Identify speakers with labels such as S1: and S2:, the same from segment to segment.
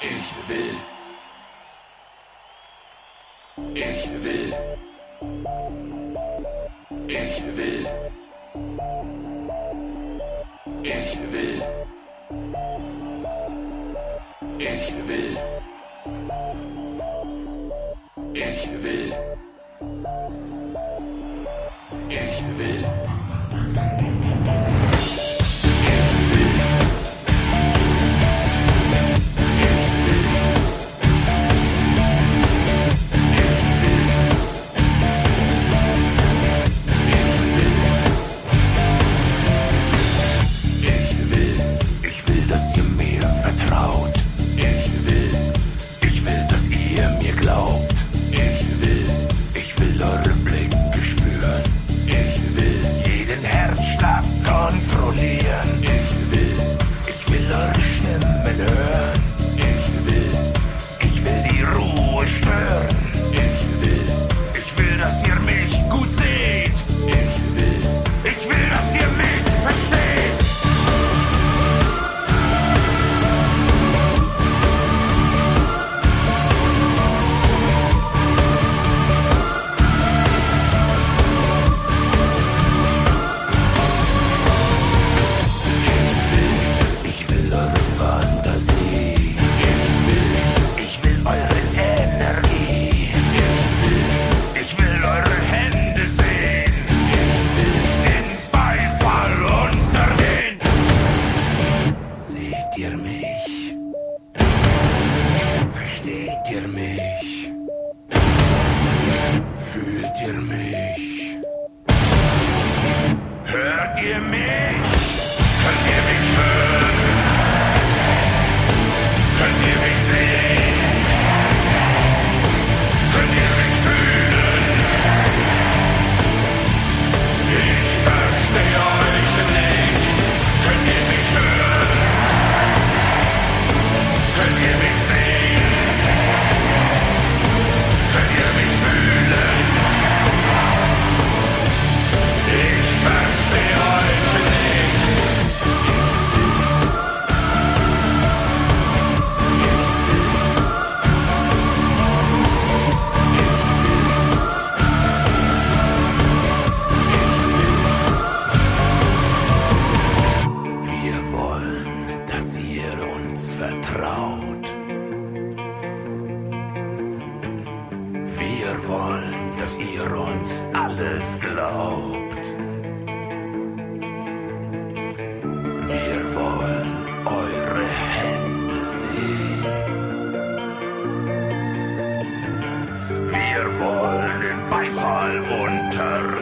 S1: Ich will. Ich will. Ich will. Ich will. Ich will. Ich will. Ich will. Ich will. Ich will, dass ihr mir vertraut. Ich will. Ich will, dass ihr mir glaubt. Ich will. Ich will eure Blicke spüren. Ich will. Jeden Herzschlag kontrollieren. Ich will. Ich will eure Stimmen hören. Ich will. Ich will die Ruhe stören. Ich will. Ich will, dass ihr mich gut seht. Ich will. Ich will, dass ihr mich versteht. Ich will eure Fantasie. Ich will, ich will eure Energie. Ich will, ich will eure Hände sehen. In Beifall untergehen. Seht ihr mich? Versteht ihr mich? Fühlt ihr mich? Hört ihr mich? Könnt ihr mich hören? Könnt ihr mich sehen? Könnt ihr mich fühlen? Ich verstehe euch nicht. Könnt ihr mich hören? Könnt ihr mich sehen? Könnt ihr mich fühlen? Ich verstehe euch nicht. Wir wollen, dass ihr uns vertraut. Wir wollen, dass ihr uns alles glaubt. Wir wollen eure Hände sehen. Wir wollen im Beifall untergehen.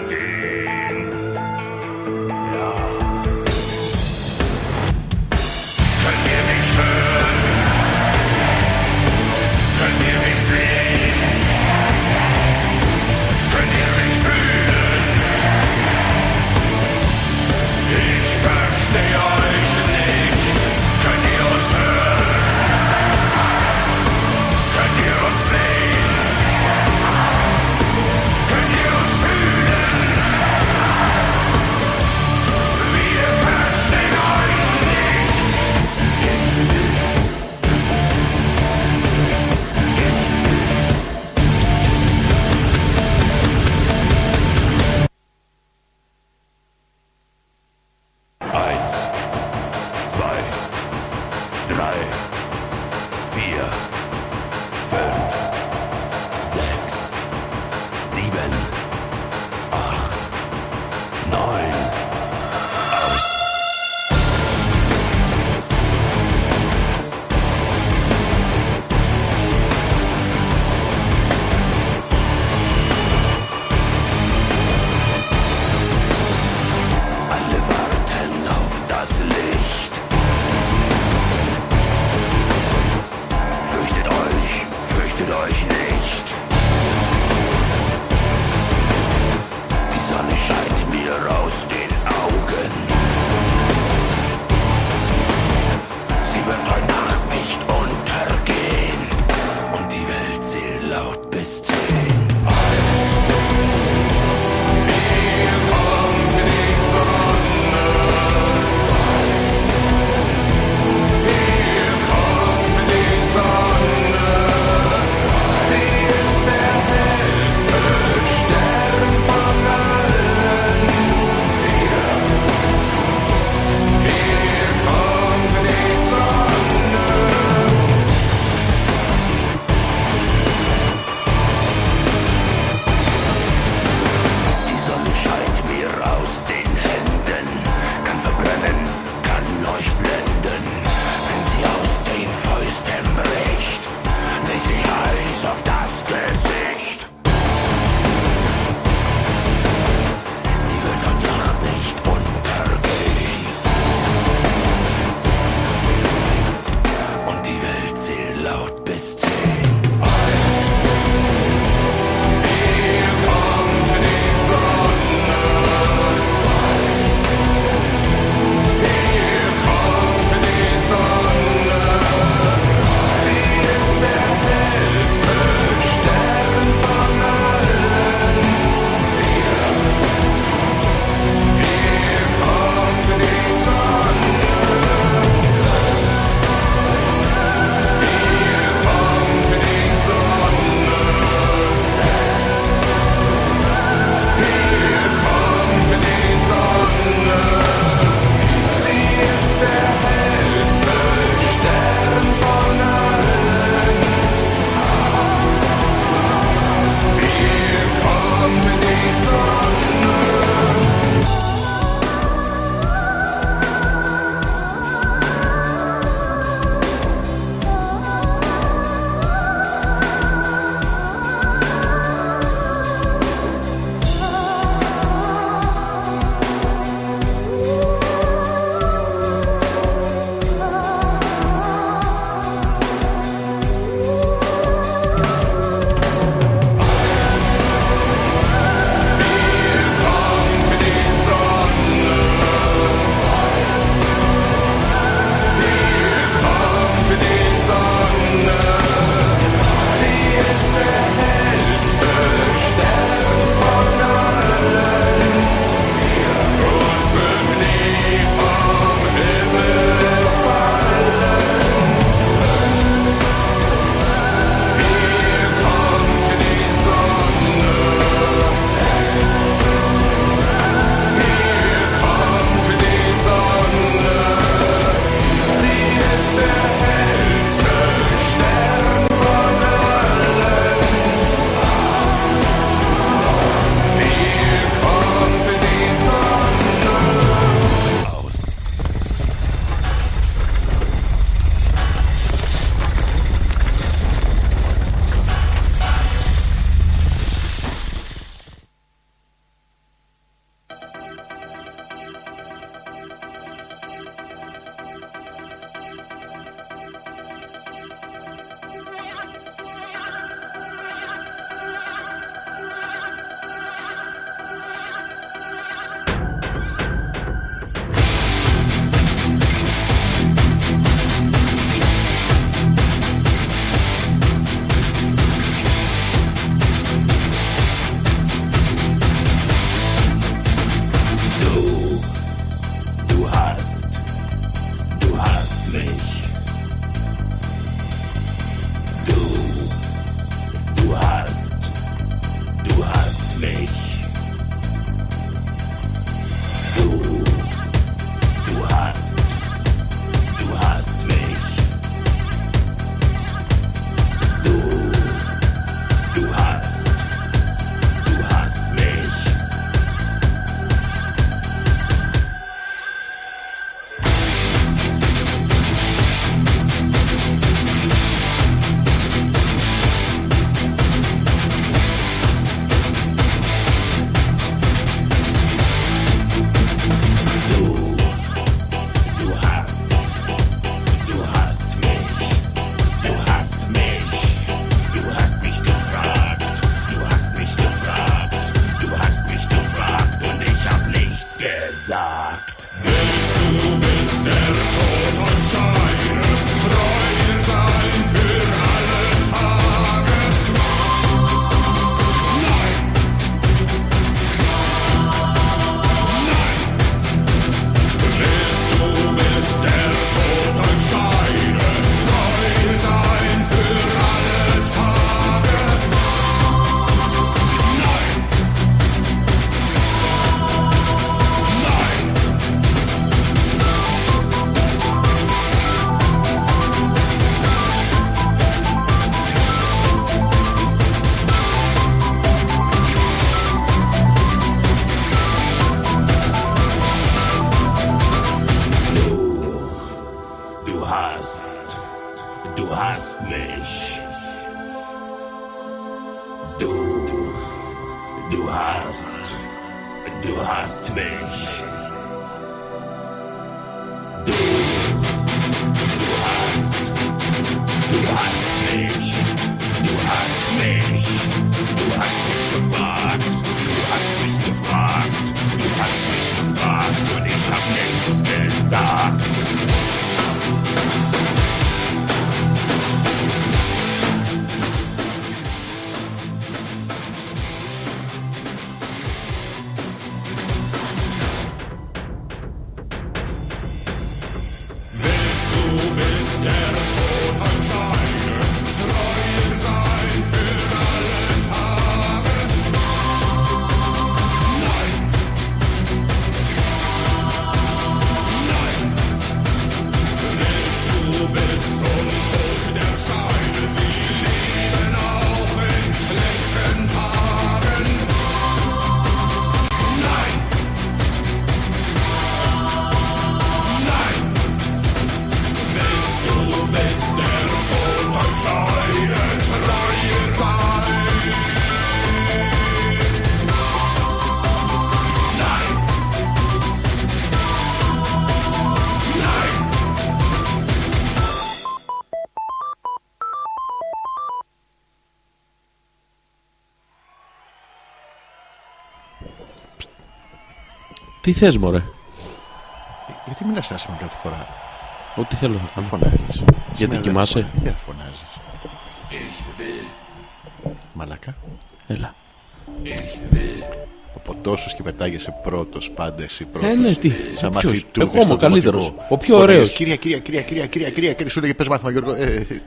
S1: Könnt ihr mich hören? Könnt ihr mich sehen? Könnt ihr mich fühlen? Ich verstehe euch nicht. Könnt ihr uns hören? Könnt ihr uns sehen? Könnt ihr uns fühlen? Du hast, du hast mich. Du, du hast, du hast mich. Du hast mich, du hast mich gefragt. Du hast mich gefragt. Du hast mich gefragt und ich hab nichts gesagt. Willst du bis der Tod erscheinen, treu sein für alle Tage? Nein. Nein. Willst du bis zum Tod erscheinen, sie leben auch in schlechten Tagen? Nein. Nein. Willst du bis der Tod verscheidet, treue sein? Nein! Nein!
S2: Τι θες μωρέ.
S3: Γιατί μιλάς άσχημα κάθε φορά.
S2: Ό,τι θέλω θα κάνω.
S3: Φωνάζεις. Σήμερα
S2: κοιμάσαι?
S3: Δεν φωνάζεις. Δεν φωνάζεις. Μαλάκα.
S2: Έλα.
S3: Ο ποτός σου και πετάγεσαι πρώτος, πάντα εσύ πρώτος.
S2: Ε, ναι, τι.
S3: Σαν
S2: Ποιος?
S3: μαθητού.
S2: Εγώ είμαι ο καλύτερος. Ο πιο ωραίος.
S3: Κυρία, κυρία, κυρία, κυρία, κυρία, κυρία, κυρία, σου λέγε πες μάθημα Γιώργο. Ε, ε, ε, ε.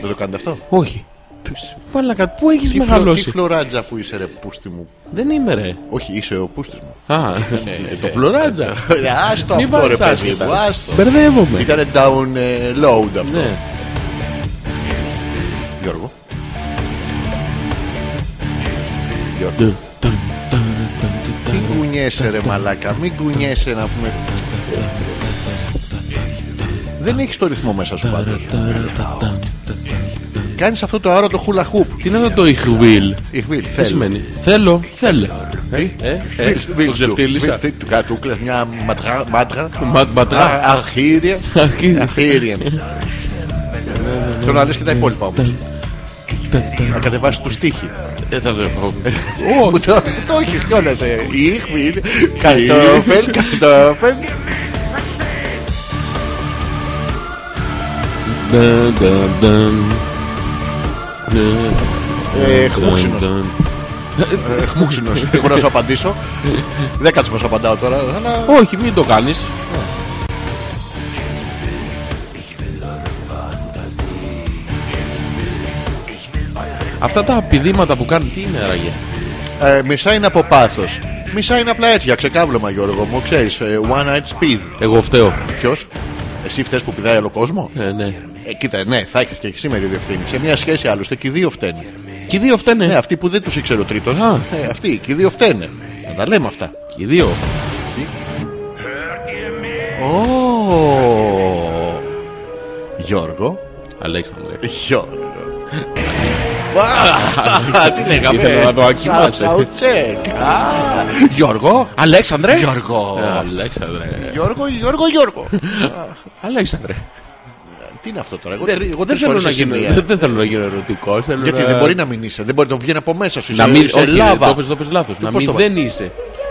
S3: Δεν το κάνετε αυτό.
S2: Όχι. Τους- Μαλάκα, πού έχεις
S3: Τι, φλο, τι
S2: μεγαλώσει.
S3: φλωράτζα που είσαι ρε πούστη μου.
S2: Δεν είμαι ρε.
S3: Όχι, είσαι ο πούστης μου.
S2: Α,
S3: Ναι.
S2: ε, το φλωράτζα.
S3: Ε, Άστο
S2: Μη
S3: αυτό ρε
S2: βάλεις
S3: παιδί
S2: άσχετα.
S3: μου, άστο.
S2: Μπερδεύομαι.
S3: Ήτανε down ε, load αυτό.
S2: Ναι.
S3: Γιώργο.
S2: Ταν, ταν, ταν, ταν, ταν.
S3: Μην κουνιέσαι ρε μαλάκα, μην κουνιέσαι να πούμε. Δεν έχεις το ρυθμό μέσα σου
S2: Ταρα,
S3: πάντως.
S2: ταρα, τα, ταν, τα, ταν.
S3: Κάνεις αυτό το άρο το hula hoop.
S2: Τι είναι αυτό το ich will.
S3: Ιχβίλ,
S2: Τι
S3: θέλει.
S2: σημαίνει. Θέλω, θέλε.
S3: Τι?
S2: ε,
S3: Will,
S2: ε,
S3: will
S2: το
S3: do.
S2: ξεφτύλισα.
S3: Will, τι, Του κάτω, κλαις μια ματρά, μάτρα.
S2: Ματ- ματρά.
S3: Α, Αρχήρια.
S2: Αρχήρια.
S3: Αρχήρια.
S2: Ναι,
S3: Θέλω να λες και τα υπόλοιπα όμως.
S2: Τα, τα.
S3: Να κατεβάσεις τους στίχη.
S2: Ε, θα το έχω.
S3: Που το που το έχεις κιόλας. ε. Ιχβίλ, κατόφελ, κατόφελ.
S2: Νταν, νταν, νταν. Νταν,
S3: Ε, χμούξινος.
S2: νταν.
S3: Ε, Χμούξινος. Έχω να σου απαντήσω. Δεν κάτσε να σου απαντάω τώρα. αλλά-
S2: Όχι, μην το κάνεις. Αυτά τα πηδήματα που κάνουν, τι είναι άραγε.
S3: Ε, μισά είναι από πάθος. Μισά είναι απλά έτσι για ξεκάβλωμα, Γιώργο μου. Ξέρεις, one night speed.
S2: Εγώ φταίω.
S3: Ποιος, εσύ φταίεις που πηδάει άλλο κόσμο.
S2: Ε, ναι.
S3: Ε, κοίτα, ναι, θα έχει και εσύ μερίδιο ευθύνη. Σε μια σχέση άλλωστε και οι δύο φταίνε.
S2: Και οι δύο φταίνε.
S3: Ναι, αυτοί που δεν τους ήξερε ο τρίτος.
S2: Α.
S3: Ε, αυτοί και οι δύο φταίνε. Να τα λέμε αυτά.
S2: Και οι δύο.
S3: Ω, Γιώργο.
S2: Αλέξανδρε.
S3: Γιώργο. Βα, Τι λέγαμε.
S2: Ήθελα να το ακοιμάσαι.
S3: Σαουτσέκ. Α, Γιώργο.
S2: Αλέξανδρε. Ε,
S3: Γιώργο.
S2: Αλέξανδρε.
S3: Γιώργο, Γιώργο, Γιώργο.
S2: Αλέξανδρε.
S3: Τι είναι αυτό τώρα, εγώ,
S2: Δεν-
S3: τρι- εγώ
S2: Δεν
S3: τρεις
S2: θέλω
S3: φορές
S2: να
S3: εσύ
S2: γίνω-
S3: μία.
S2: δεν θέλω να γίνω ερωτικός. θέλω
S3: Γιατί δεν μπορεί να μην είσαι, δεν μπορεί να βγει από μέσα σου.
S2: Να μην,
S3: είσαι
S2: όχι,
S3: λάβα.
S2: το πες, το πες λάθος. Να
S3: πώς
S2: μην
S3: το
S2: δεν είσαι.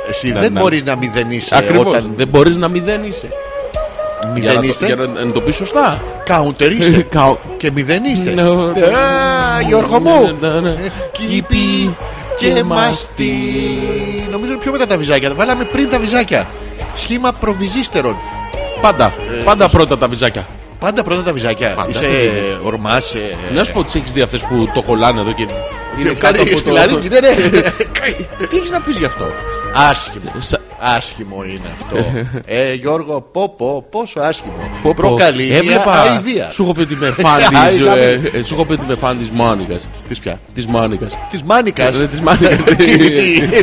S3: Εσύ
S2: να-
S3: δεν
S2: να-
S3: μπορείς να μην δεν είσαι.
S2: Ακριβώς.
S3: Όταν ε.
S2: Δεν μπορείς να μην δεν είσαι.
S3: μηδεν
S2: Για να το-
S3: είστε,
S2: Για να- να το πεις σωστά.
S3: counter είσαι.
S2: Καου-
S3: και μηδεν είστε.
S2: Ναι.
S3: Α, Γιώργο μου.
S2: Ναι, ναι, ναι.
S3: Κήπη και
S2: και
S3: μαστί. Νομίζω πιο μετά τα βυζάκια. Βάλαμε πριν τα βυζάκια. Σχήμα προβυζίστερων.
S2: Πάντα.
S3: Ε,
S2: Πάντα πρώτα τα βυζάκια.
S3: Πάντα πρώτα τα βυζάκια.
S2: Πάντα. Ναι.
S3: Είσαι ορμάς. ε,
S2: Να σου πω τις έχεις δει αυτές που το κολλάνε εδώ και.
S3: Και
S2: Είναι κάτω
S3: κάνει
S2: από
S3: στη
S2: το.
S3: λαρίνκη, ναι, ναι.
S2: Τι έχεις να πεις γι' αυτό.
S3: Άσχημο.
S2: Σα-
S3: Άσχημο είναι αυτό. ε, Γιώργο, πω, πω, πόσο άσχημο.
S2: Πω, πω.
S3: Προκαλεί μια αηδία.
S2: Σου έχω πει ότι είμαι φαν της,
S3: Άιδα με.
S2: ε, ε, Σου έχω πει ότι είμαι φαν της Μάνικας.
S3: Της πια.
S2: Της Μάνικας.
S3: Της Μάνικας.
S2: Της Μάνικας.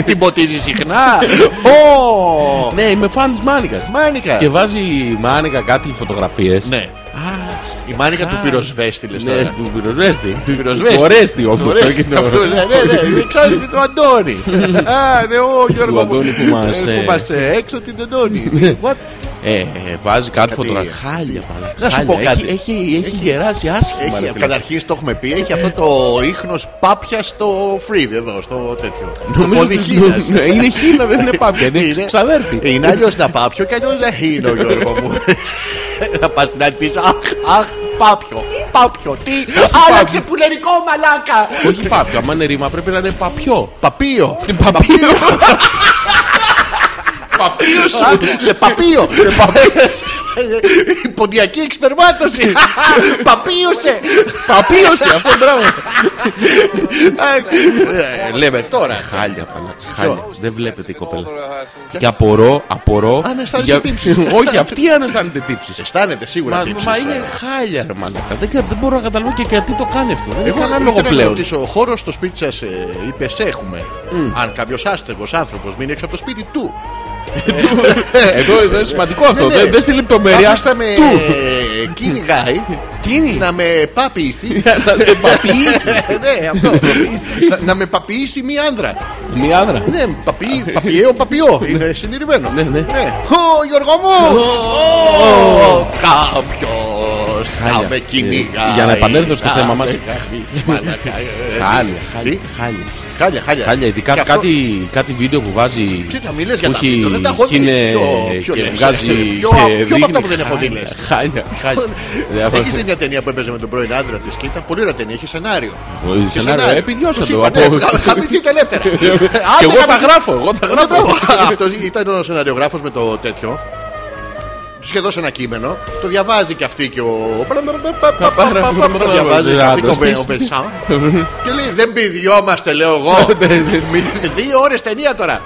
S3: Την ποτίζει συχνά. Ω!
S2: Ναι, είμαι φαν της Μάνικας.
S3: Μάνικας.
S2: Και βάζει η Μάνικα κάτι φωτογραφίες.
S3: Ναι.
S2: Α,
S3: Η μάνικα του πυροσβέστη λες
S2: Ναι,
S3: τώρα.
S2: του πυροσβέστη. Του
S3: πυροσβέστη.
S2: Του ορέστη
S3: Του
S2: όντως.
S3: ρε,
S2: όχι του-
S3: αυτό, Ναι, ναι, ναι, δεν ξέρω τι του Αντώνη. Α, ναι, ο Γιώργο. μου,
S2: Αντώνη που μας,
S3: ε,
S2: ε,
S3: Που μας ε, έξω την Αντώνη. What?
S2: Ε, ε, βάζει κάτι
S3: Κάτι-
S2: φωτογραφία. Χάλια πάλι.
S3: Να σου
S2: χάλια.
S3: πω κάτι.
S2: Έχει, έχει, έχει γεράσει άσχημα.
S3: Έχει,
S2: ρε φίλε.
S3: καταρχήν το έχουμε πει, έχει αυτό το ίχνος πάπια στο φρύδι εδώ, στο τέτοιο. Το
S2: Νομίζω
S3: πόδι
S2: ότι
S3: χίλιας.
S2: ναι, είναι χίλια, δεν είναι πάπια. Είναι ξαδέρφη.
S3: Είναι αλλιώ να πάπιο και αλλιώς δεν χύνω, Γιώργο μου. Να πας την άλλη πεις, Αχ, αχ, πάπιο. Πάπιο, τι, άλλαξε πουλερικό μαλάκα.
S2: Όχι πάπιο, άμα είναι ρήμα πρέπει να είναι παπιό.
S3: Παπίο.
S2: Τι παπίο. Παπίο
S3: Α, Σε παπίο. Η Ποντιακή εξπερμάτωση. Παπίωσε.
S2: Παπίωσε αυτό μπράβο.
S3: Ε, Λέμε τώρα.
S2: Χάλια παλά. Χάλια. Δεν βλέπετε η κοπέλα. Και απορώ, απορώ.
S3: Αν αισθάνεσαι
S2: για-
S3: τύψεις.
S2: Όχι, αυτή αν αισθάνεται τύψεις.
S3: Αισθάνεται σίγουρα
S2: Μα,
S3: τύψεις.
S2: μα είναι χάλια ρε μαλάκα. Δεν, κα- δεν μπορώ να καταλάβω και γιατί το κάνει αυτό. Δεν
S3: Εγώ
S2: έχει κανένα
S3: ήθελα
S2: λόγο
S3: να
S2: πλέον.
S3: ρωτήσω, ο χώρος στο σπίτι σας είπε σε έχουμε.
S2: Mm.
S3: Αν κάποιος άστεγος άνθρωπος μείνει έξω από το σπίτι του.
S2: Ε, Εδώ εδώ είναι σημαντικό αυτό.
S3: Ναι, ναι.
S2: Δεν δεν στη λεπτομέρεια.
S3: Κάποιος θα με
S2: Του.
S3: ε, κυνηγάει
S2: Κίνη.
S3: να με παπίσει.
S2: Να σε παπιήσει.
S3: Ε, ναι, αυτό. Να- Να με παπίσει μία άνδρα.
S2: Μία άνδρα.
S3: Ναι, παπί, παπιέο, παπιό. Είναι συντηρημένο.
S2: Ναι, ναι.
S3: Ω, Γιώργο μου! Ω, Κάποιος θα
S2: Χάλια.
S3: με
S2: Ε,
S3: κυνηγάει.
S2: για να επανέλθω στο
S3: θα
S2: θέμα
S3: με
S2: μας.
S3: κάνει μαλακά. Ε,
S2: Χάλια,
S3: Τι?
S2: χάλια, χάλια.
S3: Χάλια, χάλια.
S2: Χάλια, ειδικά
S3: Και αυτό-
S2: κάτι, κάτι βίντεο που βάζει.
S3: Τι θα μιλές για
S2: που
S3: τα βίντεο, δεν τα έχω δει.
S2: είναι-
S3: Ποιο- ποιο
S2: και
S3: λες?
S2: βγάζει.
S3: Ποιο-
S2: και
S3: ποιο από
S2: δείχνει.
S3: αυτά που δεν έχω δει,
S2: Χάλια,
S3: λες?
S2: Χάλια, χάλια.
S3: Έχεις δει μια ταινία που έπαιζε με τον πρώην άντρα της και ήταν πολύ ωραία ταινία, είχε σενάριο.
S2: Σενάριο,
S3: Και
S2: ε, επιδιώσα
S3: Τους
S2: το,
S3: είπα,
S2: από-
S3: ναι, θα- Θα μυθεί ελεύθερα.
S2: Και εγώ θα γράφω, εγώ θα γράφω.
S3: Αυτός ήταν ο σεναριογράφος με το τέτοιο. Τους είχε δώσει ένα κείμενο, το διαβάζει και αυτή και ο. Το διαβάζει και αυτή και ο Βε- ο Βερσάν. Και λέει δεν πηδιόμαστε, λέω εγώ.
S2: Ναι,
S3: Μη- Δύο ώρες ταινία τώρα.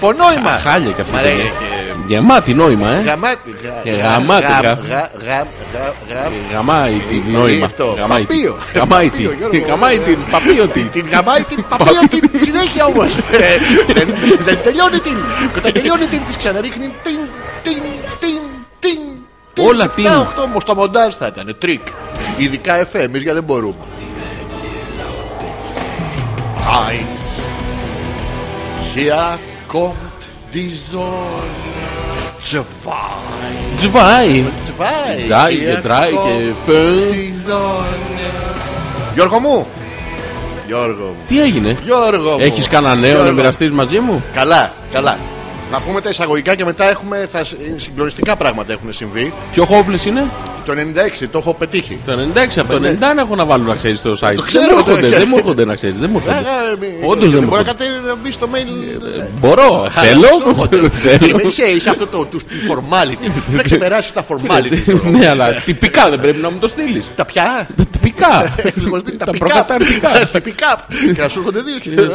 S3: Πονόημα.
S2: Χάλια και αυτή.
S3: Μα
S2: η
S3: ρε,
S2: ταινία.
S3: ε,
S2: Γεμάτη νόημα, ε.
S3: Γαμάτι.
S2: Ε, γαμάτι, γα- Γαμάει την νόημα.
S3: αυτό.
S2: Γαμάει την-
S3: Παπίο.
S2: Γαμάει
S3: Παπίο,
S2: την.
S3: Γιώργο.
S2: Γαμάει την. Παπίο την.
S3: Την γαμάει την παπία την συνέχεια όμω.
S2: Ε,
S3: Δεν τελειώνει την. Και όταν τελειώνει την, τη ξαναρίχνει την. Την. Την. Την. την.
S2: Όλα την.
S3: 7-8 όμω το μοντάζ θα ήταν. Τρίκ. Ειδικά εφέ, εμεί γιατί δεν μπορούμε. Eins. Hier kommt die Sonne. Zwei.
S2: Τζβάει.
S3: Zwei.
S2: Τζάι
S3: Hier
S2: και τράει
S3: kommt
S2: και φεν.
S3: die Sonne. Γιώργο μου! Γιώργο μου.
S2: Τι έγινε.
S3: Γιώργο μου.
S2: Έχεις κανένα νέο να
S3: Γιώργο.
S2: μοιραστείς μαζί μου.
S3: Καλά, καλά. Να πούμε τα εισαγωγικά και μετά έχουμε θα, συγκλονιστικά πράγματα έχουν συμβεί.
S2: Ποιο χόμπλες είναι.
S3: Το 96 το έχω πετύχει.
S2: Το 96 από το 91 έχω να βάλω να ξέρει το site.
S3: ξέρω,
S2: Δεν
S3: Ναι,
S2: μου έρχονται,
S3: Ναι. το-
S2: δεν μου έρχονται να ξέρει. Δεν μου έρχονται. Όντως
S3: Όντως
S2: δεν μου
S3: μπορεί να
S2: έρχονται.
S3: κατέ, να μπει στο mail.
S2: Μπορώ, θέλω.
S3: ναι. Σου ναι, έρχονται.
S2: θέλω.
S3: Είμαι- Είσαι, είσαι αυτό το, το, τη formality. Πρέπει να ξεπεράσει τα formality. Γιώργο.
S2: Ναι, αλλά τυπικά δεν πρέπει να μου το στείλει.
S3: Τα πια.
S2: Τυπικά.
S3: Έχεις γνωστεί τα
S2: Τα
S3: pick-up.
S2: προκαταρτικά.
S3: Τα pick-up. Και να σου έρχονται δύο. Α,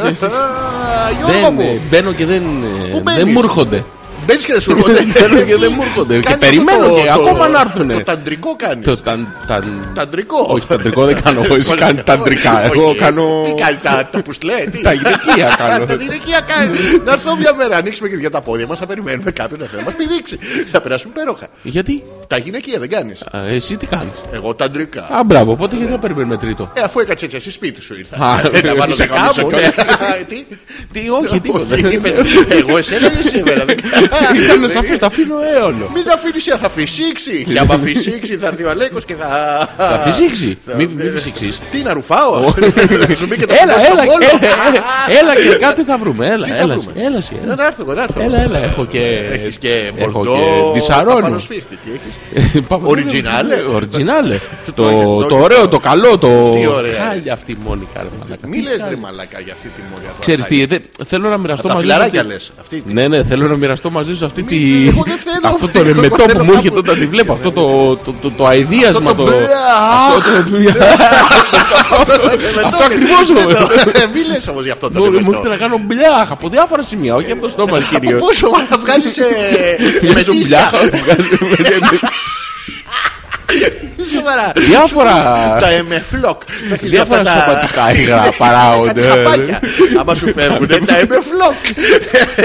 S3: Γιώργο
S2: Δεν ε,
S3: μου.
S2: μπαίνω και δεν ε, δεν
S3: μπαίνεις?
S2: μου έρχονται.
S3: Μπαίνεις και δεν σου έρχονται.
S2: Μπαίνω και δεν μου έρχονται. Και
S3: Κάνεις αυτό
S2: περιμένω
S3: το-
S2: και
S3: το-
S2: ακόμα να έρθουνε.
S3: Το ταντρικό κάνεις.
S2: Το ταν- ταν-
S3: Ταντρικό.
S2: Όχι, ταντρικό δεν κάνω. εγώ, Εσύ κάνεις ταντρικά. Εγώ
S3: Όχι. ε,
S2: κάνω.
S3: Τι κάνει, τα, τα πουστλέ, τι.
S2: Τα γυναικεία κάνω.
S3: Τα γυναικεία κάνεις. Να έρθω μια μέρα, ανοίξουμε και για τα πόδια μας, θα περιμένουμε κάποιον να θέλει να μας πηδήξει. Θα περάσουμε υπέροχα.
S2: Γιατί
S3: Τα γυναικεία δεν κάνεις.
S2: Α, εσύ τι κάνεις.
S3: Εγώ ταντρικά.
S2: Α, μπράβο, οπότε γιατί να περιμένουμε τρίτο.
S3: Ε, αφού έκατσε και εσύ σπίτι σου ήρθα.
S2: Α,
S3: Ε, Να βάλω
S2: είσαι
S3: σε κάμω.
S2: καμίσο
S3: ναι.
S2: κιόλας.
S3: Τι.
S2: Τι, όχι, τίποτα.
S3: Όχι, Ε, είπες, Εγώ εσένα ή εσύ εμένα. Δεν-
S2: Ήταν
S3: ε,
S2: σαφέ, τα αφήνω ε, αίωνο.
S3: Μην αφήνει, θα φυσήξει. Και άμα φυσήξει, θα έρθει ο Αλέκος και θα.
S2: Θα φυσήξει. Μη μη φυσήξεις.
S3: Τι να ρουφάω. Να Σου μπει και το
S2: Έλα,
S3: κουμπάρι
S2: έλα,
S3: στον πόλο.
S2: έλα, έλα, έλα και κάτι θα βρούμε. Έλα,
S3: Τι θα
S2: έλα,
S3: βρούμε?
S2: έλα, εσύ, έλα.
S3: Να έρθω, εγώ, να έρθω.
S2: Έλα, έλα, έχω και.
S3: Έχεις και
S2: Ε, έχω
S3: Μπορντό,
S2: και Δυσαρώνου.
S3: πάνω σφίχτη, τι έχεις.
S2: Πάμε-
S3: Οριτζινάλε.
S2: Οριτζινάλε.
S3: Το-
S2: Το το ωραίο, το καλό, το.
S3: Τι ωραία.
S2: Χάλια αυτή η Μόνικα, ρε μαλάκα.
S3: Μη
S2: Τι
S3: λες
S2: χάλια.
S3: ρε μαλακά για αυτή τη μόρια.
S2: Ξέρεις τι, δε- θέλω να μοιραστώ
S3: Τα
S2: μαζί σου.
S3: φιλαράκια
S2: αυτή-
S3: λες. Αυτή τη-
S2: Ναι, ναι, θέλω να μοιραστώ μαζί σου αυτή
S3: Μη-
S2: τη.
S3: εγώ δεν θέλω,
S2: Αυτό το
S3: εγώ
S2: ρεμετό
S3: θέλω
S2: που μου έρχεται
S3: κάπου.
S2: όταν τη βλέπω. Αυτό το- το- το- το αηδίασμα.
S3: το
S2: Το.
S3: μπε,
S2: αυτό το-
S3: Ε,
S2: Αυτό
S3: το-
S2: ακριβώς
S3: το-
S2: όμως.
S3: Ε, Μη λες όμως για αυτό το
S2: Μου μου
S3: λεπτό.
S2: έρχεται να κάνω μπλιάχ από διάφορα σημεία, όχι από το στόμα
S3: Από
S2: κυρίως.
S3: πόσο να βγάζεις ε, μετήσια. Σοβαρά.
S2: Διάφορα.
S3: Τα εμεφλόκ. Τα έχεις δει
S2: Διάφορα
S3: αυτά τα-
S2: σωματικά υγρά
S3: Κάτι
S2: παράγονται.
S3: χαπάκια. Άμα σου φεύγουν τα MF-Lock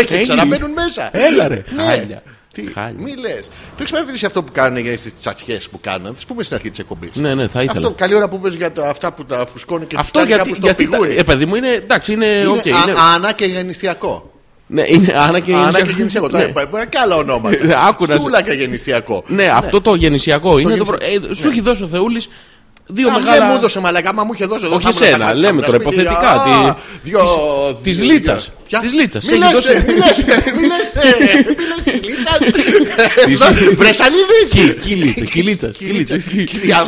S3: και ξαναμπαίνουν μέσα.
S2: Έλα ρε.
S3: Ναι.
S2: Χάλια.
S3: Τι,
S2: Χάλια.
S3: μη λες. Το έχεις παρατηρήσει αυτό που κάνουν για τι τσατσιέ που κάνουν. Τις πούμε στην αρχή της εκπομπής.
S2: Ναι, ναι, θα ήθελα.
S3: Αυτό
S2: Αυτό,
S3: καλή ώρα που πες για τα, αυτά που τα φουσκώνει και τους κάνει
S2: γιατί.
S3: κάπου στο
S2: γιατί τα-
S3: πηγούρι.
S2: ε, παιδί μου είναι. Εντάξει, είναι. οκ,
S3: είναι, α-
S2: είναι-
S3: ανά και γεννηστιακό.
S2: Ναι, είναι Άννα και
S3: Ανά και
S2: γεννησιακό.
S3: γεννηστιακό.
S2: Ναι. Ε,
S3: Τώρα, μπορεί να είναι και άλλα ε, ονόματα.
S2: Άκου να σε-
S3: Στούλα και γεννηστιακό.
S2: Ναι, αυτό το γεννησιακό είναι. το
S3: γεννησιακό. Ναι.
S2: προ- ε, Σου έχει δώσει ο Θεούλης δύο
S3: Α, Δεν μου
S2: Ναι, μεγάλα.
S3: έδωσε μαλακά, μα μου είχε δώσει εδώ.
S2: Όχι
S3: θα ήμουν
S2: εσένα,
S3: στα μάτια,
S2: λέμε
S3: θα
S2: τώρα
S3: μου λέγε,
S2: υποθετικά,
S3: «Ας,
S2: τη-
S3: δυο-
S2: της-
S3: δυο-
S2: της
S3: δυο-
S2: Λίτσας.
S3: Ποια?
S2: Της Λίτσας.
S3: Μη
S2: Έχει
S3: λες,
S2: δώσει-
S3: ε, μη λες, ε, μη λες, ε, μη λες της Λίτσας. Εδώ, Βρεσαλίδης.
S2: Κυλίτσα, κυλίτσα. Κυλίτσα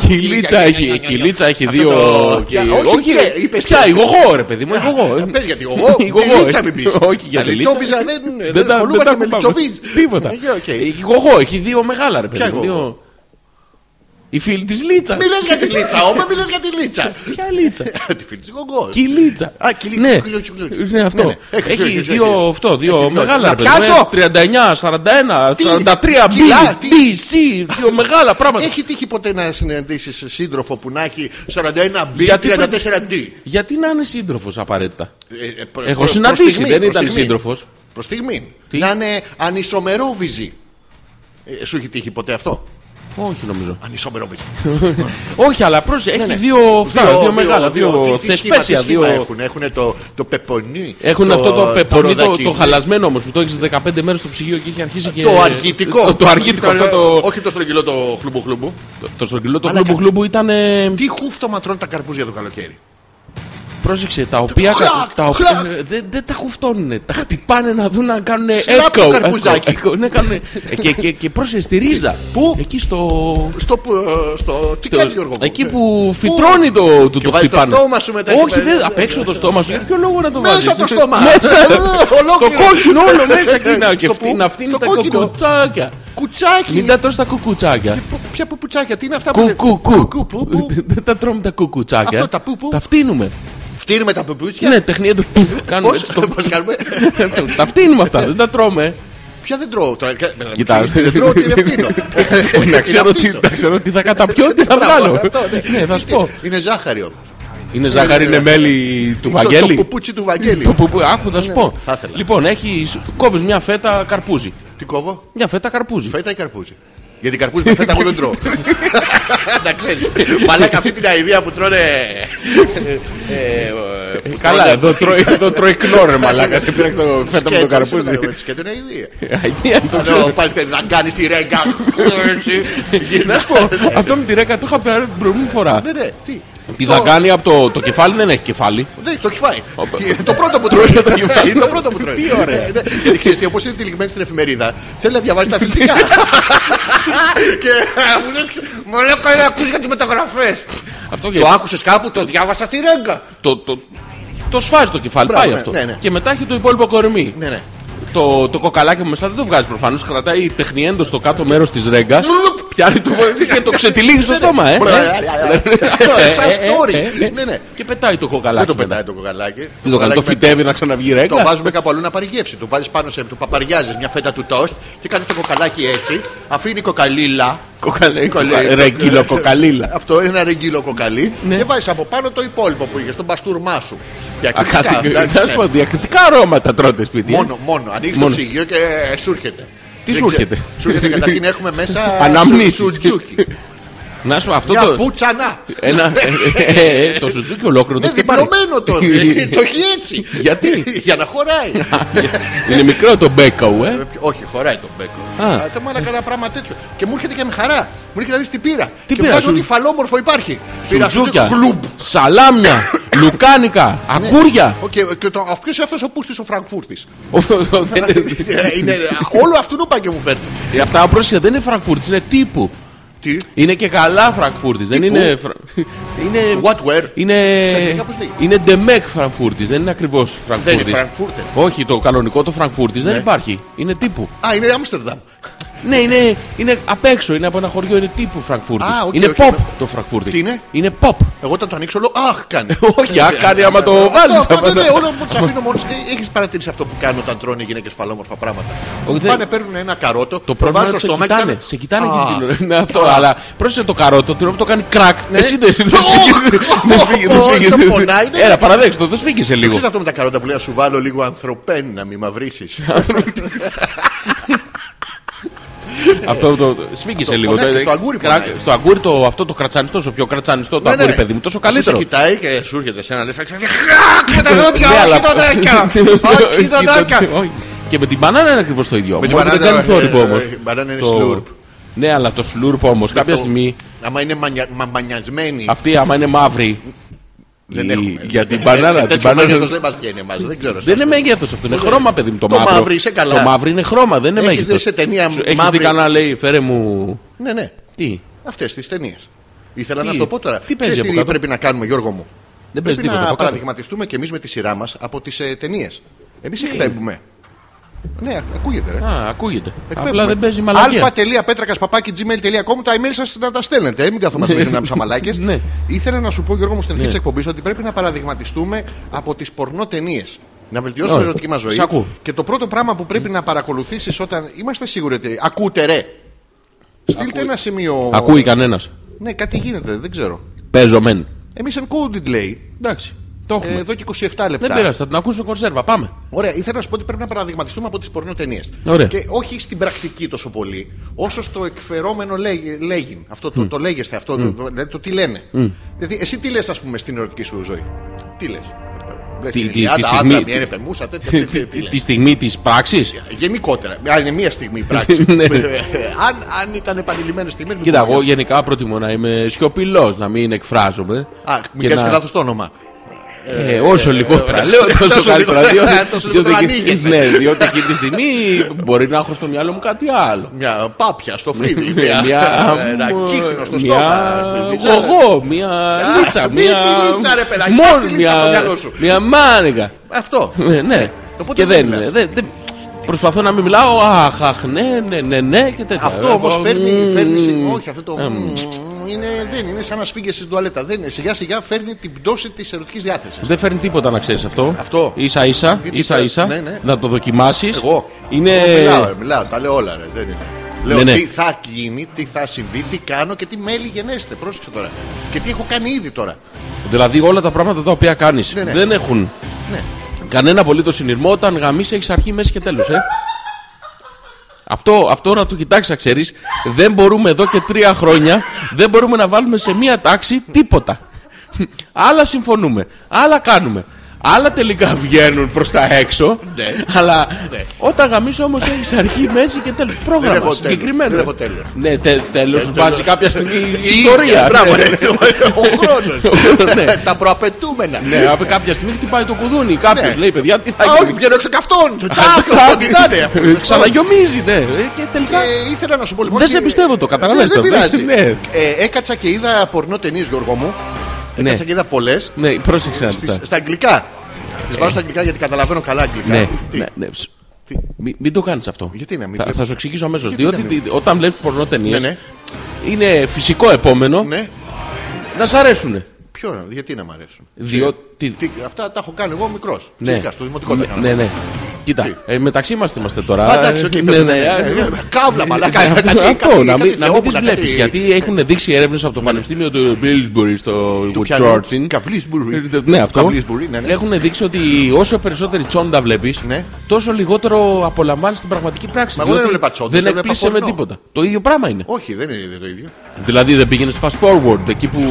S3: Κυλίτσα.
S2: Κυλίτσα έχει, κυλίτσα έχει
S3: Αυτό
S2: δύο.
S3: το-
S2: και-
S3: όχι, και, είπες
S2: Ποια,
S3: και.
S2: εγώ εγώ ρε παιδί μου, εγώ
S3: Ε,
S2: εγώ.
S3: Πες γιατί εγώ,
S2: Εγώ,
S3: τη Λίτσα
S2: ε.
S3: μην πεις.
S2: Όχι, για
S3: Τα
S2: τη Λίτσα.
S3: Λιτσόβιζα δεν
S2: τα-
S3: δεν ασχολούμαστε
S2: τα
S3: με
S2: ακούμε.
S3: Λιτσοβίζ.
S2: Τίποτα.
S3: Ε, οκ.
S2: Έχει γογό, έχει δύο μεγάλα ρε παιδί μου.
S3: γογό?
S2: δύο. Η φίλη της Λίτσα.
S3: Μη λες για τη Λίτσα, όμα μη λες για τη Λίτσα. Ε,
S2: Ποια Λίτσα.
S3: Τη φίλη της Γογκός.
S2: Κυλίτσα.
S3: Α, κυλίτσα.
S2: Ναι,
S3: Κυλίτσα, κυλίτσα.
S2: ναι
S3: Ναι,
S2: αυτό.
S3: ναι. Έχεις,
S2: Έχει
S3: έχεις,
S2: δύο
S3: έχεις.
S2: αυτό,
S3: δύο.
S2: δύο μεγάλα
S3: Να
S2: ρε παιδί μου. ε,
S3: πιάσω?
S2: 39, 41, 43, B,
S3: κιλά, τι.
S2: D, C, δύο μεγάλα πράγματα.
S3: Έχει τύχει ποτέ να συναντήσεις σύντροφο που να έχει 41B,
S2: Γιατί
S3: 34D.
S2: Γιατί να είναι σύντροφος απαραίτητα.
S3: Ε, ε, προ-
S2: Έχω
S3: προ-
S2: συναντήσει,
S3: προς στιγμή,
S2: δεν
S3: προς
S2: ήταν
S3: στιγμή.
S2: σύντροφος.
S3: Προς στιγμή.
S2: Τι?
S3: Να είναι ανισομερόβιζη. Ε, σου έχει τύχει ποτέ αυτό.
S2: Όχι νομίζω.
S3: Ανισομερόβιζη.
S2: Όχι, αλλά πρόσεχε, έχει
S3: ναι.
S2: δύο αυτά, δύο, μεγάλα, δύο,
S3: τι- τι σχήμα-
S2: θεσπέσια,
S3: τι σχήμα
S2: δύο.
S3: Έχουν, έχουν το, το πεπονί.
S2: Έχουν αυτό το πεπονί, το,
S3: ροδακίνι.
S2: το χαλασμένο όμως που το έχεις 15 μέρες στο ψυγείο και έχει αρχίσει και.
S3: Το αργητικό. Ε,
S2: Το, το αργητικό. αυτό Το,
S3: Όχι το στρογγυλό το χλουμπου χλουμπου.
S2: το στρογγυλό το
S3: Αλλά
S2: χλούμπου χλούμπου ήταν. ε,
S3: Τι χούφτωμα τρώνε τα καρπούζια το καλοκαίρι.
S2: Πρόσεξε, τα οποία.
S3: Χλακ,
S2: κα- τα οποία-
S3: χλακ.
S2: ε, Δεν δεν τα χουφτώνουνε. Τα χτυπάνε να δουν να κάνουν
S3: Σλάπ το
S2: echo.
S3: καρπουζάκι.
S2: echo, echo, ναι, κάνουνε. Ε, και- και- Και πρόσεξε στη ρίζα.
S3: Πού?
S2: Εκεί στο.
S3: Στο. που, ε, στο τι
S2: Το-
S3: κάνει Γιώργο. μου?
S2: Εκεί
S3: Ναι.
S2: που φυτρώνει το, το,
S3: Και
S2: το
S3: βάζεις το
S2: χτυπάνε.
S3: στόμα σου μετά εκεί
S2: Όχι,
S3: πέρα.
S2: δεν, απ' έξω το στόμα σου. Για ποιο λόγο να το
S3: Μέσα
S2: βάζεις.
S3: από το στόμα.
S2: Μέσα.
S3: Ε,
S2: Το
S3: ολόκληρο.
S2: κόκκινο όλο μέσα
S3: Στο
S2: κοινά. Και αυτή
S3: πού?
S2: να φτύνει
S3: Στο
S2: τα
S3: κόκκινο.
S2: κουκουτσάκια.
S3: Κουτσάκι.
S2: Μην τα τρως τα κουκουτσάκια.
S3: Πο- Ποια πουπουτσάκια, τι είναι αυτά που.
S2: Κουκουκού.
S3: Κου, που, που.
S2: Δεν τα τρώμε τα κουκουτσάκια.
S3: Αυτό τα που, που.
S2: Τα φτύνουμε.
S3: Φτύνουμε τα πουπούτσια.
S2: Ναι, τεχνία του. Κάνουμε
S3: Πώς
S2: έτσι το.
S3: πώς κάνουμε.
S2: Τα φτύνουμε αυτά, δεν τα τρώμε.
S3: Ποια δεν τρώω. τώρα, κα- με να
S2: Κοιτάξτε.
S3: ψήνεις, Δεν τρώω, τι δεν φτύνω.
S2: Να ξέρω τι-
S3: Αυτίσω.
S2: να ξέρω τι θα καταπιώ, τι θα
S3: Μπράβο,
S2: βγάλω.
S3: αυτό, ναι.
S2: Ναι, θα σου πω.
S3: Είναι ζάχαριο.
S2: Είναι ζάχαρη, είναι μέλι του
S3: Το- Το
S2: Βαγγέλη.
S3: πουπούτσι του Βαγγέλη.
S2: Το που, που, άκου, θα σου πω.
S3: θα ήθελα.
S2: Λοιπόν, έχεις, κόβεις μια φέτα καρπούζι.
S3: Τι κόβω.
S2: Μια φέτα καρπούζι.
S3: Φέτα ή καρπούζι. Γιατί καρπούζι με φέτα εγώ δεν τρώω. Να ξέρεις. Μαλάκα αυτή την αηδία που τρώνε. ε,
S2: Ε, Καλά, εδώ τρώει, εδώ τρώει κλό, ρε μαλάκα. Σε πήραξε το φέτα με το καρπούζι.
S3: Και είναι αηδία.
S2: Αγία, το ξέρω.
S3: Λέω, πάλι παιδί, να κάνεις τη ρέγκα. Έτσι.
S2: Να
S3: Γυρνάς
S2: σου πω, αυτό με τη ρέκα το είχα πει την προηγούμενη φορά.
S3: Ναι, ναι, τι.
S2: Τη
S3: Το-
S2: δαγκάνει από το, το κεφάλι, δεν έχει κεφάλι.
S3: Δεν, το έχει φάει. Είναι το πρώτο που τρώει.
S2: Τρώει το κεφάλι.
S3: Είναι το πρώτο που τρώει.
S2: Τι ωραία.
S3: Ε, ναι. Γιατί ξέρεις τι, όπως είναι τυλιγμένη στην εφημερίδα, θέλει να διαβάζει τα αθλητικά. Και α, μου λέει, μου λέει, καλά, ακούς για τις μεταγραφές.
S2: Αυτό και
S3: Το άκουσες κάπου, το διάβασα στη ρέγκα.
S2: το, το, το σφάζει το κεφάλι,
S3: Μπράβο,
S2: πάει
S3: ναι,
S2: αυτό.
S3: ναι, ναι.
S2: Και μετά έχει το υπόλοιπο κορμί.
S3: Ναι, ναι.
S2: Το, το κοκαλάκι μου μέσα δεν το βγάζει προφανώς. Κρατάει τεχνιέντος στο κάτω μέρος της ρέγγα. Πιάνει το βολίδι και το ξετυλίγει στο στόμα, ε.
S3: Μπρε,
S2: Ε,
S3: ε, ε, ε,
S2: αυτό, ε,
S3: Σαν
S2: ε, ε,
S3: story.
S2: ε, ε.
S3: Ναι, ναι.
S2: Και πετάει το
S3: Δεν
S2: κοκαλάκι.
S3: το
S2: μετά.
S3: πετάει το κοκαλάκι.
S2: Το κοκαλάκι το φυτεύει να ξαναβγεί
S3: Το
S2: ρέγγα.
S3: βάζουμε κάπου αλλού να πάρει γεύση. Το βάζεις πάνω σε. Του παπαριάζεις μια φέτα του τόστ και κάνεις το κοκαλάκι έτσι. Αφήνει κοκαλίλα.
S2: Κοκαλί-
S3: Κοκαλί-
S2: Ρεγγύλο κοκαλίλα.
S3: Αυτό είναι ένα ρεγγύλο κοκαλί.
S2: Ναι.
S3: Και βάζεις από πάνω το υπόλοιπο που είχες, τον παστούρμά σου.
S2: Α,
S3: Διακριτικά,
S2: κάτι-
S3: εντάξει,
S2: Θα σου
S3: ναι.
S2: πω, διακριτικά αρώματα τρώτε σπίτι. ε.
S3: Μόνο, μόνο. Ανοίγει το
S2: Μόνο.
S3: ψυγείο και ε, σου έρχεται.
S2: Τι
S3: Δεν
S2: σου έρχεται?
S3: ξέρω. Σου έρχεται καταρχήν έχουμε μέσα.
S2: Αναμνήσεις.
S3: σου- Σουτζούκι.
S2: Να σου αυτό
S3: Μια
S2: το.
S3: πουτσανά.
S2: Ένα, ε, ε, ε, ε, το σουτζούκι ολόκληρο το
S3: Είναι
S2: έχει πάρει.
S3: διπλωμένο το. Το έχει έτσι.
S2: Γιατί?
S3: Για να χωράει.
S2: Είναι μικρό το μπέκαου, ε.
S3: Ε, Όχι, χωράει τον μπέκο.
S2: Α.
S3: Α, το μάνα κανένα πράγμα τέτοιο. Και μου έρχεται και με χαρά. Μου έρχεται να δεις τι πήρα.
S2: Τι
S3: και
S2: πήρα,
S3: βγάζω
S2: σου-
S3: ό,τι φαλόμορφο υπάρχει. Πήρα
S2: Σουτζούκια,
S3: σουτζούκι, χλουμπ. Ναι.
S2: σαλάμια, λουκάνικα, ακούρια.
S3: Οκ, και το, αυτός είναι αυτός ο πούστης ο Φραγκφούρτης. Ε,
S2: Δεν είναι-
S3: Ναι, είναι, όλο αυτού πάει και μου φέρνει.
S2: Ε, Αυτά πρόσεχε δεν είναι Φραγκφούρτης, είναι τύπου.
S3: Τι,
S2: Είναι και καλά Φραγκφούρτης. Δεν
S3: Τύπου?
S2: είναι. φρα- Είναι.
S3: what where.
S2: Είναι.
S3: Στα αγγλικά πώς λέγεται?
S2: Είναι Ντεμέκ Φραγκφούρτης. Δεν είναι ακριβώς Φραγκφούρτη.
S3: Δεν είναι Ναι. Φραγκφούρτερ.
S2: Όχι, το κανονικό το Φραγκφούρτης δεν υπάρχει. Είναι τύπου.
S3: Α, είναι Άμστερνταμ.
S2: Ναι, είναι, είναι απ' έξω, είναι από ένα χωριό, είναι τύπου Φραγκφούρτη.
S3: Α, οκ,
S2: είναι
S3: οκ,
S2: pop
S3: με-
S2: το Φραγκφούρτη.
S3: Τι είναι?
S2: Είναι pop.
S3: Εγώ όταν το ανοίξω λέω Αχ, κάνει.
S2: Όχι, α, κάνει άμα το βάλεις,
S3: Αυτό, αυτό,
S2: άμα το-
S3: Ναι, όλο μου του αφήνω μόνος. Έχεις παρατηρήσει αυτό που κάνουν όταν τρώνε οι γυναίκες φαλόμορφα πράγματα.
S2: Όχι, δεν-
S3: Πάνε, παίρνουν ένα
S2: Το
S3: καρότο, βάζουν
S2: πρόβλημα είναι
S3: στο
S2: ότι σε
S3: στόμα και
S2: κοιτάνε.
S3: κάνουν-
S2: Σε κοιτάνε
S3: Α, Ναι.
S2: και την Ναι, αυτό. Αλλά πρόσεχε το καρότο, την ώρα που το κάνει κρακ. Εσύ δεν εσύ δεν
S3: Ωχ,
S2: σφίγγεις- δεν σφίγγεις- δεν
S3: πω,
S2: σφίγγεις.
S3: το πονάει, ναι.
S2: Έλα, παραδέξτε το, το σφίγγισε
S3: Το
S2: λίγο.
S3: ξέρεις αυτό με τα καρότα που λέει να σου βάλω λίγο ανθρωπέν να μη μαυρίσεις
S2: Αυτό το. Σφίγγισε λίγο.
S3: πονάκι
S2: Το-
S3: στο αγκούρι
S2: κρα-
S3: πονάει.
S2: Στο αγκούρι το αυτό το κρατσανιστό, όσο πιο κρατσανιστό το
S3: Ναι, ναι.
S2: αγκούρι, παιδί μου, τόσο
S3: Αφού
S2: καλύτερο.
S3: Σε κοιτάει και σου έρχεται εσένα, λε. Χάκ τα δόντια,
S2: Ναι, αλλά- Ναι,
S3: όχι τα δάκια. Όχι τα δάκια.
S2: Όχι. Και με την μπανάνα είναι ακριβώς το ίδιο.
S3: Με την
S2: Μόνο που δεν
S3: μπανάνα,
S2: κάνει θόρυβο
S3: ε,
S2: όμως.
S3: ε, η μπανάνα είναι slurp.
S2: Ναι, αλλά το σλουρπ όμως κάποια
S3: το-
S2: στιγμή
S3: Άμα είναι μανια- μα- μανιασμένη.
S2: αυτή άμα είναι μαύρη.
S3: Δεν
S2: η-
S3: έχουμε. Ε,
S2: Για την
S3: Σε
S2: μπανάνα. την
S3: Τέτοιο
S2: μπανάνα-
S3: μέγεθος δεν μας βγαίνει εμάς. Δεν ξέρω.
S2: Δεν είναι μέγεθος αυτός, είναι χρώμα, παιδί μου. Το,
S3: Ναι. Το
S2: μαύρο.
S3: μαύρο, είσαι καλά.
S2: Το μαύρο είναι χρώμα, δεν είναι
S3: Έχεις
S2: μέγεθος.
S3: δει σε ταινία
S2: Έχεις δει
S3: μαύρη-
S2: κανένα, λέει, φέρε μου.
S3: Ναι, ναι.
S2: Τι,
S3: Αυτές τις ταινίες. Ήθελα να
S2: Τι-
S3: σου το πω τώρα.
S2: τι παίζει
S3: Ξέρεις
S2: από κάτω?
S3: πρέπει να κάνουμε, Γιώργο μου.
S2: δεν παίζει
S3: Πρέπει
S2: τίποτα.
S3: να
S2: από κάτω.
S3: παραδειγματιστούμε κι εμείς με τη σειρά μας από τις ταινίες. Εμείς εκπέμπουμε. Ναι, ακούγεται, ρε.
S2: Α, ακούγεται.
S3: Εκπέμπουμε.
S2: Απλά δεν παίζει μαλακία.
S3: αλφα.πέτρακα.gmail.com Τα email σας να τα στέλνετε. ε, Μην καθόμαστε
S2: Ναι.
S3: εμείς να ψαμαλάκε.
S2: Ναι.
S3: Ήθελα να σου πω, Γιώργο μου, στην αρχή
S2: Ναι.
S3: της εκπομπής ότι πρέπει να παραδειγματιστούμε από τις πορνό ταινίες. Να βελτιώσουμε
S2: Ωραία.
S3: την ερωτική μας ζωή.
S2: Σ' ακούω.
S3: Και το πρώτο πράγμα που πρέπει να παρακολουθήσεις όταν. Είμαστε σίγουροι ότι. Ακούτε, ρε! Στείλτε ένα σημείο.
S2: Ακούει κανένας.
S3: Ναι, κάτι γίνεται, δεν ξέρω.
S2: Παίζω μεν.
S3: Εμείς encoded λέει.
S2: Εντάξει. Το
S3: ε,
S2: έχουμε.
S3: Εδώ και 27
S2: Δεν
S3: λεπτά.
S2: πειράζει, θα την ακούσω κορσέρβα. Πάμε.
S3: Ωραία, ήθελα να σου πω ότι πρέπει να παραδειγματιστούμε από τις πορνοτενίες.
S2: Ωραία.
S3: Και όχι στην πρακτική τόσο πολύ, όσο στο εκφερόμενο λέγει. λέγειν. Αυτό το, το λέγεστε, αυτό το, το, δηλαδή το τι λένε. Δηλαδή, εσύ τι λες, ας πούμε, στην ερωτική σου ζωή. Τι λες.
S2: Τι-
S3: Τι
S2: τι- τη
S3: Άντρα,
S2: στιγμή-
S3: άντρα, μία ρεπεμούσα, τέτοια. τι- τι λες.
S2: Τη στιγμή της πράξης.
S3: Γενικότερα. Αν είναι μία στιγμή η πράξη.
S2: Ναι.
S3: αν, αν ήταν επανειλημμένες στιγμές.
S2: Κοίτα, εγώ γενικά προτιμώ να είμαι σιωπηλός, να μην εκφράζομαι.
S3: Α,
S2: Και
S3: μην κάνεις
S2: να-
S3: και λάθο το όνομα.
S2: Ε, όσο λιγότερα λέω, τόσο
S3: τόσο
S2: καλύτερα.
S3: λιγότερα,
S2: διότι-
S3: τόσο
S2: διότι
S3: λιγότερα
S2: εκεί-
S3: ανοίγεσαι.
S2: Ναι, διότι εκεί τη στιγμή μπορεί να έχω στο μυαλό μου κάτι άλλο.
S3: Μια πάπια στο φρύδι.
S2: Ε,
S3: μια- Ένα
S2: μ,
S3: κύκνο στο
S2: μια
S3: στόμα. στην πιτσάρα.
S2: γογό, μια
S3: Α,
S2: λίτσα,
S3: μη
S2: μια.
S3: τη λίτσα, ρε παιδάκι,
S2: μόνο
S3: τη λίτσα
S2: μια-
S3: στο μυαλό σου.
S2: Μια μάνιγα.
S3: Αυτό.
S2: Ε, Ναι,
S3: Οπότε
S2: και
S3: δεν
S2: δεν.
S3: μιλάς.
S2: δεν- δεν- Προσπαθώ να μην μιλάω. Αχ, αχ, ναι, ναι, ναι, ναι και τέτοια.
S3: Αυτό όμως
S2: Εγώ,
S3: φέρνει.
S2: μμμ,
S3: φέρνει σε- όχι, αυτό το.
S2: Ε, μμμ.
S3: είναι, δεν είναι σαν να σφίγγεσαι στην τουαλέτα. Δεν είναι. Σιγά σιγά φέρνει την πτώση της ερωτικής διάθεσης.
S2: Δεν φέρνει τίποτα να ξέρεις αυτό.
S3: Αυτό.
S2: σα ίσα,
S3: Γιατί
S2: ίσα
S3: πέρα-
S2: ίσα.
S3: ναι, ναι.
S2: Να το δοκιμάσεις.
S3: Εγώ.
S2: Είναι.
S3: Εγώ μιλάω, ρε, μιλάω, τα λέω όλα. Ρε, δεν είναι. Λέω
S2: Ναι, ναι.
S3: τι θα γίνει, τι θα συμβεί, τι κάνω και τι μέλη γενέστε. Πρόσεξε τώρα. Και τι έχω κάνει ήδη τώρα.
S2: Δηλαδή όλα τα πράγματα τα οποία κάνεις
S3: Ναι, ναι.
S2: δεν έχουν
S3: Ναι.
S2: κανένα απολύτως συνειρμό όταν γαμίσει έχεις αρχή, μέση και τέλος. Ε. Αυτό, αυτό να το κοιτάξεις, ξέρεις. Δεν μπορούμε εδώ και τρία χρόνια δεν μπορούμε να βάλουμε σε μία τάξη τίποτα. Άλλα συμφωνούμε, άλλα κάνουμε. Άλλα τελικά βγαίνουν προς τα έξω.
S3: Ναι.
S2: Αλλά όταν γαμίσω όμως έχεις αρχή, μέση και τέλος.
S3: έχω
S2: Πρόγραμμα
S3: τέλος,
S2: συγκεκριμένο.
S3: δεν έχω τέλος.
S2: Ναι, τε, τέλος βάζει κάποια στιγμή η ιστορία.
S3: Μπράβο,
S2: Ναι.
S3: ρε. Ο χρόνος.
S2: Ναι.
S3: Τα προαπαιτούμενα.
S2: Ναι, απ' κάποια στιγμή χτυπάει το κουδούνι. Κάποιος
S3: Ναι.
S2: λέει, παιδιά, τι θα
S3: Α, όχι,
S2: γίνει.
S3: βγαίνω έξω καυτόν. Τι
S2: Ε,
S3: ήταν.
S2: Ξαναγιομίζει, ναι. Ε, Και τελικά.
S3: Και ήθελα να σου πω λοιπόν.
S2: Δεν
S3: ότι-
S2: σε πιστεύω το, καταλαβαίνεις
S3: Ναι,
S2: το.
S3: Δεν πειράζει.
S2: Ναι.
S3: Ε, έκατσα και είδα πορνό ταινίες, Γιώργο μου.
S2: Ναι.
S3: Έκατσα και είδα πολλές.
S2: Ναι, πρόσεξε να δεις τα.
S3: Στα αγγλικά. Τις βάζω στα αγγλικά γιατί καταλαβαίνω καλά αγγλικά.
S2: Ναι,
S3: Τι,
S2: ναι, ναι. ψ.
S3: τι.
S2: Μη- Μην το κάνεις αυτό.
S3: Γιατί να μην
S2: Θα-
S3: το-
S2: Θα σου εξηγήσω αμέσως.
S3: Γιατί
S2: Διότι
S3: να μην-
S2: τι- όταν βλέπεις πορνό
S3: Ναι,
S2: ταινίε,
S3: ναι.
S2: είναι φυσικό επόμενο
S3: Ναι.
S2: να σ' αρέσουν.
S3: Ποιο να, γιατί να μ' αρέσουν.
S2: Διότι.
S3: Τι, αυτά τα έχω κάνει εγώ μικρός.
S2: Ναι.
S3: Φυσικά, στο δημοτικό τα
S2: Ναι,
S3: έκανα.
S2: Ναι, ναι.
S3: Τι.
S2: Κοίτα, ε, μεταξύ μας είμαστε τώρα.
S3: Α, εντάξει, οκ,
S2: Ε,
S3: πες, ναι, ναι, ναι. Καύλα, μαλάκα, κάτι-
S2: Αυτό,
S3: κάτι-
S2: Αυτό, να
S3: κάτι
S2: μην, να μην τις
S3: θεόπουλα,
S2: βλέπεις,
S3: κάτι-
S2: γιατί έχουν δείξει έρευνες από το Πανεπιστήμιο του Μπίλσμπουρι στο Wisconsin.
S3: Καβλίσμπουρι.
S2: Ε, Ναι, αυτό.
S3: Καβλίσμπουρι, ναι, ναι.
S2: Έχουν δείξει ότι όσο περισσότερη τσόντα βλέπεις,
S3: Ναι.
S2: τόσο λιγότερο απολαμβάνεις την πραγματική πράξη.
S3: Μα εγώ δεν
S2: διότι
S3: έβλεπα τσόντες,
S2: Δεν
S3: έβλεπα
S2: εκπλήσεσαι με
S3: πορνό.
S2: τίποτα. Το ίδιο πράγμα είναι.
S3: Όχι, δεν είναι το ίδιο.
S2: Δηλαδή δεν πήγαινες fast forward εκεί που.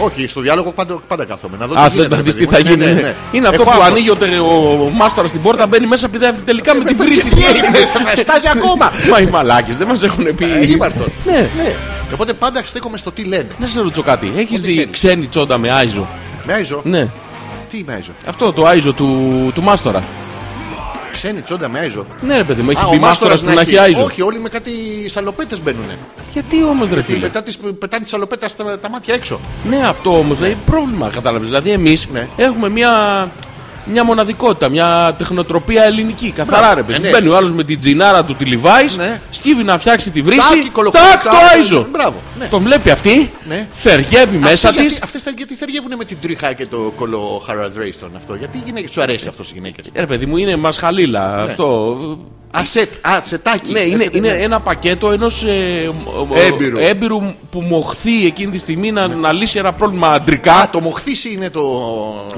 S3: Όχι, στο διάλογο πάντα, πάντα κάθομαι. Να δω
S2: Α,
S3: τι
S2: θες
S3: γίνεται.
S2: να δει
S3: ρε
S2: τι
S3: παιδί
S2: θα
S3: μου. Ναι,
S2: γίνει.
S3: ναι,
S2: ναι.
S3: ναι.
S2: Είναι αυτό
S3: Έχω
S2: που
S3: άγχος.
S2: ανοίγει ο τε- ο μάστορα στην πόρτα, μπαίνει μέσα, πηδάει τελικά με τη βρύση.
S3: Τι έγινε, με στάζει ακόμα.
S2: Μα οι μαλάκε δεν μα έχουν πει.
S3: Ε, ύπαρτον.
S2: Ναι.
S3: Ναι. Οπότε πάντα στέκομαι στο τι λένε.
S2: Να σε ρωτήσω κάτι. Έχει
S3: Ό,τι
S2: δει
S3: θέλεις.
S2: ξένη τσόντα με Άιζο.
S3: Με άιζο.
S2: Ναι.
S3: Τι με άιζο.
S2: Αυτό το Άιζο του, του Μάστορα.
S3: Ξένη τσόντα με άιζο.
S2: Ναι, ρε παιδί μου, έχει
S3: Α,
S2: πει
S3: ο
S2: Μάστορα
S3: μάστορα
S2: που να έχει Άιζο.
S3: Όχι, όλοι με κάτι σαλοπέτε μπαίνουν.
S2: Γιατί όμω, ρε φίλε.
S3: Μετά τις, πετάνε τη σαλοπέτα στα τα μάτια έξω.
S2: Ναι, αυτό όμω λέει πρόβλημα, κατάλαβε. Δηλαδή, εμεί
S3: Ναι.
S2: έχουμε μια, μια μοναδικότητα, μια τεχνοτροπία ελληνική. Καθαρά,
S3: Μπράβο.
S2: ρε παιδί.
S3: Ε, ναι,
S2: Μπαίνει ο
S3: έτσι.
S2: άλλο με την τζινάρα του τη Levi's,
S3: Ναι.
S2: σκύβει να φτιάξει τη βρύση.
S3: Τάκ, η κολοκοτά.
S2: το Άιζο.
S3: Μπράβο, ναι.
S2: Τον βλέπει αυτή,
S3: Ναι.
S2: Θεργεύει μέσα
S3: Αυτοί
S2: τη.
S3: γιατί- Αυτές τα γιατί θεργεύουν με την τρίχα και το κολο χαραδρέιστον αυτό. Γιατί οι γυναίκες σου αρέσει αυτό στι γυναίκε.
S2: Ε, Ρε παιδί μου, είναι μασχαλίλα
S3: Ναι.
S2: αυτό.
S3: Ασέτ, ασετάκι.
S2: Ναι, είναι,
S3: Έρχεται,
S2: είναι
S3: ναι.
S2: ένα πακέτο ενό ε, μ-
S3: Έμπειρου.
S2: έμπειρου που μοχθεί εκείνη τη στιγμή να, να λύσει ένα πρόβλημα αντρικά.
S3: Α, το μοχθήσι είναι το.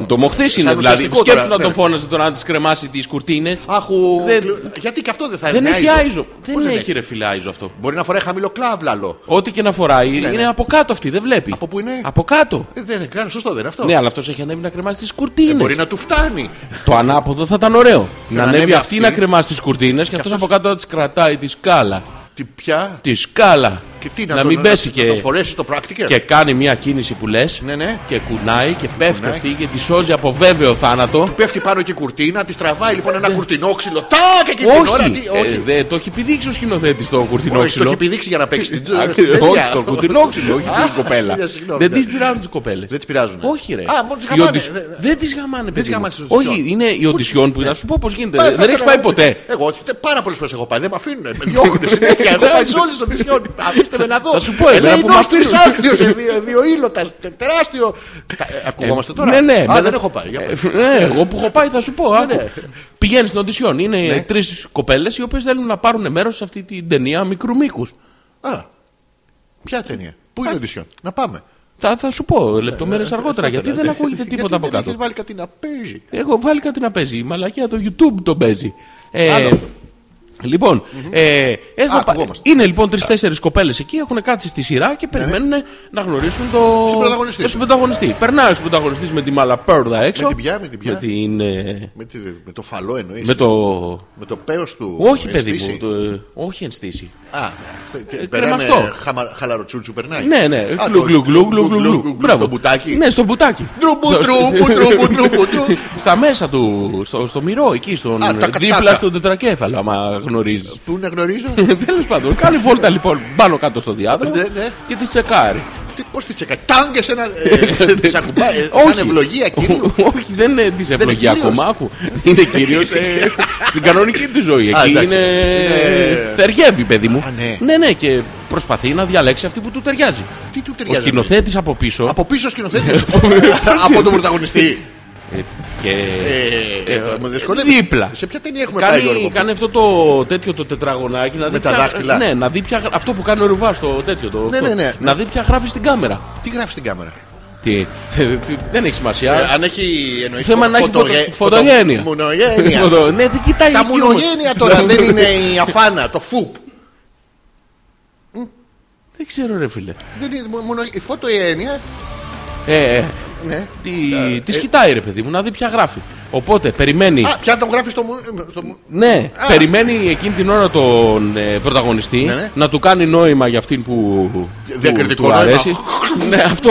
S2: Το μοχθή είναι
S3: Σαν
S2: δηλαδή.
S3: ουσιαστικό
S2: Σκέψου
S3: τώρα,
S2: να
S3: ναι.
S2: τον φώνασε τώρα να τη κρεμάσει τις κουρτίνες.
S3: Άχου.
S2: Δεν-
S3: κλου- Γιατί και αυτό δεν θα
S2: Δεν
S3: είναι
S2: έχει άιζο.
S3: Πώς
S2: Δεν έχει ρε φίλε άιζο αυτό.
S3: Μπορεί να φοράει χαμηλό κλαύλαλο.
S2: Ό,τι και να φοράει είναι
S3: ναι.
S2: από κάτω αυτή, δεν βλέπει.
S3: Από πού είναι?
S2: Από κάτω.
S3: Ε, Δεν, δεν κάνω, σωστό δεν είναι αυτό.
S2: Ναι, αλλά αυτός έχει ανέβει να κρεμάσει τις
S3: Ε,
S2: κουρτίνε.
S3: Μπορεί να του φτάνει.
S2: Το ανάποδο θα ήταν ωραίο. Να
S3: να
S2: ανέβει
S3: ανέβει
S2: αυτή
S3: αυτή.
S2: να κρεμάσει τις κουρτίνες και αυτός
S3: αυτός-
S2: από κάτω να τις κρατάει τη σκάλα.
S3: Τι πια.
S2: Τη σκάλα.
S3: Και τι,
S2: Να
S3: τον-
S2: μην πέσει
S3: Να
S2: και.
S3: το φορέσεις το πράκτικερ.
S2: Και κάνει μια κίνηση που λες.
S3: Ναι, ναι.
S2: Και κουνάει και πέφτει
S3: Κουνάει.
S2: αυτή και τη σώζει από βέβαιο θάνατο.
S3: Πέφτει πάνω και η κουρτίνα, της τραβάει λοιπόν ένα κουρτινόξυλο. Τα και εκεί την ώρα.
S2: Όχι!
S3: τι-
S2: Ε, δε- το έχει επιδείξει ο σκηνοθέτης το
S3: Όχι, το
S2: κουρτινόξυλο.
S3: έχει επιδείξει για να παίξει την τζο-
S2: Άκρη,
S3: την τέτοια.
S2: Όχι, το κουτινόξυλο, όχι
S3: Α,
S2: την κοπέλα.
S3: χίλια συγγνώμη,
S2: Δεν
S3: ναι.
S2: τις πειράζουν τις κοπέλες.
S3: Δεν τις πειράζουν.
S2: Όχι, ρε.
S3: Α, μόνο τις
S2: Οι
S3: γαμάνε.
S2: οντι-
S3: Δε-
S2: Δεν τις γαμάνε,
S3: τις
S2: παιδί. μου.
S3: γαμάνε στις
S2: Όχι,
S3: οντισιόν.
S2: είναι η οντισιόν που να σου πω πώς γίνεται.
S3: Πάει, Ναι. θα
S2: Δεν έχει
S3: ήθελα
S2: πάει
S3: να δω-
S2: ποτέ. Ναι,
S3: Εγώ τε- πάρα πολλές φορές έχω πάει. Δεν με αφήνουν. Με διώχνουν συνέχεια. Εγώ πάει σε όλες τις οντισιόν. Αφήστε με να δω.
S2: Θα σου πω, εμένα
S3: Λέει,
S2: που με
S3: «Νόστρις
S2: αφήνουν».
S3: άγριος, ε, δύο- Δύο ήλωτα. Τεράστιο. Τα- ε, Ακουγόμαστε τώρα.
S2: Ναι, ναι.
S3: Α,
S2: με-
S3: δεν έχω πάει. για
S2: Ε,
S3: πες.
S2: ναι, εγώ που έχω πάει θα σου πω. άκου.
S3: ναι.
S2: Πηγαίνεις στην οντισιόν. Είναι τρεις κοπέλες οι οποίες θέλουν να πάρουν μέρος σε αυτή την ταινία μικρού μήκους.
S3: Α, Ποια ταινία. Πού είναι οντισιόν. Να πάμε.
S2: Θα, θα σου πω
S3: Ε,
S2: λεπτομέρειε αργότερα γιατί δεν ακούγεται
S3: Γιατί
S2: τίποτα από
S3: δεν
S2: κάτω.
S3: έχεις βάλει κάτι να παίζει.
S2: Έχω βάλει κάτι να παίζει. Η μαλακία το YouTube το παίζει. Ε,
S3: Άλλο αυτό.
S2: Λοιπόν, ε, έχω
S3: Α,
S2: πα-
S3: ακουγόμαστε. Ναι,
S2: είναι λοιπόν τρει-τέσσερι κοπέλες εκεί, έχουν κάτσει στη σειρά και περιμένουν να γνωρίσουν το
S3: Συμπρωταγωνιστή.
S2: το συμπρωταγωνιστή. Περνάει ο συμπρωταγωνιστή με τη μαλαπέρδα έξω.
S3: Με την ποια, με την ποια?
S2: Με, την, ε,
S3: Με, τη- με το φαλό εννοείς.
S2: με το.
S3: Με το πέος του.
S2: Όχι, παιδί μου.
S3: αισθήση.
S2: το, ε, όχι ενστήσει.
S3: Α, τε- τε-
S2: Ε,
S3: περάμε
S2: κρεμαστό.
S3: χαμα- χαλαροτσούτσου περνάει.
S2: Ναι, ναι.
S3: Α,
S2: Γλου,
S3: το-
S2: γλου, γλου, γλου, γλου,
S3: γλου,
S2: γλου.
S3: γλου,
S2: Μπράβο.
S3: Στο μπουτάκι.
S2: Ναι, στο μπουτάκι.
S3: Ντρουμπου,
S2: Στο-
S3: ντρουμπου, ντρουμπου, ντρουμπου, ντρουμπου.
S2: Στα μέσα του, στο, στο μυρό εκεί, στον,
S3: Α, τα
S2: δίπλα
S3: κατάκα.
S2: στον τετρακέφαλο, άμα γνωρίζεις.
S3: Πού να γνωρίζω.
S2: Τέλος πάντων, κάνει βόλτα λοιπόν πάνω κάτω στο διάδρομο
S3: Ναι, ναι.
S2: και τη τσεκάρει.
S3: Τι- Πώς τη τσεκάει. Τάγκε ένα. ε, Της ακουμπά. ε, Σαν
S2: ναι, Όχι.
S3: ευλογία κύριου.
S2: Ο- Όχι, δεν είναι της ευλογία
S3: κύριος.
S2: ακόμα. Άκου. Είναι κυρίως στην κανονική τη ζωή.
S3: Α,
S2: Εκεί
S3: εντάξει.
S2: είναι.
S3: Είναι-
S2: Θεριεύει, παιδί μου.
S3: Ναι. Α, ναι.
S2: ναι, και προσπαθεί να διαλέξει αυτή που του ταιριάζει.
S3: Τι του
S2: Ο
S3: ταιριάζει.
S2: σκηνοθέτης από πίσω.
S3: Από πίσω σκηνοθέτης. Από τον πρωταγωνιστή.
S2: ε, και...
S3: Ε,
S2: ε,
S3: μου δυσκολεύει.
S2: δίπλα.
S3: Σε ποια ταινία έχουμε πάει
S2: Κάνει,
S3: Γιώργο.
S2: κάνει αυτό το τέτοιο το τετραγωνάκι. Να δει
S3: τα
S2: ποια-
S3: δάχτυλα.
S2: Ναι, να δει ποια, αυτό που κάνει ο Ρουβά στο τέτοιο. Το,
S3: Ναι,
S2: αυτό.
S3: ναι, ναι.
S2: Να δει ποια γράφει στην κάμερα.
S3: Τι γράφει στην κάμερα.
S2: Τι, τι- δεν έχει
S3: Ε,
S2: σημασία.
S3: Αν έχει εννοήσει.
S2: Θέμα να έχει φωτο- φωτογένεια.
S3: Μονογένεια.
S2: Φωτο- Ναι, δεν κοιτάει
S3: Τα
S2: εκεί όμως.
S3: μονογένεια τώρα δεν είναι η αφάνα, το φουπ.
S2: Δεν ξέρω, ρε φίλε.
S3: Δεν είναι μο- μονο- Η φωτογένεια.
S2: Ε, ε,
S3: Ναι.
S2: τι τις κοιτάει, ρε παιδί μου, να δει ποια γράφει. Οπότε περιμένει.
S3: Α, πια τον γράφει στο. μου- στο μου-
S2: Ναι,
S3: Α.
S2: περιμένει εκείνη την ώρα τον ε, πρωταγωνιστή
S3: Ναι, ναι.
S2: να του κάνει νόημα για αυτήν που. που
S3: Διακριτικό
S2: του
S3: νόημα.
S2: αρέσει. ναι, αυτό.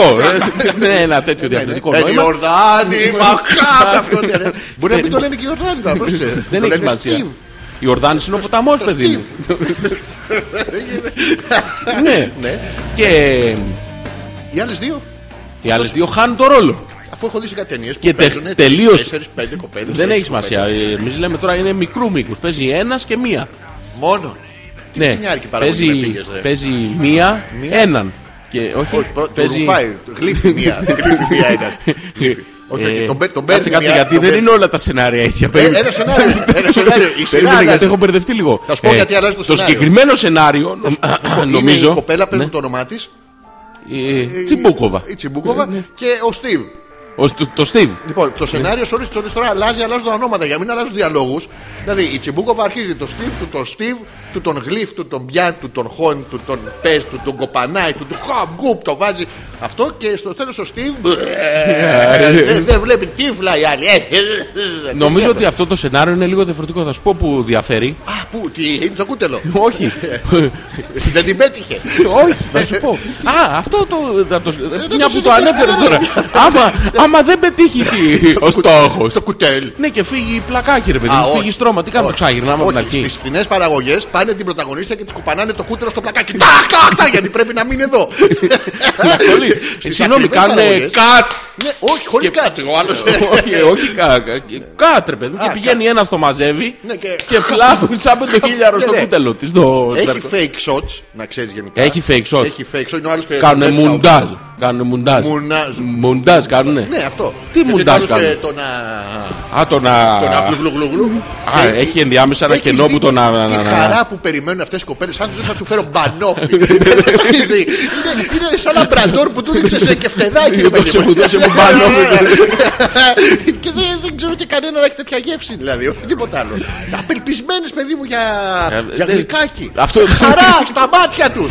S2: ε, ναι, ένα τέτοιο διακριτικό
S3: Ε,
S2: νόημα.
S3: Ιορδάνη, μακάτα αυτό. ναι, ναι. Μπορεί να μην το λένε και Ιορδάνη, θα πρόσεξε.
S2: Δεν
S3: ε. Το
S2: έχει
S3: λένε
S2: σημασία.
S3: Steve.
S2: Η Ορδάνη είναι ο ποταμό, παιδί μου. Ναι. Και
S3: Οι άλλες δύο,
S2: οι άλλες δύο χάνουν το ρόλο.
S3: αφού έχω δει σε κάτι ταινίες που
S2: Και τε-
S3: παίζουν
S2: τελείως.
S3: 4-5 κοπέλες.
S2: Δεν έχει σημασία. Εμείς λέμε τώρα είναι μικρού μήκους. Παίζει ένας και μία.
S3: Μόνο. Τι φτηνιάρικη παραγωγή με
S2: Ναι. παίζει,
S3: πήγες, ρε.
S2: παίζει μία,
S3: Μία.
S2: έναν. Και όχι.
S3: Όχι, πρω- Το
S2: παίζει-
S3: ρουφάει, γλύφει μία. Γλύφει μία ένα. Όχι,
S2: Ε,
S3: όχι, τον παί- τον
S2: Κάτσε,
S3: παίρνει
S2: κάτσε,
S3: μία,
S2: γιατί
S3: τον
S2: δεν
S3: παίρνει.
S2: είναι όλα τα σενάρια ίδια.
S3: Ε,
S2: περίμενε.
S3: Ένα σενάριο. Ένα σενάριο. Η σειρά
S2: Περίμενε, γιατί
S3: αλλάζει.
S2: έχω μπερδευτεί λίγο.
S3: Θα σου πω γιατί αλλάζει το σενάριο.
S2: συγκεκριμένο σενάριο, νο-
S3: Είναι
S2: νομίζω.
S3: Η κοπέλα παίζει
S2: ναι,
S3: το όνομά της.
S2: ε, Τσιμπούκοβα. Ναι,
S3: Η Τσιμπούκοβα και ο Στίβ.
S2: Ο- το- Το Στίβ.
S3: Λοιπόν, το σενάριο σε όλε τι ώρε τώρα αλλάζει, αλλάζουν τα ονόματα για να μην αλλάζουν διαλόγους. Δηλαδή η Τσιμπούκοβα αρχίζει το Στίβ του, τον Στίβ του, τον Γλυφ του, τον Μπιάν του, τον Χον του, τον Πες του, τον Κοπανάι του, τον Χαμγκούπ το βάζει αυτό και στο τέλος ο Στίβ. Δεν δεν βλέπει τύφλα η άλλη. Ε, ε, ε, ε,
S2: Νομίζω
S3: τέτοια.
S2: ότι αυτό το σενάριο είναι λίγο διαφορετικό. Θα σου πω που διαφέρει.
S3: Α, πού, τι είναι το κούτελο.
S2: Όχι.
S3: Δεν την πέτυχε.
S2: Όχι, θα σου πω. Α, αυτό το. θα το-
S3: Ε, το
S2: Μια που το
S3: συζητήσουμε,
S2: ανέφερε
S3: ναι.
S2: τώρα. Άμα, άμα δεν πετύχει τι- ο στόχος.
S3: Το κουτέλ.
S2: Ναι, και φύγει πλακάκι, ρε παιδί
S3: Α,
S2: μου.
S3: όχι.
S2: Φύγει στρώμα. Τι κάνουμε, το ξάγυρνάμε από την αρχή.
S3: Στις φθηνές παραγωγές πάνε την πρωταγωνίστρια και τη κουπανάνε το κούτελο στο πλακάκι. Τάκ, τάκ, τάκ, γιατί πρέπει να μείνει εδώ.
S2: Να κολλήσει. πολύ. Συγγνώμη,
S3: ακριτικές
S2: κάνουν
S3: παραγωγές.
S2: κατ.
S3: Ναι, όχι, χωρίς κάτι. Ο άλλος.
S2: Όχι, όχι, κα- κα- κατ, ρε παιδί. μου. Και
S3: Α,
S2: πηγαίνει ένας το μαζεύει
S3: Ναι, και-
S2: και φλάπουν σαν πεντοχίλιαρο στο
S3: Ναι, ναι.
S2: κούτελο της. στο
S3: Έχει
S2: στρατό.
S3: fake shots, να ξέρεις γενικά.
S2: Έχει fake shots.
S3: Έχει fake shots. Είναι ο άλλος και-
S2: Κάνουνε
S3: έτσι,
S2: μουντάζ. Κάνουνε μουντάζ.
S3: Μουνάζ.
S2: Μουντάζ κάνουνε.
S3: Ναι, αυτό.
S2: Τι
S3: Γιατί
S2: μουντάζ
S3: άλλωστε
S2: κάνουν.
S3: Το να.
S2: Α, το να.
S3: Το να γλουγλουγλου.
S2: Α, έχει ενδιάμεσα ένα
S3: Έχεις
S2: κενό
S3: Ε, δει
S2: που το να. να-
S3: Τη
S2: να- να-
S3: χαρά που περιμένουν αυτές οι κοπέλες, αν τους θα σου φέρω μπανόφι. Έχεις δει. Είναι- Είναι σαν ένα μπραντόρ που του δείξε σε κεφτεδάκι. ρε παιδί
S2: Δώσε μου, δώσε μου μπανόφι.
S3: Και δεν, δεν ξέρω και κανένα να έχει τέτοια γεύση δηλαδή. Όχι τίποτα άλλο. Απελπισμένες, παιδί μου, για,
S2: Ε,
S3: για
S2: δεν-
S3: γλυκάκι.
S2: Αυτό-
S3: Χαρά στα μάτια τους.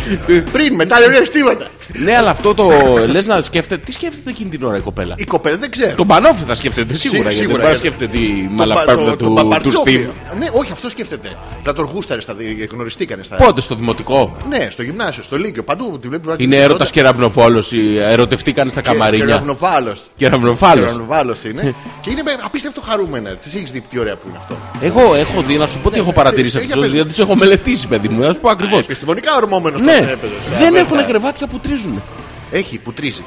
S3: Πριν, μετά δεν έχει τίποτα.
S2: Ναι, αλλά αυτό το λες να σκέφτεται. Τι σκέφτεται εκείνη την ώρα η κοπέλα.
S3: Η κοπέλα δεν ξέρω.
S2: Το μπανόφι θα σκέφτεται σίγουρα. Γιατί δεν
S3: σίγουρα,
S2: μπορεί να
S3: γιατί-
S2: σκέφτεται τη
S3: Το πα- το-
S2: μαλαπάρδα
S3: το
S2: του του
S3: παπαρτζόφι.
S2: Στίβ.
S3: Ναι, όχι, αυτό σκέφτεται. Να τον γούσταρε, στα δι- γνωριστήκανε στα.
S2: Πότε στο δημοτικό.
S3: Ναι, στο γυμνάσιο, στο Λύκειο, παντού. Τη βλέπει
S2: Είναι έρωτα κεραυνοφόλο. Ερωτευτήκαν στα καμαρίνια.
S3: Κεραυνοβάλλο.
S2: Κεραυνοφάλο.
S3: είναι. και είναι με- απίστευτο χαρούμενα. Της έχεις δει τι ωραία που είναι αυτό.
S2: Εγώ έχω δει να σου πω τι έχω παρατηρήσει
S3: ε,
S2: αυτού
S3: για
S2: του
S3: πες. Ε,
S2: γιατί του έχω μελετήσει, παιδί μου. Να σου πω ακριβώς.
S3: Επιστημονικά ορμόμενος
S2: Ναι, δεν έχουν κρεβάτια που τρίζουν.
S3: Ε, Έχει που τρίζει.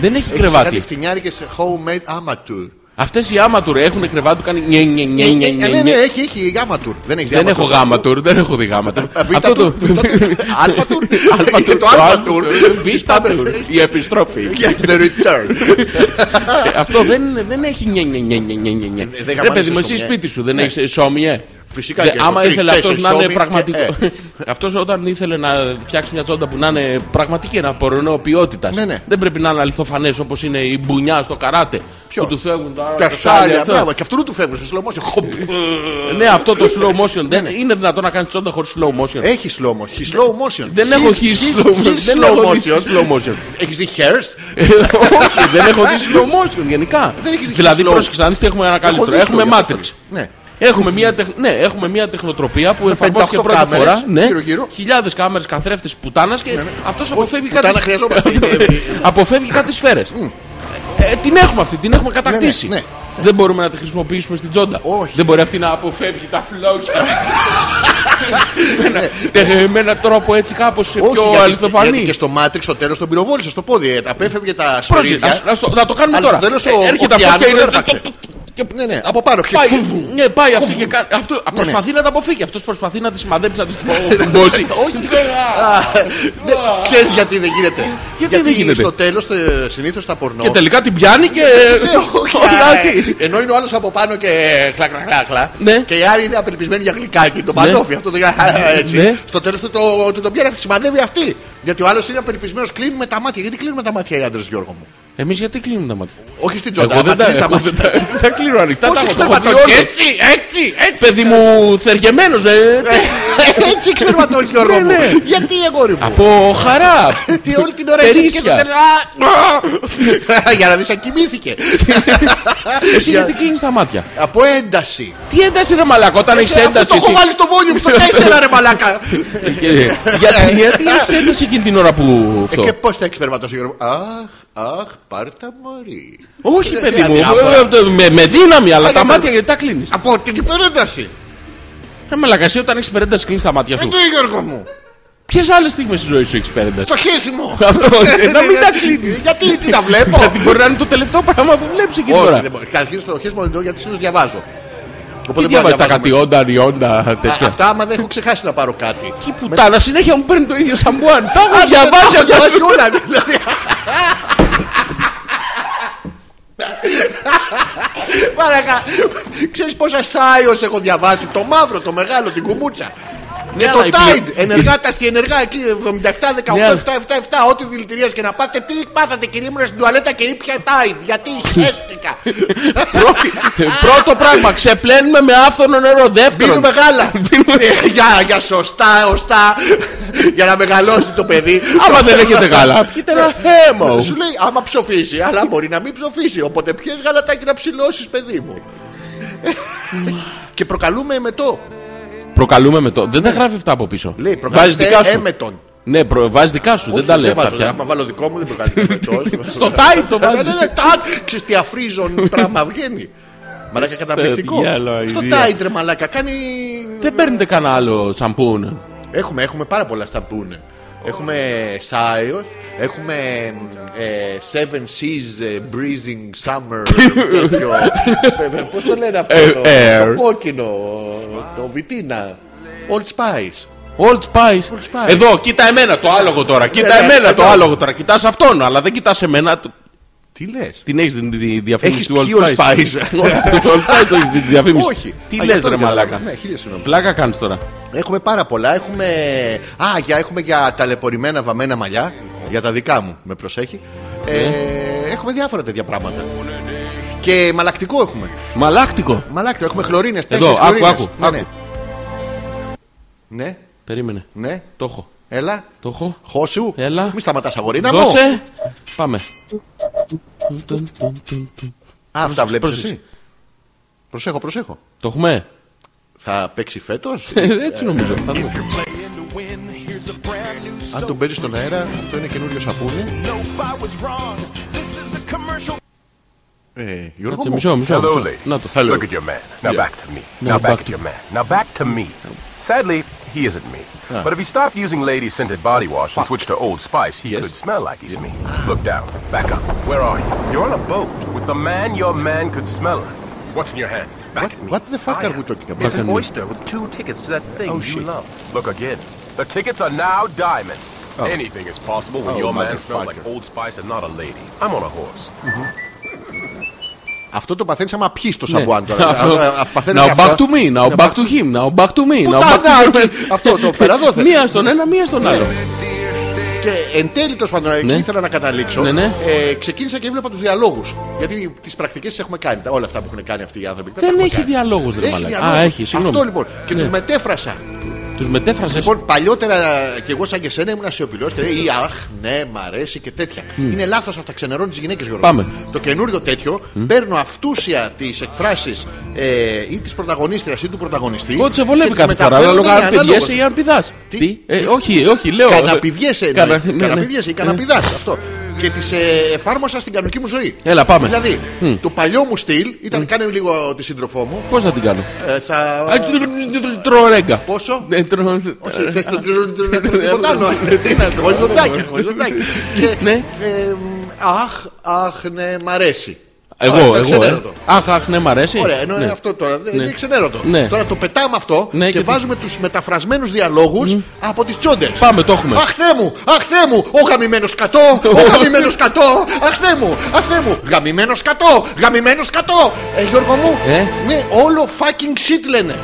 S2: Δεν έχει
S3: Έχεις κάτι
S2: κρεβάτι.
S3: φτηνιάρικε homemade amateur.
S2: Αυτές οι άματουρ έχουν κρεβάτι που κάνει νιε, νιε, νιε,
S3: Ε,
S2: νιε,
S3: ε,
S2: νιε,
S3: ναι, ναι,
S2: νιε.
S3: έχει, έχει amateur. Δεν έχεις
S2: Δεν
S3: amateur.
S2: έχω γάμα τουρ, δεν έχω δει γάμα τουρ.
S3: Ε, Β' tour, β' tour. Αλφα tour.
S2: Αλφα τουρ,
S3: Το αλφα tour.
S2: Βίστα τουρ, η επιστροφή.
S3: Yes, the return.
S2: Ε, Αυτό δεν, δεν έχει νιε νιε νιε νιε νιε νιε νιε.
S3: Ε, δεν
S2: Ρε
S3: γαμάνεις
S2: παιδί μου
S3: το
S2: εσύ
S3: σόμιε.
S2: σπίτι σου δεν έχεις σόμιε.
S3: Φυσικά
S2: Δε-
S3: και έχω.
S2: Άμα
S3: Τρεις,
S2: ήθελε αυτός
S3: τέσσερις
S2: να είναι
S3: σόμι και- ε.
S2: πραγματικό. Αυτός όταν ήθελε να φτιάξει μια τσόντα που να είναι πραγματική, ένα πορωνό ποιότητα.
S3: Ναι, ναι.
S2: Δεν πρέπει να είναι αληθοφανές όπως είναι η μπουνιά στο καράτε.
S3: Ποιο?
S2: Που του φεύγουν τα
S3: Τα
S2: κεφάλια,
S3: σάλια,
S2: αυτό.
S3: μπράβο. Και αυτού του φεύγουν σε slow motion. Χοπ.
S2: Ναι, αυτό το slow motion
S3: Ναι,
S2: δεν είναι δυνατόν να κάνεις τσόντα χωρίς slow motion.
S3: Έχει slow motion. He slow motion.
S2: Δεν
S3: His-
S2: έχω
S3: his-
S2: χει
S3: his-
S2: slow motion.
S3: his
S2: Δεν
S3: slow
S2: έχω δει
S3: motion.
S2: slow motion.
S3: Έχεις δει hairs.
S2: Ε, Όχι, δεν έχω δει slow motion γενικά.
S3: Δεν έχεις δει
S2: Δηλαδή,
S3: slow.
S2: πρόσεξε να δεις τι έχουμε ένα καλύτερο.
S3: δει
S2: Έχουμε
S3: slow,
S2: Matrix.
S3: Ναι.
S2: Έχουμε μια, τεχ... ναι, έχουμε μια τεχνοτροπία που εφαρμόστηκε
S3: 58
S2: πρώτη
S3: κάμερες
S2: φορά. Ναι,
S3: γύρω-γύρω. Ναι,
S2: χιλιάδες κάμερες καθρέφτε πουτάνας και αυτός αυτό αποφεύγει
S3: πουτάνα
S2: κάτι. Ναι,
S3: χρειαζόμαστε.
S2: αποφεύγει κάτι σφαίρες. Ε, την έχουμε αυτή, την έχουμε κατακτήσει.
S3: ναι, ναι,
S2: Δεν μπορούμε να τη χρησιμοποιήσουμε στην τσόντα.
S3: Όχι.
S2: Δεν μπορεί αυτή να αποφεύγει τα φλόκια. με, ένα, τε- με έναν τρόπο έτσι κάπως πιο
S3: Ναι. γιατί-
S2: αληθοφανή.
S3: γιατί Και στο Matrix στο τέλος τον πυροβόλησε στο πόδι. ε, Απέφευγε τα
S2: Πρόσεχε,
S3: σφυρίδια.
S2: ας- ας το- να το κάνουμε
S3: Αλλά
S2: τώρα.
S3: στο τέλος
S2: Ε,
S3: ο-
S2: Έρχεται
S3: ο
S2: αυτός και
S3: Κιάνου
S2: είναι.
S3: τον έφαξε.
S2: και-
S3: Ναι, ναι, από πάνω. Και Ναι,
S2: Πάει,
S3: φουβου.
S2: ναι, πάει αυτή και κάνει. Αυτό, προσπαθεί να τα αποφύγει. Αυτός προσπαθεί να τη σημαδέψει, να της τυπώσει.
S3: Όχι. Ναι, Ξέρεις γιατί δεν γίνεται.
S2: δεν γίνεται.
S3: στο τέλος ε, συνήθως τα πορνό.
S2: Και ε, τελικά την πιάνει και.
S3: Ναι, Όχι,
S2: Όλα
S3: α,
S2: τι.
S3: Ενώ είναι ο άλλος από πάνω και χλα χλα χλα χλα.
S2: Ναι.
S3: Και οι άλλοι είναι απελπισμένοι για γλυκάκι. Το πανόφι αυτό το
S2: Ναι.
S3: έτσι. Στο τέλος του το- του τον πιάνει αυτή, σημαδεύει αυτή. Γιατί ο άλλος είναι απελπισμένος, κλείνει με τα μάτια. Γιατί κλείνουν με τα μάτια οι άντρες Γιώργο μου.
S2: Εμείς γιατί κλείνουμε τα μάτια.
S3: Όχι στην τσόντα,
S2: Εγώ
S3: άμα
S2: δεν τα
S3: κλείνεις τα
S2: έχω. δεν
S3: μάτια.
S2: τα- Τα κλείνω ανοιχτά.
S3: Πώς
S2: Τα έχω
S3: έχεις
S2: το έχω δει
S3: περπατώσει,
S2: όλο.
S3: έτσι, έτσι, έτσι. Ναι.
S2: Παιδί μου, ε. θεργεμένο.
S3: Έτσι εξερματώνεις Γιώργο
S2: Ναι,
S3: μου.
S2: ναι.
S3: Γιατί αγόρι μου.
S2: Από χαρά.
S3: Τι όλη την ώρα έτσι και
S2: Περίσσια.
S3: δεν- Α, α, Για να δεις αν κοιμήθηκε.
S2: Εσύ
S3: Για-
S2: γιατί κλείνεις τα μάτια.
S3: Από ένταση.
S2: Τι ένταση ρε μαλακό, όταν έχει
S3: Ε, Αυτό
S2: ένταση.
S3: Το έχω
S2: εσύ.
S3: βάλει στο volume στο 4 ρε μαλάκα.
S2: Ε, Γιατί, γιατί έχεις ένταση εκείνη την ώρα που.
S3: Ε,
S2: αυτό.
S3: Και πώς θα εξπερματώσει Γιώργο. Αχ, αχ, πάρτα μωρή.
S2: Όχι,
S3: Ε,
S2: παιδί μου.
S3: αδιάφορα.
S2: ε, ε, με- Με δύναμη, αλλά
S3: Α,
S2: τα
S3: για
S2: μάτια
S3: πέρα.
S2: γιατί τα κλείνει.
S3: Από την υπερένταση.
S2: Ρε μαλακασί, όταν έχει περένταση, κλείνει τα μάτια
S3: Ε,
S2: σου.
S3: ναι, Γιώργο μου.
S2: Ποιε άλλε στιγμέ στη ζωή σου έχει περένταση.
S3: Στο χέσιμο.
S2: Αυτό,
S3: Ε,
S2: ε, να
S3: ναι,
S2: μην
S3: ναι.
S2: τα κλείνεις.
S3: Γιατί τι τα βλέπω.
S2: Γιατί μπορεί να είναι το τελευταίο πράγμα που βλέπει εκεί
S3: Όχι,
S2: τώρα.
S3: δεν μπορεί. Καταρχήν στο χέσιμο δεν το γιατί συνήθω διαβάζω.
S2: Τι
S3: Οπότε μπορώ να
S2: διαβάζει τα
S3: διαβάζω με-
S2: κατιόντα, ριόντα,
S3: Α,
S2: τέτοια.
S3: Αυτά άμα δεν έχω ξεχάσει να πάρω κάτι.
S2: Τι πουτάνα, συνέχεια μου παίρνει το ίδιο σαμπουάν. Τα έχω
S3: Διαβάζει
S2: διαβάσει
S3: αυτά.
S2: αυτά.
S3: Διαβάζει όλα. δηλαδή. Μάρακα, ξέρεις πόσα σάιος έχω διαβάσει Το μαύρο, το μεγάλο, την κουμούτσα Και
S2: Ναι,
S3: το
S2: αλλά η
S3: Tide,
S2: πλειο-
S3: ενεργά τα ενεργά εκεί 77, 18, 7, 7,
S2: Ναι, αλλά-
S3: 7, Ό,τι δηλητηρίας και να πάτε Τι πάθατε κύριε μου στην τουαλέτα και ήπια Tide Γιατί χέστηκα
S2: Πρώτη- Πρώτο πράγμα, ξεπλένουμε με άφθονο νερό. Δεύτερον,
S3: Δίνουμε γάλα
S2: Δίνουμε-
S3: Ε, για, για σωστά, οστά Για να μεγαλώσει το παιδί
S2: άμα δεν έχετε γάλα, πιείτε ένα χέμο.
S3: Σου λέει άμα ψοφίσει, αλλά μπορεί να μην ψοφίσει. Οπότε πιες γαλατάκι να ψηλώσεις, παιδί μου. και προκαλούμε εμετό.
S2: Προκαλούμε με το. Δεν τα γράφει αυτά από πίσω.
S3: Λέει,
S2: Βάζεις
S3: προκαλούμε
S2: δικά σου.
S3: έμετον.
S2: Ναι, προ... βάζεις δικά σου, δεν
S3: Όχι,
S2: τα λέει αυτά
S3: βάζω,
S2: πια.
S3: Άμα βάλω δικό μου δεν προκαλεί εμετό.
S2: Στο τάι το
S3: Ναι,
S2: βάζεις.
S3: ναι, ναι, τάκ. Ξέρεις τι αφρίζον πράγμα βγαίνει.
S2: Ε,
S3: Μαλάκα καταπληκτικό.
S2: διάλογο,
S3: Στο
S2: ιδέα.
S3: τάιντ ρε μαλάκα κάνει...
S2: Δεν παίρνετε κανένα άλλο ναι. σαμπούν.
S3: Έχουμε, έχουμε πάρα πολλά στα που είναι. Έχουμε Cyrus, έχουμε ε, Seven Seas ε, Breathing Summer. ε, τέτοιο. Πώς το λένε αυτό, το,
S2: Ε, Air.
S3: το κόκκινο, το βιτίνα. Old Spice.
S2: Old Spice.
S3: Spice.
S2: Εδώ, κοίτα εμένα το άλογο τώρα. Κοίτα
S3: Ε,
S2: εμένα
S3: εδώ.
S2: το άλογο τώρα. Κοιτάς αυτόν, αλλά δεν κοιτάς εμένα.
S3: Τι λες.
S2: Την έχεις την τη διαφήμιση
S3: Έχεις
S2: του Old
S3: πει Old
S2: Spice.
S3: Spice.
S2: Όχι, το Old Spice έχεις την διαφήμιση.
S3: Όχι.
S2: Τι
S3: Α, γι'
S2: λε,
S3: αυτό
S2: ρε
S3: δεν καταλαβαίνω.
S2: Μαλάκα.
S3: Ναι, χίλια συγγνώμη.
S2: Πλάκα κάνεις τώρα.
S3: Έχουμε πάρα πολλά. Έχουμε, α, για, έχουμε για ταλαιπωρημένα βαμμένα μαλλιά. Για τα δικά μου, με προσέχει. Ε,
S2: Ναι.
S3: έχουμε διάφορα τέτοια πράγματα. Και μαλακτικό έχουμε.
S2: Μαλάκτικο.
S3: Μαλάκτο, έχουμε χλωρίνες.
S2: Εδώ, άκου, άκου,
S3: ναι, ναι.
S2: άκου.
S3: ναι,
S2: Περίμενε.
S3: ναι.
S2: Το έχω.
S3: Έλα.
S2: Το έχω.
S3: Χώσου.
S2: Έλα.
S3: Μη σταματάς, αγορίνα μου.
S2: Δώσε. Πάμε.
S3: Α, αυτά βλέπεις
S2: πρόσεξε.
S3: εσύ. Προσέχω, προσέχω.
S2: Το έχουμε.
S3: Θα παίξει φέτος.
S2: Ε, Έτσι νομίζω. Θα δούμε.
S3: Αν τον παίζει στον αέρα, αυτό είναι καινούριο σαπούνι. Ε, Γιώργο
S2: Κάτσε,
S3: μου.
S2: μισό, μισό.
S4: Hello,
S2: μισό.
S4: ladies.
S2: Να το.
S4: Look at your man. Now
S2: Yeah.
S4: back to me.
S2: Now
S4: Now,
S2: back
S4: back,
S2: to-
S4: at your man. Now back to me. Sadly, he isn't me.
S3: Ah.
S4: But if he stopped using lady scented body wash and switched to Old Spice, he could smell like he's me. Look down. Back up. Where are you? You're on a boat with the man your man could smell. like. What's in your hand? Back
S3: What-
S4: at me.
S3: what the fuck
S4: Fire.
S3: are we talking about?
S4: It's
S2: Back at
S4: an
S2: me.
S4: oyster with two tickets to that thing
S3: Oh,
S4: you
S3: shit.
S4: love. Look again. The tickets are now diamond. Anything is possible when
S3: Oh,
S4: your man smells
S3: motherfucker.
S4: like Old Spice and not a lady. I'm on a horse.
S3: Αυτό το παθαίνεις άμα πιεις το
S2: Ναι.
S3: σαμπουάν τώρα.
S2: Αυτό.
S3: Α, α, παθαίνεις
S2: Now
S3: αυτά.
S2: back to me, now back to him, now back to me, now
S3: τα-
S2: back to
S3: να,
S2: him.
S3: τι- αυτό το παραδόθε.
S2: Μία στον ένα, μία
S3: Ναι.
S2: στον άλλο.
S3: Και εν τέλει, τέλος πάντων, εκεί
S2: Ναι.
S3: ήθελα να καταλήξω.
S2: Ναι, ναι.
S3: Ε, ξεκίνησα και έβλεπα τους διαλόγους. Γιατί τις πρακτικές τι έχουμε κάνει. τα- Όλα αυτά που έχουν κάνει αυτοί οι άνθρωποι. τα
S2: Δεν
S3: έχουμε
S2: έχει
S3: κάνει.
S2: διαλόγους ρε
S3: Έχει
S2: μαλάκα.
S3: διαλόγους.
S2: Α, έχει, συγγνώμη. Ναι.
S3: Αυτό λοιπόν. Και τους μετέφρασα.
S2: Τους μετέφρασες.
S3: Λοιπόν, παλιότερα κι εγώ σαν και σένα ήμουν σιωπηλό και λέει Αχ, ναι, μ' αρέσει και τέτοια. Είναι λάθος αυτά, ξενερώνει τις γυναίκες Γιώργο.
S2: Πάμε.
S3: Το καινούριο τέτοιο παίρνω αυτούσια τις εκφράσεις ε, ή της πρωταγωνίστριας ή του πρωταγωνιστή.
S2: Εγώ σε βολεύει
S3: και τις
S2: κάθε φορά.
S3: μεταφέρω,
S2: Ανάλογα
S3: ναι,
S2: αν
S3: ανάλογα.
S2: πηδιέσαι ή αν πηδάς.
S3: Τι?
S2: Τι, ε, όχι, όχι, λέω.
S3: Καναπηδιέσαι.
S2: Κανα-
S3: εννοεί.
S2: ναι, ναι.
S3: Καναπηδιέσαι ή καναπηδάς. Αυτό. Και τις εφάρμοσα στην κανονική μου ζωή.
S2: Έλα, πάμε.
S3: Δηλαδή, το παλιό μου στυλ ήταν κάνε λίγο τη σύντροφό μου.
S2: Πώς θα την κάνω.
S3: ε, θα.
S2: Α, τρ- τρ- τρ- Τρορέγκα.
S3: Πόσο?
S2: Ναι, τρο-
S3: Όχι, θες το τίποτα άλλο. Χωρίς ζωντάκι, χωρίς ζωντάκι. Και,
S2: Ναι.
S3: ε, μ, Αχ, αχ, ναι, μ' αρέσει.
S2: Εγώ,
S3: Ωραία,
S2: εγώ. ε.
S3: ξενέρωτο.
S2: Αχ, αχ, ναι, μ' αρέσει.
S3: Ωραία, ενώ είναι
S2: Ναι.
S3: αυτό τώρα. δεν-
S2: Ναι.
S3: Είναι ξενέρωτο.
S2: Ναι.
S3: Τώρα το πετάμε αυτό
S2: Ναι,
S3: και
S2: και τι?
S3: βάζουμε τους μεταφρασμένους διαλόγους από τις τσόντες.
S2: Πάμε, το έχουμε.
S3: Αχ, Θεέ μου, αχ, Θεέ μου, ο γαμημένος κατώ, ο γαμημένος κατώ, αχ, Θεέ μου, αχ, Θεέ μου, γαμημένος κατώ, γαμημένος κατώ. Ε, Γιώργο μου,
S2: Ε.
S3: ναι, όλο fucking shit λένε.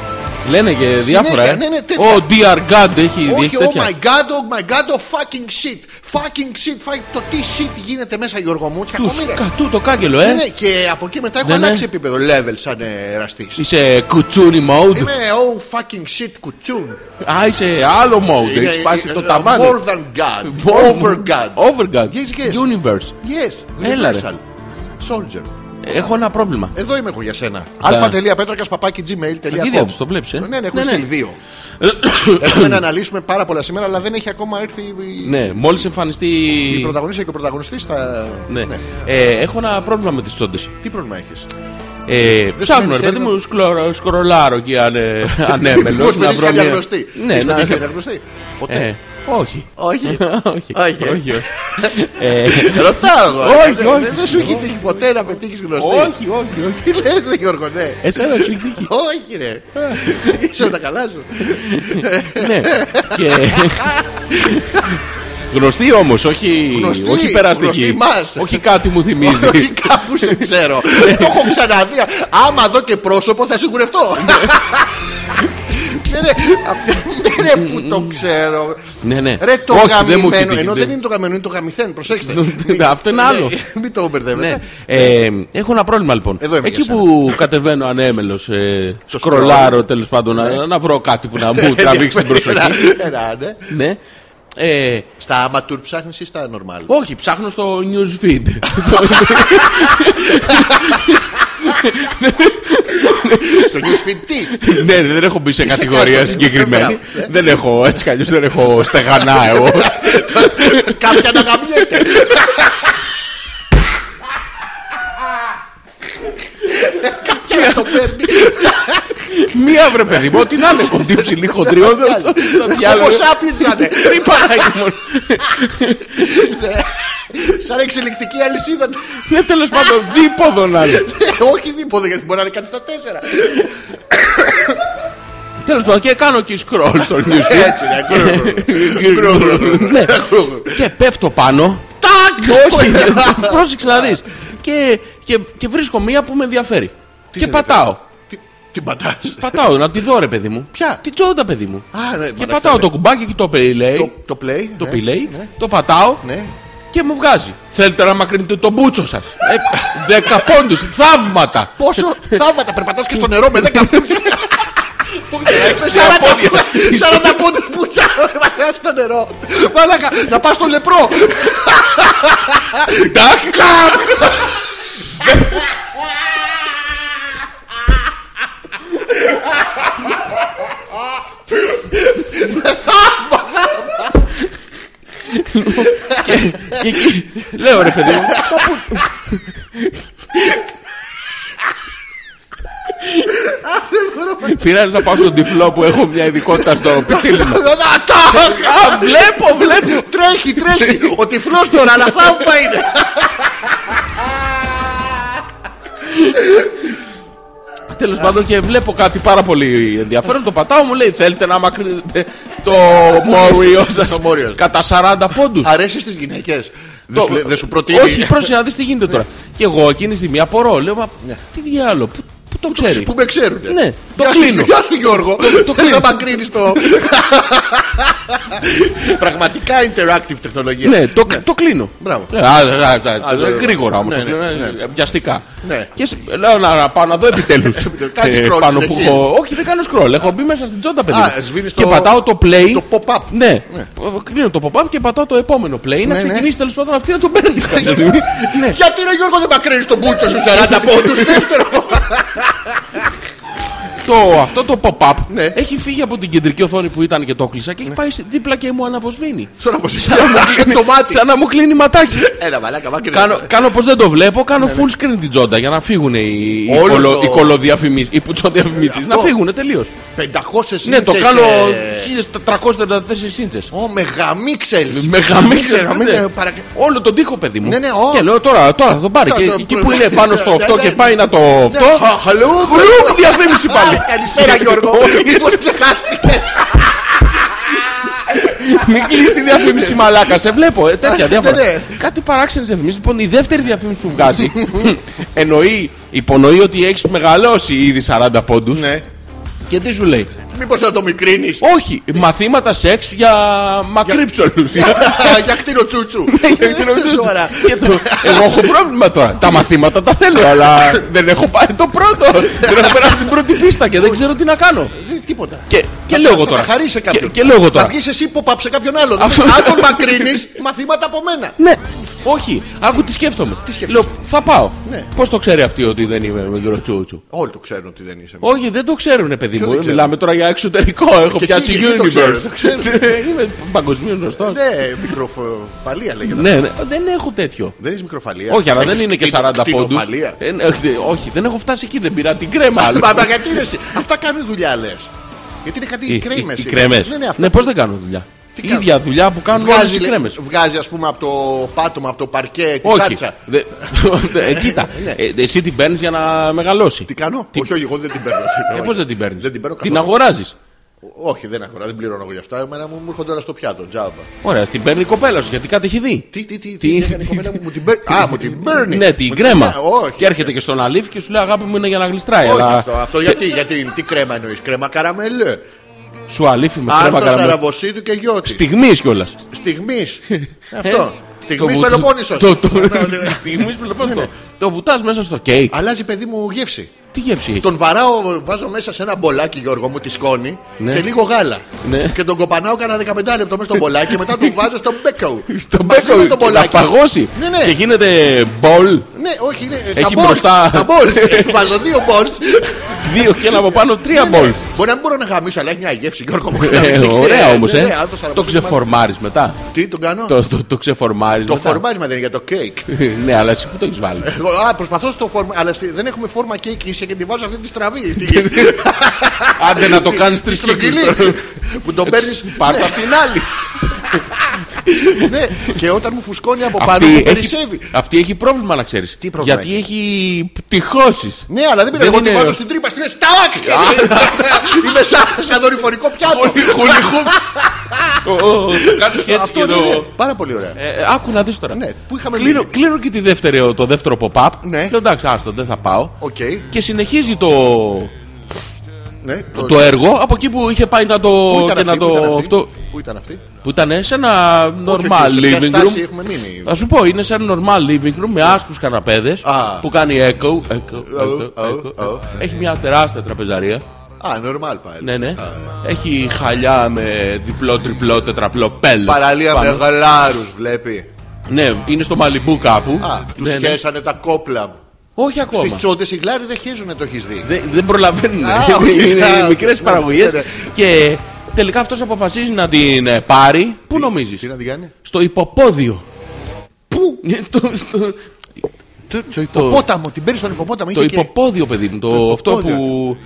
S2: Λένε και διάφορα. ε.
S3: ναι, ναι, τέτοια.
S2: Ο dear God έχει
S3: Όχι,
S2: έχει
S3: oh
S2: τέτοια.
S3: my god, oh my god, oh fucking shit. Fucking shit, fuck- το τι shit γίνεται μέσα, Γιώργο μου. Τι
S2: Τους
S3: κακομοίρα.
S2: κατού το κάγκελο,
S3: Ναι,
S2: ε.
S3: ναι, και από εκεί μετά έχω
S2: Ναι, ναι.
S3: αλλάξει επίπεδο level σαν εραστή.
S2: Είσαι κουτσούνι mode.
S3: Είμαι oh fucking shit κουτσούν.
S2: Α, είσαι άλλο mode.
S3: Είναι,
S2: Έχεις σπάσει το
S3: ε,
S2: ταβάνι.
S3: More than god, over god.
S2: Over God.
S3: Yes, yes.
S2: Universe.
S3: Yes,
S2: Έλα, ρε.
S3: universal. Soldier.
S2: Έχω ένα πρόβλημα.
S3: Εδώ είμαι εγώ για σένα.
S2: Τα-
S3: αλφα.πέτρακα παπάκι gmail.com.
S2: Αγγίδια τους, το βλέπεις, ε.
S3: Ναι, ναι, έχουμε
S2: Ναι, ναι.
S3: στείλει δύο. Έχουμε να αναλύσουμε πάρα πολλά σήμερα, αλλά δεν έχει ακόμα έρθει η-
S2: Ναι, μόλις εμφανιστεί.
S3: η πρωταγωνίστρια και ο πρωταγωνιστής θα.
S2: Ναι. Ε, έχω ένα πρόβλημα με τις τσόντε.
S3: Τι πρόβλημα έχεις
S2: Ε, ψάχνω, ρε
S3: σημαίνει
S2: παιδί
S3: χέρι
S2: μου, σκλωρο- σκρολάρω εκεί αν, ε, ανέμελος.
S3: Μήπως πετύχεις καμιά γνωστή.
S2: Ναι,
S3: Έχεις
S2: να-
S3: πετύχει καμιά γνωστή.
S2: Ε,
S3: Ποτέ.
S2: όχι.
S3: Όχι.
S2: όχι.
S3: Όχι, ε.
S2: όχι. Ε,
S3: Ρωτάω εγώ.
S2: Όχι,
S3: Δεν-
S2: όχι.
S3: δεν- Δεν σου έχει τύχει ποτέ να πετύχεις γνωστή.
S2: όχι, όχι, όχι. Ε.
S3: Τι λες ρε Γιώργο, ναι.
S2: Εσένα σου έχει τύχει.
S3: Όχι, ρε. Είσαι όλα τα καλά σου.
S2: Ναι. Και... γνωστή όμως, όχι,
S3: Γνωστή,
S2: όχι
S3: γνωστή
S2: περαστική.
S3: μας.
S2: Όχι κάτι μου θυμίζει.
S3: Όχι, κάπου σε ξέρω. Το έχω ξαναδεί. Άμα δω και πρόσωπο θα σιγουρευτώ. Ναι, ρε, απ' ναι, ρε, που το ξέρω.
S2: ναι, ναι.
S3: Ρε το
S2: Όχι, δεν μου έχει
S3: γαμημένο.
S2: τύχει.
S3: Ενώ δεν είναι το γαμημένο, είναι το γαμηθέν. Προσέξτε.
S2: Ναι, αυτό είναι
S3: Ναι,
S2: άλλο.
S3: Μην το μπερδεύετε.
S2: Ναι. Ε, έχω ένα πρόβλημα λοιπόν.
S3: Εδώ είμαι
S2: Εκεί
S3: για
S2: που κατεβαίνω ανέμελος, ε, σκρολάρω τέλος πάντων
S3: Ναι.
S2: να, να βρω κάτι που να μου τραβήξει την προσοχή.
S3: Ένα- ένα, ναι.
S2: ναι. Ε,
S3: Στα amateur ψάχνεις ή στα normal.
S2: όχι, ψάχνω στο newsfeed.
S3: Στο newsfeed της.
S2: ναι, δεν έχω μπει σε κατηγορία
S3: κάστοτε,
S2: συγκεκριμένη.
S3: μπράβο,
S2: δεν έχω, έτσι κι αλλιώς δεν έχω στεγανά εγώ.
S3: Κάποια να γαμιέται. Κάποια να το παίρνει.
S2: Μία Ταινία, βρε παιδί μου, ό,τι να είναι. Κοντή ψηλή χοντριόδο.
S3: Homo sapiens να είναι.
S2: Τι παράγει μόνο.
S3: Σαν εξελικτική αλυσίδα.
S2: Ναι, τέλος πάντων, δίποδο να είναι.
S3: Όχι δίποδο γιατί μπορεί να είναι κάτι στα τέσσερα.
S2: Τέλος πάντων, και κάνω και scroll στο newsfeed.
S3: Έτσι, ναι. γκρου, γκρου, γκρου.
S2: Ναι.
S3: Γκρου, γκρου.
S2: Και πέφτω πάνω.
S3: Τάκ!
S2: Όχι, πρόσεξε να δεις. Και, και, και βρίσκω μία που με ενδιαφέρει. και
S3: σε
S2: πατάω.
S3: Τι- Την πατάς.
S2: Πατάω να τη δω, ρε παιδί μου.
S3: Ποια?
S2: Τη τσόντα, παιδί μου.
S3: Α, ναι,
S2: και
S3: μαλάκα,
S2: πατάω
S3: ναι.
S2: το κουμπάκι και το πελέει.
S3: Το, το play.
S2: Το
S3: ναι,
S2: πηλέει,
S3: ναι,
S2: το πατάω
S3: Ναι.
S2: και μου βγάζει. Θέλετε να μακρύνετε τον μπούτσο σας. Ε, δέκα πόντους, θαύματα.
S3: Πόσο θαύματα περπατάς και στο νερό με 10 πόντου.
S2: Έχεις τρία πόδια.
S3: 40 πόντους πουτσα περπατάς στο νερό. Μαλάκα, να πας στο λεπρό.
S2: Τάκ, τάκ. Και- και εκεί Λέω ρε παιδί μου Πειράζει να πάω στον τυφλό που έχω μια ειδικότητα στο πιτσίλινο
S3: Να, τάκ!
S2: Α, βλέπω, βλέπω
S3: Τρέχει, τρέχει. Ο τυφλός τώρα, αλλά θαύμα είναι.
S2: Τέλος πάντων και βλέπω κάτι πάρα πολύ ενδιαφέρον. Το πατάω μου λέει: Θέλετε να μακρύνετε το μόριό
S3: Το
S2: σας
S3: μόριό.
S2: κατά 40 πόντους.
S3: Αρέσεις στι γυναίκε.
S2: Το-
S3: Δεν σου προτείνει.
S2: Όχι, πρόσεχε να δεις τι γίνεται τώρα. Και εγώ εκείνη τη στιγμή απορώ. Λέω: Μα τι διάλογο, πού, πού Ναι. το ξέρει.
S3: Που με ξέρουν.
S2: Ναι, το
S3: Γεια σου-
S2: κλείνω.
S3: Γεια σου Γιώργο.
S2: Το
S3: Θες
S2: κλείνω.
S3: να μακρύνεις το... Πραγματικά interactive τεχνολογία.
S2: Ναι, το, το κλείνω.
S3: Μπράβο.
S2: Ναι, α, α, α, α,
S3: ναι, ναι.
S2: Γρήγορα όμως.
S3: Ναι, ναι, ναι.
S2: ε, Βιαστικά.
S3: Ναι.
S2: Και σ- λέω να, να πάω να δω επιτέλους.
S3: Κάνεις scroll
S2: πάνω που
S3: συνεχεία.
S2: έχω. Όχι, δεν κάνω scroll. Έχω μπει μέσα στην τσόντα, παιδί.
S3: Α,
S2: μου.
S3: σβήνεις
S2: Και
S3: το-
S2: πατάω το play.
S3: το pop-up.
S2: Ναι. Κλείνω το pop-up και πατάω το επόμενο play. Να
S3: Ναι, ναι.
S2: ξεκινήσει τέλος πάντων αυτή να τον παίρνει. κάποια στιγμή. Ναι.
S3: Γιατί ρε Γιώργο δεν μακρύνεις τον μπούτσο σου 40 πόντους δεύτερο.
S2: Το, αυτό το pop-up
S3: Ναι.
S2: έχει φύγει από την κεντρική οθόνη που ήταν και το κλείσα και έχει πάει στη- δίπλα και μου αναβοσβήνει.
S3: Στον αποσύσσα.
S2: Σαν να μου κλείνει-
S3: Ναι. Το μάτι.
S2: Σαν να μου κλείνει ματάκι.
S3: Έλα μαλάκα μακρύνεις.
S2: Κάνω, κάνω πως δεν το βλέπω, κάνω full screen την τζόντα για να φύγουν οι, οι,
S3: Ναι, Όλο
S2: κολο,
S3: το-
S2: οι κολοδιαφημίσεις, οι πουτσοδιαφημίσεις, να
S3: αυτό.
S2: φύγουν τελείως.
S3: 500
S2: Ναι, το
S3: σύντσε-
S2: κάνω 1434 σύντσες.
S3: ε, Ω, μεγαμίξελς.
S2: Μεγαμίξελ,
S3: Μεγαμίξελ,
S2: ναι.
S3: παρακα-
S2: Όλο τον τοίχο, παιδί μου.
S3: Ναι, ναι, ω.
S2: Και λέω τώρα, τώρα θα τον πάρει.
S3: Τώρα
S2: και
S3: το
S2: εκεί
S3: προ-
S2: που είναι πάνω στο
S3: Ναι,
S2: αυτό
S3: ναι,
S2: και
S3: ναι.
S2: πάει να το
S3: Ναι,
S2: αυτό.
S3: χα- Χαλού.
S2: Γλου, διαφήμιση πάλι.
S3: Α, Καλησπέρα Γιώργο.
S2: Όχι,
S3: Μήπως ξεχάστηκες.
S2: Μην κλείσεις τη διαφήμιση, μαλάκα. Σε βλέπω. ε, τέτοια διάφορα.
S3: Ναι, ναι.
S2: Κάτι παράξενες διαφημίσεις. Λοιπόν, η δεύτερη διαφήμιση που βγάζει εννοεί, υπονοεί ότι έχεις μεγαλώσει ήδη 40 πόντους.
S3: Ναι.
S2: Και τι σου λέει.
S3: Μήπως να το μικρύνεις.
S2: Όχι, μαθήματα σεξ για μακρύψολου.
S3: Για κτηνοτσούτσου. Σοβαρά.
S2: Εγώ έχω πρόβλημα τώρα. Τα μαθήματα τα θέλω, αλλά δεν έχω πάρει το πρώτο. Δεν έχω περάσει την πρώτη πίστα και δεν ξέρω τι να κάνω.
S3: Δεν- Ε, Τίποτα.
S2: Και, και
S3: Θα-
S2: λέω εγώ
S3: θα-
S2: τώρα.
S3: Θα χαρίσει σε
S2: Και-
S3: κάποιον.
S2: Και λέω εγώ τώρα.
S3: Θα βγεις εσύ pop-up σε κάποιον άλλον.
S2: Αυτό-
S3: Αν τον μακρύνεις, μαθήματα από μένα.
S2: Ναι, όχι, άκου τι σκέφτομαι.
S3: σκέφτεσαι?
S2: Λέω, θα πάω.
S3: Ναι.
S2: Πώς το ξέρει αυτή ότι δεν είμαι με γροτσούτσου.
S3: Όλοι το ξέρουν ότι δεν είσαι.
S2: Όχι, δεν το ξέρουν, παιδί μου.
S3: δεν ξέρουν?
S2: Μιλάμε τώρα για εξωτερικό. Έχω
S3: Και
S2: πιάσει
S3: εκεί- και εκεί το ξέρουν, το
S2: universe. Ναι, Είμαι παγκοσμίως γνωστός.
S3: Ναι, μικροφαλία λέγεται.
S2: Ναι, ναι, δεν έχω τέτοιο.
S3: Δεν είσαι μικροφαλία.
S2: Όχι, αλλά
S3: Έχεις
S2: δεν είναι και
S3: κτηνο-
S2: 40 πόντου.
S3: κτηνοφαλία.
S2: ναι, Όχι, δεν έχω φτάσει εκεί, δεν πήρα την κρέμα. άλλο.
S3: Μα μα γιατί ρε εσύ. Αυτά κάνουν δουλειά λες. Γιατί είναι κάτι
S2: Οι-
S3: οι
S2: οι-
S3: κρέμες.
S2: Οι κρέμες.
S3: Ναι, ναι, αυτά.
S2: Ναι, πώς δεν κάνω δουλειά. Η
S3: κάνουν?
S2: ίδια δουλειά που κάνουν όλε
S3: Βγάζει,
S2: οι
S3: λέ-
S2: κρέμες.
S3: βγάζει, ας πούμε, από το πάτωμα, από το παρκέ, τη
S2: Όχι.
S3: σάτσα.
S2: Δε- Ε, Κοίτα,
S3: Ναι.
S2: ε, εσύ την παίρνεις για να μεγαλώσει.
S3: Τι κάνω, Όχι, όχι, εγώ δεν την παίρνω.
S2: Ε, πώς δεν την παίρνεις.
S3: Δεν την παίρνω
S2: Την
S3: καθόλου.
S2: αγοράζεις.
S3: Όχι, δεν αγοράζω, δεν πληρώνω εγώ γι' αυτά. Εμένα μου μου έρχονται όλα στο πιάτο, τζάμπα.
S2: Ωραία, την παίρνει η κοπέλα σου γιατί κάτι έχει δει.
S3: Τι, τι, τι,
S2: Τι-
S3: τι, έκανε η κοπέλα μου, μου την παίρνει. Α, μου την παίρνει.
S2: Ναι, την
S3: Μου
S2: κρέμα.
S3: Α, Όχι.
S2: Και έρχεται και στον αλήφ και σου λέει Αγάπη μου είναι για να γλιστράει.
S3: Όχι
S2: αλλά
S3: αυτό, αυτό γιατί, γιατί, τι κρέμα εννοείς, κρέμα καραμέλ.
S2: σου αλήφει με κρέμα
S3: Άρθρο
S2: καραμέλα.
S3: Σαραβοσίτου και γιώτη.
S2: Στιγμής κιόλας.
S3: Στιγμής. Αυτό. Στιγμή
S2: Ε, Το-
S3: Πελοπόννησος.
S2: το- το- Στιγμής Πελοπόννησος. Το βουτάς μέσα στο κέικ.
S3: Αλλάζει παιδί μου γεύση.
S2: Τι γεύση έχει.
S3: Τον βαράω, βάζω μέσα σε ένα μπολάκι Γιώργο μου, τη σκόνη
S2: Ναι.
S3: και λίγο γάλα.
S2: Ναι.
S3: Και τον κοπανάω κάνα 15 λεπτό μέσα στο μπολάκι και μετά τον βάζω στο μπέκο.
S2: Στον
S3: Μαζί
S2: μπέκο
S3: με
S2: και
S3: το μπολάκι.
S2: Να παγώσει.
S3: Ναι, ναι.
S2: Και γίνεται μπολ.
S3: Ναι, όχι, είναι. ε,
S2: Έχει
S3: τα balls,
S2: μπροστά.
S3: Τα balls. Βάζω δύο balls.
S2: Δύο και ένα από πάνω,
S3: Ναι,
S2: τρία μπολ.
S3: Μπορεί να μην μπορώ να γαμίσω, αλλά έχει μια γεύση, Γιώργο μου.
S2: Ε, Ωραία όμω,
S3: Ναι, ναι,
S2: ε.
S3: αν
S2: Το ξεφορμάρεις μετά.
S3: Τι τον κάνω.
S2: Το- Το το ξεφορμάρεις.
S3: Το
S2: μετά.
S3: φορμάρισμα δεν είναι για το κέικ.
S2: Ναι, αλλά εσύ που το έχεις βάλει.
S3: Εγώ, α, προσπαθώ στο φόρμα, αλλά στη- δεν έχουμε φόρμα και ίσια και τη βάζω αυτή τη στραβή. Τη-
S2: Άντε να το κάνει
S3: τη
S2: τρεις
S3: στρογγυλή.
S2: κύκλους.
S3: Που τον παίρνει.
S2: Πάρτα απ' την άλλη.
S3: Ναι, και όταν μου φουσκώνει από πάνω,
S2: Αυτή
S3: μου
S2: έχει,
S3: περισσεύει.
S2: αυτή έχει πρόβλημα να ξέρεις.
S3: Τι πρόβλημα
S2: Γιατί έχει πτυχώσεις.
S3: Ναι, αλλά δεν πειράζει.
S2: Δεν
S3: Εγώ τη
S2: είναι-
S3: βάζω στην τρύπα, στην έτσι. Τάκ! Είμαι σαν- σαν δορυφορικό πιάτο.
S2: Κάνεις και έτσι
S3: Αυτό
S2: και
S3: ναι, ναι.
S2: το.
S3: Πάρα πολύ ωραία.
S2: Ε, άκου να δεις τώρα.
S3: Ναι, πού είχαμε
S2: κλείνω,
S3: μείνει.
S2: κλείνω και τη δεύτερη, το δεύτερο pop-up.
S3: Ναι.
S2: Λέω εντάξει, άστο, δεν θα πάω.
S3: Οκ.
S2: Και συνεχίζει το,
S3: ναι,
S2: το έργο από εκεί που είχε πάει να το.
S3: Πού ήταν
S2: και να
S3: αυτή,
S2: το
S3: πού ήταν αυτή,
S2: αυτό,
S3: Πού ήταν αυτή.
S2: που ήταν σε ένα normal
S3: Όχι, όχι, σε ποια
S2: living
S3: στάση
S2: room.
S3: έχουμε μείνει.
S2: Θα σου πω, είναι σε ένα normal living room με άσπρους καναπέδες
S3: Α.
S2: που κάνει echo. echo, echo,
S3: oh,
S2: echo,
S3: oh.
S2: echo. Έχει μια τεράστια τραπεζαρία.
S3: Α, normal πάλι.
S2: Ναι, ναι. Έχει χαλιά με διπλό, τριπλό, τετραπλό πέλ.
S3: Παραλία με γαλάρου, βλέπει.
S2: Ναι, είναι στο Μαλιμπού κάπου.
S3: Α, τους
S2: Ναι, ναι.
S3: χέσανε τα κόπλα.
S2: Όχι
S3: Στι
S2: ακόμα.
S3: τσόντε οι γλάροι δεν χέζουνε, το έχεις δει.
S2: Δεν, δεν προλαβαίνουν.
S3: Α, όχι, α,
S2: είναι μικρέ
S3: ναι,
S2: παραγωγές.
S3: ναι, ναι.
S2: Και τελικά αυτός αποφασίζει να την ε, πάρει. Πού
S3: Τι
S2: νομίζεις,
S3: να την κάνει.
S2: Στο υποπόδιο.
S3: Πού?
S2: Ε, το- στο-
S3: Το, το υποπόταμο, την παίρνει στον υποπόταμο.
S2: Το
S3: είχε και-
S2: υποπόδιο, παιδί μου. Το αυτό
S3: υποπόδιο.
S2: που.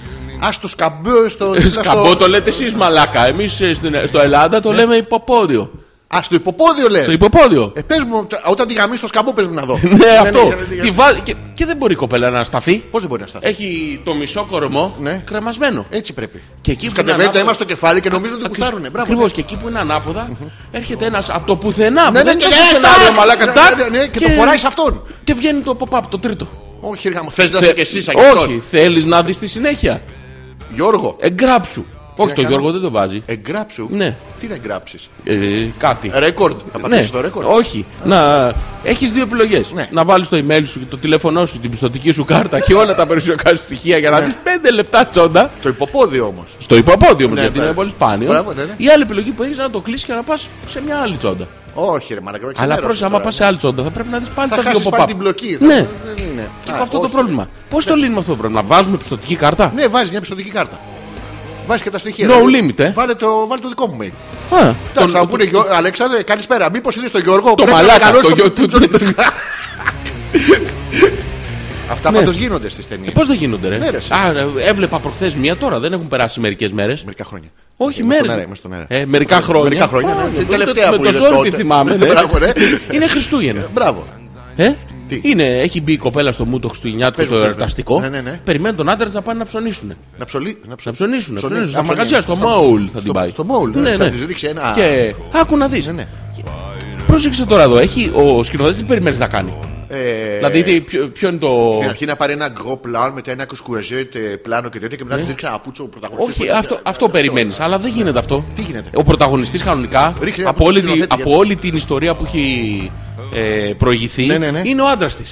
S3: Α το σκαμπό, στο.
S2: Ε,
S3: Ναι.
S2: Σκαμπό το λέτε εσείς μαλάκα. Εμείς στο Ελλάδα το λέμε υποπόδιο.
S3: Α το υποπόδιο λες.
S2: Στο υποπόδιο.
S3: Ε, πες μου, το- όταν τη γαμίσει το σκαμπό, πες μου να δω.
S2: Ναι, αυτό.
S3: ναι, ναι, ναι.
S2: Τη βάζει- και- Και δεν μπορεί η κοπέλα να σταθεί.
S3: Πώς δεν μπορεί να σταθεί.
S2: Έχει το μισό κορμό
S3: Ναι.
S2: κρεμασμένο.
S3: Έτσι πρέπει.
S2: Και εκεί
S3: Τους
S2: που είναι
S3: κατεβαίνει το
S2: ανάποδα-
S3: αίμα στο κεφάλι και νομίζουν ότι κουστάρουνε. Μπράβο.
S2: Ακριβώς και εκεί που είναι ανάποδα, έρχεται ένας από το πουθενά.
S3: Ναι,
S2: που
S3: ναι,
S2: δεν
S3: και
S2: έχει σενάριο, μαλάκα. τάκ,
S3: ναι, ναι, και το φοράει σε αυτόν.
S2: Και βγαίνει το pop-up, το τρίτο.
S3: Όχι, ρε γάμο, θες να είσαι
S2: Θε-
S3: και εσύ λοιπόν. σαν
S2: Όχι,
S3: αυτόν.
S2: θέλεις να δεις τη συνέχεια.
S3: Γιώργο,
S2: Εγγράψου. Όχι, το
S3: κάνω?
S2: Γιώργο δεν το βάζει.
S3: εγγράψου.
S2: Ναι.
S3: Τι να εγγράψεις.
S2: Ε, κάτι. Ναι.
S3: Ρεκόρντ. Θα πατήσεις το ρεκόρντ.
S2: όχι. Να... Έχεις δύο επιλογές.
S3: Ναι.
S2: Να βάλεις το email σου, το τηλέφωνό σου, την πιστοτική σου κάρτα και όλα τα περιουσιακά σου στοιχεία για να
S3: Ναι.
S2: δεις 5 λεπτά τσόντα.
S3: Το υποπόδιο όμως.
S2: Στο υποπόδιο όμως,
S3: Ναι,
S2: γιατί
S3: ναι.
S2: είναι πολύ σπάνιο.
S3: Μπράβο, ναι, ναι.
S2: Η άλλη επιλογή που έχεις να το κλείσει και να πας σε μια άλλη τσόντα.
S3: Όχι, ρε μαλακά. με
S2: Αλλά
S3: ξενέρωσες
S2: πρόσεχε, άμα
S3: τώρα.
S2: πας σε άλλη τσόντα, θα πρέπει να δεις πάλι
S3: Θα
S2: τα δύο
S3: χάσεις
S2: pop-up.
S3: πάλι την πλοκή. θα-
S2: Ναι,
S3: δεν είναι.
S2: και
S3: Α,
S2: έχω αυτό το
S3: όχι.
S2: πρόβλημα. Πώς το λύνουμε αυτό το πρόβλημα, να βάζουμε πιστοτική κάρτα.
S3: Ναι, βάζεις μια πιστοτική κάρτα. Βάζεις και τα στοιχεία.
S2: No
S3: Δηλαδή,
S2: limit, ε.
S3: Βάλε το, βάλε το δικό μου mail.
S2: Α,
S3: Εντάξει, θα
S2: τον-
S3: μου πούνε Γιώ- Αλέξανδρε, καλησπέρα. Μήπως είδε τον Γιώργο.
S2: Το
S3: πρέπει να
S2: μαλάκα,
S3: μεγαλώσει
S2: το
S3: το-
S2: γιο του.
S3: Αυτά
S2: Ναι.
S3: πάντως γίνονται στις ταινίες.
S2: Πώς δεν γίνονται, ρε.
S3: Ναι, ρε, σε.
S2: Α, ε, έβλεπα προχθές μία τώρα, δεν έχουν περάσει μερικές μέρες.
S3: Μερικά χρόνια.
S2: Όχι,
S3: Είμαστε
S2: μέρες.
S3: στον αέρα, είμαστε στον αέρα.
S2: Ε, μερικά χρόνια.
S3: Μερικά χρόνια,
S2: Πάμε,
S3: ναι. Την
S2: με το-
S3: τελευταία
S2: με
S3: που
S2: το
S3: είδες
S2: ζόρι
S3: τότε.
S2: τη θυμάμαι. ναι.
S3: Μπράβο, ναι.
S2: Είναι Χριστούγεννα.
S3: Μπράβο.
S2: Ε?
S3: Τι?
S2: Είναι, έχει μπει η κοπέλα στο μου το
S3: Πες
S2: Χριστουγεννιάτικο
S3: μου,
S2: το
S3: πες μου.
S2: εορταστικό.
S3: Ναι, ναι, ναι.
S2: Περιμένει τον άντρα να πάνε να ψωνίσουν.
S3: Να ψολί. Να
S2: Να
S3: ψολί.
S2: ψωνίσουν, να
S3: Ψωνί-
S2: ψωνίσουν. Στα
S3: να ψωνί.
S2: μαγαζιά, στο
S3: Στο-
S2: Μόουλ θα την
S3: στο-
S2: πάει.
S3: στο Mall, ναι, θα της ρίξει ένα-
S2: Και άκου να δεις.
S3: Ναι, ναι.
S2: Πρόσεξε τώρα εδώ, έχει ο σκηνοθέτης τι περιμένεις να κάνει.
S3: Ε,
S2: Δηλαδή, τι- ποιο, ποιο είναι το.
S3: Στην αρχή να πάρει ένα γκρο πλάνο, μετά ένα κουσκουεζέτ ε, πλάνο και τέτοια και μετά να της ρίξει ένα πούτσο πρωταγωνιστή.
S2: Ναι. Όχι, αυτό, αυτό περιμένεις, αλλά δεν γίνεται αυτό.
S3: Τι γίνεται?
S2: Ο πρωταγωνιστής κανονικά
S3: Ρίχνει ένα
S2: από
S3: από
S2: όλη,
S3: το
S2: τη-
S3: σκηνοθέτη,
S2: από
S3: γιατί-
S2: όλη την ιστορία που έχει ε, προηγηθεί
S3: Ναι, ναι, ναι.
S2: είναι ο άντρας της.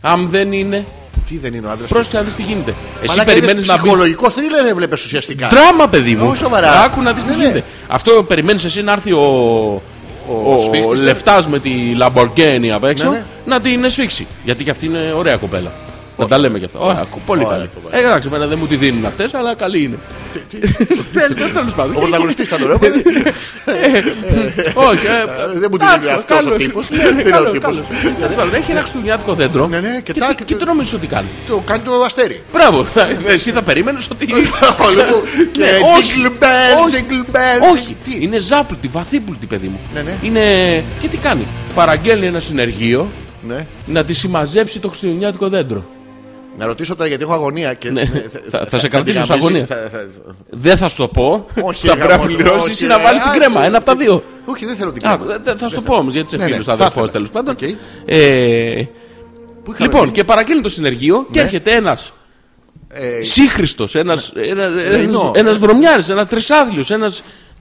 S2: Αν δεν είναι,
S3: Τι δεν είναι ο άντρας.
S2: πρόσεχε να δεις τι γίνεται. Εσύ
S3: Μαλάκα,
S2: περιμένεις
S3: είδες
S2: να μπει
S3: ψυχολογικό θρίλερ έβλεπε ουσιαστικά.
S2: Τράμα, παιδί μου.
S3: Όχι σοβαρά.
S2: Άκου να δεις τι
S3: Ναι, ναι.
S2: γίνεται. Αυτό περιμένεις εσύ να έρθει ο. Ο,
S3: σφίχτης, ναι.
S2: λεφτάς με τη Λαμπορκένη απ' έξω
S3: Ναι, ναι.
S2: να την εσφίξει. Γιατί και αυτή είναι ωραία κοπέλα. Να τα λέμε κι αυτά. Ωραία, κο- πολύ
S3: Ωραία
S2: καλή.
S3: κοπέλα.
S2: Ε, εντάξει, εμένα δεν μου τη δίνουν αυτές, αλλά καλή είναι. Τέλο πάντων.
S3: Ο πρωταγωνιστής ήταν ωραίο παιδί.
S2: Όχι, ε,
S3: Ε, δεν μου τη δίνει
S2: εντάξει,
S3: αυτός ο
S2: καλός.
S3: τύπος.
S2: Ναι, ναι,
S3: Δεν είναι ο
S2: καλός,
S3: τύπος.
S2: καλός. Τέλος πάντων, Έχει ένα χριστουγεννιάτικο δέντρο.
S3: Ναι, ναι, και
S2: και
S3: τάκ,
S2: τι- Και
S3: το-
S2: το νομίζεις ότι κάνει.
S3: Το κάνει το αστέρι.
S2: Μπράβο, θα- εσύ θα περίμενες ότι.
S3: Όλο Ε, που- και
S2: Ναι, όχι.
S3: jingle bells,
S2: Όχι.
S3: jingle bells.
S2: Όχι,
S3: Τι?
S2: είναι ζάπλουτη, βαθύπλουτη, παιδί μου.
S3: Ναι, ναι.
S2: Είναι. Και τι κάνει. Παραγγέλνει ένα συνεργείο
S3: Ναι.
S2: να τη συμμαζέψει το χριστουγεννιάτικο δέντρο.
S3: Να ρωτήσω τώρα γιατί έχω αγωνία. Και...
S2: Ναι,
S3: ε,
S2: θα- θα σε κρατήσω
S3: την
S2: σε αγωνία.
S3: γαμίσει, θα- θα-
S2: Δεν θα σου το πω.
S3: Όχι,
S2: θα
S3: ρε,
S2: πρέπει να
S3: γαμώτο,
S2: πληρώσει
S3: όχι,
S2: ή να
S3: ρε,
S2: βάλεις την
S3: α,
S2: κρέμα.
S3: τι-
S2: Ένα από τα δύο.
S3: Όχι, δεν θέλω την
S2: Α, ε,
S3: κρέμα.
S2: δε- Θα σου το πω όμως γιατί σε
S3: Ναι, ναι,
S2: φίλο
S3: θα
S2: αδερφό
S3: ήθελα.
S2: τέλο πάντων.
S3: Οκ.
S2: Ε,
S3: Πού είχαμε
S2: Λοιπόν,
S3: μείνει?
S2: και παραγγέλνει το συνεργείο και
S3: Ναι.
S2: έρχεται ένας
S3: Ε,
S2: σύγχρηστος, ένας
S3: Ναι. Λαϊνό.
S2: ένας δρομιάρη, ένα τρεσάδιο, ένα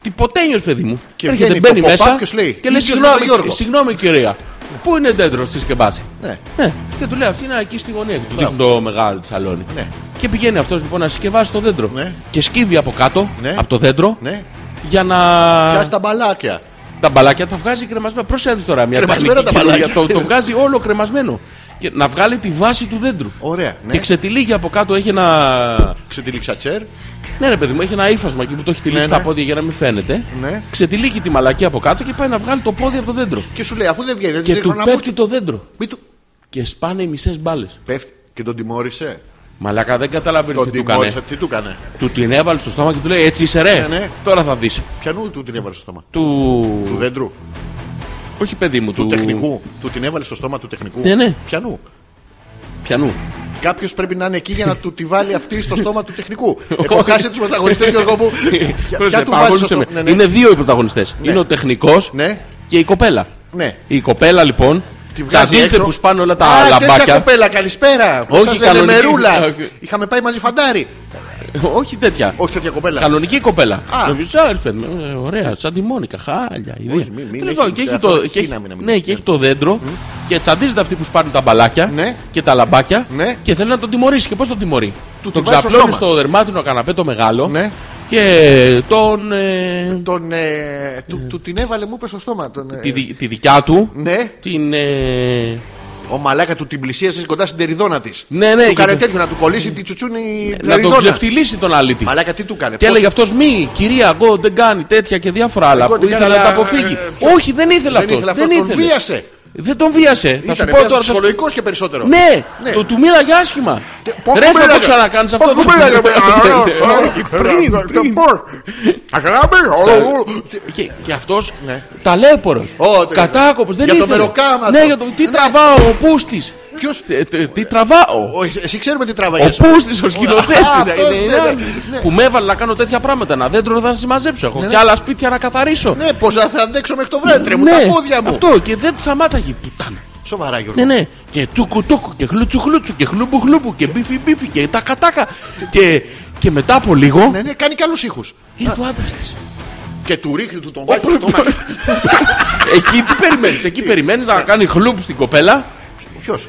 S2: τυποτένιος παιδί μου.
S3: Και βγαίνει το pop-up και σου λέει,
S2: και λέει:
S3: «Ίδιος με τον
S2: Συγγνώμη,
S3: Γιώργο».
S2: συγγνώμη κυρία, πού είναι δέντρος της και μπάση.
S3: Ναι.
S2: Ναι. Και του λέει: Αυτή είναι εκεί στη γωνία. Και του δείχνει το μεγάλο τη σαλόνι.
S3: Ναι.
S2: Και πηγαίνει αυτός λοιπόν να συσκευάσει το δέντρο.
S3: Ναι.
S2: Και σκύβει από κάτω,
S3: Ναι.
S2: από το δέντρο,
S3: Ναι.
S2: για να.
S3: Πιάσει τα μπαλάκια.
S2: Τα μπαλάκια τα βγάζει κρεμασμένα. Πρόσεχε να δεις τώρα μια
S3: Κρεμασμένα
S2: τεχνική
S3: τα μπαλάκια.
S2: καινούργια. Το, το βγάζει όλο κρεμασμένο. και να βγάλει τη βάση του δέντρου.
S3: Ωραία, ναι.
S2: Και ξετυλίγει από κάτω, έχει ένα.
S3: Ξετυλίξα τσέρ.
S2: Ναι, ρε παιδί μου, έχει ένα ύφασμα εκεί που το έχει τυλίξει
S3: Ναι,
S2: στα
S3: ναι.
S2: πόδια για να μην φαίνεται.
S3: Ναι.
S2: Ξετυλίγει τη μαλακή από κάτω και πάει να βγάλει το πόδι από το δέντρο.
S3: Και σου λέει, αφού δεν βγαίνει, δεν
S2: Και
S3: της
S2: του
S3: ρίχνω να
S2: πέφτει
S3: πέφτει.
S2: το δέντρο.
S3: Μη του
S2: Και σπάνε οι μισές μπάλες.
S3: πέφτει. Και τον τιμώρησε.
S2: Μαλακά δεν καταλαβαίνεις
S3: Τον
S2: τι του κάνει.
S3: τιμώρησε. Τι του έκανε.
S2: Του την έβαλε στο στόμα και του λέει Έτσι είσαι ρε.
S3: Ναι, ναι.
S2: Τώρα θα δεις.
S3: Πιανού του την έβαλε στο στόμα. Του
S2: Του.
S3: δέντρου.
S2: Όχι παιδί μου, του.
S3: Του τεχνικού. Του την έβαλε στο στόμα του τεχνικού.
S2: Ναι, ναι.
S3: Πιανού.
S2: Πιανού.
S3: Κάποιος πρέπει να είναι εκεί για να του τη βάλει αυτή στο στόμα του τεχνικού. Έχω χάσει τους μεταγωνιστέ Γιώργο μου. Ποια-
S2: Πρόσεχε,
S3: Ποια του βάζει στο
S2: παρακολούθησε
S3: στόμα.
S2: με.
S3: Ναι, ναι.
S2: Είναι δύο οι πρωταγωνιστές. Είναι ο τεχνικός
S3: Ναι.
S2: και η κοπέλα.
S3: Ναι.
S2: Η κοπέλα λοιπόν.
S3: Τη βγάζει
S2: Τσαντίζεται
S3: έξω.
S2: που σπάνε όλα τα
S3: Α, τέτοια
S2: λαμπάκια.
S3: κοπέλα, καλησπέρα.
S2: Όχι,
S3: Όχι,
S2: κανονική.
S3: μερούλα.
S2: Όχι.
S3: Είχαμε πάει μαζί φαντάρι.
S2: Όχι τέτοια.
S3: Όχι τέτοια κοπέλα.
S2: Ναι. Κανονική κοπέλα.
S3: Α.
S2: Νομίζω, «Α, ρε παιδί μου, ε, Ωραία, σαν τη Μόνικα. Χάλια. ιδέα».
S3: Όχι, μην- μην
S2: Τέλος πάντων,
S3: έχει-
S2: και έχει
S3: αυτό
S2: το-
S3: έχει
S2: και έχει-
S3: να μην- να μην-
S2: Ναι, και έχει το δέντρο και τσαντίζεται αυτή που σπάνουν τα μπαλάκια
S3: Ναι.
S2: και τα λαμπάκια
S3: Ναι.
S2: και θέλει να τον τιμωρήσει. Και πώς τον τιμωρεί.
S3: Του
S2: τον
S3: τη βάζει στο
S2: ξαπλώνει
S3: στόμα.
S2: στο δερμάτινο καναπέ το μεγάλο
S3: Ναι.
S2: και τον. ε,
S3: Τον, ε, του, του την έβαλε, μου είπε στο στόμα. Τον, ε,
S2: Ναι. τη, δι- τη δικιά του.
S3: Ναι,
S2: Την. ε,
S3: ο μαλάκα του την πλησίασε κοντά στην τεριδόνα της.
S2: Ναι, ναι,
S3: Του
S2: και
S3: κάνε
S2: το-
S3: τέτοιο να του κολλήσει τη τσουτσούνη η
S2: να τον
S3: τεριδόνα.
S2: ξεφτυλίσει τον αλήτη.
S3: Μαλάκα τι του κάνε.
S2: Και
S3: πώς-
S2: έλεγε αυτός μη, κυρία, εγώ δεν κάνει τέτοια και διάφορα άλλα
S3: Εγώ
S2: που
S3: δεν
S2: ήθελα
S3: κάνω,
S2: να τα
S3: ε,
S2: αποφύγει.
S3: ε, ποιο-
S2: Όχι, δεν ήθελε
S3: Δεν
S2: αυτός.
S3: ήθελε
S2: Δεν
S3: αυτός. Τον
S2: ήθελε.
S3: βίασε.
S2: Δεν τον βίασε. Θα σου πω
S3: Ήταν
S2: τώρα. θα σου-
S3: ψυχολογικός και περισσότερο.
S2: Ναι,
S3: Ναι.
S2: το του μίλαγε άσχημα.
S3: Τι- πω,
S2: Ρε θα
S3: κουμπέλα,
S2: το ξανακάνει
S3: πω, ναι,
S2: αυτό.
S3: κουμπέλα, ρε,
S2: ναι,
S3: ναι,
S2: Πριν,
S3: ρε,
S2: πριν.
S3: πω. Αγάπη, ναι, ο, ο, τι-
S2: Και, και αυτός
S3: Ναι.
S2: ταλέπορο.
S3: Ω, τε- ναι.
S2: Κατάκοπος. Δεν
S3: για το
S2: ήθελε.
S3: μεροκάματο.
S2: Ναι, για το. Τι
S3: Ναι.
S2: τραβάω, ο πούστης.
S3: Ποιος-
S2: Τι τραβάω.
S3: ο, εσύ- Εσύ ξέρουμε τι τράβαγε.
S2: Ο Πούστης, ο σκηνοθέτης.
S3: Α, αυτός, ναι, ναι, ναι.
S2: Που με έβαλε να κάνω τέτοια πράγματα. Να δέντρο να συμμαζέψω. Έχω κι άλλα σπίτια να καθαρίσω.
S3: Ναι, πώς θα θα αντέξω μέχρι το βράδυ. Τρέμουν τα πόδια Ναι, μου.
S2: Ναι. Αυτό και δεν του σταμάταγε. Πουτάνα.
S3: Σοβαρά, Γιώργο.
S2: Ναι, ναι. Και τούκου τούκου και χλούτσου χλούτσου και χλούμπου χλούμπου και μπίφι μπίφι και τα κατάκα. Και, και μετά από λίγο
S3: Ναι, ναι, κάνει καλού ήχους.
S2: ήρθε ο άντρας της.
S3: Και του ρίχνει του τον βάζει στο στόμα.
S2: Εκεί τι περιμένεις, εκεί περιμένεις να κάνει χλούμπ στην κοπέλα.
S3: Ποιος.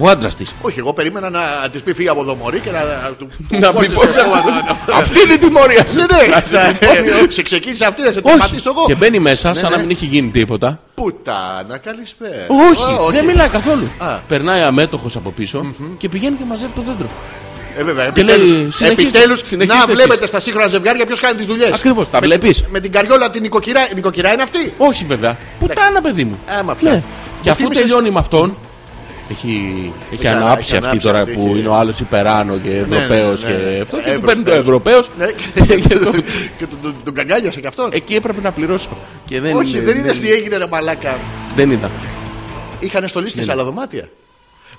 S2: Ο άντρας της.
S3: Όχι, εγώ περίμενα να της πει φύγει από εδώ μωρή και να του.
S2: Να πει
S3: του
S2: πώ.
S3: χώσεις το στόμα, να- να-
S2: Αυτή είναι η τιμωρία σου. Να σε
S3: να-
S2: τιμωρήσω.
S3: Σε ξεκίνησε αυτή, να σε Ναι, το
S2: Όχι.
S3: πατήσω εγώ.
S2: Και μπαίνει μέσα σαν να
S3: ναι.
S2: μην έχει γίνει τίποτα.
S3: Πουτάνα, καλησπέρα. Α,
S2: Όχι, δεν μιλάει καθόλου.
S3: Α.
S2: Περνάει αμέτωχος από πίσω και πηγαίνει και μαζεύει το δέντρο.
S3: Ε, βέβαια,
S2: Και λέει,
S3: επιτέλους,
S2: συνεχίστε,
S3: επιτέλους,
S2: συνεχίστε
S3: να
S2: εσείς.
S3: βλέπετε στα σύγχρονα ζευγάρια ποιος κάνει τις δουλειές.
S2: Ακριβώς, τα βλέπεις.
S3: Με την καριόλα την οικοκυρά, η νοικοκυρά είναι αυτή.
S2: Όχι βέβαια. Πουτάνα, παιδί μου.
S3: Άμα πια.
S2: Ναι. Και
S3: Μου
S2: αφού
S3: θύμισες-
S2: τελειώνει με αυτόν. Έχει, έχει
S3: ανα-
S2: ανάψει
S3: Ε,
S2: αυτή
S3: έχει ανάψει
S2: τώρα
S3: αυτή,
S2: που
S3: έχει-
S2: είναι ο άλλος Υπεράνο και Ευρωπαίο
S3: ναι, ναι,
S2: και
S3: ναι.
S2: αυτό. Και του
S3: Εύρος,
S2: παίρνει το
S3: Εύρος.
S2: Ευρωπαίος.
S3: Ναι,
S2: και- και το-
S3: και τον- τον- τον καγκάλιασε και αυτόν.
S2: Εκεί έπρεπε να πληρώσω. Και δεν,
S3: Όχι, δεν
S2: ναι.
S3: είδε τι έγινε, ρε Μαλάκα.
S2: δεν είδα.
S3: Είχαν στολίσει και σε άλλα δωμάτια.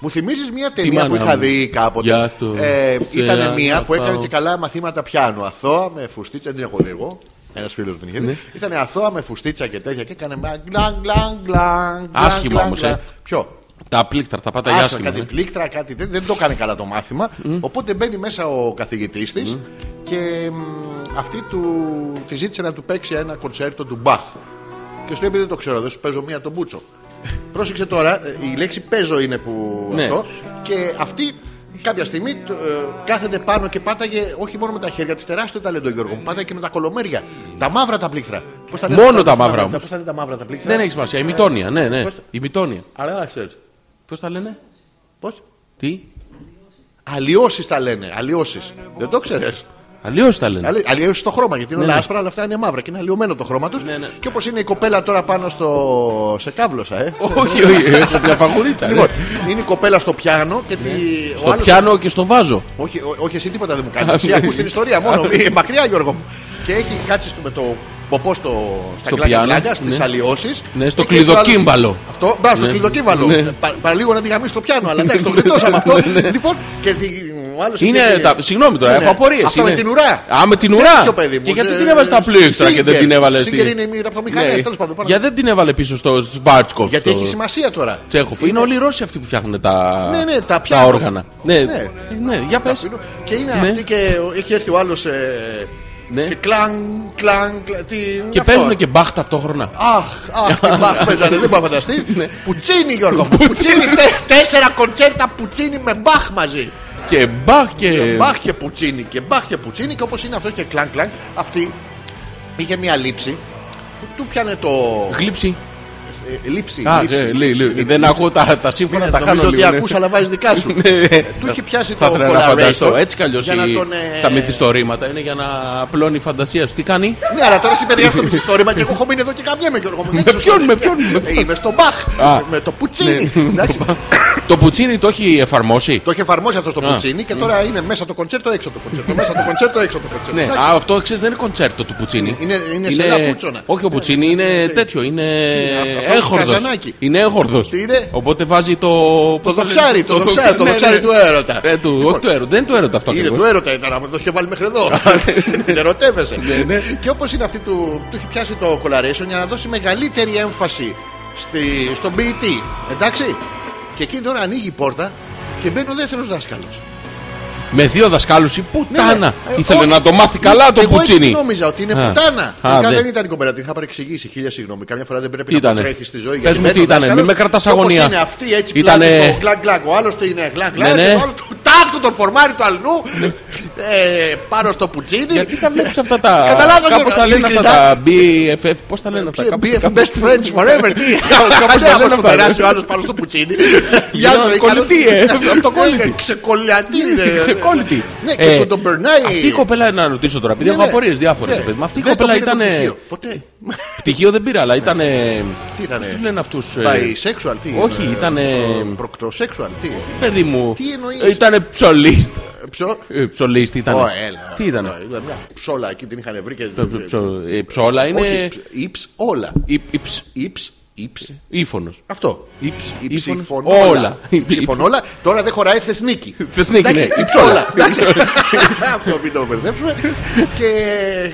S3: Μου θυμίζεις μια ταινία
S2: Ναι, μάνα
S3: που είχα
S2: μου.
S3: δει
S2: Γι'
S3: κάποτε.
S2: αυτό
S3: Ε,
S2: σε
S3: ήταν μια που
S2: αγαπάω.
S3: έκανε και καλά μαθήματα πιάνου. Αθώα με φουστίτσα, δεν την έχω δει εγώ. Ένας φίλος την
S2: Ναι.
S3: είχε. Ήταν αθώα με φουστίτσα και τέτοια και έκανε. μπλα, γκλα, γκλα, γκλα, γκλα,
S2: Άσχημα
S3: γκλα,
S2: όμως,
S3: γκλα.
S2: ε.
S3: Ποιο.
S2: Τα πλήκτρα, τα ναι. παταγιά
S3: Άσχημα,
S2: σου.
S3: κάτι πλήκτρα, κάτι δεν, δεν το έκανε καλά το μάθημα. Οπότε μπαίνει μέσα ο καθηγητής της και μ, αυτή του, τη ζήτησε να του παίξει ένα κονσέρτο του Μπαχ. Και σου λέει: «Επειδή Δεν το ξέρω, δεν σου παίζω μία τον Μπούτσο. Πρόσεξε τώρα, ε, η λέξη παίζω είναι που
S2: Ναι.
S3: αυτό. Και αυτή κάποια στιγμή το, ε, κάθεται πάνω και πάταγε όχι μόνο με τα χέρια της, τεράστιο ταλέντο Γιώργο μου, πάταγε και με τα κολομέρια. Τα μαύρα τα πλήκτρα. Πώς λένε
S2: Μόνο
S3: αυτά,
S2: τα
S3: πώς
S2: μαύρα
S3: λένε,
S2: μου.
S3: πώς τα λένε τα μαύρα τα πλήκτρα.
S2: Δεν έχει σημασία. Η μητόνια, ναι, ναι.
S3: Πώς-
S2: Η μητόνια.
S3: Αλλά άξτε έτσι.
S2: Πώς τα λένε,
S3: Πώς?
S2: τι.
S3: Αλλοιώσεις τα λένε. Αλλοιώσεις. Δεν το ξέρει.
S2: Αλλιώ τα λένε.
S3: Αλλοιώσεις το χρώμα γιατί είναι όλα άσπρα, αλλά αυτά είναι μαύρα και είναι αλλοιωμένο το χρώμα τους.
S2: ναι.
S3: Και όπως είναι η κοπέλα τώρα πάνω στο. σε κάβλωσα, ε.
S2: όχι, όχι, έχω μια φαγουρίτσα. ναι.
S3: Λοιπόν, είναι η κοπέλα στο πιάνο και τη... ο
S2: Στο
S3: άλλος-
S2: πιάνω και στο βάζω.
S3: Όχι, ό- όχι, εσύ τίποτα δεν μου κάνεις. Εσύ ακούς την ιστορία μόνο. Ε, Μακριά, Γιώργο μου. Και έχει κάτσει στο- με το ποπό στο, στα
S2: Στο
S3: κλάκια
S2: πιάνο,
S3: κλάκια, στις
S2: ναι.
S3: αλλοιώσεις.
S2: Ναι, στο κλειδοκύμβαλο.
S3: Αυτό, μπα, στο
S2: Ναι.
S3: κλειδοκύμβαλο.
S2: Ναι.
S3: Πα- Παραλίγο να τη γαμίσει το πιάνο, αλλά εντάξει, το γλιτώσαμε αυτό. Λοιπόν, και τη, ο άλλος
S2: Είναι
S3: εκεί-
S2: τα... Συγγνώμη τώρα,
S3: Ναι, ναι.
S2: έχω απορίες.
S3: Αυτό με την ουρά.
S2: Α, με την
S3: Ναι,
S2: ουρά.
S3: πιο παιδί μου.
S2: και γιατί
S3: Ε,
S2: την έβαλες στα πλήκτρα και δεν
S3: Singer.
S2: την έβαλες.
S3: Singer
S2: στην-
S3: είναι η μοίρα από το μηχανές, τέλος πάντων, πάνω.
S2: Γιατί Ναι. δεν την έβαλε πίσω στο Σβάρτσκοφ.
S3: Γιατί
S2: στο
S3: έχει σημασία τώρα.
S2: Τσέχοφ. Είναι όλοι οι Ρώσοι αυτοί που φτιάχνουν τα,
S3: Ναι, ναι, τα πιάνω.
S2: όργανα. Ναι,
S3: Ναι.
S2: ναι, για πε.
S3: Και είναι
S2: Ναι.
S3: αυτή και ο- έχει έρθει ο άλλος. Ε,
S2: Ναι.
S3: Και κλαν, κλαν, κλαν. Τι,
S2: Και
S3: αυτό.
S2: παίζουν και Ναι. μπαχ ταυτόχρονα.
S3: Αχ, αχ, τι μπαχ παίζανε, δεν μπορεί να φανταστεί.
S2: Ναι.
S3: Πουτσίνι, Γιώργο. μου, Πουτσίνι, τε- τέσσερα κοντσέρτα πουτσίνι με μπαχ μαζί.
S2: Και μπαχ και.
S3: Μπαχ και πουτσίνι και μπαχ και πουτσίνι και όπως είναι αυτό και κλαν, κλαν. Αυτή είχε μία λήψη που του πιάνε το.
S2: Γλύψη.
S3: Ε, Λήψη.
S2: Α,
S3: λήψη,
S2: ε, λέει,
S3: λήψη,
S2: λέει,
S3: λήψη.
S2: Δεν ακούω τα, τα σύμφωνα,
S3: Μην-
S2: τα χάνω
S3: Νομίζω ότι
S2: λίγο. ναι.
S3: ακούσα, αλλά βάζεις δικά σου.
S2: Ναι.
S3: Του είχε πιάσει
S2: Θα
S3: το
S2: ήθελα να
S3: Polar
S2: φανταστώ.
S3: Racer
S2: Έτσι κι αλλιώς
S3: για να τον, ε,
S2: τα μυθιστορήματα είναι για να απλώνει η φαντασία σου. Τι κάνει,
S3: Ναι, αλλά τώρα συμπεριέχει το μυθιστόρημα και εγώ έχω μείνει εδώ και καμιέμαι Γιώργο μου. Δεν
S2: Με
S3: ξέρω
S2: ποιον,
S3: τι
S2: με
S3: είναι.
S2: ποιον, με ποιον.
S3: Είμαι στο Μπαχ,
S2: Α.
S3: με το Πουτσίνι.
S2: Ναι.
S3: Εντάξει,
S2: Το πουτσίνι το έχει εφαρμόσει.
S3: Το έχει εφαρμόσει αυτό το Πουτσίνι και τώρα είναι μέσα το κοντσέρτο, έξω το κοντσέρτο. Μέσα το κοντσέρτο, έξω το κοντσέρτο.
S2: Ναι,
S3: Εντάξει.
S2: α, αυτό ξέρεις δεν είναι κοντσέρτο του Πουτσίνι.
S3: Είναι- είναι σε ένα πουτσόνα.
S2: Όχι, ο Πουτσίνι
S3: Ναι,
S2: είναι
S3: ναι, ναι.
S2: τέτοιο. Είναι
S3: είναι αυτό, αυτό,
S2: έγχορδο.
S3: καζανάκι.
S2: Είναι έγχορδο.
S3: Τι είναι?
S2: Οπότε βάζει το. πώς λένε,
S3: δοξάρι, το δοξάρι, το
S2: ναι,
S3: δοξάρι
S2: ναι.
S3: του έρωτα. Λοιπόν,
S2: Ε, του- Όχι του έρωτα, δεν είναι του έρωτα αυτό
S3: Είναι
S2: ακριβώς.
S3: του έρωτα ήταν, άμα το είχε βάλει μέχρι εδώ.
S2: ναι.
S3: Την ερωτεύεσαι. Και όπως είναι αυτή του, του έχει πιάσει το Coloration για να δώσει μεγαλύτερη έμφαση στη, στον ποιητή. Εντάξει. Και εκείνη τώρα ανοίγει η πόρτα και μπαίνει ο δεύτερος δάσκαλος.
S2: Με δύο δασκάλους η
S3: Ναι,
S2: πουτάνα. Ήθελε να το μάθει καλά το
S3: Ε, εγώ
S2: Πουτσίνι.
S3: Έτσι νόμιζα ότι είναι
S2: Α.
S3: πουτάνα.
S2: Α,
S3: Τελικά
S2: δεν.
S3: δεν ήταν η κοπέλα, την είχα παρεξηγήσει. Χίλια συγγνώμη. Καμιά φορά δεν πρέπει
S2: Τι
S3: να
S2: ήτανε?
S3: τρέχει στη ζωή.
S2: Πες
S3: γιατί
S2: μου
S3: μπαίνει
S2: τι
S3: ο
S2: ήτανε,
S3: δάσκαλος
S2: μη με κρατάς
S3: και όπως
S2: αγωνία.
S3: Είναι αυτή έτσι
S2: Ήτανε-
S3: ήτανε... στο γκλακ γκλακ. Ο άλλος το είναι γκλακ γκλακ.
S2: Ναι, ναι.
S3: Και το άλλο του τάκ του τον φορμάρι του αλλού ε, πάνω στο πουτσίνι.
S2: Γιατί τα βλέπεις αυτά τα.
S3: Καταλάβες,
S2: Κάπως τα
S3: ρε,
S2: λένε αυτά
S3: ε, ειλικρινά.
S2: τα BFF. Πώς τα λένε αυτά.
S3: Και
S2: κάπως-
S3: BF
S2: κάπως-
S3: best friends forever. Τι.
S2: κάπως τα
S3: Άντε, άμα
S2: λένε
S3: σου
S2: αυτά,
S3: περάσει
S2: ναι.
S3: ο άλλος πάνω στο πουτσίνι. Γεια
S2: Γεια
S3: σου,
S2: σου, κολλητή,
S3: καλό-
S2: ε, αυτοκόλλητη. Ε,
S3: Ξεκολλιατή.
S2: Είναι
S3: ναι.
S2: ξεκόλλητη.
S3: Ναι,
S2: Ε,
S3: και τον- τον περνάει.
S2: Αυτή η κοπέλα, να ρωτήσω τώρα, επειδή
S3: Ναι,
S2: έχω
S3: ναι.
S2: απορίες διάφορες.
S3: Ναι.
S2: Αυτή η
S3: Δεν το
S2: κοπέλα
S3: πήρε το
S2: ήταν.
S3: πτυχίο, Ποτέ.
S2: Πτυχίο δεν πήρα, αλλά ήταν.
S3: Τι ήτανε?
S2: Πώς του λένε ε, αυτού.
S3: Bisexual, τι.
S2: Όχι,
S3: ε,
S2: ήταν.
S3: ε, Προκτοσexual, τι.
S2: Παιδί μου.
S3: Τι εννοείς?
S2: Ήταν ψολίστ.
S3: Ε, Ψω.
S2: ε, Ψολίστ ήταν.
S3: Ω, έλα.
S2: Τι Ε, ήταν.
S3: Ε, ήταν μια Ψόλα εκεί την είχαν βρει και.
S2: Ψόλα
S3: Όχι,
S2: είναι.
S3: ψ- Ήψ όλα. Ήψ. Ήψ.
S2: Ήφωνο.
S3: Αυτό.
S2: Ήψ,
S3: Η
S2: ύφωνος.
S3: ψηφωνόλα.
S2: Όλα.
S3: Η ψηφωνόλα. Τώρα δεν χωράει θεσνίκη.
S2: Θεσνίκη,
S3: Εντάξει,
S2: ναι.
S3: Η ψόλα. Εντάξει. Αυτό μην το μπερδέψουμε. Και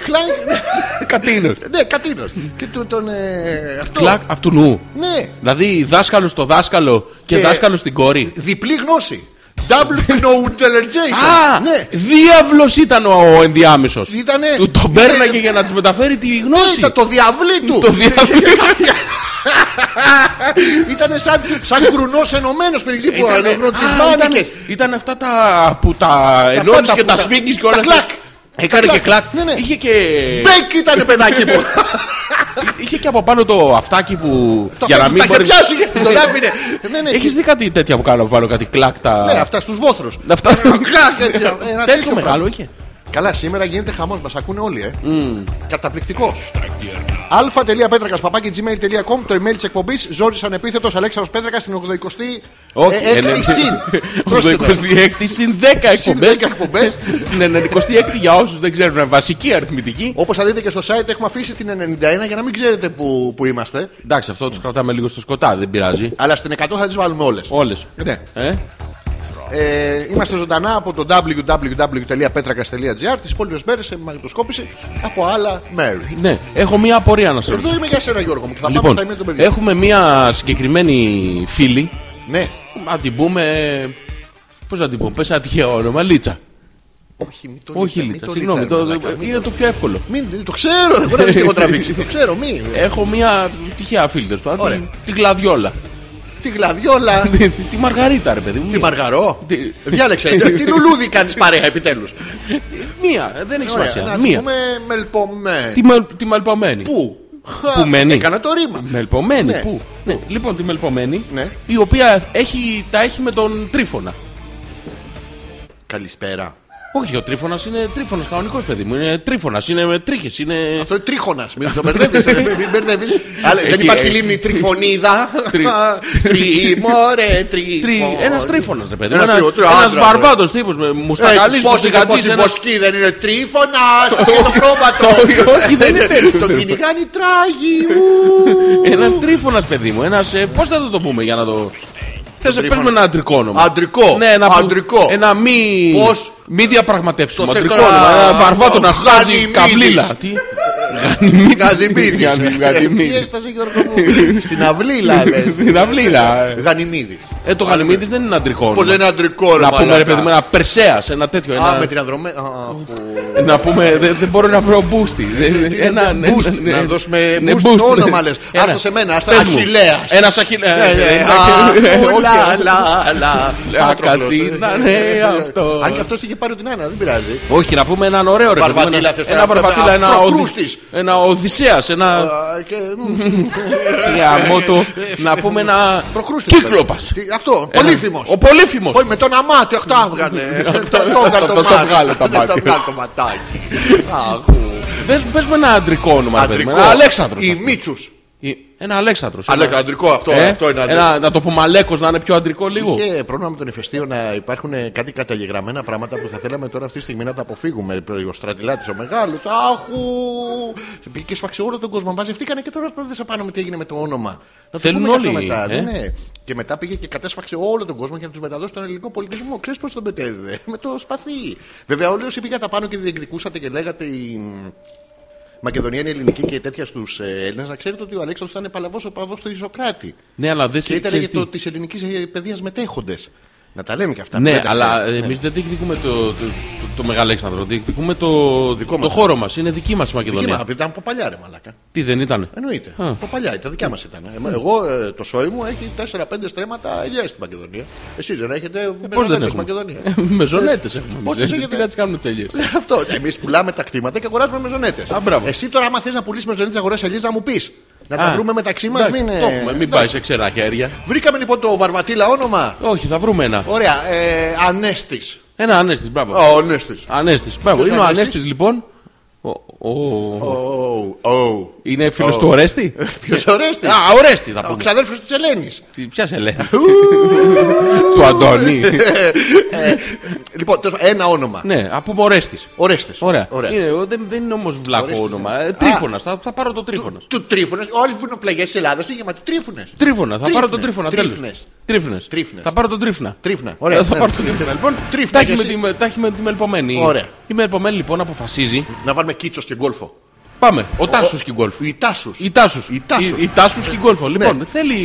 S3: χλάνκ.
S2: Κατίνος.
S3: Ναι, κατίνος. Και του- τον. ε, Αυτό.
S2: Κλακ αυτού νου.
S3: Ναι.
S2: Δηλαδή δάσκαλος στο δάσκαλο και
S3: Και-
S2: δάσκαλος στην κόρη.
S3: Διπλή γνώση. Double knowledge.
S2: Α!
S3: Ναι.
S2: Διάβλος ήταν ο ενδιάμεσος.
S3: Ήτανε. Ναι,
S2: Του τον παίρναγε για να τους μεταφέρει τη γνώση.
S3: Ήταν το διαβλή του.
S2: Το διάβλο.
S3: Ήταν σαν, σαν κρουνός ενωμένος περιζή που
S2: Ήτανε-
S3: ενώνουν τις
S2: Α,
S3: μάνικε.
S2: ήταν- Ήταν αυτά τα που τα ενώνεις
S3: φάνηκε
S2: και
S3: που
S2: τα
S3: τα-
S2: σφίγγεις και
S3: τα
S2: όλα. αυτά.
S3: κλακ.
S2: Έκανε
S3: Τα
S2: και
S3: κλακ.
S2: κλακ.
S3: Ναι, ναι.
S2: Είχε και.
S3: Μπέκ ήταν παιδάκι μου.
S2: Είχε και από πάνω το αυτάκι που.
S3: Το
S2: Για να μην
S3: τα είχε
S2: μπορείς.
S3: πιάσει και τον άφηνε. Ναι, ναι,
S2: Έχεις δει κάτι τέτοια που κάνω από πάνω, κάτι κλακ τα.
S3: Ναι, αυτά στους βόθρους.
S2: Αυτά. Ναι, Τέτοιο
S3: Τέτοιο
S2: μεγάλο είχε.
S3: Καλά, σήμερα γίνεται χαμός, μας ακούνε όλοι, ε. Καταπληκτικό. αλφα.πέτρακα gmail.com το email της εκπομπής Ζόρι Ανεπίθετος Αλέξαρο Πέτρακας στην 80η.
S2: Όχι,
S3: ε, έκτη
S2: ενενήντα-
S3: συν. Πρόσθετο.
S2: 86η συν 10 εκπομπέ.
S3: 10 εκπομπές.
S2: Στην 96η για όσους δεν ξέρουν, βασική αριθμητική.
S3: Όπως θα δείτε και στο site, έχουμε αφήσει την 91 για να μην ξέρετε που, που είμαστε.
S2: Εντάξει, αυτό του κρατάμε λίγο στο σκοτάδι, δεν πειράζει.
S3: Αλλά στην 100 θα τις βάλουμε όλες.
S2: Όλες.
S3: Ναι.
S2: Ε?
S3: Ε, είμαστε ζωντανά από το www.petrakas.gr τις υπόλοιπες μέρες σε μαγνητοσκόπηση από άλλα μέρη.
S2: Ναι, έχω μία απορία να σα ρωτήσω.
S3: Εδώ είμαι για σένα, Γιώργο μου, και θα πάμε
S2: Λοιπόν,
S3: στα email των παιδιών.
S2: έχουμε μία συγκεκριμένη φίλη.
S3: Ναι.
S2: Να την πούμε. Πώς να την πούμε, πε ένα τυχαίο όνομα, Λίτσα.
S3: Όχι, μην το
S2: Όχι
S3: μην
S2: Λίτσα,
S3: το
S2: συγγνώμη.
S3: ρε
S2: το-
S3: μαλάκα, μην
S2: Είναι το πιο εύκολο.
S3: Μην, το ξέρω, δεν μπορεί να μην έχω τραβήξει. Το ξέρω, μη.
S2: Έχω μία τυχαία φίλη τέλος
S3: Ωραία.
S2: πάντων. Την κλαδιόλα.
S3: Τη γλαδιόλα.
S2: Τη- Τη Μαργαρίτα, ρε παιδί μου.
S3: Τη
S2: μία.
S3: μαργαρό.
S2: Τι-
S3: Διάλεξε. Τι λουλούδι κάνεις παρέα επιτέλους.
S2: Μία, δεν έχει σημασία.
S3: Να
S2: Μία.
S3: πούμε μελπομένη.
S2: Τη μα- Τη μαλπαμένη.
S3: Πού.
S2: Πού μένει?
S3: Έκανα το ρήμα.
S2: Μελπομένη.
S3: Ναι.
S2: Πού. Ναι. Λοιπόν, τη μελπομένη,
S3: Ναι.
S2: η οποία έχει, τα έχει με τον Τρίφωνα.
S3: Καλησπέρα.
S2: Όχι, ο Τρίφωνας είναι Τρίφωνας κανονικός παιδί μου. Είναι Τρίφωνας, είναι με τρίχες. Είναι.
S3: Αυτό είναι τρίχωνας. Μην το μπερδεύεις. Δεν
S2: Έχει,
S3: υπάρχει
S2: ε,
S3: λίμνη τριφωνίδα.
S2: Τρι-
S3: Τριμωρέ,
S2: Τρι...
S3: τρίφωνο.
S2: Ένας τρίφωνας, ρε παιδί μου.
S3: Ένας
S2: Ένα
S3: τρι- άντρα,
S2: ένας
S3: ρε.
S2: βαρβάτος τύπος με μουστακαλίς
S3: Πώ είναι
S2: μουσικατζής,
S3: η
S2: ένας-
S3: βοσκή, δεν είναι τρίφωνας. Είναι το πρόβατο.
S2: Όχι, δεν είναι τέτοιο.
S3: Το κυνηγάνει τράγι.
S2: Ένας τρίφωνας παιδί μου. Ένας, ε, πώς θα το πούμε για να το... Θες να
S3: τρίφωνα.
S2: παίζουμε ένα αντρικό όνομα.
S3: Αντρικό.
S2: Ναι, ένα, που-
S3: Αντρικό.
S2: ένα μη...
S3: Πώς?
S2: Μη διαπραγματεύσουμε.
S3: Το θες
S2: Αντρικό
S3: τώρα-
S2: όνομα. Ένα βαρβάτο να στάζει
S3: Γανιμίδης.
S2: καβλίλα. Τι?
S3: Γανιμίδη.
S2: Γανιμίδης.
S3: Ε, Τι έστασε, Γιώργο μου. Στην αυλίλα, λες.
S2: Στην αυλίλα.
S3: Γανιμίδη.
S2: Ε, το Γανιμίδης δεν είναι αντρικό
S3: Πώς
S2: όνομα.
S3: δεν είναι αντρικό, ρε
S2: Να πούμε ρε
S3: μαλάκα.
S2: παιδί μου ένα Περσέας, ένα τέτοιο.
S3: Α, με
S2: ένα-
S3: την ανδρομένα. Α,
S2: Να πούμε, δεν δεν μπορώ να βρω μπούστι. Ένα ναι,
S3: boost,
S2: ναι,
S3: να
S2: ναι.
S3: δώσουμε
S2: Ναι,
S3: boost το
S2: ναι.
S3: όνομα, λες.
S2: Ένα.
S3: Άστο σε μένα, άστα
S2: Πες μου.
S3: Αχιλλέας.
S2: Ένας Αχιλλέας. Ε,
S3: Ναι, ναι,
S2: Εντάξει.
S3: α,
S2: Όχι,
S3: Ουλα, λα, λα. Πάτροκλος.
S2: Ακασίνα, ναι, αυτό.
S3: Αν και αυτός είχε πάρει την Άννα, δεν πειράζει.
S2: Όχι, να πούμε έναν ωραίο ρε παιδί μου,
S3: Βαρβατήλα
S2: ένα-
S3: θες
S2: Ένα βαρβατήλα, ένα οδύ-
S3: Προκρούστης.
S2: Ένα Οδυσσέας, ένα.
S3: Α, και- Ε,
S2: Γαμώ το. Να πούμε ένα.
S3: Προκρούστηκε.
S2: Κύκλοπα.
S3: Τι- Αυτό, πολύθυμος.
S2: Ο πολύφημος.
S3: Όχι, με το ένα μάτι, αχ, τα έβγανε. Το- Το
S2: αυτό,
S3: έβγαλε
S2: το
S3: το μάτι.
S2: βγάλε τα
S3: Δεν
S2: μάτια.
S3: βγάλε το ματάκι. Αγού.
S2: Πε με ένα αντρικό όνομα. ρε παιδί μου.
S3: Αντρικό.
S2: Ένα Αλέξανδρος.
S3: Η Μίτσους.
S2: Ένα Ε, Αλέξανδρο.
S3: Αλέκα, αντρικό αυτό. Αυτό είναι αντρικό.
S2: Να το πούμε Αλέκος να είναι πιο αντρικό λίγο.
S3: Είχε πρόβλημα με τον ηφαιστείο να υπάρχουν ε, κάτι καταγεγραμμένα πράγματα που θα θέλαμε τώρα αυτή τη στιγμή να τα αποφύγουμε. Ο στρατηλάτη ο μεγάλος. Άχου! Πήγε και σπαξε όλο τον κόσμο. Μαζευτήκανε και τώρα δεν σαπάναμε τι έγινε με το όνομα. Να το
S2: Θέλουν
S3: πούμε και αυτό
S2: όλοι,
S3: Μετά,
S2: ε.
S3: ναι, ναι. Και μετά πήγε και κατέσφαξε όλο τον κόσμο για να τους μεταδώσει τον ελληνικό πολιτισμό. Ξέρεις πώς τον μετέδιδε. Με το σπαθί. Βέβαια, όλοι όσοι πήγατε πάνω και διεκδικούσατε και λέγατε. Η... Μακεδονία είναι ελληνική και τέτοια στους Έλληνες, να ξέρετε ότι ο Αλέξανδρος ήταν παλαβός οπαδός του Ισοκράτη.
S2: Ναι, αλλά δεν
S3: Και
S2: σε
S3: ήταν
S2: ξέρεις
S3: για
S2: τι.
S3: το της ελληνικής παιδείας μετέχοντες. Να τα λέμε και αυτά.
S2: Ναι,
S3: πρέπει να τα
S2: αλλά
S3: ξέρουμε.
S2: εμεί δεν διεκδικούμε το, το, το, το Μεγαλέξανδρο. Διεκδικούμε το,
S3: Δικό
S2: το
S3: μας.
S2: χώρο μας. Είναι δική μας η
S3: Δική μας,
S2: Μακεδονία.
S3: επειδή ήταν από παλιά, ρε Μαλάκα.
S2: Τι δεν ήταν.
S3: Εννοείται.
S2: Α.
S3: Από παλιά, τα δικιά μας ήταν. Ε, Εγώ, ε, το σόι μου έχει 4-5 στρέμματα ελιά στην Μακεδονία. Εσείς δεν έχετε. Ε,
S2: Πώς δεν έχουμε.
S3: Μακεδονία.
S2: με ζωνέτε έχουμε.
S3: πώς
S2: εμείς,
S3: τις
S2: ε.
S3: έχετε.
S2: Τι να τις κάνουμε τις ελιές.
S3: Αυτό. Εμείς πουλάμε τα κτήματα και αγοράζουμε μεζονέτες.
S2: Α, μπράβο.
S3: Εσύ τώρα, άμα θες να πουλήσεις μεζονέτες, αγοράσει ελιές, να μου πεις. Να τα βρούμε μεταξύ μας. Μην, ε,
S2: Το έχουμε. Μην
S3: εντάξει.
S2: πάει σε ξερά χέρια.
S3: Βρήκαμε λοιπόν το βαρβατήλα όνομα.
S2: Όχι, θα βρούμε ένα.
S3: Ωραία. Ε, Ανέστης.
S2: Ένα ανέστης, μπράβο.
S3: Ο Ανέστης.
S2: Ανέστης. Μπράβο.
S3: Ποιος
S2: Είναι ο
S3: Ανέστης?
S2: ανέστης λοιπόν. Ο- ο-
S3: Ο.
S2: Είναι φίλος του Ορέστη.
S3: Ποιος Ορέστη.
S2: Ναι. Α, Ορέστη θα
S3: Ο
S2: πούμε.
S3: ξαδέρφος της Ελένης.
S2: Τι- Ποια σε λέει. Του Αντώνη.
S3: λοιπόν, τέλος πάντων, ένα όνομα.
S2: Ναι, α πούμε Ορέστης.
S3: Ορέστες.
S2: Ωραία.
S3: Ωραία.
S2: Είναι, ο- δεν, δεν είναι όμως βλακό
S3: Ορέστης,
S2: όνομα.
S3: ναι.
S2: Ε, Τρίφωνας. Θα, θα πάρω το τρίφωνα.
S3: Του τρίφωνε. Όλε οι βουνοπλαγιέ της Ελλάδας είναι γεμάτε τρίφωνες.
S2: Τρίφωνα. Θα πάρω τον τρίφωνα.
S3: Τρίφωνες.
S2: Τρίφωνες.
S3: Τρίφωνες.
S2: Θα πάρω τον τρίφωνα.
S3: Τρίφωνα.
S2: Ωραία,
S3: Ωραία.
S2: θα
S3: ναι.
S2: πάρω τον τρίφωνα. Λοιπόν,
S3: Τρίφωνα
S2: τα
S3: και
S2: έχει με
S3: εσύ.
S2: τη- τα έχει με τη μελπομένη.
S3: Ωραία.
S2: Η μελπομένη λοιπόν αποφασίζει.
S3: Να βάλουμε κύτσο και γκολφο.
S2: Πάμε. Ο Τάσος και η γκολφ.
S3: Η Τάσου.
S2: Η Τάσου.
S3: Η Τάσους.
S2: Η Τάσου και η γκολφο. Λοιπόν, θέλει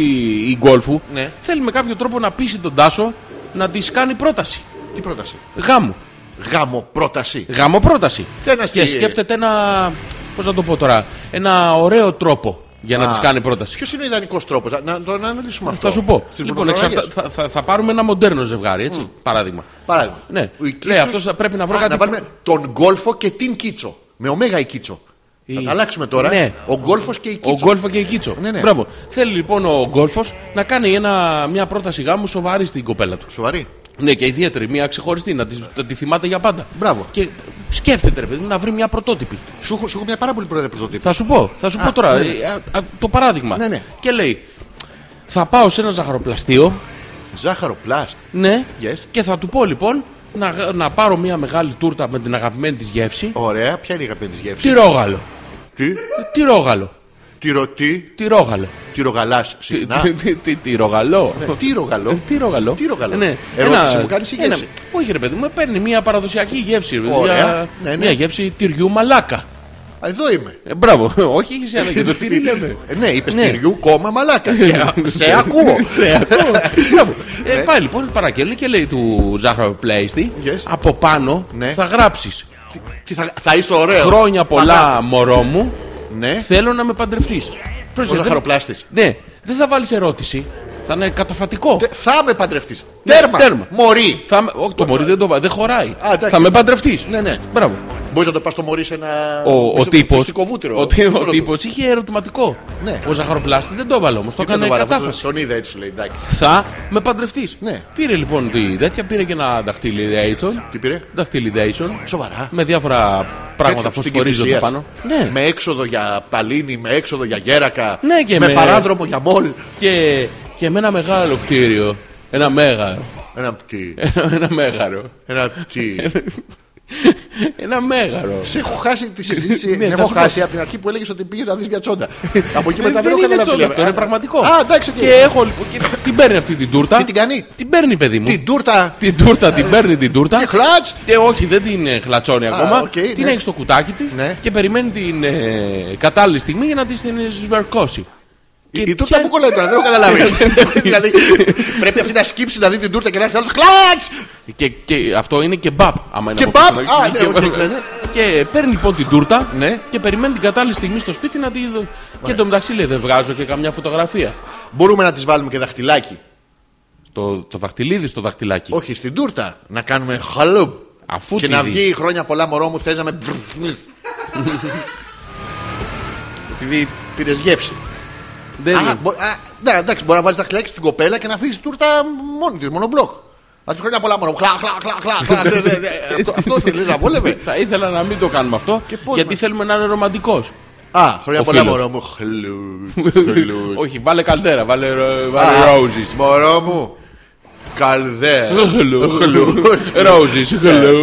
S2: η γκολφου.
S3: Ναι.
S2: Θέλει με κάποιο τρόπο να πείσει τον Τάσο να της κάνει πρόταση.
S3: Τι πρόταση.
S2: Γάμου.
S3: Γάμο πρόταση.
S2: Γάμο πρόταση.
S3: Τι ένας
S2: Και
S3: στη-
S2: σκέφτεται ένα. Πώς να το πω τώρα. Ένα ωραίο τρόπο για να
S3: Α.
S2: της κάνει πρόταση.
S3: Ποιος είναι ο ιδανικός τρόπος. Να το να αναλύσουμε αυτό.
S2: Θα σου πω.
S3: Στις
S2: Λοιπόν,
S3: βουνοπλαγιές.
S2: εξαρτα- θα, θα, θα πάρουμε ένα μοντέρνο ζευγάρι, έτσι.
S3: Mm.
S2: Παράδειγμα.
S3: Παράδειγμα.
S2: Ναι.
S3: Ο
S2: Λέει,
S3: Κίτσος-
S2: αυτός θα- πρέπει να βρω
S3: Α,
S2: κάτι
S3: Να βάλουμε τον γκολφο και την κύτσο. Με ωμέγα η κύτσο. Θα τα αλλάξουμε τώρα.
S2: Ναι.
S3: Ο γκολφο και η
S2: Ο
S3: κύτσο.
S2: Γκόλφο και η Κίτσο.
S3: Ναι, ναι.
S2: Μπράβο. Θέλει λοιπόν ο Γκόλφος να κάνει ένα, μια πρόταση γάμου σοβαρή στην κοπέλα του.
S3: Σοβαρή.
S2: Ναι, και ιδιαίτερη, μια ξεχωριστή, να τη, να τη θυμάται για πάντα.
S3: Μπράβο.
S2: Και σκέφτεται, ρε παιδί μου, να βρει μια πρωτότυπη.
S3: Σου έχω- σου έχω μια πάρα πολύ πρόεδρε πρωτοτύπη.
S2: Θα σου πω, θα σου πω τώρα ε, α, α, το παράδειγμα.
S3: Ναι, ναι.
S2: Και λέει, θα πάω σε ένα ζαχαροπλαστείο,
S3: Ζάχαρο πλάστ.
S2: ναι,
S3: Yes.
S2: και θα του πω λοιπόν να, γα- να πάρω μια μεγάλη τούρτα με την αγαπημένη της γεύση.
S3: Ωραία, ποια είναι η αγαπημένη της γεύση.
S2: Τυρόγαλο.
S3: Τι,
S2: Τυρόγαλο.
S3: τυρωτή,
S2: Τυρόγαλο.
S3: τυρογαλά συχνά.
S2: Τι- τι- τι- Τυρογαλό.
S3: Ε, Τυρογαλό.
S2: Τυρογαλό.
S3: Τυρογαλό.
S2: Ναι.
S3: Ερώτηση
S2: Ένα-
S3: Ε, μου κάνεις ή
S2: ένα-
S3: γεύση?
S2: Όχι, ρε παιδί μου, παίρνει μια παραδοσιακή γεύση. ρε παιδί,
S3: Ωραία.
S2: Μια,
S3: Ναι, ναι.
S2: μια γεύση τυριού μαλάκα.
S3: Α, Εδώ είμαι.
S2: Ε, μπράβο, όχι είχε άλλα και το τι λέμε.
S3: Ε, Ναι, είπες
S2: Ναι.
S3: τυριού κόμμα μαλάκα. Και, Ε, Σε ακούω. Ναι.
S2: Σε ακούω. Μπράβο. Ε, Πάει λοιπόν, παρακαλεί και λέει του Ζάχαρο Πλέιστη.
S3: Yes.
S2: Από πάνω
S3: Ναι.
S2: θα γράψεις.
S3: Τι- τι θα- Θα είσαι ωραίο.
S2: Χρόνια πολλά,
S3: Παλά.
S2: μωρό μου.
S3: Ναι,
S2: Θέλω να με παντρευτείς.
S3: ο ζαχαροπλάστη.
S2: Ναι, δεν θα βάλεις ερώτηση. Θα είναι καταφατικό.
S3: Θα με παντρευτείς.
S2: Ναι,
S3: Τέρμα.
S2: τέρμα.
S3: Μωρή.
S2: Θα, με- όχι, το μωρή δεν το βάζει, δεν χωράει.
S3: Α, εντάξει.
S2: θα με παντρευτείς.
S3: Ναι, ναι.
S2: Μπράβο.
S3: Μπορείς να το πας το μωρή σε ένα.
S2: Ο, ο
S3: φυσικό-
S2: τύπο.
S3: φυσικό βούτυρο.
S2: Ο, τύ- ο
S3: Μόνο του.
S2: τύπος είχε ερωτηματικό.
S3: Ναι.
S2: Ο ζαχαροπλάστης δεν το έβαλε όμως. Το
S3: Δεν
S2: έκανε
S3: το βάλα, αυτό
S2: κατάφαση.
S3: Τον είδα έτσι λέει. εντάξει.
S2: Θα με παντρευτείς.
S3: Ναι.
S2: Πήρε λοιπόν τη τέτοια, πήρε και ένα δαχτύλι Dayton.
S3: Τι πήρε.
S2: Δαχτύλι Dayton.
S3: Σοβαρά.
S2: Με διάφορα πράγματα
S3: Τέτοιο, στην
S2: φωσφορίζονται
S3: Κηφισίας.
S2: πάνω. Ναι.
S3: Με έξοδο για παλίνη, με έξοδο για γέρακα.
S2: Ναι, και
S3: με,
S2: με-
S3: παράδρομο για μόλ.
S2: Και, και με ένα μεγάλο κτίριο. Ένα μέγαρο.
S3: Ένα πτή.
S2: Ένα, ένα μέγαρο.
S3: Ένα πτή.
S2: ε, Ένα μέγαρο.
S3: Σε έχω χάσει τη συζήτηση.
S2: Ναι,
S3: την
S2: θα
S3: έχω
S2: σου πω. Ε,
S3: χάσει από την αρχή που έλεγες ότι πήγες να δεις μια τσόντα. από εκεί
S2: Δεν
S3: μετά δεν έχω
S2: είναι
S3: καταλάβει. τι
S2: τσόντα
S3: λέμε.
S2: αυτό, είναι πραγματικό.
S3: Α, εντάξει,
S2: Και
S3: και.
S2: έχω λοιπόν. και την παίρνει αυτή την τούρτα.
S3: Τι την κάνει?
S2: Την παίρνει, παιδί μου.
S3: Την τούρτα.
S2: Την τούρτα, την παίρνει την τούρτα.
S3: Τι χλάτ.
S2: Και όχι, δεν την ε, χλατσώνει ακόμα.
S3: οκ,
S2: την
S3: ναι.
S2: έχει στο κουτάκι τη
S3: Ναι.
S2: και περιμένει την ε, κατάλληλη στιγμή για να τη την σβερκώσει. Και
S3: Η τούρτα
S2: πιάνει-
S3: που κολλάει τώρα, δεν έχω καταλάβει. δηλαδή πρέπει αυτή να σκύψει να δει την τούρτα και να έρθει άλλος. Χλάτ!
S2: Και, και αυτό είναι κεμπάπ. άμα είναι από
S3: Κεμπάπ!
S2: κάτω.
S3: Α, ναι,
S2: Και-
S3: οκ, ναι, ναι.
S2: Και παίρνει λοιπόν την τούρτα
S3: Ναι.
S2: και περιμένει την κατάλληλη στιγμή στο σπίτι να τη δω. Και το μεταξύ λέει: Δεν βγάζω και καμιά φωτογραφία.
S3: Μπορούμε να τη βάλουμε και δαχτυλάκι.
S2: Το, το δαχτυλίδι στο δαχτυλάκι.
S3: Όχι, στην τούρτα. Να κάνουμε χαλούπ.
S2: Αφού
S3: και
S2: τη
S3: να
S2: δεις.
S3: βγει χρόνια πολλά μωρό μου, θες να με. Επειδή πήρες γεύση.
S2: Δεν
S3: Α,
S2: είναι.
S3: μπο- α, ναι, εντάξει, μπορεί να βάλει τα χιλιάκια στην κοπέλα και να αφήσεις τούρτα μόνη της, μονομπλοκ. Να της χρόνια πολλά μόνο. Χλα, χλα, χλα, χλα. χλα, δε, δε, δε. Αυτό- Αυτό θέλεις να βόλευε.
S2: Θα ήθελα να μην το κάνουμε αυτό.
S3: Και πώς
S2: Γιατί
S3: μας-
S2: θέλουμε να είναι ρομαντικός.
S3: Α, χρόνια
S2: Ο
S3: πολλά
S2: φίλος.
S3: μωρό μου. Χλουτ, χλουτ.
S2: Όχι, βάλε καλτέρα, βάλε, ρο-
S3: Α,
S2: βάλε roses.
S3: Μωρό μου. Καλδέ.
S2: Hello.
S3: Χλουτ.
S2: Roses, hello.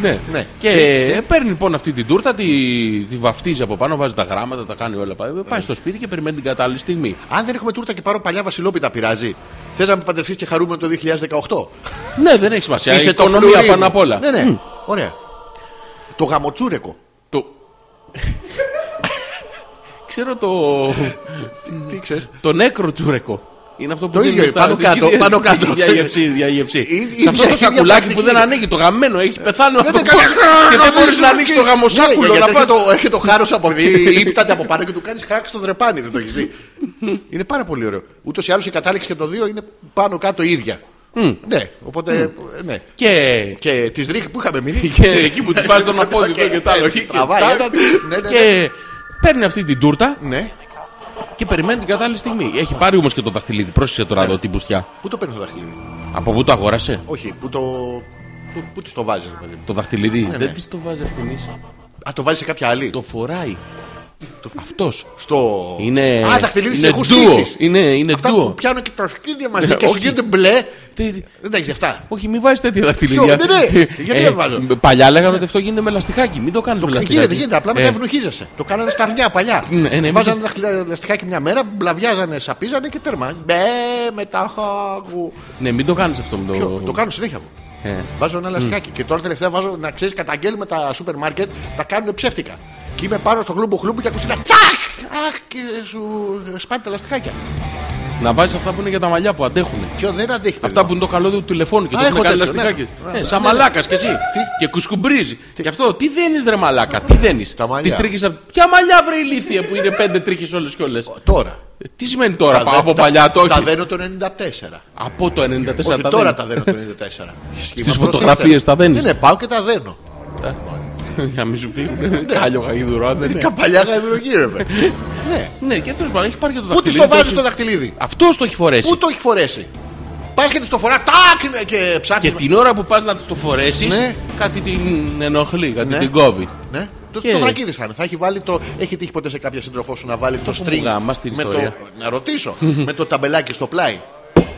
S2: ναι.
S3: Ναι.
S2: Και,
S3: Και- και-
S2: παίρνει λοιπόν αυτή την τούρτα, τη, τη βαφτίζει από πάνω, βάζει τα γράμματα, τα κάνει όλα. Πάει, πάει στο σπίτι και περιμένει την κατάλληλη στιγμή.
S3: Αν δεν έχουμε τούρτα και πάρω παλιά βασιλόπιτα πειράζει. Θες να με παντρευτείς και χαρούμε το 2018.
S2: ναι, δεν έχει σημασία.
S3: Είσαι
S2: η
S3: το
S2: οικονομία
S3: φλουρί μου.
S2: πάνω απ' όλα.
S3: Ναι, ναι.
S2: Μμ.
S3: Ωραία. Το γαμοτσούρεκο.
S2: Το... Ξέρω το.
S3: Τι ξέρεις.
S2: το νέκρο τσούρεκο. Είναι αυτό που
S3: Το
S2: δίνουμε
S3: ίδιο,
S2: στα-
S3: πάνω
S2: στις
S3: κάτω,
S2: γυδίες.
S3: πάνω κάτω.
S2: Διαγευσή, διαγευσή.
S3: Η- η-
S2: Σε αυτό το
S3: η-
S2: σακουλάκι
S3: η-
S2: που δεν ανοίγει, το γαμμένο, έχει πεθάνει ο
S3: Δεν
S2: άνθρωπος. Και δεν μπορείς να ανοίξει το γαμοσάκουλο να πας.
S3: Ε, Έρχεται το χάρος από επειδή ύπταται από πάνω και του κάνει χράξη στο δρεπάνι. Δεν το έχεις δει. Είναι πάρα πολύ ωραίο. Ούτως ή άλλως η κατάληξη και το δύο είναι πάνω κάτω ίδια. Ναι, οπότε. ε, Ναι.
S2: Και
S3: Και τη ρίχνει που είχαμε μείνει.
S2: Και εκεί που τη βάζει τον απόδειτο και τα άλλα. εκεί και
S3: Τραβάει,
S2: τα
S3: ε.
S2: άλλα.
S3: Ναι, ναι, ναι.
S2: Και παίρνει αυτή την τούρτα
S3: Ναι.
S2: και περιμένει την κατάλληλη στιγμή. Έχει πάρει όμως και το δαχτυλίδι. Πρόσεχε
S3: Ναι.
S2: τώρα εδώ την μπουστιά.
S3: Πού το παίρνει το δαχτυλίδι.
S2: Από πού το αγόρασε
S3: Όχι, πού το. Πού, πού της το βάζεις, ρε παιδί μου.
S2: το δαχτυλίδι.
S3: ναι.
S2: Δεν της το βάζεις αυτήν.
S3: Α, το βάζεις σε κάποια άλλη.
S2: Το φοράει. Αυτός.
S3: Στο.
S2: Είναι.
S3: Α, δαχτυλίδι σε
S2: είναι
S3: έχουν
S2: duo.
S3: στήσει.
S2: Είναι, είναι
S3: Αυτά που
S2: duo. Ναι,
S3: πιάνουν και τα σκίδια μαζί και
S2: όχι.
S3: σου γίνονται μπλε.
S2: Τι- τι-
S3: Δεν τα έχεις αυτά.
S2: Όχι, μην βάζεις τέτοια δαχτυλίδια. Ε,
S3: Ποιο, ναι, ναι. Γιατί να βάζω?
S2: Παλιά λέγανε ότι αυτό γίνεται με λαστιχάκι. Μην το κάνεις με λαστιχάκι.
S3: Γίνεται, γίνεται. Απλά μετά
S2: Ε,
S3: ευνοχίζεσαι. Το κάνανε στα αρνιά παλιά.
S2: Ναι, ναι,
S3: Τους
S2: μην-
S3: Βάζανε τα χλιά- λαστιχάκι μια μέρα, μπλαβιάζανε, σαπίζανε και τέρμα. Μπε, μετά χάγου.
S2: Ναι, μην το κάνεις αυτό. με
S3: Ποιο, Το κάνω συνέχεια μου.
S2: Ε.
S3: Βάζω ένα λαστιχάκι. Και τώρα τελευταία βάζω να ξέρεις, καταγγέλνουμε τα σούπερ μάρκετ, τα κάνουν ψεύτικα. Και είμαι πάνω στο χλούμπο χλούμπο και ακούσει ένα τσακ! Αχ, και σου σπάνε τα λαστιχάκια.
S2: Να βάζεις αυτά που είναι για τα μαλλιά που αντέχουν.
S3: Ποιο δεν αντέχει. παιδί
S2: Αυτά
S3: μου.
S2: που είναι το καλώδιο του τηλεφώνου και
S3: Α,
S2: το έχουν
S3: έχω
S2: κάνει
S3: τέτοιο,
S2: λαστιχάκι.
S3: ναι.
S2: Ε,
S3: Ναι,
S2: Σαν
S3: ναι, ναι.
S2: μαλάκας κι εσύ.
S3: Τι?
S2: Και κουσκουμπρίζει. Και αυτό, τι δένεις ρε μαλάκα, τι δένεις.
S3: Τα μαλλιά.
S2: Τις τρίχες. Ποια μαλλιά βρε ηλίθεια που είναι πέντε τρίχες όλες και όλες.
S3: Τώρα.
S2: Τι σημαίνει τώρα,
S3: Τα
S2: πάω
S3: δε-
S2: από
S3: τα-
S2: παλιά το
S3: Τα
S2: όχι.
S3: δένω το 94.
S2: Από το 94
S3: Όχι,
S2: τα
S3: τώρα
S2: δένεις.
S3: τα δένω το 94.
S2: Στις φωτογραφίες τα δένεις.
S3: Ναι, ναι, πάω και τα δένω.
S2: Για να μην σου φύγουν. Κάλιο γαϊδουρό,
S3: Ε,
S2: αν δεν είναι.
S3: Καπαλιά γαϊδουρογύρευε. ναι.
S2: Ναι, και τέλος πάντων έχει πάρει και το
S3: Πού τη
S2: δαχτυλίδι.
S3: το βάζεις το δαχτυλίδι.
S2: Αυτό το έχει φορέσει.
S3: Πού το έχει φορέσει. Πας και της το φορά, τάκ ναι, και ψάχνεις.
S2: Και την ώρα που πας να του το φορέσεις,
S3: Ναι.
S2: κάτι την ενοχλεί, κάτι
S3: Ναι.
S2: την κόβει.
S3: Ναι. Το,
S2: Και-
S3: το δρακίδι θα είναι. Θα έχει βάλει το. Έχει τύχει ποτέ σε κάποια σύντροφό σου να βάλει το
S2: που
S3: string.
S2: γάμα στην
S3: με το,
S2: ιστορία.
S3: να ρωτήσω. με το ταμπελάκι στο πλάι.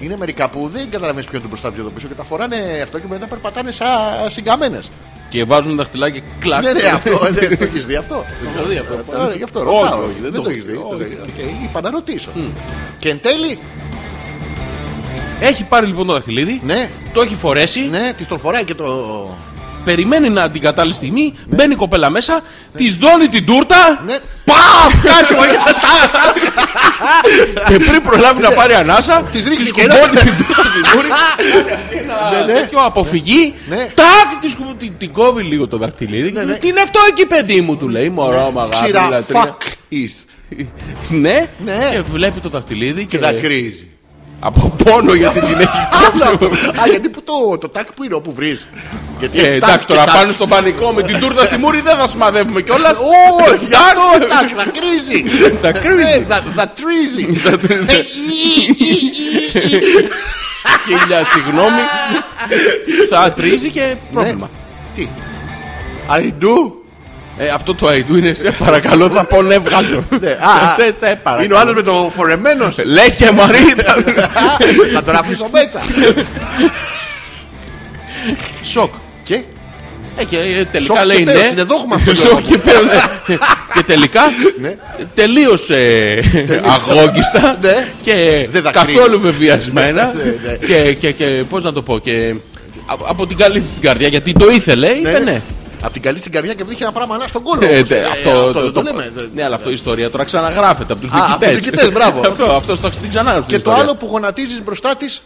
S3: Είναι μερικά που δεν καταλαβαίνεις ποιο είναι το μπροστά, ποιο είναι το πίσω και τα φοράνε αυτό και μετά περπατάνε σαν συγκαμμένε.
S2: Και βάζουν δαχτυλάκι κλακ.
S3: Ναι, ναι, αυτό. ε, Δεν το έχεις δει αυτό.
S2: Το δει αυτό.
S3: Τώρα, γι' αυτό
S2: Όχι,
S3: ρωτάω.
S2: όχι,
S3: Δεν το έχει δει.
S2: έχω
S3: το
S2: δει.
S3: δεν- Οκ, Είπα να ρωτήσω. Και εν τέλει,
S2: Έχει πάρει λοιπόν το δαχτυλίδι,
S3: ναι,
S2: το έχει φορέσει,
S3: ναι, της τον φοράει και το.
S2: περιμένει να την κατάλληλη στιγμή, μπαίνει η κοπέλα μέσα, της δώνει την τούρτα
S3: Ναι,
S2: Παφ! Κάτσε μωρέ. Και πριν προλάβει να πάρει ανάσα,
S3: Της ρίχνει
S2: της
S3: και
S2: κουμπώνει
S3: ένα.
S2: την τούρτα στη μούρη. Κάνει αυτή ένα
S3: Ναι, ναι.
S2: Τέτοιο αποφυγή.
S3: Ναι.
S2: Τάκ! της κου- την- Την κόβει λίγο το δαχτυλίδι. και του
S3: ναι.
S2: λέει, Τι είναι αυτό εκεί, παιδί μου, του λέει. Μωρό, μαγά.
S3: ξηρά, fuck is.
S2: Ναι,
S3: Ναι.
S2: και βλέπει το δαχτυλίδι
S3: Και
S2: και
S3: δακρύζει.
S2: από πόνο γιατί την έχει κόψει.
S3: Α, γιατί που το, το τάκ που είναι όπου βρεις. Γιατί
S2: Ε, εντάξει, τώρα πάνω
S3: πάνω
S2: στον πανικό με την τούρτα στη μούρη δεν θα σημαδεύουμε κιόλας.
S3: Όχι, γι' αυτό τάκ, δακρύζει.
S2: Δακρύζει.
S3: Ναι, δα- Δακρύζει. Ε, ι, ι,
S2: Ναι.
S3: ι, ι.
S2: Χίλια συγγνώμη. Θα τρίζει
S3: Ναι.
S2: και πρόβλημα.
S3: Τι. I do.
S2: Ε, αυτό το αϊτού είναι σε παρακαλώ, θα πω ναι, βγάλ' το.
S3: α, α.
S2: Σε- σε παρακαλώ. Ε,
S3: Είναι ο άλλος με το φορεμένο.
S2: Λέει και Μαρίτα.
S3: Θα τον αφήσω μέτσα.
S2: Σοκ.
S3: Και ναι.
S2: Ε, και ε,
S3: Σοκ
S2: τελικά
S3: και
S2: λέει ναι.
S3: πέος, είναι δόγμα αυτό.
S2: Σοκ και πέος, ναι. Και τελικά
S3: Ναι.
S2: τελείωσε αγόγιστα
S3: Ναι.
S2: και
S3: Δεν δακρύζει.
S2: καθόλου βεβαιασμένα.
S3: Ναι, ναι.
S2: Και- και- Και πώς να το πω, και α- από την καλή της καρδιά γιατί το ήθελε, είπε ναι.
S3: Από την καλή στην καρδιά και βρήκε ένα πράγμα ανά στον κόλλο.
S2: Ε,
S3: όμως.
S2: ναι,
S3: Ε,
S2: αυτό
S3: δεν
S2: το-
S3: το
S2: το-
S3: λέμε. δεν-
S2: Ναι, αλλά αυτό η ιστορία τώρα ξαναγράφεται από τους
S3: Α, από τους
S2: διοικητές.
S3: διοικητές, μπράβο.
S2: Αυτό, αυτός το την ξανάγραφε.
S3: Και το άλλο που γονατίζεις μπροστά της.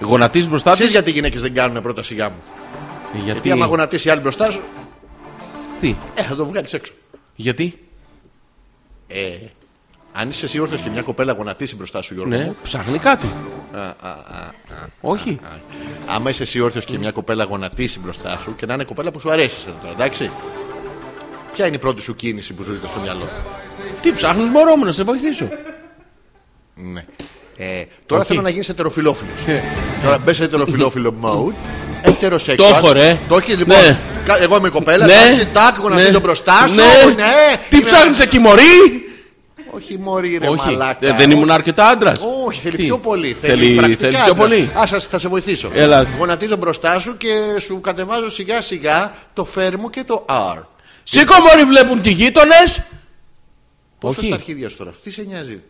S2: Γονατίζεις μπροστά της.
S3: Ξέρει γιατί οι γυναίκες δεν κάνουν πρώτα σιγά μου.
S2: Γιατί.
S3: Τι άμα γονατίσει η άλλη μπροστά σου,
S2: Τι.
S3: ε, θα το βγάλεις έξω.
S2: Γιατί.
S3: Ε, αν είσαι εσύ όρθιος και μια κοπέλα γονατίσει μπροστά σου, Γιώργο.
S2: Ναι,
S3: μου,
S2: ψάχνει κάτι. Όχι.
S3: Άμα είσαι εσύ όρθιος και μια κοπέλα γονατίσει μπροστά σου και να είναι κοπέλα που σου αρέσει, σε τώρα, εντάξει. Ποια είναι η πρώτη σου κίνηση που σου ήρθε στο μυαλό.
S2: Τι ψάχνεις, μωρό μου, να σε βοηθήσω.
S3: Ναι. Ε, τώρα
S2: Όχι. Ε.
S3: θέλω να γίνεις ετεροφιλόφιλος. τώρα μπες σε ετεροφιλόφιλο mode. Ετεροσέξ.
S2: Το έχω, ρε.
S3: Το έχεις λοιπόν.
S2: Ναι.
S3: Κα- Εγώ είμαι κοπέλα.
S2: Ναι.
S3: Ναι. Τάκ, γονατίζω μπροστά σου. Ναι.
S2: Τι
S3: Είμαι-
S2: ψάχνεις εκεί, Μωρή!
S3: Όχι, Μωρή, ρε
S2: Όχι,
S3: μαλάκα.
S2: ε, δεν ήμουν αρκετά άντρας.
S3: Όχι, θέλει
S2: Τι?
S3: πιο πολύ.
S2: Θέλει-
S3: Θέλει, πρακτικά
S2: θέλει πιο
S3: άντρα.
S2: πολύ.
S3: Ας, σας, θα σε βοηθήσω.
S2: Έλα.
S3: Γονατίζω μπροστά σου και σου κατεβάζω σιγά σιγά το φέρμο και το R.
S2: Σήκω, Μωρή, βλέπουν και οι γείτονες!
S3: Πόσο
S2: Όχι.
S3: στα αρχίδια σου τώρα, τι σε νοιάζει.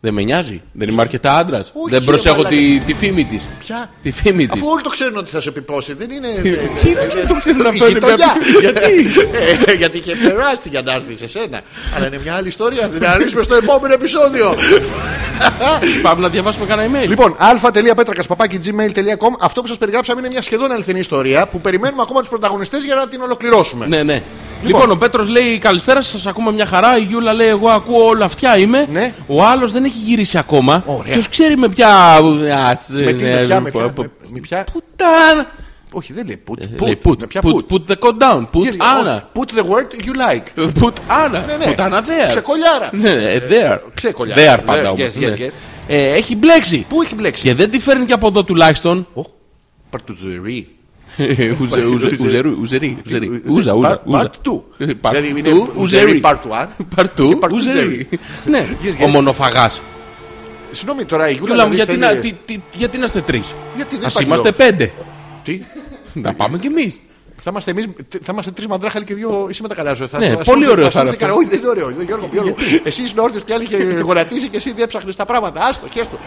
S2: Δεν με νοιάζει. Δεν είμαι αρκετά άντρας.
S3: Όχι,
S2: Δεν
S3: ρε
S2: προσέχω
S3: μαλάκα.
S2: τη, τη φήμη της.
S3: Ποια.
S2: Τη φήμη της.
S3: Αφού όλοι το ξέρουν ότι θα σε επιπώσει, δεν είναι.
S2: Ποιοι ποιοι το ξέρουν
S3: Η
S2: αυτό, είναι
S3: γειτονιά.
S2: μια- Γιατί.
S3: Ε, Γιατί είχε περάσει για να έρθει σε σένα. Αλλά είναι μια άλλη ιστορία. Θα την αναλύσουμε στο επόμενο επεισόδιο.
S2: Πάμε να διαβάσουμε κανένα email.
S3: Λοιπόν, α.πέτρακα.gmail.com Αυτό που σας περιγράψαμε είναι μια σχεδόν αληθινή ιστορία που περιμένουμε ακόμα τους πρωταγωνιστές για να την ολοκληρώσουμε.
S2: Ναι, ναι. Λοιπόν, ο Πέτρος λέει καλησπέρα, σας ακούμε μια χαρά. Η Γιούλα λέει: Εγώ ακούω όλα αυτιά είμαι.
S3: Ναι.
S2: Ο άλλος δεν έχει γυρίσει ακόμα.
S3: Ωραία.
S2: Ποιος ξέρει με ποια. ε,
S3: Με τι, με ποια, με ποια, με- με ποια.
S2: Πουτάνα.
S3: Όχι, δεν λέει put.
S2: Ε, Λέει,
S3: Put. Με ποια
S2: put,
S3: put.
S2: put the code down. Put
S3: Yes,
S2: Anna.
S3: Put the word you like.
S2: Put Anna.
S3: Ναι, ναι.
S2: Put Anna there.
S3: Ξεκολιάρα.
S2: Ναι, ε, there.
S3: ξεκολιάρα.
S2: There
S3: There,
S2: πάντα
S3: yes,
S2: όμως,
S3: yes,
S2: ναι.
S3: yes.
S2: Ε, έχει μπλέξει.
S3: Πού έχει μπλέξει.
S2: Και δεν τη φέρνει και από εδώ τουλάχιστον.
S3: Ω, Παρτουζερή.
S2: Ουζε- ουζε- Ουζερού, ουζερή, ουζερή. Ούζα,
S3: Part-
S2: ούζα, ούζα.
S3: Part 2.
S2: Ε, part
S3: Δηλαδή είναι
S2: two, ουζερή.
S3: Ουζερή Part 1.
S2: Παρτού,
S3: Παρτού
S2: ουζερή. Ναι,
S3: Yes, yes.
S2: ο μονοφαγάς.
S3: Συγγνώμη τώρα, η
S2: Γιούλα
S3: Γιούλα
S2: μου,
S3: δηλαδή
S2: γιατί, να,
S3: θέλει...
S2: τι, τι, γιατί να είστε τρεις.
S3: Γιατί δεν
S2: Ας
S3: υπάρχει
S2: είμαστε
S3: λόγος.
S2: πέντε.
S3: Τι.
S2: Να πάμε κι εμείς.
S3: Θα είμαστε εμείς, θα είμαστε τρεις μαντράχαλοι και δύο είσαι με τα καλά σου. Θα,
S2: Ναι,
S3: θα σου-
S2: πολύ ωραίο
S3: σου
S2: θα είναι
S3: δείξει
S2: αυτό.
S3: κανένα- Όχι, δεν είναι ωραίο. Δεν- Γιώργο, Γιώργο. Εσύ ήσουν όρθιος και άλλοι είχε γονατίσει και εσύ δεν έψαχνες τα πράγματα. Άστο, χέστο.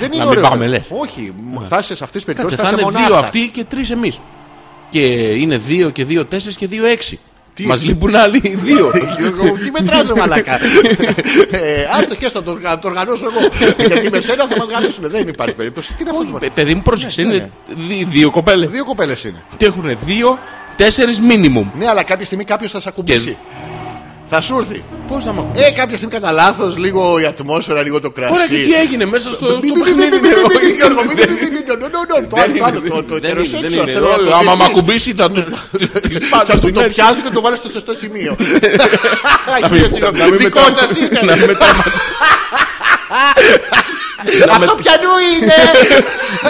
S3: Δεν είναι
S2: μην
S3: ωραίο.
S2: πάμε, λες.
S3: Όχι, μ- θα είσαι σε αυτές τις
S2: Κάτσε,
S3: περιπτώσεις,
S2: θα
S3: θα
S2: είναι
S3: είσαι
S2: δύο
S3: μονάχα.
S2: αυτοί και τρεις εμείς. Και είναι δύο και δύο τέσσερις και δύο έξι.
S3: Τι?
S2: Μας λείπουν άλλοι δύο.
S3: Γιώργο, μου, τι μετράζε μαλακά. Ε, Άστο και στο, το, να το οργανώσω εγώ. Γιατί με σένα θα μας γαμίσουν. Δεν υπάρχει περίπτωση. Τι είναι αυτό.
S2: Όχι,
S3: που
S2: παι-
S3: μας-
S2: παιδί μου, πρόσεξε. Είναι
S3: Ναι,
S2: δι- δύο κοπέλες.
S3: Δύο κοπέλες είναι.
S2: Και έχουν δύο, τέσσερις μίνιμουμ.
S3: Ναι, αλλά κάποια στιγμή κάποιος θα σε ακουμπήσει. Θα σου έρθει.
S2: Πώς θα μ' ακούσεις.
S3: Ε, κάποια στιγμή κατά λάθος, λίγο η ατμόσφαιρα, λίγο το κρασί.
S2: Ωραία, και τι έγινε μέσα στο,
S3: Μη-
S2: στο
S3: μη- μη- μη- μη-
S2: παιχνίδι.
S3: μη- μη-
S2: ναι,
S3: μη- μη-
S2: όχι.
S3: Γιώργο, μη- μη- μη- μη- μη- νο- νο- νο, Το
S2: Δεν
S3: άλλο, το
S2: είναι,
S3: άλλο,
S2: δεν
S3: το-
S2: είναι,
S3: το
S2: δεν είναι,
S3: ετεροσέξουαλ.
S2: δεν
S3: Θέλω να
S2: είναι.
S3: το
S2: Άμα μ'
S3: δεις.
S2: ακουμπήσει θα του. τις πάτε
S3: Θα του
S2: στην
S3: το
S2: μέση.
S3: πιάσει και το βάλει στο σωστό σημείο.
S2: Να μην-
S3: Κύριε,
S2: να μην
S3: Δικό
S2: μετρα-
S3: σα είναι.
S2: να μην μετρα- να
S3: Αυτό
S2: με-
S3: πιανού είναι.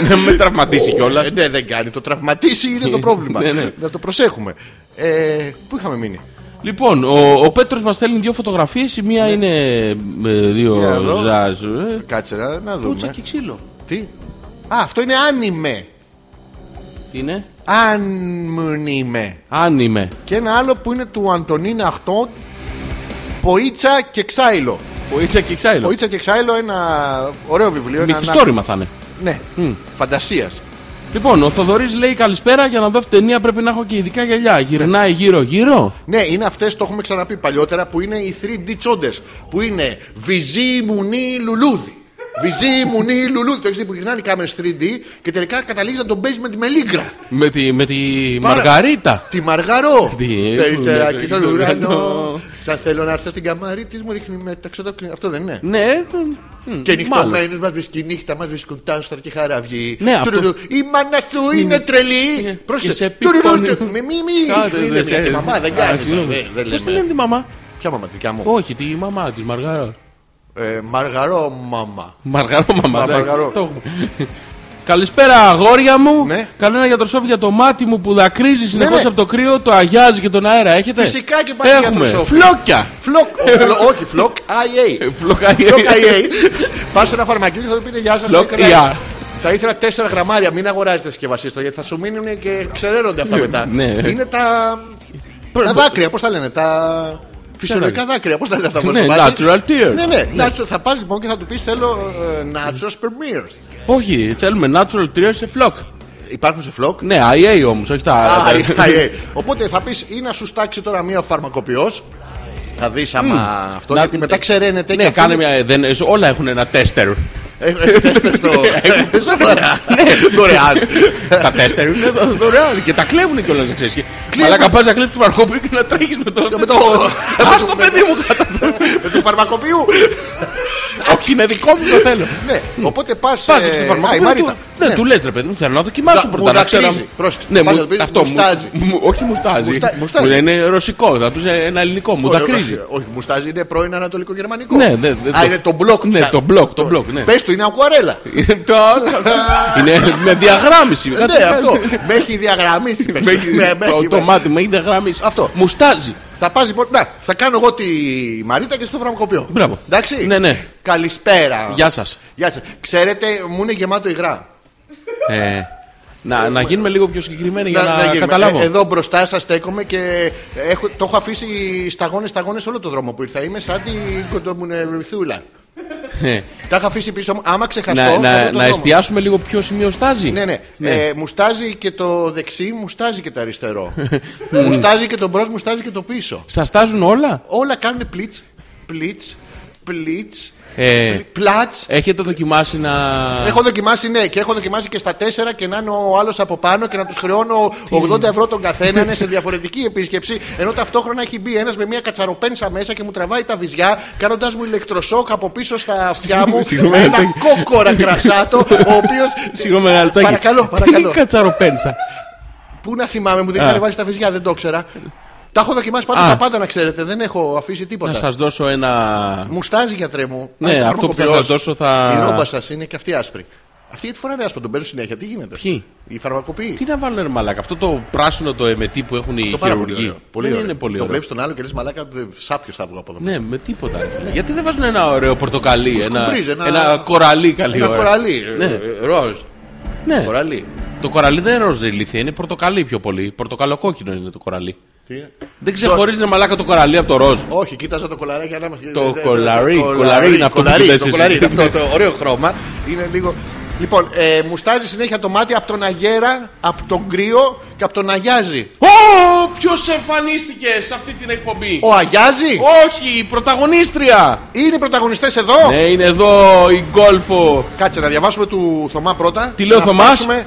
S2: Να με τραυματίσει
S3: Ε,
S2: κιόλα.
S3: Ναι, δεν κάνει. Το τραυματίσει είναι το πρόβλημα.
S2: Ναι, ναι.
S3: Να το προσέχουμε. Ε, Πού είχαμε μείνει.
S2: Λοιπόν, ο, ο Πέτρος μας στέλνει δύο φωτογραφίες. Η μία είναι. ε, δύο
S3: Για Ναι. εδώ. ναι.
S2: ζάζ. ε,
S3: Κάτσε να- να
S2: Κούτσα
S3: δούμε.
S2: και ξύλο.
S3: Τι. Α, αυτό είναι άνιμε.
S2: Τι είναι.
S3: Άνιμνιμε.
S2: Αν είμαι.
S3: Και ένα άλλο που είναι του Αντωνίνα 8 Ποίτσα και Ξάιλο.
S2: Ο Ίτσα και ξάιλο.
S3: Ποίτσα και Ξάιλο, ένα ωραίο βιβλίο. ένα-
S2: Ναι. Μυθιστόρημα θα είναι.
S3: Ναι, φαντασίας.
S2: Λοιπόν, ο Θοδωρής λέει καλησπέρα. Για να δω αυτή την ταινία πρέπει να έχω και ειδικά γυαλιά. Γυρνάει γύρω-γύρω.
S3: Ναι, είναι αυτές, το έχουμε ξαναπεί παλιότερα, που είναι οι 3D τσόντες. Που είναι βυζί, μουνί, λουλούδι. Βυζί, μουνί, λουλούδι. Το έχεις δει που γυρνάνε οι κάμερες 3D και τελικά καταλήγει να τον παίζει με τη μελίγκρα.
S2: Με τη, με τη
S3: Πάρα-
S2: Μαργαρίτα.
S3: Τη Μαργαρό!
S2: Τι-
S3: Περιτέρα
S2: που-
S3: και τον
S2: στον
S3: ουρανό.
S2: ουρανό.
S3: Σαν θέλω να έρθω στην καμάρι της, μου ρίχνει με τα ξεδόκρυνα. Αυτό δεν είναι.
S2: Ναι. μ,
S3: Και
S2: μ, μάλλον.
S3: νυχτωμένου μα βρίσκει η νύχτα, μα βρίσκουν τάσταρ και χαραυγή.
S2: Ναι, αυτό-
S3: Τουρουρου. Η μάνα σου είναι
S2: Είναι.
S3: τρελή.
S2: Και σε
S3: Πρόσεχε. Τουρουρου.
S2: πιπώνει.
S3: Μη, μη,
S2: Άντε,
S3: μη. Είναι
S2: δεν
S3: μια
S2: σε-
S3: και μαμά, δεν
S2: Α,
S3: κάνει.
S2: συγγνώμη.
S3: Ε, δεν
S2: Πώς τη
S3: λέμε.
S2: λένε τη μαμά.
S3: Ποια μαμά, δικιά μου.
S2: Όχι, τη μαμά τη Μαργαρά.
S3: Ε, Μαργαρό μαμά.
S2: Μαργαρό μαμά.
S3: Μα,
S2: εντάξει,
S3: Μαργαρό.
S2: το έχουμε. Καλησπέρα, αγόρια μου.
S3: Ναι.
S2: Καλό ένα γιατροσόφι για το μάτι μου που δακρύζει συνεχώς
S3: ναι.
S2: από το κρύο, το αγιάζει και τον αέρα. Έχετε.
S3: Φυσικά και υπάρχει
S2: Έχουμε.
S3: γιατροσόφι.
S2: Φλόκια.
S3: Φλοκ. ο, φλο- Όχι, φλοκ. IA.
S2: Φλόκα. Ε,
S3: Φλοκ IA. Πας σε ένα φαρμακείο και θα του πείτε Γεια σας.
S2: Φλοκ IA.
S3: Θα ήθελα 4 γραμμάρια. Μην αγοράζετε συσκευασίστρο γιατί θα σου μείνουν και ξεραίνονται αυτά μετά.
S2: ναι.
S3: Είναι τα. Τα δάκρυα, πώς τα λένε. Τα φυσιολογικά δάκρυα, πώς τα λένε αυτά που
S2: Ναι,
S3: στο μάτι.
S2: natural tears.
S3: Ναι, ναι. Natural- Θα πα λοιπόν και θα του πεις θέλω ε, natural spermiers.
S2: Όχι, θέλουμε natural trio σε φλόκ.
S3: Υπάρχουν σε φλοκ.
S2: Ναι, IA όμως, όχι τα.
S3: Α, ε,
S2: ναι.
S3: α, ε. Οπότε θα πεις ή να σου στάξει τώρα μία ο φαρμακοποιός. Θα δεις άμα αυτό.
S2: Να-
S3: Γιατί μετά ξεραίνεται και
S2: Ναι,
S3: αυτό
S2: κάνε
S3: είναι-
S2: μια. δεν- ε, όλα έχουν ένα τέστερ.
S3: Ε, ε, τέστερ στο.
S2: Ναι.
S3: Σοβαρά. Δωρεάν.
S2: τα τέστερ είναι δω- δωρεάν και τα κλέβουν κιόλα, να ξέρει.
S3: Κλέβουν.
S2: Αλλά καπάζει να κλέβει του βαρκόπουλου και να τρέχει με το.
S3: Με το.
S2: Α το παιδί μου κατά.
S3: με του φαρμακοποιού.
S2: Όχι, είναι δικό μου, το θέλω.
S3: Ναι, οπότε ε, πα.
S2: Πα στο φαρμακείο. του- Ναι, του λες ρε παιδί μου, θέλω να δοκιμάσω
S3: Μου
S2: πρώτα. να ξέρω αν-
S3: δακρύζει. Πρόσεξε,
S2: Ναι,
S3: πας
S2: μου-
S3: να του πεις,
S2: αυτό, μου-
S3: μουστάζει.
S2: μου- Όχι μουστάζει.
S3: Μουστα- μουστάζει.
S2: Μου Είναι ρωσικό, θα πει ένα ελληνικό. Μου δακρύζει.
S3: Όχι, μουστάζει είναι πρώην Ανατολικό Γερμανικό.
S2: Ναι, ναι, ναι,
S3: Α, είναι το μπλοκ
S2: Ναι, το μπλοκ, το μπλοκ, ναι.
S3: Πες του, είναι ακουαρέλα.
S2: Το- Είναι με διαγράμμιση.
S3: Ναι, αυτό. Με έχει διαγραμμίσει. πες του.
S2: Με έχει-
S3: Ναι, με
S2: το-
S3: έχει-
S2: Το μάτι με έχει διαγράμμιση.
S3: Αυτό.
S2: Μουστάζει.
S3: Θα πας λοιπόν. Να, θα κάνω εγώ τη Μαρίτα και στο φαρμακοποιό.
S2: Μπράβο.
S3: Εντάξει.
S2: Ναι, ναι.
S3: Καλησπέρα.
S2: Γεια σας.
S3: Γεια σας. Ξέρετε, μου είναι γεμάτο υγρά.
S2: Ε, να, να γίνουμε λίγο πιο συγκεκριμένοι για να,
S3: γίνουμε.
S2: καταλάβω.
S3: Ε, εδώ μπροστά σας στέκομαι και έχω, το έχω αφήσει σταγόνες σταγόνες όλο το δρόμο που ήρθα. Είμαι σαν την κοντομουνευρυθούλα.
S2: Ε,
S3: Τα είχα αφήσει πίσω μου. Άμα ξεχαστώ.
S2: να,
S3: θα βρω
S2: να,
S3: το
S2: να
S3: δρόμο.
S2: εστιάσουμε λίγο ποιο σημείο στάζει.
S3: Ναι, ναι. Ε, μου στάζει και το δεξί, μου στάζει και το αριστερό. μου στάζει και το μπρος, μου στάζει και το πίσω.
S2: Σας στάζουν όλα.
S3: Όλα κάνουν πλίτς, πλίτς, πλίτς,
S2: Ε.
S3: πλι- πλάτς.
S2: Έχετε δοκιμάσει να.
S3: Έχω δοκιμάσει, ναι, και έχω δοκιμάσει και στα τέσσερα και να είναι ο άλλος από πάνω και να τους χρεώνω 80 ευρώ τον καθένα ναι, σε διαφορετική επίσκεψη. Ενώ ταυτόχρονα έχει μπει ένας με μια κατσαροπένσα μέσα και μου τραβάει τα βυζιά, κάνοντας μου ηλεκτροσόκ από πίσω στα αυτιά μου.
S2: Συγγνώμη,
S3: ένα
S2: Αντώνη.
S3: κόκορα κρασάτο, ο οποίος.
S2: Συγγνώμη, ένα λεπτάκι.
S3: Παρακαλώ,
S2: Τι
S3: παρακαλώ.
S2: είναι η κατσαροπένσα.
S3: Πού να θυμάμαι, μου δεν
S2: Α.
S3: είχαν βάλει τα βυζιά, δεν το ήξερα. Τα έχω δοκιμάσει πάντα
S2: Α.
S3: τα πάντα να ξέρετε, δεν έχω αφήσει
S2: Να
S3: τίποτα.
S2: σας δώσω ένα.
S3: Μου στάζει γιατρέ μου.
S2: Ναι,
S3: Ας το
S2: αυτό που θα
S3: φαρμακοποιός.
S2: σας δώσω θα-
S3: Η ρόμπα σας είναι και αυτή άσπρη. Αυτή γιατί φοράνε άσπρο, τον παίρνουν συνέχεια. Τι γίνεται.
S2: Ποιοι?
S3: Οι φαρμακοποιοί.
S2: Τι να βάλουν ρε μαλάκα. Αυτό το πράσινο το εμετή που έχουν οι
S3: Το πάρα πολύ
S2: χειρουργοί.
S3: ωραίο. Πολύ
S2: δεν
S3: ωραίο.
S2: είναι πολύ
S3: το
S2: ωραίο.
S3: βλέπεις τον άλλο και λες μαλάκα, δε- σάπιος θα βγω από εδώ.
S2: Ναι, με τίποτα. ρε φίλε. Γιατί δεν βάζουν ένα ωραίο πορτοκαλί, ένα,
S3: σκουμπρίζει, ένα-
S2: ένα κοραλί καλή
S3: Ένα
S2: ώρα.
S3: κοραλί.
S2: Ναι.
S3: ε, ε, Ροζ.
S2: Ναι.
S3: Κοραλί.
S2: Το κοραλί δεν είναι ροζ ηλίθεια, είναι πορτοκαλί πιο πολύ. Πορτοκαλοκόκκινο είναι το κοραλί.
S3: Τι είναι?
S2: Δεν ξεχωρίζεις ρε μαλάκα το κοραλί από το ροζ.
S3: Όχι, κοίταζα το κολαράκι ανάμεσα.
S2: Το
S3: ε, ε, ε,
S2: κολαρί, κολαρί είναι αυτό που
S3: κολαρί,
S2: κοιτάς
S3: το
S2: εσύ.
S3: κολαρί είναι αυτό το ωραίο χρώμα. Είναι λίγο. Λοιπόν, ε, μου στάζει συνέχεια το μάτι από τον αγέρα, από τον κρύο και από τον αγιάζει.
S2: Ω, ποιος εμφανίστηκε σε αυτή την εκπομπή.
S3: Ο αγιάζει
S2: Όχι, η πρωταγωνίστρια.
S3: είναι πρωταγωνιστές εδώ.
S2: Ναι, είναι εδώ η γκολφο.
S3: Κάτσε να διαβάσουμε του Θωμά πρώτα.
S2: Τι λέει ο
S3: Να
S2: Θωμάς?
S3: φτάσουμε.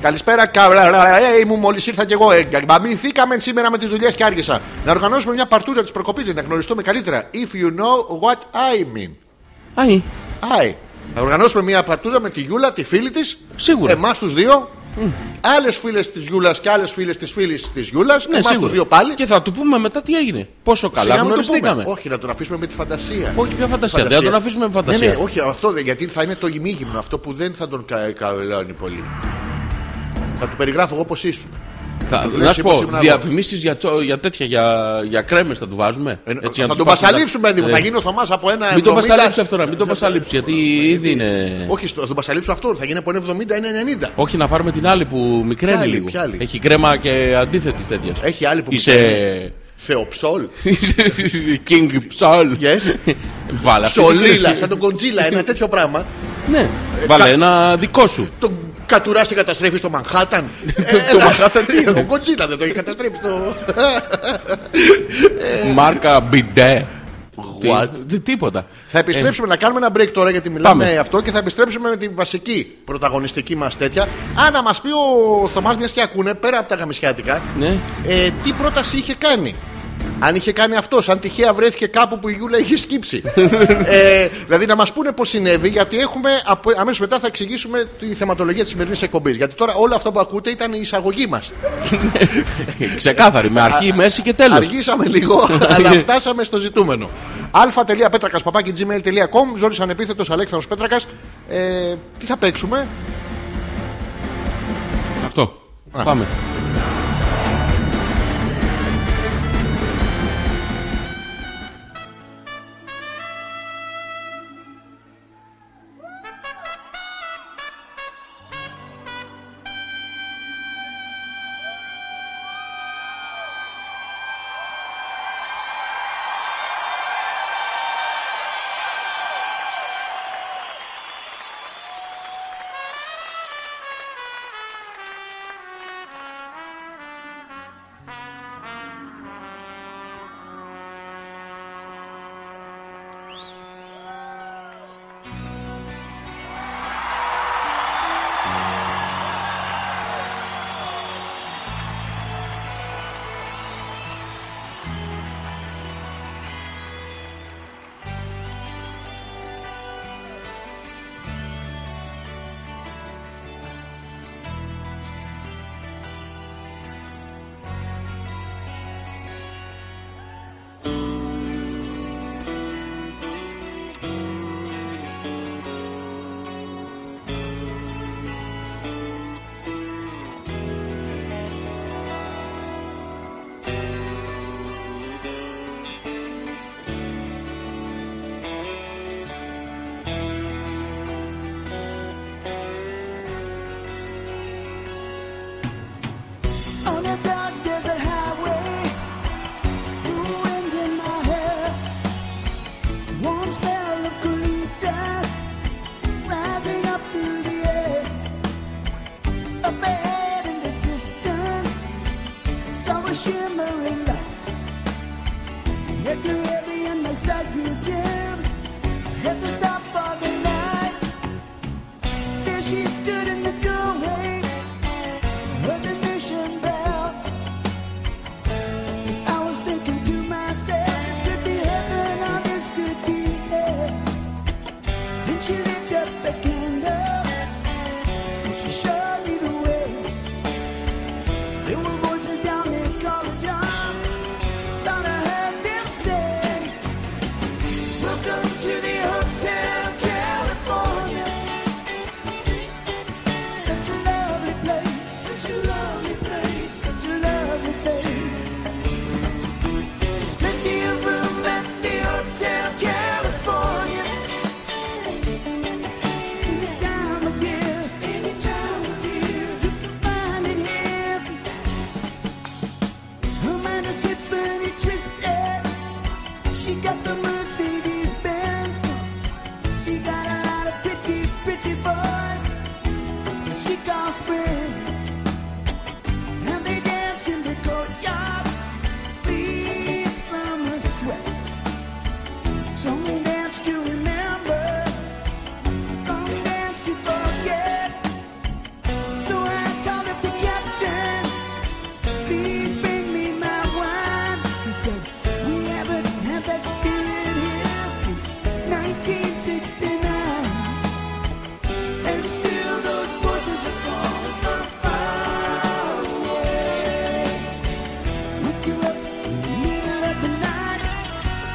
S3: Καλησπέρα, καλέ μου, μόλι ήρθα κι εγώ. Εγκαμπαμηθήκαμε σήμερα με τι δουλειέ και άργησα. Να οργανώσουμε μια παρτούζα τη προκοπή να γνωριστούμε καλύτερα. If you know what I mean.
S2: Αϊ,
S3: Άι. Θα οργανώσουμε μια παρτούζα με τη Γιούλα, τη φίλη τη.
S2: Σίγουρα.
S3: Εμά του δύο. Άλλε φίλε τη Γιούλα και άλλε φίλε τη φίλη τη Γιούλα.
S2: ναι,
S3: Εμά του
S2: σίγουρα.
S3: δύο πάλι.
S2: Και θα του πούμε μετά τι έγινε. Πόσο καλά
S3: Σιγά μην το
S2: γνωριστήκαμε.
S3: πούμε. Όχι, να τον αφήσουμε με τη φαντασία.
S2: Όχι, ποια φαντασία. Δεν θα τον αφήσουμε με φαντασία.
S3: Ναι, ναι, όχι, αυτό δεν, γιατί θα είναι το ημίγυμνο αυτό που δεν θα τον κα, καελώνει πολύ. Θα του περιγράφω εγώ πώς ήσουν. Ε,
S2: Θα-
S3: Λες,
S2: να σου
S3: είπα
S2: πω,
S3: σήμερα
S2: διαφημίσεις για, τσο- για τέτοια, για, για κρέμες θα του βάζουμε.
S3: Ε,
S2: Έτσι, να
S3: θα
S2: τους
S3: τον
S2: πάσουμε.
S3: πασαλείψουμε,
S2: Ε,
S3: δηλαδή, παιδί μου. Θα γίνει ο Θωμάς από ένα.
S2: Μην τον ε.
S3: 70.
S2: πασαλείψει αυτό, μην τον πασαλείψει, γιατί
S3: Ε,
S2: ήδη είναι.
S3: Όχι, στο- θα τον πασαλείψω αυτόν. Θα γίνει από ένα 70 ένα 90.
S2: Όχι, να πάρουμε την άλλη που μικραίνει
S3: Ποια άλλη,
S2: λίγο.
S3: ποια άλλη?
S2: Έχει κρέμα και αντίθετης τέτοιας.
S3: Έχει άλλη που
S2: Είσαι.
S3: Θεοψόλ.
S2: King Psal.
S3: Yes.
S2: Βάλε αυτή την-
S3: Ψολίλα, σαν τον Κοντζίλα, ένα τέτοιο πράγμα.
S2: Ναι. Βάλε
S3: κα-
S2: ένα δικό σου.
S3: Τον κατουράς και καταστρέφεις στο Μανχάταν.
S2: Το- το Manhattan τι είναι?
S3: Ο Κοντζίλα δεν το έχει καταστρέψει. το-
S2: Μάρκα Μπιντέ.
S3: Ε. What?
S2: Τι- τι- Τίποτα.
S3: Θα επιστρέψουμε να κάνουμε ένα break τώρα γιατί μιλάμε
S2: Ε. Πάμε.
S3: αυτό και θα επιστρέψουμε με την βασική πρωταγωνιστική μας τέτοια. Α, να μας πει ο Θωμάς, μιας και ακούνε πέρα από τα γαμισιάτικα,
S2: Ναι.
S3: ε, τι πρόταση είχε κάνει. Αν είχε κάνει αυτό, αν τυχαία βρέθηκε κάπου που η Γιούλα είχε σκύψει. ε, δηλαδή να μας πούνε πώς συνέβη, γιατί έχουμε αμέσως μετά θα εξηγήσουμε τη θεματολογία της σημερινής εκπομπής. Γιατί τώρα όλο αυτό που ακούτε ήταν η εισαγωγή μας.
S2: Ξεκάθαρη, με αρχή, μέση και τέλος.
S3: Αργήσαμε λίγο, αλλά φτάσαμε στο ζητούμενο. α.πέτρακα παπάκι gmail.com Ζόρι ανεπίθετος Αλέξανδρος Πέτρακας. Ε, τι θα παίξουμε,
S2: Αυτό. Πάμε.
S5: and they said you did. That's a stop for the night. There she stood in the doorway, heard the mission bell. I was thinking to myself, this could be heaven or this could be hell. Then she lit up the candle and she showed me the way. There were voices down the corridor. Thought I heard them say. Welcome to the Hotel California. Such a lovely place, such a lovely place, such a lovely place. There's plenty of room at the Hotel California. Any time of year, any time of year, you can find it here. Her mind is Tiffany twisted. She got the Mercedes Benz. She got a lot of pretty, pretty boys. She calls friends. And they dance in the courtyard. Leaves from her sweat. Some dance to remember. Some dance to forget. So I called up the captain. Please bring me my wine. He said, We haven't had that spirit here since 1969. And still those voices are calling from far away. Wake you up in the middle of the night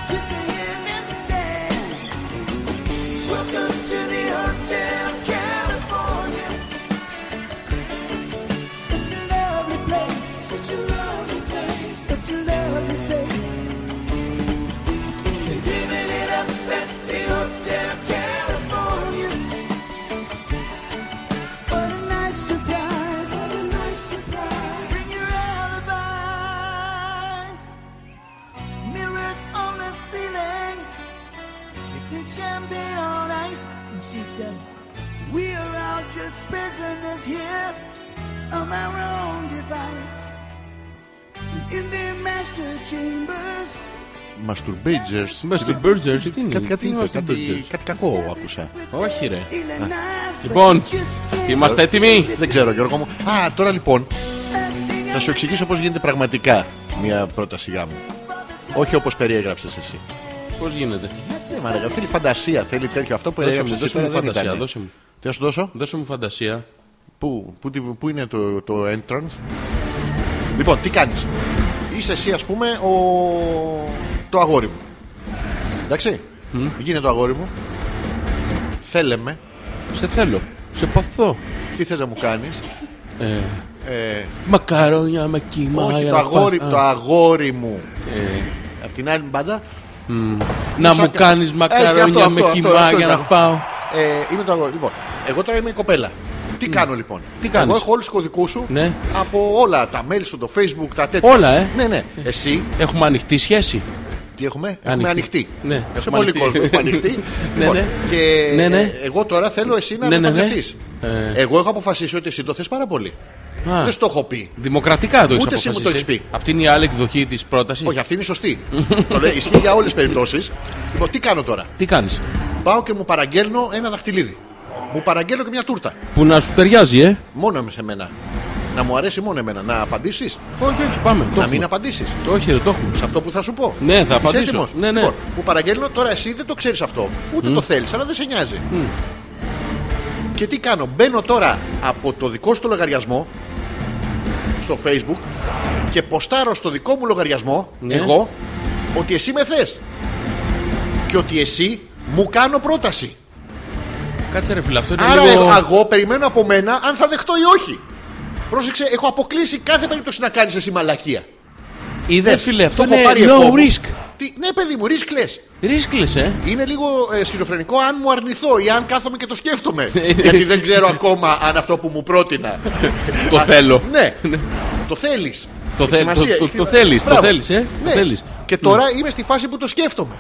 S5: just to hear them say, Welcome to the Hotel California. Such a lovely place, such a lovely place, such a lovely place. They're living it up at the Hotel California. What a nice surprise, what a nice surprise. Bring your alibis, mirrors on the ceiling, liquid champagne on ice. And she said, We are all just prisoners here on our own device. In the master chambers,
S3: Masturbagers.
S2: Μέσα στο Burgers, τι είναι.
S3: Κάτι, κάτι,
S2: τι
S3: είπες,
S2: είμαστε
S3: κάτι,
S2: Burgers.
S3: κάτι κακό άκουσα.
S2: Όχι ρε. Λοιπόν,
S5: Λοιπόν,
S2: Είμαστε
S5: είμαστε
S2: έτοιμοι.
S3: Δεν ξέρω, Γιώργο μου. Α, τώρα λοιπόν, να σου εξηγήσω πώς γίνεται πραγματικά μια πρόταση γάμου. Όχι όπως περιέγραψες εσύ.
S2: Πώς γίνεται.
S3: Ναι, μαλάκα, θέλει φαντασία, θέλει τέτοιο. Αυτό που
S2: Δώσε
S3: περιέγραψε
S2: μου,
S3: εσύ
S2: δώσε
S3: τώρα
S2: μου
S3: δεν
S2: φαντασία.
S3: ήταν.
S2: Δώσε μου.
S3: Τι να σου δώσω,
S2: Δώσε μου φαντασία.
S3: πού, πού, τη- πού είναι το, το entrance. Λοιπόν, τι κάνεις. Είσαι εσύ, ας πούμε, ο... το αγόρι μου. Εντάξει. Γίνε το αγόρι μου. Θέλε με.
S2: Σε θέλω. Σε παθώ.
S3: Τι θες να μου κάνεις.
S2: Μακαρόνια με κύμα.
S3: Όχι,
S2: για
S3: το
S2: να φας.
S3: αγόρι,
S2: Α, Ε.
S3: το αγόρι μου. Απ' την άλλη μπάντα.
S2: Να μου
S3: σάκα.
S2: κάνεις
S3: Έτσι, αυτό,
S2: μακαρόνια
S3: αυτό,
S2: με
S3: αυτό,
S2: κύμα
S3: αυτό
S2: για να
S3: ήταν.
S2: φάω.
S3: Ε, είμαι το αγόρι. Λοιπόν, εγώ τώρα είμαι η κοπέλα. Τι κάνω λοιπόν.
S2: Τι κάνεις?
S3: Εγώ έχω όλους τους κωδικούς σου
S2: Ναι.
S3: από όλα τα mail σου, το facebook, τα τέτοια.
S2: Όλα, ε.
S3: Ναι, ναι. Εσύ
S2: Έχουμε ανοιχτή σχέση.
S3: τι έχουμε, έχουμε ανοιχτή.
S2: Ναι,
S3: Σε
S2: έχουμε
S3: πολύ
S2: ανοιχτή.
S3: κόσμο έχουμε ανοιχτή.
S2: Ναι,
S3: Λοιπόν,
S2: ναι.
S3: Και
S2: Ναι, ναι.
S3: ε, εγώ τώρα θέλω εσύ να
S2: Ναι,
S3: με
S2: ναι, ναι.
S3: παντρευτείς. Εγώ έχω αποφασίσει ότι εσύ το θες πάρα πολύ.
S2: Α,
S3: Δεν σου το έχω πει.
S2: Δημοκρατικά το έχεις
S3: Ούτε εσύ
S2: αποφασίσει. ε.
S3: μου το έχεις πει.
S2: Αυτή είναι η άλλη εκδοχή της πρότασης.
S3: Όχι, αυτή είναι η σωστή. το λέω, ισχύει για όλες τις περιπτώσεις. Λοιπόν, τι κάνω τώρα.
S2: Τι κάνεις.
S3: Πάω και μου παραγγέλνω ένα δαχτυλίδι. Μου παραγγέλνω και μια τούρτα.
S2: Που να σου ταιριάζει, ε.
S3: Μόνο με σε μένα. Να μου αρέσει μόνο εμένα. Να απαντήσεις.
S2: Όχι, όχι, πάμε. Το
S3: Να μην
S2: έχουμε.
S3: απαντήσει.
S2: Όχι, ρε, το έχουμε.
S3: Σε αυτό που θα σου πω.
S2: Ναι, θα
S3: Είσαι
S2: απαντήσω.
S3: έτοιμος?
S2: Ναι, ναι.
S3: Λοιπόν, που παραγγέλνω τώρα εσύ δεν το ξέρεις αυτό. Ούτε το θέλεις, αλλά δεν σε νοιάζει. Και τι κάνω, μπαίνω τώρα από το δικό σου το λογαριασμό στο facebook και ποστάρω στο δικό μου λογαριασμό
S2: Ναι.
S3: εγώ ότι εσύ με θες και ότι εσύ μου κάνω πρόταση.
S2: Κάτσε ρε φίλε, αυτό είναι
S3: Άρα
S2: λίγο...
S3: εγώ... περιμένω από μένα αν θα δεχτώ ή όχι. Πρόσεξε, έχω αποκλείσει κάθε περίπτωση να κάνεις εσύ μαλακία.
S2: Είδες Ναι, φίλε, αυτό
S3: Το έχω
S2: είναι
S3: πάρει
S2: Ε, no
S3: εγώ μου.
S2: risk.
S3: Τι, ναι, παιδί μου, risk λες.
S2: Ρίσκλες, ε.
S3: Είναι λίγο ε, σχιζοφρενικό αν μου αρνηθώ ή αν κάθομαι και το σκέφτομαι.
S2: Ναι.
S3: Γιατί δεν ξέρω ακόμα αν αυτό που μου πρότεινα.
S2: Το
S3: Α,
S2: θέλω.
S3: Ναι. το θέλεις.
S2: Το θέλ- το- το- το θέλεις, το θέλεις, ε. Το θέλεις.
S3: Ναι. Και τώρα είμαι στη φάση που το σκέφτομαι.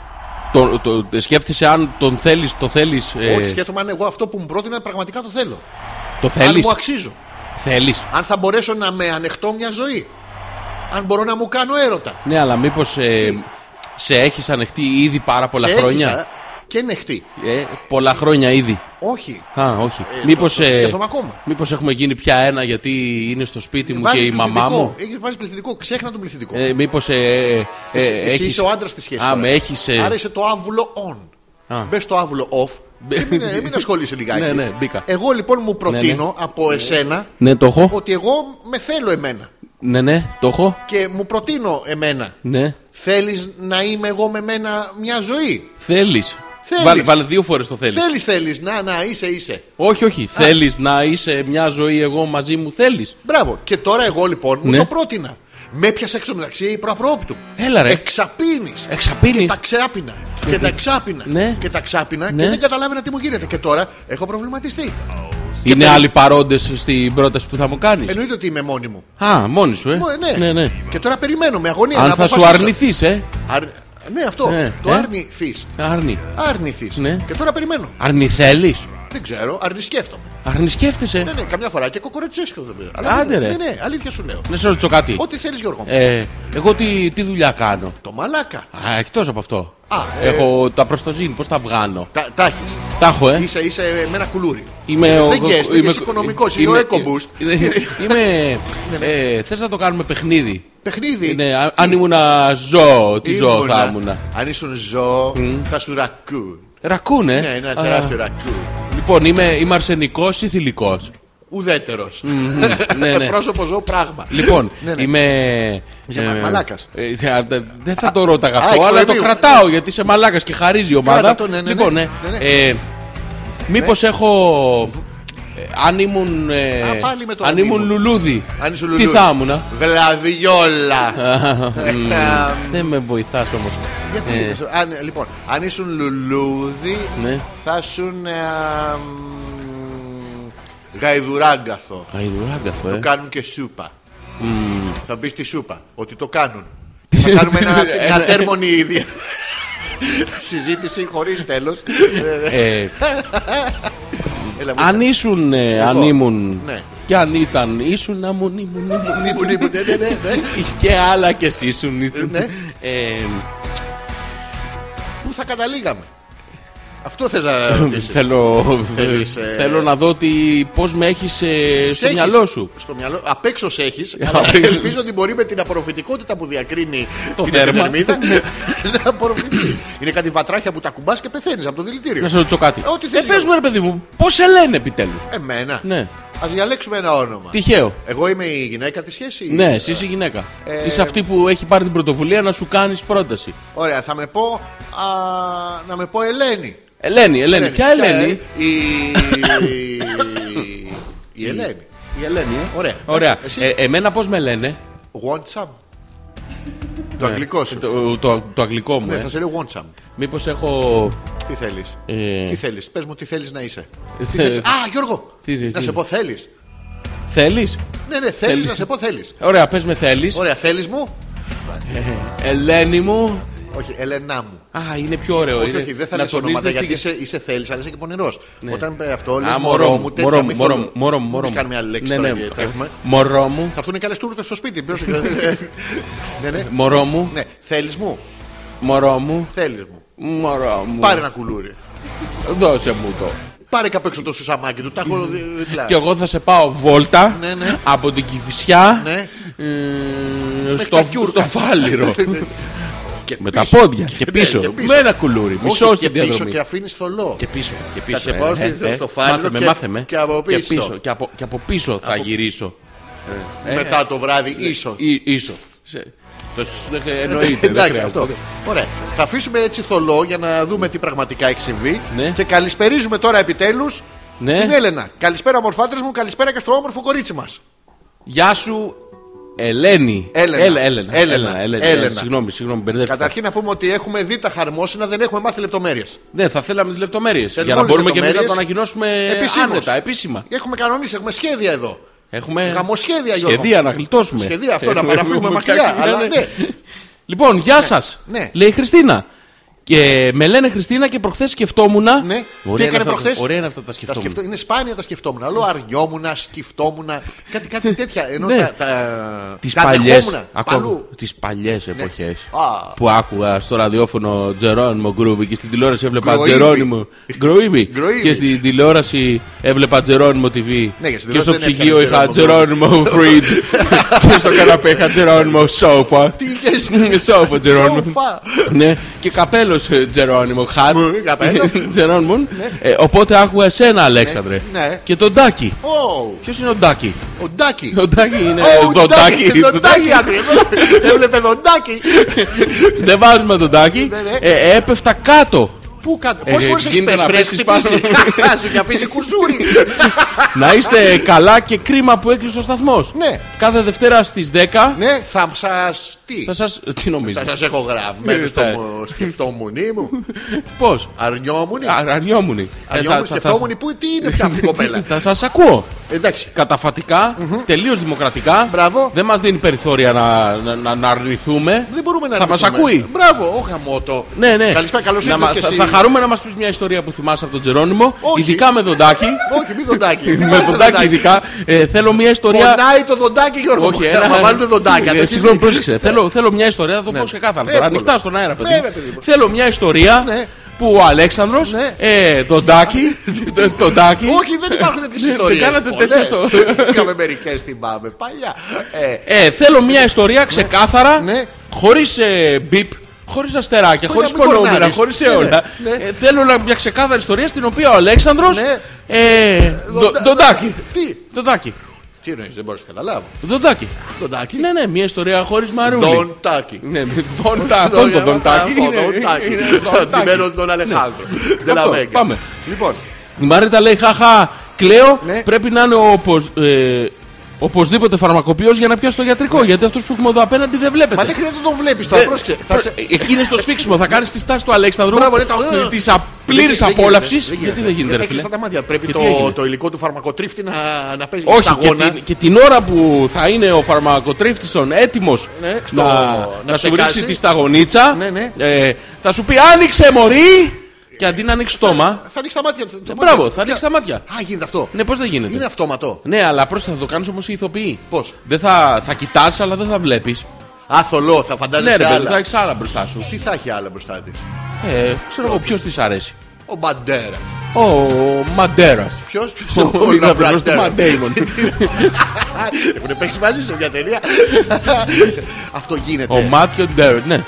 S2: Το, το, ε, σκέφτεσαι αν τον θέλεις, το θέλεις... ε,
S3: Όχι, σκέφτομαι αν εγώ αυτό που μου πρότεινα πραγματικά το θέλω.
S2: Το
S3: Αν
S2: θέλεις,
S3: μου αξίζω.
S2: θέλεις.
S3: Αν θα μπορέσω να με ανεχτώ μια ζωή. Αν μπορώ να μου κάνω έρωτα.
S2: Ναι, αλλά μήπως... ε, Σε έχεις ανεχτεί ήδη πάρα πολλά
S3: Σε
S2: χρόνια.
S3: έχισα Και νεχτή.
S2: Ε, πολλά χρόνια ήδη.
S3: Όχι.
S2: Α, όχι.
S3: Ε,
S2: μήπως,
S3: το- το σκέφτομαι ακόμα.
S2: μήπως έχουμε γίνει πια ένα γιατί είναι στο σπίτι μου και η μαμά μου.
S3: Έχεις βάλει πληθυντικό. Ξέχνα τον πληθυντικό.
S2: Ε, Μήπως. Ε, ε, ε,
S3: Εσύ- εσύ
S2: έχεις-
S3: είσαι ο άντρας της σχέσης.
S2: Α, με ε, έχει.
S3: Άρα είσαι το άβουλο on.
S2: Α.
S3: Μπες στο άβουλο off.
S2: Μπε-
S3: και μην, ε, μην ασχολείσαι λιγάκι.
S2: Ναι, ναι, μπήκα.
S3: Εγώ λοιπόν μου προτείνω
S2: Ναι, ναι.
S3: από εσένα
S2: Ναι, το έχω.
S3: ότι εγώ με θέλω εμένα.
S2: Ναι, ναι, το έχω.
S3: Και μου προτείνω εμένα.
S2: Ναι.
S3: Θέλεις να είμαι εγώ με μένα μια ζωή.
S2: Θέλεις.
S3: Θέλεις.
S2: Βάλε, βάλε δύο φορές το θέλεις.
S3: Θέλεις, θέλεις. Να, να, είσαι, είσαι.
S2: Όχι, όχι. Θέλεις να είσαι μια ζωή εγώ μαζί μου. Θέλεις.
S3: Μπράβο. Και τώρα εγώ λοιπόν μου
S2: Ναι.
S3: το πρότεινα. Με πιάσε έξω μεταξύ προαπρόπτου.
S2: Έλα, ρε. Ε,
S3: Εξαπίνεις.
S2: Εξαπίνεις.
S3: Και τα ξάπινα. Και τα ξάπινα.
S2: Ναι.
S3: Και τα ξάπινα.
S2: Ναι.
S3: Και δεν καταλάβαινα τι μου γίνεται. Και τώρα έχω προβληματιστεί.
S2: Είναι
S3: τα-
S2: άλλοι παρόντες στην πρόταση που θα μου κάνεις.
S3: Εννοείται ότι είμαι μόνη μου.
S2: Α, μόνη σου, ε.
S3: Μω- ναι.
S2: ναι, ναι.
S3: Και τώρα περιμένω με αγωνία
S2: Αν
S3: να
S2: θα σου
S3: αποφασίσω.
S2: αρνηθείς, ε.
S3: Αρ- Ναι, αυτό.
S2: Ναι,
S3: Το
S2: ε.
S3: αρνηθείς.
S2: Αρνη.
S3: Αρνηθείς.
S2: Ναι.
S3: Και τώρα περιμένω.
S2: Αρνηθέλει.
S3: Δεν ξέρω, αρνησκέφτομαι.
S2: Αρνησκέφτεσαι.
S3: Ναι, ναι, καμιά φορά και κοκορετσέσκο βέβαια.
S2: Ε. Άντε,
S3: ναι,
S2: ρε.
S3: ναι, αλήθεια σου λέω.
S2: Να σε ρωτήσω κάτι.
S3: Ό,τι θέλεις, Γιώργο. μου.
S2: Ε, εγώ τι, τι δουλειά κάνω.
S3: Το μαλάκα.
S2: Α, εκτός από αυτό.
S3: Α, ε.
S2: Έχω τα προστοζήν, πώς τα βγάνω.
S3: Τα, τα έχεις.
S2: Τα έχω, ε.
S3: Είσαι, είσαι με ένα κουλούρι.
S2: Είμαι ο.
S3: Δεν καίσαι,
S2: είμαι-
S3: είσαι οικονομικός. Είσαι ο Ναι,
S2: είμαι-
S3: EcoBoost.
S2: Είμαι. ε, Θες να το κάνουμε παιχνίδι.
S3: Παιχνίδι.
S2: Ναι, α- αν ήμουνα ζώο, τι ζώο θα ήμουνα.
S3: Αν ήσουν ζώο, θα σου ρακούν.
S2: Ρακούν, ε.
S3: Ναι, ένα
S2: Α,
S3: τεράστιο ρακούν.
S2: Λοιπόν, είμαι, είμαι αρσενικός ή θηλυκός.
S3: Ουδέτερος.
S2: Ναι, ναι.
S3: Πρόσωπος ζώο πράγμα.
S2: Λοιπόν,
S3: Ναι, ναι.
S2: είμαι.
S3: Είσαι
S2: ε,
S3: μαλάκας.
S2: ε, θα- δε- Δεν θα το ρώταγα
S3: α,
S2: αυτό,
S3: εκ
S2: αλλά το
S3: προημίου.
S2: κρατάω γιατί είσαι μαλάκας και χαρίζει η ομάδα.
S3: το, ναι, ναι, ναι.
S2: Λοιπόν, ναι.
S3: Ναι, ναι.
S2: Μήπω έχω. ε, αν ήμουν. ε,
S3: Α, πάλι με το
S2: αν
S3: αν
S2: ήμουν
S3: ήμουν.
S2: λουλούδι.
S3: Αν είσαι
S2: Τι
S3: λουλούδι.
S2: θα ήμουνα.
S3: Βλαδιόλα. Ε,
S2: Δεν με βοηθάς όμως.
S3: Γιατί θα σου- αν, λοιπόν, αν ήσουν λουλούδι,
S2: Ναι.
S3: θα ήσουν ε, μ, γαϊδουράγκαθο.
S2: Γαϊδουράγκα αυτό,
S3: Το
S2: ε.
S3: κάνουν και σούπα. Θα μπει στη σούπα ότι το κάνουν. θα κάνουμε ένα,
S2: Ε, ναι.
S3: μια τέρμονη ίδια. Συζήτηση χωρίς τέλος. Ε,
S2: Ε,
S3: Έλα, μου.
S2: αν ήσουν, ε, αν ήμουν.
S3: Ναι.
S2: Και αν ήταν, ήσουν να μου ήμουν, ήμουν,
S3: Ήμουν,
S2: ήσουν.
S3: ήμουν, ναι, ναι, ναι, ναι.
S2: Και άλλα και εσύ ήσουν. ήσουν. Ε,
S3: Πού θα καταλήγαμε. Αυτό θες
S2: Ε,
S3: να ρωτήσεις. ε?
S2: Θέλω,
S3: Θέλεις, ε,
S2: θέλω να δω τι, πώς με έχεις ε,
S3: Σε
S2: στο
S3: έχεις-
S2: μυαλό σου.
S3: Στο μυαλό, απ' έξω σε έχεις, αλλά
S2: Απ' έξω.
S3: ελπίζω ότι μπορεί με την απορροφητικότητα που διακρίνει
S2: Το Ναι.
S3: την
S2: δέρμα.
S3: επιδερμίδα να απορροφηθεί. Είναι κάτι βατράχια που τα κουμπάς και πεθαίνεις από το
S2: Να
S3: δηλητήριο.
S2: σε ρωτήσω κάτι.
S3: Ό,τι
S2: Ε,
S3: θέλεις,
S2: πες μου ρε παιδί μου, πώς σε λένε επιτέλους.
S3: Εμένα.
S2: Ναι.
S3: Ας διαλέξουμε ένα όνομα.
S2: Τυχαίο.
S3: Εγώ είμαι η γυναίκα της σχέσης.
S2: Ναι, εσύ είσαι η γυναίκα.
S3: ε,
S2: Είσαι αυτή που έχει πάρει την πρωτοβουλία να σου κάνεις πρόταση.
S3: Ωραία, θα με πω. Α, να με πω Ελένη. Ε,
S2: Ελένη, Ελένη. Ποια Ελένη.
S3: Η. η- η Ελένη.
S2: Η Ελένη, ε.
S3: Ωραία.
S2: Ωραία.
S3: Εσύ.
S2: Ε, εμένα πώς με λένε.
S3: Want some. Το αγγλικό σου.
S2: Ναι. Ε, Το, το, το αγγλικό μου,
S3: Ναι,
S2: ε.
S3: θα σε λέω want some.
S2: Μήπως έχω...
S3: Τι θέλεις.
S2: Ε.
S3: Τι θέλεις. Πες μου, τι θέλεις να είσαι.
S2: Ε,
S3: Τι
S2: θε-
S3: θέλεις. Α, Γιώργο.
S2: Τι- τι-
S3: Να
S2: τι-
S3: σε πω θέλεις.
S2: Θέλεις.
S3: Ναι, ναι, θέλεις
S2: Θέλεις.
S3: να σε πω θέλεις.
S2: Ωραία, πες με θέλεις.
S3: Ωραία, θέλεις μου.
S2: Ελένη μου.
S3: Όχι, Ελένα μου.
S2: Α, είναι πιο ωραίο.
S3: Όχι,
S2: είναι
S3: όχι, δεν θα
S2: να
S3: λες ονόματα
S2: τονίζετε
S3: γιατί
S2: στη-
S3: είσαι, είσαι θέλεις, αλλά είσαι και πονηρός. Όταν πει αυτό,
S2: Α,
S3: λες μωρό μου, τέτοια
S2: μωρό μου, μωρό μου,
S3: μυθόλου.
S2: μωρό μου,
S3: Μην
S2: μωρό
S3: πεις
S2: μου.
S3: κάνουμε άλλη λέξη
S2: Ναι,
S3: τώρα
S2: ναι,
S3: και τρέχουμε.
S2: Μωρό μου,
S3: Θα έρθουν και άλλες τούρτες στο σπίτι. Ποιος... ναι, ναι.
S2: μωρό μου,
S3: ναι. Θέλεις μου,
S2: μωρό μου,
S3: θέλεις μου.
S2: μωρό μου.
S3: Πάρε ένα κουλούρι.
S2: Δώσε μου το.
S3: Πάρε και απ' έξω το σουσαμάκι του. Τα έχω ε, δι- διπλά.
S2: Και εγώ θα σε πάω βόλτα
S3: Ναι, ναι.
S2: από την Κηφισιά
S3: Ναι.
S2: ε,
S3: Μέχρι
S2: στο,
S3: τα Κιούρκα. Ναι,
S2: στο Φάληρο.
S3: Και
S2: με τα
S3: πίσω. Ναι,
S2: πόδια και πίσω.
S3: και πίσω.
S2: Με ένα κουλούρι.
S3: Όχι,
S2: Μισό
S3: και
S2: στην
S3: πίσω
S2: διαδρομή.
S3: και αφήνεις θολό.
S2: Και πίσω. Και πίσω. ε,
S3: Θα σε πάω στο- στο Φάληρο
S2: Μάθε με,
S3: και-
S2: μάθε με.
S3: και από πίσω.
S2: Και από, και από πίσω θα γυρίσω. Ε.
S3: Μετά το βράδυ,
S2: Ναι.
S3: ίσω.
S2: Ή- Ίσο. Σε- Το σ- δεν- εννοείται. δεν
S3: Εντάξει,
S2: χρειάζεται.
S3: αυτό. Ωραία. Θα αφήσουμε έτσι θολό για να δούμε τι πραγματικά έχει συμβεί.
S2: Ναι.
S3: Και καλησπερίζουμε τώρα επιτέλους
S2: Ναι.
S3: την Έλενα. Καλησπέρα, μορφάντρε μου, καλησπέρα και στο όμορφο κορίτσι μας.
S2: Γεια σου, Ελένη.
S3: Έλενα.
S2: Έλα, Έλενα.
S3: Έλενα.
S2: Έλενα. Έλενα.
S3: Έλενα.
S2: Συγγνώμη, συγγνώμη, μπερδεύτηκα.
S3: Καταρχήν να πούμε ότι έχουμε δει τα χαρμόσυνα, δεν έχουμε μάθει λεπτομέρειες.
S2: Ναι, θα θέλαμε τις λεπτομέρειες. Για να
S3: όλες
S2: μπορούμε
S3: τις
S2: και εμείς να το
S3: λεπτομέρειες.
S2: ανακοινώσουμε
S3: Επισήμως.
S2: άνετα, επίσημα.
S3: Έχουμε κανονίσει, έχουμε σχέδια εδώ.
S2: Έχουμε
S3: Γαμοσχέδια, Γιώργο.
S2: σχεδία να γλιτώσουμε.
S3: Σχεδία, αυτό, να
S2: Έχουμε
S3: παραφύγουμε μακριά,
S2: κάτι,
S3: αλλά ναι.
S2: Λοιπόν, γεια σας.
S3: ναι.
S2: Λέει η Χριστίνα. Και με λένε Χριστίνα και προχθές σκεφτόμουν.
S3: Ναι. Τι έκανε προχθές.
S2: Ωραία είναι αυτά τα
S3: Τα
S2: σκεφτόμουν.
S3: σκεφτό... Είναι σπάνια τα σκεφτόμουν. Άλλο αρνιόμουν, σκεφτόμουν. Κάτι, κάτι τέτοια. Ενώ
S2: Ναι.
S3: τα, τα...
S2: Τις
S3: τα
S2: παλιές,
S3: δεχόμουν.
S2: ακόμα,
S3: Παλού. Ναι.
S2: τις παλιές εποχές
S3: Α.
S2: που άκουγα στο ραδιόφωνο Τζερόνιμο Γκρούβι και στην τηλεόραση έβλεπα
S3: Γκροίβι.
S2: Τζερόνιμο Γκρούβι
S3: Γκροίβι.
S2: και στην τηλεόραση έβλεπα Τζερόνιμο TV
S3: Ναι, και στην
S2: και στο
S3: τηλεόραση δεν
S2: ψυγείο
S3: έπιανε
S2: είχα
S3: Τζερόνιμο
S2: Τζερόνιμο Φρίτζ και στο καναπέ είχα Τζερόνιμο Σόφα
S3: Τι είχες?
S2: Σόφα Τζερόνιμο
S3: Σοφά.
S2: ναι, και καπέλο Τζερόνιμο Χατ.
S3: Μου, καπέλος.
S2: Τζερόνιμο. Ε, Οπότε άκουγα εσένα, Αλέξανδρε.
S3: ναι.
S2: Και τον Τάκη.
S3: Ω,
S2: Ποιος είναι ο Τάκη.
S3: Ο Ντάκι.
S2: Ο Τάκη είναι.
S3: Ω,
S2: το
S3: Ντάκι,
S2: Τάκη.
S3: Τον Ντάκι ακριβώς. Έβλεπε τον Ντάκι.
S2: Δεν βάζουμε τον τάκι.
S3: Ναι, ναι.
S2: Ε, έπεφτα κάτω.
S3: Πού κάτω.
S2: Ε,
S3: Πόσες φορές έχεις
S2: γίνεται
S3: πέσει.
S2: να
S3: Πρέπει
S2: πέσεις πάνω.
S3: χτυπήσει. Σου και αφήσει κουρσούρι.
S2: Να είστε καλά και κρίμα που έκλεισε ο σταθμός.
S3: Ναι.
S2: Κάθε Δευτέρα στις 10
S3: Ναι, θα σας... Τι.
S2: θα σας. Τι νομίζετε.
S3: Θα σας έχω γραμμένο στο
S2: Ναι.
S3: μο- σκεφτόμουνί μου.
S2: Πώς.
S3: Αρνιόμουνι.
S2: Αρνιόμουν.
S3: Αρνιόμουνι, σκεφτόμουνι. Πού τι είναι πια αυτή η κοπέλα.
S2: Θα σας ακούω.
S3: Εντάξει.
S2: Καταφατικά, τελείως δημοκρατικά.
S3: Μπράβο.
S2: Δεν μας δίνει περιθώρια να, να, να- να αρνηθούμε.
S3: Δεν μπορούμε να
S2: Θα μας
S3: αρνηθούμε.
S2: ακούει.
S3: Μπράβο, ο γαμότο.
S2: Ναι, ναι.
S3: Καλησπέρα, καλώς
S2: Να
S3: ήρθατε
S2: μα-
S3: και
S2: θα,
S3: εσύ.
S2: θα χαρούμε να μας πεις μια ιστορία που θυμάσαι από τον Τζερόνιμο.
S3: Όχι.
S2: Ειδικά με δοντάκι.
S3: Όχι, μη δοντάκι. Μην
S2: με
S3: βάζετε
S2: δοντάκι, ειδικά. Ε, θέλω μια ιστορία.
S3: Πονάει το δοντάκι, Γιώργο.
S2: Όχι,
S3: ένα.
S2: ένα.
S3: Να βάλουμε δοντάκι. αν
S2: Ε,
S3: το Ναι. έχεις
S2: Συγγνώμη,
S3: δει.
S2: πρόσεξε. Θέλω, θέλω μια ιστορία, θα το πω ξεκάθαρα. τώρα,
S3: Εύκολο.
S2: Ανοιχτά στον αέρα,
S3: Ναι,
S2: παιδί.
S3: ρε,
S2: μου.
S3: παιδί μου.
S2: Θέλω μια ιστορία
S3: Ναι.
S2: που ο Αλέξανδρος
S3: Ναι.
S2: δοντάκι. το- Δοντάκι.
S3: Όχι, δεν υπάρχουν τέτοιες
S2: Ναι,
S3: ιστορίε.
S2: δεν κάνατε τέτοια
S3: Είχαμε μερικές, θυμάμαι παλιά. Ε,
S2: Ε, θέλω μια ιστορία ξεκάθαρα,
S3: Ναι.
S2: χωρί μπιπ, χωρίς αστεράκια,
S3: Χωρίς
S2: χωρίς
S3: να μην
S2: πονόμενα,
S3: κορνάρεις.
S2: χωρίς
S3: Ναι, ναι,
S2: αιώλα.
S3: ναι.
S2: Ε, Θέλω να- μια ξεκάθαρη ιστορία στην οποία ο Αλέξανδρος.
S3: Ναι. δοντα-
S2: Δοντάκι.
S3: Τι,
S2: Δοντάκι.
S3: τι εννοείς, δεν μπορώ να καταλάβω.
S2: Δοντάκι.
S3: Δοντάκι.
S2: Ναι, ναι, μια ιστορία χωρίς μαρούλι.
S3: Δοντάκι.
S2: Ναι, με δόντα, αυτό το δοντάκι. είναι- είναι δοντάκι.
S3: Αντιμένος τον Αλεχάνδρο. Δεν
S2: Αυτό,
S3: αμέγκα.
S2: Ναι. πάμε.
S3: Λοιπόν,
S2: Η Μαρίτα λέει χαχά, κλαίω,
S3: Ναι.
S2: πρέπει να είναι οπως- ε, οπωσδήποτε φαρμακοποιός για να πιάσει το γιατρικό. Γιατί αυτός που έχουμε εδώ απέναντι δεν βλέπετε.
S3: Ναι. μα δεν χρειάζεται να τον βλέπεις τώρα.
S2: Ε,
S3: Πρόσεξε.
S2: προ-
S3: Θα σε-
S2: ε, Εκεί είναι στο σφίξιμο. Θα κάνεις τη στάση του Αλέξανδρου.
S3: Μπράβο, ρε, τα-
S2: Της
S3: Δεν
S2: απλήρης
S3: γίνεται,
S2: απόλαυσης.
S3: δεν
S2: Γιατί δεν γίνεται, ρε φίλε.
S3: Θα κλειστά τα μάτια. Πρέπει
S2: Και
S3: το,
S2: τι έγινε?
S3: το υλικό του φαρμακοτρίφτη να, να παίζει
S2: Όχι,
S3: στα
S2: και
S3: γόνα.
S2: την, και την ώρα που θα είναι ο φαρμακοτρίφτησον έτοιμος
S3: Ναι, στο-
S2: να,
S3: να
S2: να, σου
S3: ψεκάσει.
S2: ρίξει τη σταγονίτσα,
S3: Ναι, ναι.
S2: ε, θα σου πει Άνοιξε, Μωρή! Και αντί να ανοίξει τόμα.
S3: Θα ανοίξει τα μάτια. του. Το
S2: Μπράβο,
S3: μάτι-
S2: θα ανοίξει τα μάτια.
S3: Α, γίνεται αυτό.
S2: Ναι, πώς δεν γίνεται.
S3: Είναι αυτόματο.
S2: Ναι, αλλά πρόσεχε, θα το κάνεις όμως οι ηθοποιοί.
S3: Πώς.
S2: Δεν θα, θα κοιτάς, αλλά δεν θα βλέπεις.
S3: Άθολο,
S2: Ναι,
S3: θα
S2: ρε
S3: φαντάζεσαι
S2: παιδί, θα
S3: άλλα.
S2: έχεις άλλα μπροστά σου.
S3: Τι θα έχει άλλα μπροστά της.
S2: Ε, ξέρω εγώ ποιος της αρέσει.
S3: Ο Μπαντέρα.
S2: Ο Μαντέρας.
S3: Ποιος,
S2: Ο
S3: ποιο.
S2: είναι απλός του Matt Damon.
S3: Έχουν παίξει μαζί σε μια ταινία. Αυτό γίνεται.
S2: Ο Μάτιο Ντέρετ, ναι.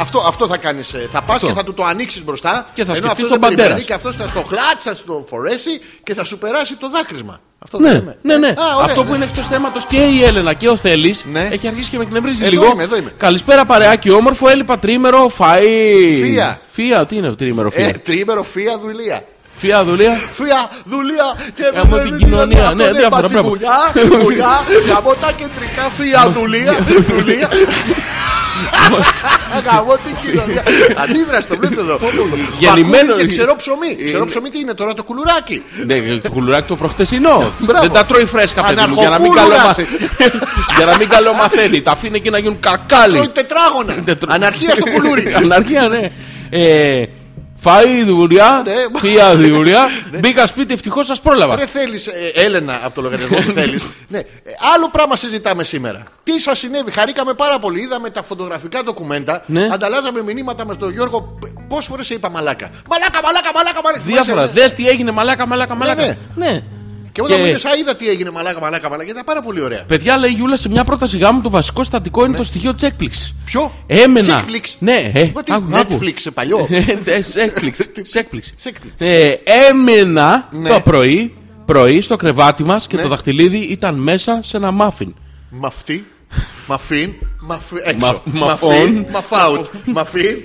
S3: Αυτό, αυτό θα κάνεις. Θα πας
S2: Αυτό.
S3: και θα του το ανοίξεις μπροστά.
S2: Και θα
S3: ενώ
S2: σκεφτείς τον
S3: αυτός δεν
S2: Μπαντέρα.
S3: περιμένει Και αυτός θα στο χλάτ, θα στο φορέσει και θα σου περάσει το δάκρυσμα. Αυτό δεν
S2: Ναι,
S3: λέμε. Ε,
S2: ναι, ναι.
S3: Α, ωραία.
S2: Αυτό που είναι εκτός θέματος και η Έλενα και ο Θέλει
S3: Ναι.
S2: έχει αρχίσει και με εκνευρίζει
S3: Εδώ
S2: λίγο.
S3: είμαι, εδώ είμαι.
S2: Καλησπέρα, παρεάκι, όμορφο, έλειπα τρίμερο, φαΐ.
S3: Φία.
S2: Φία, τι είναι τρίμερο, φία.
S3: Ε, τρίμερο φία δουλεία.
S2: Φία, δουλεία.
S3: Φία, δουλεία και
S2: Ε, από την κοινωνία.
S3: αυτό
S2: Ναι, διάφορα
S3: μπατσι,
S2: πράγματα.
S3: Δουλειά, δουλειά, γαμώτα κεντρικά, φία, δουλεία, δουλεία. Γαμώ την κοινωνία. Αντίδραση το βλέπετε εδώ.
S2: Γεννημένο-
S3: Βακούρι Και ξερό
S2: Ε,
S3: ψωμί. Ξερό ψωμί τι είναι τώρα το κουλουράκι.
S2: Ναι, το κουλουράκι το προχτεσινό.
S3: Μπράβο.
S2: Δεν τα τρώει φρέσκα, παιδί μου, για να μην
S3: Αναρχοκούλουρας.
S2: καλομαθαίνει. για να μην καλομαθαίνει. Τα αφήνει εκεί να γίνουν
S3: Τρώει
S2: καρκάλι.
S3: τετράγωνα.
S2: Τετρά-
S3: Αναρχία στο κουλούρι.
S2: Αναρχία, ναι. Ε, φαΐ, δουλειά,
S3: Ναι.
S2: φία, δουλειά. Μπήκα σπίτι, ευτυχώς σας πρόλαβα.
S3: Δεν θέλεις, ε, Έλενα, από το λογαριασμό που θέλεις. Ναι. Ε, Άλλο πράγμα συζητάμε σήμερα. Τι σας συνέβη, χαρήκαμε πάρα πολύ. Είδαμε τα φωτογραφικά ντοκουμέντα.
S2: Ναι.
S3: Ανταλλάζαμε μηνύματα με τον Γιώργο. Πόσες φορές σε είπα μαλάκα. Μαλάκα, μαλάκα, μαλάκα, μαλάκα.
S2: Διάφορα.
S3: Θυμάσαι,
S2: Δες τι έγινε, μαλάκα, μαλάκα, μαλάκα.
S3: ναι. Και όταν μου είπες, Α, είδα τι έγινε, μαλάκα, μαλάκα, μαλάκα. Ήταν πάρα πολύ ωραία.
S2: Παιδιά, λέει η Γιούλα, σε μια πρόταση γάμου το βασικό στατικό
S3: Ναι.
S2: είναι το στοιχείο της έκπληξη.
S3: Ποιο?
S2: Έμενα.
S3: Netflix.
S2: Ναι, ε,
S3: What is
S2: άκου, άκου.
S3: Netflix, σε παλιό.
S2: Ε, σε έκπληξη, σε έκπληξη.
S3: Σε έκπληξη.
S2: Ε, Έμενα
S3: Ναι.
S2: το πρωί, πρωί στο κρεβάτι μας και το δαχτυλίδι ήταν μέσα σε ένα μάφιν.
S3: Μαυτή. Μαφίν, μαφ-
S2: Μα-
S3: έξω.
S2: μαφών.
S3: Μαφίν, μαφάουτ. Μαφίν.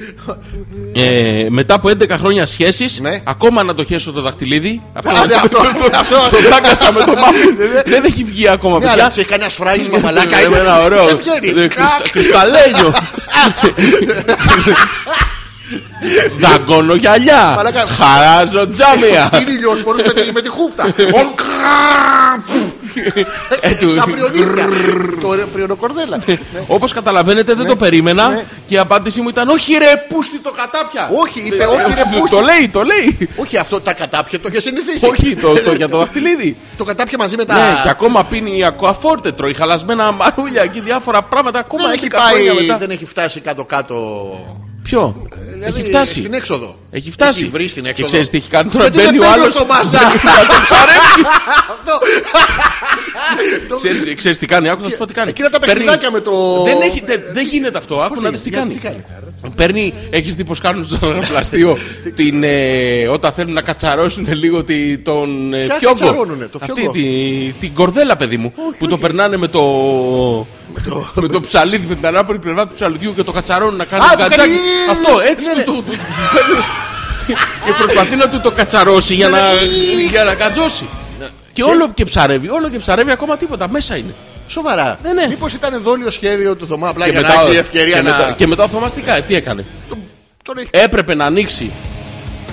S2: Ε, μετά από 11 χρόνια σχέσης,
S3: Ναι.
S2: ακόμα να το χέσω το δαχτυλίδι. Αυτό
S3: Α, ναι, αυτό,
S2: το- το-
S3: αυτό.
S2: το τάκασα με το μάφιν. Δεν έχει βγει ακόμα,
S3: Ναι, αλλά
S2: παιδιά.
S3: της έχει κάνει ένα σφράγισμα μαλάκα.
S2: Ε, με ένα ωραίο.
S3: Δεν βγαίνει.
S2: ε, κρυστα- Κρυσταλλένιο. Δαγκώνω γυαλιά.
S3: Μαλάκα.
S2: Χαράζω τζάμια.
S3: Είναι ηλιός, μπορείς με τη- με τη χούφτα. Ον κραπ.
S2: του-
S3: Σαν πριονίδια. Το πριονοκορδέλα. Ναι.
S2: Όπω καταλαβαίνετε, δεν το περίμενα
S3: ναι.
S2: και η απάντησή μου ήταν Όχι, ρε, πούστη το κατάπια.
S3: Όχι, είπε, «Όχι, ρε,
S2: Το-
S3: πούστη».
S2: Το λέει, το λέει.
S3: Όχι αυτό, τα κατάπια το είχε συνηθίσει.
S2: Όχι, το, το, για το δαχτυλίδι.
S3: Το κατάπια μαζί με
S2: Ναι, και
S3: τα.
S2: ακόμα πίνει ακουαφόρτετρο, η χαλασμένα μαρούλια και διάφορα πράγματα. Ακόμα
S3: Δεν έχει
S2: 11 χρόνια
S3: πάει,
S2: μετά.
S3: δεν έχει φτάσει κάτω-κάτω.
S2: Ποιο?
S3: Δηλαδή,
S2: έχει φτάσει.
S3: Στην έξοδο.
S2: Έχει φτάσει.
S3: Έχει βρει στην
S2: Και
S3: έξοδο.
S2: ξέρεις τι έχει κάνει τώρα.
S3: Γιατί δεν
S2: Μπαίνει ο
S3: μπαίνω
S2: άλλο.
S3: στο Mazda.
S2: Να τον ψαρέψει.
S3: Αυτό. Το-
S2: Ξέρεις- Ξέρεις τι κάνει, άκου να σου πω τι κάνει.
S3: Εκείνα τα
S2: Παίρνει-
S3: παιχνιδάκια με το-
S2: Δεν, έχει, δεν, δεν γίνεται αυτό, άκου να
S3: γίνεται,
S2: δεις τι
S3: γιατί
S2: κάνει.
S3: τι κάνει.
S2: Παίρνει, έχεις δει πως κάνουν στο αεροπλαστείο την, ε, όταν θέλουν να κατσαρώσουν λίγο τη, τον ε,
S3: Ποια
S2: φιόγκο.
S3: κατσαρώνουν, το
S2: Αυτή
S3: φιόγκο.
S2: τη, την κορδέλα, παιδί μου, που το περνάνε με το... με το ψαλίδι, με την ανάποδη πλευρά του ψαλιδιού και το κατσαρώνουν να κάνει
S3: Α,
S2: το
S3: το
S2: κατσάκι.
S3: κάνει-
S2: Αυτό έτσι
S3: ναι,
S2: του το. του- Και προσπαθεί να του το κατσαρώσει για να,
S3: Ναι,
S2: για να κατσώσει. Και όλο και ψαρεύει, όλο και ψαρεύει ακόμα τίποτα. Μέσα είναι.
S3: Σοβαρά.
S2: Ναι, ναι.
S3: Μήπως ήταν δόλιο σχέδιο του Θωμά απλά για να έχει ευκαιρία
S2: και, μετά,
S3: να.
S2: και μετά ο Θωμάς τι κα- τι έκανε.
S3: Τον έχει-
S2: Έπρεπε να ανοίξει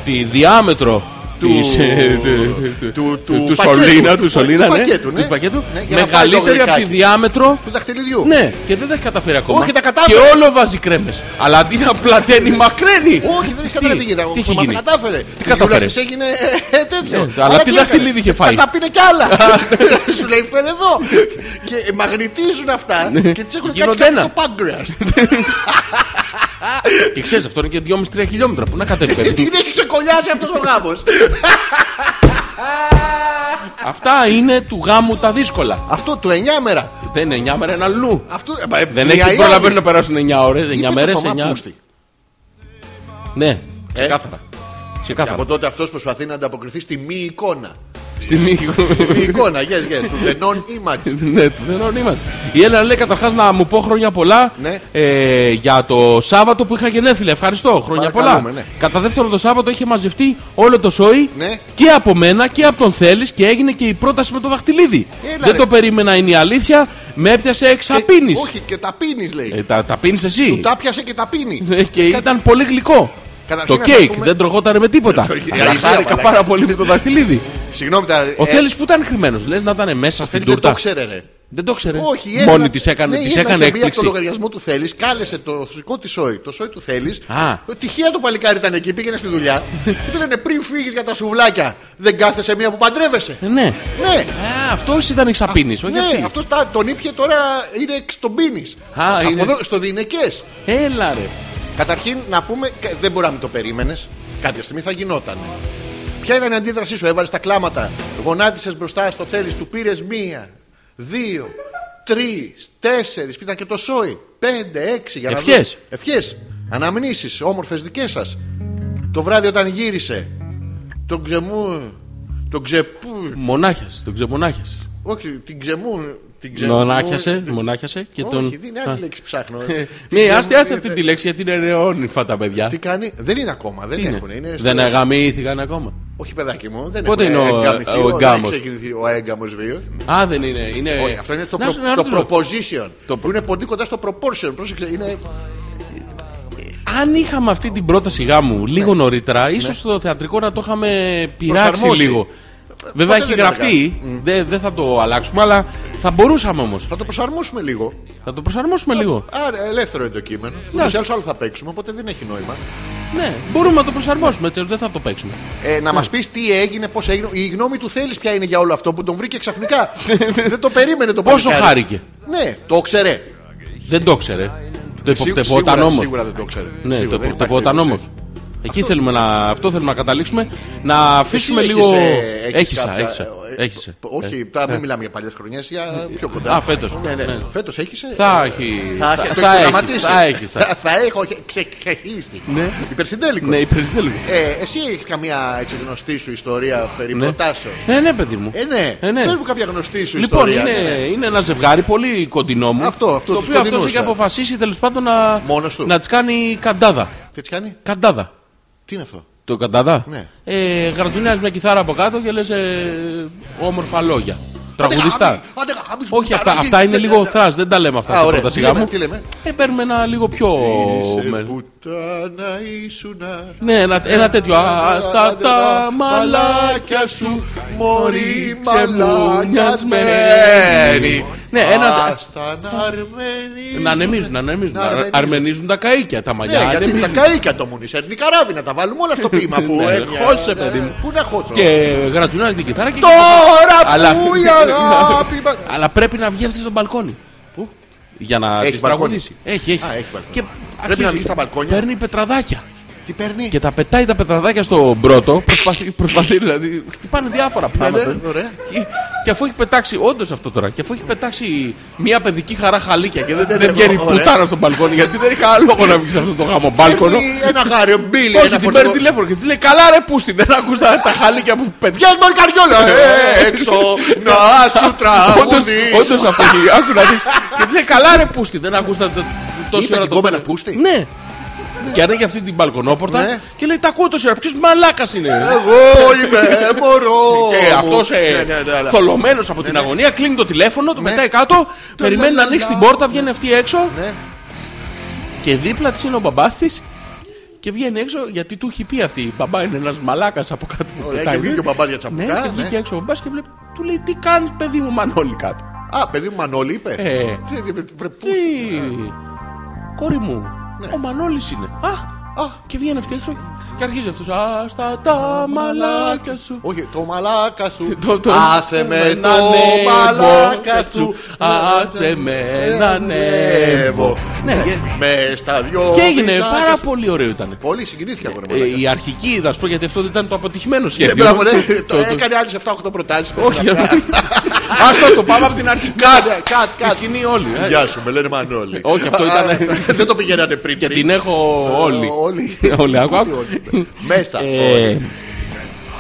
S2: τη διάμετρο
S3: Του-
S2: της, ε, του- του-
S3: του-
S2: του-
S3: του
S2: του σωλήνα,
S3: πακέτου.
S2: του σωλήνα,
S3: Του
S2: ναι,
S3: πακέτου, ναι.
S2: του πακέτου,
S3: Ναι, για να φάει
S2: μεγαλύτερη
S3: το
S2: από τη
S3: γλυκάκι.
S2: διάμετρο
S3: Του δαχτυλιδιού.
S2: ναι, και δεν τα έχει καταφέρει ακόμα.
S3: Όχι, τα κατάφερε.
S2: Και όλο βάζει κρέμες. Αλλά αντί να πλαταίνει, μακραίνει.
S3: Όχι, δεν έχει καταλάβει τι γίνεται. Ο
S2: Τι έχει
S3: Θωμάς τα
S2: γίνει.
S3: κατάφερε. Τι
S2: κατάφερε?
S3: Της έγινε ε, ε, τέτοιο.
S2: Ναι, αλλά τι δαχτυλίδι
S3: έκανε.
S2: είχε φάει.
S3: Τα πίνε κι άλλα. Σου λέει φέρε εδώ. Και μαγνητίζουν αυτά και τις έχουν
S2: Ναι. Γίνονται
S3: κάτσει κάτω
S2: ένα. Ναι.
S3: στο πάγκρεα.
S2: Και ξέρεις, αυτό είναι και 2,5-3 χιλιόμετρα. Πού να κατέβει παιδί μου.
S3: Την έχει ξεκολλιάσει αυτός ο γάμος.
S2: Αυτά είναι του γάμου τα δύσκολα.
S3: Αυτό του 9 μέρα.
S2: Δεν είναι 9 μέρα, ένα αλλού.
S3: Αυτό, ε, μα, ε,
S2: Δεν
S3: μια
S2: έχει
S3: ή
S2: προλαβαίνει
S3: άλλη.
S2: να περάσουν 9 ώρε, 9
S3: Είπε
S2: μέρε,
S3: το Θωμά
S2: 9.
S3: Πούστη.
S2: Ναι, ξεκάθαρα.
S3: Από
S2: Ξεκάθαρα.
S3: τότε αυτός προσπαθεί να ανταποκριθεί στη μη εικόνα.
S2: Στη μήκο.
S3: Η εικόνα, yes, yes, του The Non-Image.
S2: ναι, του δεν είμαστε. Η Έλενα λέει καταρχάς να μου πω χρόνια πολλά
S3: Ναι.
S2: ε, για το Σάββατο που είχα γενέθλια. Ευχαριστώ, χρόνια πολλά.
S3: Παρακαλούμε, ναι.
S2: Κατά δεύτερο το Σάββατο είχε μαζευτεί όλο το σόι
S3: Ναι.
S2: και από μένα και από τον Θέλει και έγινε και η πρόταση με το δαχτυλίδι.
S3: Έλα,
S2: δεν
S3: ρε.
S2: το περίμενα, είναι η αλήθεια. Με έπιασε εξαπίνης.
S3: Όχι, και τα πίνει λέει.
S2: Ε, τα, τα πίνεις εσύ.
S3: Τα πιάσε και τα πίνει.
S2: Ε, και ήταν πολύ γλυκό.
S3: Καταρχήν
S2: Το
S3: να σας
S2: κέικ
S3: πούμε- Ε,
S2: δεν τρογόταρε με τίποτα.
S3: Το- η
S2: Αλλά
S3: αλήθεια,
S2: χάρηκα
S3: μαλάκα.
S2: πάρα πολύ με το δαχτυλίδι.
S3: Συγγνώμη, τα...
S2: Ο Θέλει που ήταν χρημένος, λες να ήταν μέσα στην
S3: Θέλει δεν το
S2: τούρτα.
S3: ξέρε, ρε.
S2: Δεν το ξέρε.
S3: Όχι, η
S2: Μόνη
S3: Έλληνα-
S2: της έκανε,
S3: Ναι, η
S2: της
S3: Έλληνα
S2: έκανε
S3: είχε βγει από το
S2: έκπληξη.
S3: λογαριασμό του Θέλει, κάλεσε το φυσικό τη Σόι. Το Σόι του Θέλει.
S2: Α.
S3: Τυχαία το παλικάρι ήταν εκεί, πήγαινε στη δουλειά. και του λένε πριν φύγεις για τα σουβλάκια, δεν κάθεσαι μία που παντρεύεσαι.
S2: Ε, Ναι.
S3: ναι,
S2: Α, αυτός ήταν εξαπίνη, όχι
S3: ναι,
S2: αυτή.
S3: αυτός τον ήπια τώρα είναι εξ τον πίνης.
S2: Α,
S3: Από
S2: είναι-
S3: εδώ, στο Δινεκές.
S2: Έλα ρε.
S3: Καταρχήν να πούμε, κα- δεν μπορεί να μην το περίμενες. Κάποια στιγμή θα γινόταν. Ποια ήταν η αντίδρασή σου, έβαλες τα κλάματα, γονάτισες μπροστά στο θέλεις, του πήρες μία, δύο, τρεις, τέσσερις, ήταν και το σόι. Πέντε, έξι για να
S2: Ευχές.
S3: δω- Ευχές. Αναμνήσεις, όμορφες δικές σας. Το βράδυ όταν γύρισε, τον ξεμού, τον ξεπού,
S2: Μονάχιας, τον ξεμονάχιασε.
S3: όχι, την ξεμού, την ξεμού.
S2: Μονάχιασε, μονάχιασε και
S3: Όχι,
S2: τον.
S3: δεν είναι άλλη λέξη ψάχνω.
S2: Ναι,
S3: Ξεμού-
S2: άστε, άστε αυτή τη λέξη γιατί είναι ρεόνυφα τα παιδιά.
S3: Τι κάνει, δεν είναι ακόμα, δεν
S2: Τι είναι?
S3: έχουν. Είναι στο-
S2: Δεν αγαμήθηκαν ακόμα.
S3: Όχι, παιδάκι μου, δεν
S2: Πότε
S3: έχουν
S2: είναι ο-
S3: εγκαμηθεί,
S2: ο
S3: δεν έχει
S2: εγκάμος?
S3: ξεκινηθεί ο έγκαμος βίο.
S2: Α, δεν είναι. είναι...
S3: Όχι, αυτό είναι το,
S2: Να
S3: προ-
S2: σου- να
S3: το
S2: ρωτήσω.
S3: proposition.
S2: Το
S3: που είναι πολύ κοντά στο proportion. Πρόσεξε, είναι.
S2: Αν είχαμε αυτή την πρόταση γάμου λίγο
S3: Ναι.
S2: νωρίτερα, ίσως το θεατρικό να το είχαμε πειράξει
S3: Προσαρμόσει.
S2: λίγο. Βέβαια
S3: Ποτέ
S2: έχει
S3: δεν
S2: γραφτεί, δεν δεν θα το αλλάξουμε, αλλά θα μπορούσαμε όμως.
S3: Θα το προσαρμόσουμε λίγο.
S2: Θα το προσαρμόσουμε λίγο.
S3: Άρα, ελεύθερο είναι το κείμενο.
S2: Ναι.
S3: Ούτως ή άλλως άλλο θα παίξουμε, οπότε δεν έχει νόημα.
S2: Ναι, μπορούμε να το προσαρμόσουμε έτσι, δεν θα το παίξουμε.
S3: Ε, να μας πεις τι έγινε, πώς έγινε. Η γνώμη του θέλει ποια είναι για όλο αυτό που τον βρήκε ξαφνικά. δεν το περίμενε το
S2: Πόσο
S3: παλικάρι.
S2: χάρηκε.
S3: Ναι, το ξέρε.
S2: Δεν το ήξερε. Το
S3: Σί-
S2: υποπτευόταν
S3: σίγουρα-
S2: όμως.
S3: Σίγουρα δεν το ξέρε.
S2: Ναι,
S3: Σίγουρα,
S2: το
S3: δεν
S2: υποπτευόταν
S3: υπάρχει
S2: όμω.
S3: περίπτωση.
S2: Εκεί θέλουμε να, αυτό θέλουμε να καταλήξουμε. Να αφήσουμε
S3: Εσύ
S2: λίγο.
S3: έχεις, ε, έχεις
S2: Έχισα,
S3: κάποια-
S2: έχισα.
S3: ε,
S2: έχισα.
S3: π- Όχι, τώρα μην μιλάμε για παλιές χρονιές, για πιο κοντά.
S2: Α, φέτος.
S3: Ναι, ναι.
S2: Ναι.
S3: Φέτος έχεις, ε?
S2: Θα έχει.
S3: Θα, θα,
S2: θα έχεις,
S3: έχεις.
S2: θα έχεις, θα-
S3: Θα, θα έχω χε- ξεχείσει.
S2: Ναι.
S3: Υπερσυντέλικο.
S2: Ναι, υπερσυντέλικο.
S3: Ε, εσύ έχεις καμία έτσι, γνωστή σου ιστορία περί
S2: Ναι.
S3: προτάσεως.
S2: Ναι, ναι, παιδί μου.
S3: Ε, ναι.
S2: Ε, ναι.
S3: Πες μου κάποια γνωστή σου
S2: Λοιπόν,
S3: ιστορία.
S2: είναι,
S3: ναι, ναι.
S2: είναι ένα ζευγάρι πολύ κοντινό μου.
S3: Αυτό, αυτό,
S2: το
S3: τους
S2: οποίο αυτός
S3: κοντινούς,
S2: έχει
S3: δηλαδή.
S2: αποφασίσει τέλος πάντων να,
S3: Μόνος του.
S2: να τη κάνει καντάδα.
S3: Τι έτσι κάνει,
S2: Καντάδα.
S3: τι είναι αυτό.
S2: Το καντάδα.
S3: Ναι.
S2: Ε, γρατζουνιάζεις μια κιθάρα από κάτω και λες ε, όμορφα λόγια.
S3: Άντε
S2: Τραγουδιστά.
S3: γάμι, άντε γάμι. Άμυς
S2: Όχι, αυτά,
S3: μπουταρούκι,
S2: αυτά είναι
S3: δεν-
S2: λίγο
S3: δεν-
S2: θράς, δεν τα λέμε αυτά
S3: ναι. Α,
S2: σε
S3: ωραία.
S2: πρώτα
S3: Τι
S2: σιγά
S3: λέμε,
S2: μου.
S3: τι λέμε.
S2: Ε, παίρνουμε ένα λίγο πιο...
S3: Είσαι
S2: με-
S3: πουτάνα ήσουνα
S2: Ναι, ένα, ένα τέτοιο. Α, στα τα μαλάκια σου,
S3: μωρή
S2: ξεμουνιασμένη. Ναι, ένα.
S3: Άστα να αρμενίζουν.
S2: Να ανεμίζουν, να ανεμίζουν.
S3: Να
S2: να
S3: ανεμίζουν.
S2: Αρμενίζουν τα καίκια, τα
S3: Ναι,
S2: μαλλιά.
S3: γιατί τα
S2: ανεμίζουν.
S3: καΐκια το μουνί, σε καράβι να τα βάλουμε όλα στο ποίημα αφού
S2: Ναι,
S3: έμεινε.
S2: χώσε, παιδί μου.
S3: Πού να χώσω.
S2: Και γρατζουνάνε την κιθάρα και.
S3: Τώρα
S2: Αλλά-
S3: που η αγάπη μας-
S2: Αλλά πρέπει να βγει αυτή στο μπαλκόνι.
S3: Πού?
S2: Για να
S3: Έχει
S2: τις
S3: μπαλκόνι.
S2: τραγουδήσει. Έχει, έχει.
S3: Α, έχει μπαλκόνι.
S2: Και
S3: Πρέπει να
S2: αρχίζει-
S3: βγεις στα μπαλκόνια.
S2: Παίρνει πετραδάκια.
S3: Τι παίρνει.
S2: Και τα πετάει τα πετραδάκια στον πρώτο. Προσπαθεί, προσπαθεί δηλαδή. Χτυπάνε διάφορα πράγματα.
S3: ναι, ωραία.
S2: Και, και αφού έχει πετάξει, όντως αυτό τώρα, και αφού έχει πετάξει μια παιδική χαρά χαλίκια και δεν,
S3: Ναι, ναι,
S2: δεν βγαίνει
S3: ω- ωραία.
S2: πουτάνα στον μπαλκόνι, γιατί δεν έχει κανένα λόγο να βγεις σε αυτό το γάμο μπάλκονο.
S3: Παίρνει Ένα γαριμπίλι.
S2: Όχι, την παίρνει τηλέφωνο και της λέει Καλά, ρε Πούστη, δεν ακούς τα, τα χαλίκια που παιδιά.
S3: Βγες μόλι καριόλα ε, έξω να σου τραγουδήσω.
S2: Όντως αυτό έχει. Άκου να δεις. Και της λέει Καλά, ρε Πούστη, δεν ακούς τα. τα- τόση
S3: Είπε
S2: ώρα
S3: την
S2: το
S3: κόμενα
S2: φωνή».
S3: Πούστη.
S2: Ναι. Και ανοίγει αυτή την μπαλκονόπορτα
S3: Ναι.
S2: και λέει Τα ακούω τόση ώρα. Ποιος μαλάκας είναι.
S3: Εγώ είμαι μωρό.
S2: Και
S3: μου.
S2: αυτός
S3: Ναι, ναι, ναι, αλλά-
S2: θολωμένος από την αγωνία κλείνει το τηλέφωνο, το πετάει κάτω, περιμένει να ανοίξει την πόρτα, βγαίνει αυτή έξω
S3: Ναι.
S2: και δίπλα της είναι ο μπαμπάς της και βγαίνει έξω γιατί του έχει πει αυτή. Η μπαμπά είναι ένας μαλάκας από κάτω που
S3: Ωραία,
S2: πετάει.
S3: και βγήκε ο μπαμπάς για
S2: Ναι,
S3: τσαπουκά,
S2: και
S3: ναι.
S2: βγήκε έξω ο μπαμπάς και βλέπει, του λέει τι κάνεις παιδί μου μανόλι κάτω.
S3: Α, παιδί μου Μανώλη είπε.
S2: Ε.
S3: Τι, Ναι. βρε, βρε, πού
S2: Τι.
S3: στη-
S2: ε? Κόρη μου, ο Μανώλης είναι.
S3: ε.
S2: Α, α, και βγαίνει αυτή έξω και αρχίζει αυτός. Α, στα τα μαλάκια σου.
S3: Όχι, το μαλάκα σου.
S2: Το- το-
S3: Άσε με
S2: να
S3: το
S2: ανέβω ε,
S3: μαλάκα σου. Ε,
S2: Άσε με να ανέβω. Ναι, και-
S3: Με στα δυο.
S2: και έγινε
S3: βυζάκια
S2: πάρα
S3: σου.
S2: πολύ ωραίο ήταν.
S3: Πολύ συγκινήθηκα εγώ. ρε
S2: Ε,
S3: μαλάκα.
S2: Η αρχική, να σου πω γιατί αυτό ήταν το αποτυχημένο
S3: Ε,
S2: σχέδιο.
S3: μπράβο, ναι.
S2: Το-
S3: Το
S2: το-
S3: Έκανε άλλες 7-8 προτάσεις.
S2: Όχι, άστο το πάμε από την αρχή.
S3: Κάτι, κάτι,
S2: Τη
S3: κάτι.
S2: σκηνή όλοι. ε.
S3: Γεια σου, με λένε Μανώλη.
S2: Όχι, αυτό ήταν-
S3: Α, Δεν το πηγαίνατε πριν.
S2: Και
S3: πριν.
S2: την έχω όλοι.
S3: Ε, Όλοι.
S2: Όλοι, άκου,
S3: Τι
S2: άκου.
S3: όλοι. Μέσα.
S2: Ε,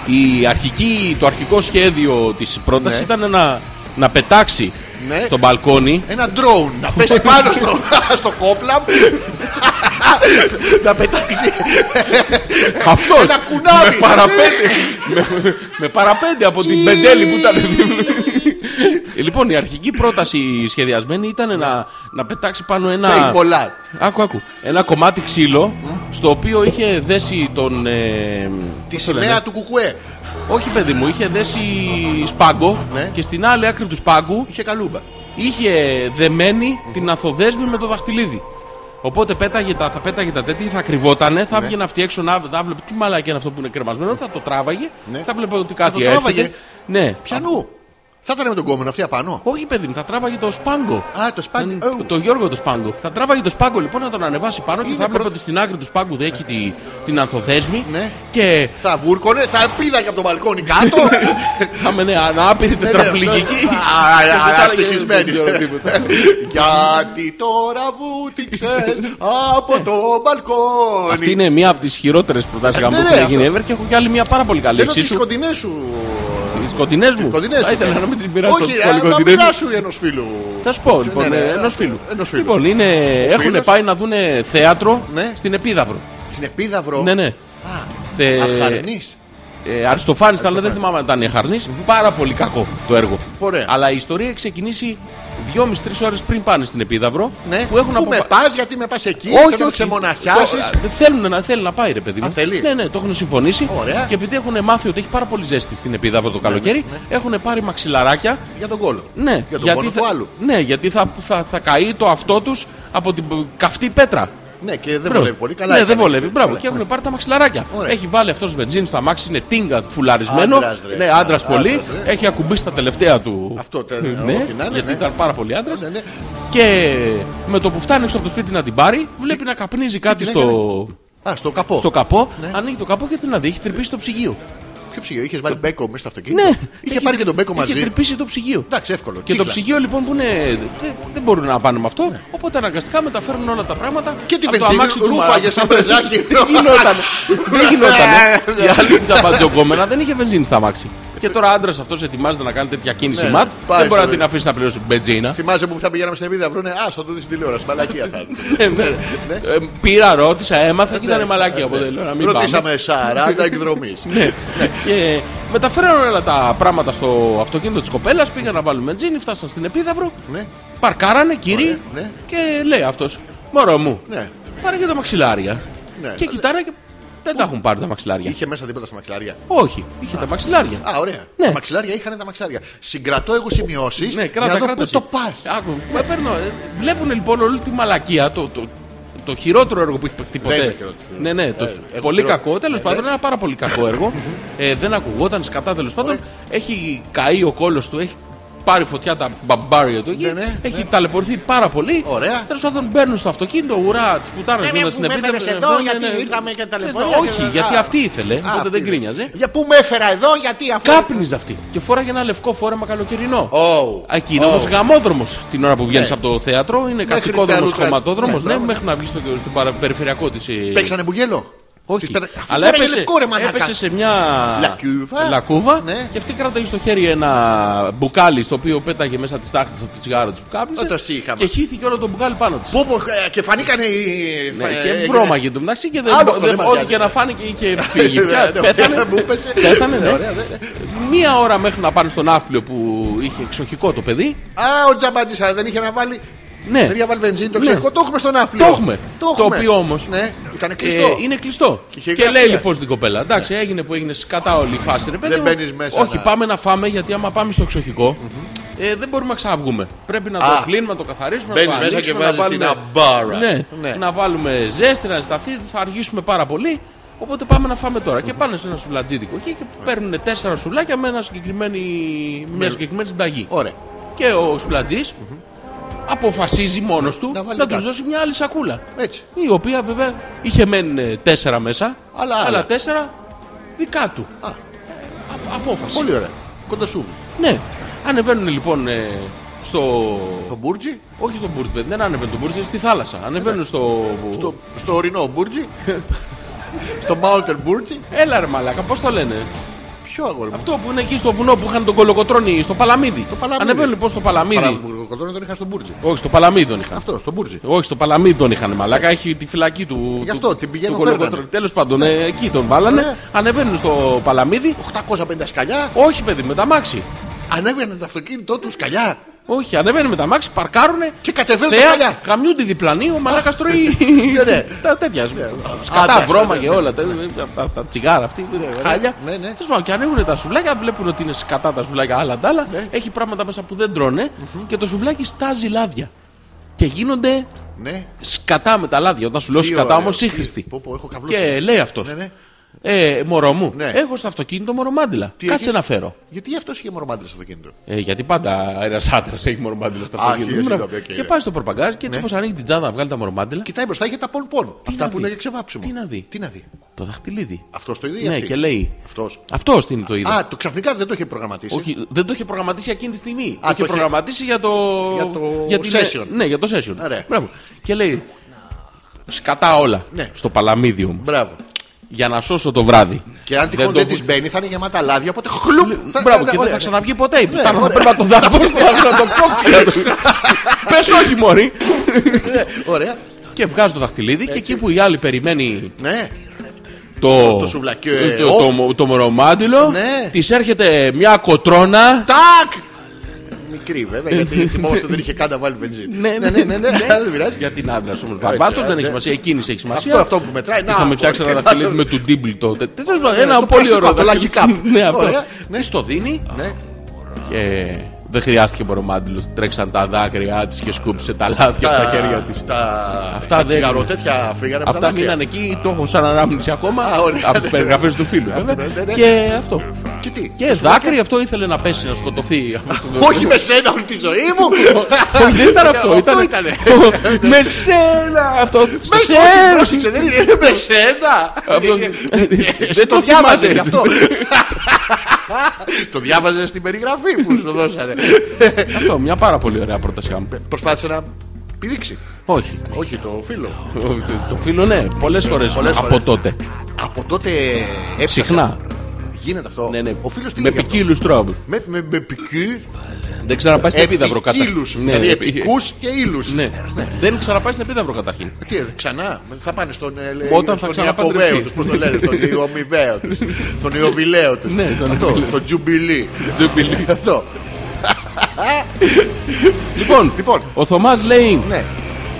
S2: η αρχική, το αρχικό σχέδιο της πρότασης ήταν να, να πετάξει
S3: Ναι.
S2: στο μπαλκόνι
S3: Ένα drone να πέσει πάνω στο, στο κόπλαμ. να πετάξει.
S2: Αυτός
S3: Ένα κουνάβι.
S2: με παραπέντε, με, με παραπέντε από την πεντέλη που ήταν. λοιπόν, η αρχική πρόταση σχεδιασμένη ήταν να, να πετάξει πάνω ένα.
S3: Fake Ε, πολλά.
S2: Άκου, άκου. Ένα κομμάτι ξύλο στο οποίο είχε δέσει τον. ε,
S3: Τη
S2: πώς το λένε,
S3: σημαία του κουκουέ.
S2: Όχι, παιδί μου, είχε δέσει σπάγκο
S3: Ναι.
S2: και στην άλλη άκρη του σπάγκου
S3: Είχε καλούμπα.
S2: είχε δεμένη την αθοδέσμη με το δαχτυλίδι. Οπότε πέταγε τα, θα πέταγε τα τέτοια, θα κρυβότανε,
S3: Ναι.
S2: θα βγαινε αυτή έξω να, να βλέπει τι μαλακή είναι αυτό που είναι κρεμασμένο, θα το τράβαγε,
S3: Ναι.
S2: θα βλέπει ότι κάτι
S3: το τράβαγε.
S2: έρχεται. Ναι.
S3: Πιανού. Θα ήταν με τον κόμενο αυτή απάνω.
S2: Όχι, παιδί μου, θα τράβαγε το σπάγκο.
S3: Α, το σπάγκο.
S2: Τον-
S3: Ω.
S2: Ε, Το Γιώργο το σπάγκο. Θα τράβαγε το σπάγκο λοιπόν να τον ανεβάσει πάνω και
S3: Είναι
S2: θα έβλεπε
S3: πρώτο-
S2: ότι στην άκρη του σπάγκου δεν έχει τη- την ανθοδέσμη.
S3: Ναι.
S2: Και
S3: Θα βούρκωνε, θα πήδαγε από το μπαλκόνι κάτω. Ε,
S2: θα μενε ανάπηρη
S3: Ναι,
S2: τετραπληγική.
S3: Ευτυχισμένη. Γιατί τώρα βούτυξες από το μπαλκόνι.
S2: Αυτή είναι μία από τις χειρότερες προτάσεις γάμου
S3: ναι,
S2: που έχει
S3: αυτό.
S2: γίνει ever και έχω κι άλλη μία πάρα πολύ καλή.
S3: Θέλω
S2: εξίσου.
S3: τις κοντινές σου.
S2: Τις κοντινές μου.
S3: Κοντινές
S2: Θα
S3: σου,
S2: ήθελα
S3: ναι.
S2: να μην τις πειράσω
S3: Όχι,
S2: τι
S3: ε, να
S2: κοντινές μου.
S3: μοιράσου ενός φίλου.
S2: Θα σου πω λοιπόν,
S3: ναι, ναι,
S2: ενός φίλου.
S3: ενός φίλου.
S2: Λοιπόν, είναι, έχουν
S3: φίλος.
S2: πάει να δουν θέατρο
S3: Ναι.
S2: στην Επίδαυρο.
S3: Στην Επίδαυρο.
S2: Ναι, ναι.
S3: Α,
S2: Θε-
S3: Αχαρνής.
S2: Ε, Αριστοφάνης, αλλά δεν θυμάμαι αν ήταν η Χαρνής. Πάρα πολύ κακό το έργο.
S3: Ωραία.
S2: Αλλά η ιστορία έχει ξεκινήσει 2,5-3 ώρες πριν πάνε στην Επίδαυρο.
S3: Ναι.
S2: Που έχουν
S3: Πού με
S2: αποφα-
S3: πας, γιατί με πας εκεί.
S2: Όχι,
S3: θέλω
S2: όχι.
S3: να ξεμοναχιάσεις.
S2: Το- Θέλουν να, θέλει να πάει, ρε παιδί μου.
S3: Α, θέλει.
S2: Ναι, ναι, το έχουν συμφωνήσει.
S3: Ωραία. Ναι,
S2: Και επειδή έχουν μάθει ότι έχει πάρα πολύ ζέστη στην επίδαυρο το καλοκαίρι, έχουν πάρει μαξιλαράκια.
S3: Για τον κόλο.
S2: Ναι,
S3: Για τον πόνο
S2: θα,
S3: του άλλου.
S2: Ναι, γιατί θα, θα, θα καεί το αυτό τους από την καυτή πέτρα.
S3: Ναι, και δεν
S2: Μπράβο.
S3: βολεύει πολύ. Καλά.
S2: ναι,
S3: έκανε.
S2: δεν βολεύει. Μπράβο.
S3: Καλά.
S2: Και έχουν πάρει τα μαξιλαράκια.
S3: Ωραία.
S2: Έχει βάλει αυτός βενζίνη στο αμάξι, είναι τίνγκα φουλαρισμένο.
S3: Άντρας, ρε.
S2: ναι, άντρας
S3: Α,
S2: πολύ.
S3: άντρας, ρε.
S2: Έχει ακουμπήσει τα τελευταία του.
S3: Αυτό, τε-
S2: ναι,
S3: ό,τι να είναι,
S2: γιατί
S3: ναι.
S2: ήταν πάρα πολύ άντρας.
S3: Ναι, ναι.
S2: Και με το που φτάνει έξω από το σπίτι να την πάρει, βλέπει να καπνίζει κάτι
S3: την
S2: στο,
S3: Α, στο καπό.
S2: στο καπό.
S3: Ναι.
S2: Ανοίγει το καπό και την να δει. Έχει τρυπήσει το ψυγείο.
S3: Ποιο ψυγείο, είχες βάλει μπέκο μέσα στο αυτοκίνητο.
S2: Ναι,
S3: Είχε
S2: Έχει-
S3: πάρει και τον μπέκο
S2: Είχε
S3: μαζί.
S2: τρυπήσει το ψυγείο.
S3: Εντάξει, εύκολο.
S2: Και το
S3: τσίκλα. Ναι.
S2: ψυγείο λοιπόν που είναι. Δεν, δεν μπορούν να πάνε με αυτό. Οπότε αναγκαστικά μεταφέρουν όλα τα πράγματα.
S3: Και τη
S2: από το
S3: βενζίνη
S2: αμάξι του
S3: ρούφαγε
S2: Μαράτου.
S3: σαν πρεζάκι.
S2: ε.
S3: Ναι,
S2: δεν γινόταν. δεν γινόταν. Η άλλη τζαμπατζοκόμενα δεν είχε βενζίνη στα αμάξι. Και τώρα άντρας αυτός ετοιμάζεται να κάνει τέτοια κίνηση
S3: Ναι,
S2: ματ.
S3: πάει
S2: Δεν μπορεί
S3: στο-
S2: να την αφήσει να πληρώσει μπετζίνα.
S3: Θυμάσαι που θα πηγαίναμε στην Εβίδα, βρούνε. Α, θα το δεις στην τηλεόραση. Μαλακία θα είναι.
S2: Ε, ναι. Ε, Πήρα, ρώτησα, έμαθα και ήταν μαλακία. Οπότε λέω να μην πάμε.
S3: Ναι.
S2: Ναι.
S3: Ρωτήσαμε 40 εκδρομή.
S2: Και μεταφέρουν όλα τα πράγματα στο αυτοκίνητο της κοπέλας. Πήγαν να βάλουν μπενζίνη, φτάσαν στην επίδαυρο.
S3: Ναι.
S2: Παρκάρανε, κύριοι.
S3: Ωραία, ναι.
S2: Και λέει αυτός, Μωρό μου,
S3: Ναι.
S2: πάρε και τα μαξιλάρια.
S3: Ναι.
S2: Και κοιτάνε και δεν τα έχουν πάρει τα μαξιλάρια.
S3: Είχε μέσα τίποτα στα μαξιλάρια.
S2: Όχι, είχε τα μαξιλάρια.
S3: Α, ωραία.
S2: Ναι.
S3: Τα μαξιλάρια είχαν τα μαξιλάρια. Συγκρατώ εγώ σημειώσεις
S2: Ναι,
S3: για
S2: κράτα,
S3: να δω
S2: κράτα.
S3: πού
S2: εσύ.
S3: το πας.
S2: Άκου, μα παίρνω. ε, Βλέπουν λοιπόν όλη τη μαλακία, το, το, το χειρότερο έργο που έχεις παιχτεί ποτέ.
S3: είναι χειρότερο. Ε,
S2: Ναι, ναι, το,
S3: έχω
S2: πολύ
S3: χειρότερο. Ε, ναι.
S2: κακό. Τέλος πάντων, ένα πάρα πολύ κακό έργο. ε, δεν ακουγόταν σκατά τέλος πάντων. Έχει καεί ο κόλος του, έχει πάρει φωτιά τα μπαμπάρια του εκεί.
S3: Ναι, ναι,
S2: έχει ταλαιπωρηθεί πάρα πολύ.
S3: Ωραία.
S2: Τέλος πάντων, μπαίνουν στο αυτοκίνητο, ουρά, τη πουτάρα
S3: ναι,
S2: του
S3: που
S2: στην Ε,
S3: με
S2: επίτευξη.
S3: έφερες εδώ, γιατί ήρθαμε και ταλαιπωρία και-
S2: ναι, Ε, Όχι, γιατί
S3: Α.
S2: αυτή ήθελε,
S3: Α,
S2: οπότε
S3: αυτή
S2: δεν
S3: είναι.
S2: κρίνιαζε.
S3: Για πού με έφερα εδώ, γιατί αφού.
S2: Κάπνιζε αυτή και φόραγε ένα λευκό φόρεμα καλοκαιρινό.
S3: Ωου.
S2: Εκεί είναι
S3: Ωου.
S2: όμως γαμόδρομος την ώρα που βγαίνεις
S3: Ναι.
S2: από το θέατρο. Είναι κατσικόδρομο,
S3: τέλους,
S2: χρωματόδρομο.
S3: ναι,
S2: Ναι,
S3: μπράβο.
S2: μέχρι να βγεις στο, στην παρα- περιφερειακό της.
S3: Παίξανε μπουγέλο.
S2: Όχι,
S3: Της πέρα- Αφού
S2: αλλά
S3: φέραγε
S2: έπεσε,
S3: λευκό, ρε, μαλάκα.
S2: έπεσε σε μια
S3: Λακκούβα.
S2: λακκούβα
S3: Ναι.
S2: και αυτή κράταγε στο χέρι ένα μπουκάλι στο οποίο πέταγε μέσα της τάχτης από το τσιγάρο της που κάπνιζε.
S3: Όταν σ' είχαμε.
S2: Και χύθηκε όλο το μπουκάλι πάνω της.
S3: Πού, πού, ε, και φανήκανε οι.
S2: Ναι,
S3: φα- ε,
S2: και βρώμαγε το μεταξύ και δεν,
S3: Άλλο αυτό
S2: δεν-
S3: δεν μας
S2: ό,τι
S3: νοιάζει.
S2: και να φάνηκε είχε φύγει.
S3: Ναι,
S2: Πια-
S3: ναι,
S2: πέθανε.
S3: μου έπεσε.
S2: πέθανε, ναι.
S3: Ωραία, ναι.
S2: Μία ώρα μέχρι να πάνε στον άφλιο που είχε εξοχικό το παιδί.
S3: Α, ο Τζαμπάτζη δεν είχε να βάλει.
S2: Ναι.
S3: Δεν είχε να βάλει βενζίνη, το
S2: Ναι.
S3: ξέρω. Το έχουμε στον άφλιο.
S2: Το έχουμε.
S3: Το
S2: Το
S3: έχουμε.
S2: οποίο όμως,
S3: Ναι, ήταν κλειστό.
S2: Ε, είναι κλειστό.
S3: Και είχε
S2: Και,
S3: γραφεία.
S2: λέει λοιπόν στην κοπέλα: Εντάξει, έγινε που έγινε σκατά όλη η φάση. Ρε, παιδί
S3: Δεν
S2: μου.
S3: μπαίνεις μέσα ναι.
S2: Όχι,
S3: να-
S2: πάμε να φάμε γιατί άμα πάμε στο εξοχικο ε, δεν μπορούμε να ξαβγούμε. Πρέπει να
S3: Α.
S2: το κλείνουμε, να το καθαρίσουμε.
S3: Μπαίνεις
S2: να το
S3: μέσα
S2: ανοίξουμε,
S3: και βάζεις
S2: να βάλουμε...
S3: την αμπάρα.
S2: Ναι,
S3: Ναι.
S2: να βάλουμε ζέστη, να ζεσταθεί, θα αργήσουμε πάρα πολύ. Οπότε πάμε να φάμε τώρα. Και πάνε σε ένα σουλατζίδικο εκεί και παίρνουν τέσσερα σουλάκια με ένα συγκεκριμένη... μια συγκεκριμένη συνταγή.
S3: Ωραία.
S2: Και ο σουλατζη αποφασίζει μόνος του
S3: Να
S2: να,
S3: βάλει
S2: τους
S3: κάτι.
S2: δώσει μια άλλη σακούλα.
S3: Έτσι.
S2: Η οποία βέβαια είχε μεν ε, τέσσερα μέσα,
S3: Αλλά άλλα.
S2: αλλά τέσσερα δικά του.
S3: Α.
S2: Α- απόφαση.
S3: Πολύ ωραία. Κοντασούβι.
S2: Ναι. Ανεβαίνουν λοιπόν ε, στο.
S3: Το μπουρτζι,
S2: Όχι στο Μπούρτζ, δεν ανεβαίνουν στο Μπούρτζ, στη θάλασσα. Ανεβαίνουν στο.
S3: Ε, στο, στο ορεινό μπουρτζι. στο mountain μπουρτζι.
S2: Έλα ρε μαλάκα, πώς το λένε.
S3: Ποιο αγόρι μου.
S2: Αυτό που είναι εκεί στο βουνό που είχαν τον κολοκοτρόνη, στο Παλαμίδι. Το
S3: Παλαμίδι.
S2: Ανεβαίνουν λοιπόν στο Παλαμίδι.
S3: Παραγωγικοδρόμιο τον είχα στο μπουρτζι.
S2: Όχι, στο Παλαμίδι τον είχαν.
S3: Αυτό, στο μπουρτζι.
S2: Όχι, στο Παλαμίδι τον είχαν μαλάκα, έχει τη φυλακή του.
S3: Γι' αυτό, την πηγαίνω φέρνανε. Ε.
S2: Τέλος πάντων, ε, εκεί τον βάλανε. Ανεβαίνουν στο Παλαμίδι.
S3: 850 σκαλιά,
S2: Όχι, παιδί, με τα μάξι.
S3: ανέβαινε το αυτοκίνητό του σκαλιά.
S2: Όχι, ανεβαίνουν με τα μάξι, παρκάρουνε.
S3: Και κατεβαίνουν τα
S2: Θεά,
S3: σκαλιά.
S2: γαμιούνται διπλανοί, ο μαλάκας τρώει.
S3: ναι.
S2: Τα τέτοια. Σκατά
S3: Άντρας,
S2: βρώμα
S3: ναι,
S2: και όλα. τα- τα- Τα τσιγάρα αυτή, χάλια.
S3: ναι, ναι.
S2: Τέλος πάντων, Και ανοίγουν τα σουβλάκια, βλέπουν ότι είναι σκατά τα σουβλάκια άλλα τα άλλα.
S3: Ναι.
S2: Έχει πράγματα μέσα που δεν τρώνε και το σουβλάκι στάζει λάδια. Και γίνονται
S3: Ναι.
S2: σκατά με τα λάδια. Όταν σου λέω
S3: Τι
S2: σκατά
S3: ωραίο.
S2: όμω
S3: Τι-
S2: σύγχρηστη.
S3: πω, πω, έχω καβλώσει.
S2: Και λέει αυτός.
S3: Ναι, ναι.
S2: Ε, μωρό μου,
S3: Ναι.
S2: έχω στο αυτοκίνητο μωρομάντιλα.
S3: Τι
S2: Κάτσε
S3: έχεις?
S2: να φέρω.
S3: Γιατί αυτός είχε μορομάντρε στο αυτοκίνητο.
S2: Ε, γιατί πάντα ένας άντρας έχει μορομάντιλα στα
S3: Α, χίλια
S2: αυτοκίνητα.
S3: συγγνώμη, οκ,
S2: Και
S3: ναι.
S2: πάει στο προπαγκάζ και έτσι όπως ανοίγει την τζάδα να βγάλει τα μορομάντιλα.
S3: Κοιτάει μπροστά, είχε τα πον-πον. Αυτά
S2: να
S3: που
S2: δει?
S3: είναι ξεβάψιμο.
S2: Τι να δει?
S3: Τι να δει.
S2: Το δαχτυλίδι.
S3: Αυτός το είδε ή
S2: Ναι,
S3: αυτή?
S2: και λέει.
S3: Αυτός.
S2: Αυτός είναι το είδο.
S3: Α, το ξαφνικά δεν το είχε προγραμματίσει.
S2: Όχι, δεν το είχε προγραμματίσει για εκείνη τη στιγμή. το
S3: το
S2: είχε
S3: είχε-
S2: προγραμματίσει για το.
S3: για το
S2: την-
S3: session.
S2: Ναι, για το session.
S3: Ωραία.
S2: Μπράβο. Και λέει. Σκατά όλα.
S3: Ναι.
S2: Στο παλαμίδι μου.
S3: Μπράβο.
S2: Για να σώσω το βράδυ.
S3: Και αν τυχόν
S2: το
S3: δεν
S2: βου-
S3: της μπαίνει, θα είναι γεμάτα λάδια, οπότε χλουπ. θα-
S2: Μπράβο,
S3: ναι,
S2: και δεν
S3: ωραία.
S2: θα ξαναβγεί ποτέ. Η πουτάνα θα
S3: ωραία.
S2: πρέπει να τον δάμπω, θα το κόψει. Πες όχι, Μωρή.
S3: Ωραία.
S2: Και βγάζει το δαχτυλίδι και εκεί που η άλλη περιμένει
S3: Ναι.
S2: το,
S3: Το σουβλακί, ε,
S2: το, το,
S3: off.
S2: μο- το μορομάντιλο,
S3: Ναι.
S2: της έρχεται μια κοτρώνα.
S3: Τάκ! Μικρή βέβαια,
S2: Ναι.
S3: γιατί θυμόμαστε δεν είχε καν να βάλει βενζίνη. Ναι, Δεν πειράζει.
S2: Για την άντρα όμω. Βαρβάτο
S3: ναι,
S2: δεν έχει
S3: ναι.
S2: σημασία, η κίνηση έχει σημασία.
S3: Αυτό- αυτό που μετράει, να,
S2: Είχαμε φτιάξει ένα
S3: ωραία.
S2: δαχτυλίδι με του ντίμπλ τότε. Τέλος πάντων,
S3: ναι,
S2: Ένα
S3: το
S2: πολύ
S3: πλαστικό,
S2: ωραίο.
S3: το
S2: δαχτυλίδι.
S3: lucky cup.
S2: Ναι, αυτό.
S3: Ωραία,
S2: Τη το δίνει
S3: Ναι.
S2: και δεν χρειάστηκε μορομάντιλο. Τρέξαν τα δάκρυά της και σκούψε τα λάδια από τα χέρια της.
S3: Τα
S2: Αυτά δεν-
S3: τσιγαροτέτια φύγανε από τα
S2: Αυτά
S3: δάκρυα.
S2: μείναν εκεί, το έχω σαν ανάμνηση ακόμα
S3: Α, ωραία.
S2: από τις περιγραφές του φίλου. βέβαια.
S3: ναι, ναι.
S2: Και αυτό.
S3: Και τι.
S2: Και δάκρυ αυτό ήθελε να πέσει, να σκοτωθεί. από το-
S3: Όχι με σένα όλη τη ζωή μου!
S2: Όχι, δεν ήταν αυτό.
S3: Αυτό
S2: ήτανε-
S3: ήτανε.
S2: Με σένα αυτό.
S3: Με
S2: στο
S3: σένα!
S2: τέλος.
S3: Πρόσεξε, δεν είναι με σένα!
S2: Αυτό- Ε,
S3: Δεν το διάβαζες
S2: θυμάσαι.
S3: γι' αυτό. Το διάβαζες στην περιγραφή που σου δώσανε.
S2: Αυτό, μια πάρα πολύ ωραία πρόταση γάμου.
S3: Προσπάθησε να πηδήξει.
S2: Όχι.
S3: Όχι το φίλο.
S2: Το- Το φίλο ναι, πολλές φορές
S3: Πολλές
S2: από
S3: φορές.
S2: τότε.
S3: Από τότε έψαχνα.
S2: Συχνά.
S3: Γίνεται αυτό.
S2: Ναι, ναι.
S3: Ο φίλος τι
S2: με
S3: λέγε αυτό?
S2: ποικίλους τρόπους.
S3: Με, με, με πικί,
S2: Δεν ξαναπάει στην επίδαυρο κατά.
S3: επικύλους, δηλαδή
S2: επί-
S3: επικούς και ύλους.
S2: Ναι. Δεν ξαναπάει στην επίδαυρο καταρχήν.
S3: Τι, ε, ξανά, θα πάνε στον ε, λέει,
S2: Όταν θα
S3: στον
S2: ξαναπαντρευτεί.
S3: Ιακωβαίο τους, πώς το λένε, τον Ιωμιβαίο τους, τον Ιωβιλαίο τους,
S2: Ναι, τον
S3: αυτό,
S2: Ιωβιλαίο.
S3: τον Τζουμπιλί.
S2: Τζουμπιλί.
S3: Αυτό,
S2: Λοιπόν,
S3: Λοιπόν.
S2: ο Θωμάς λέει.
S3: ναι.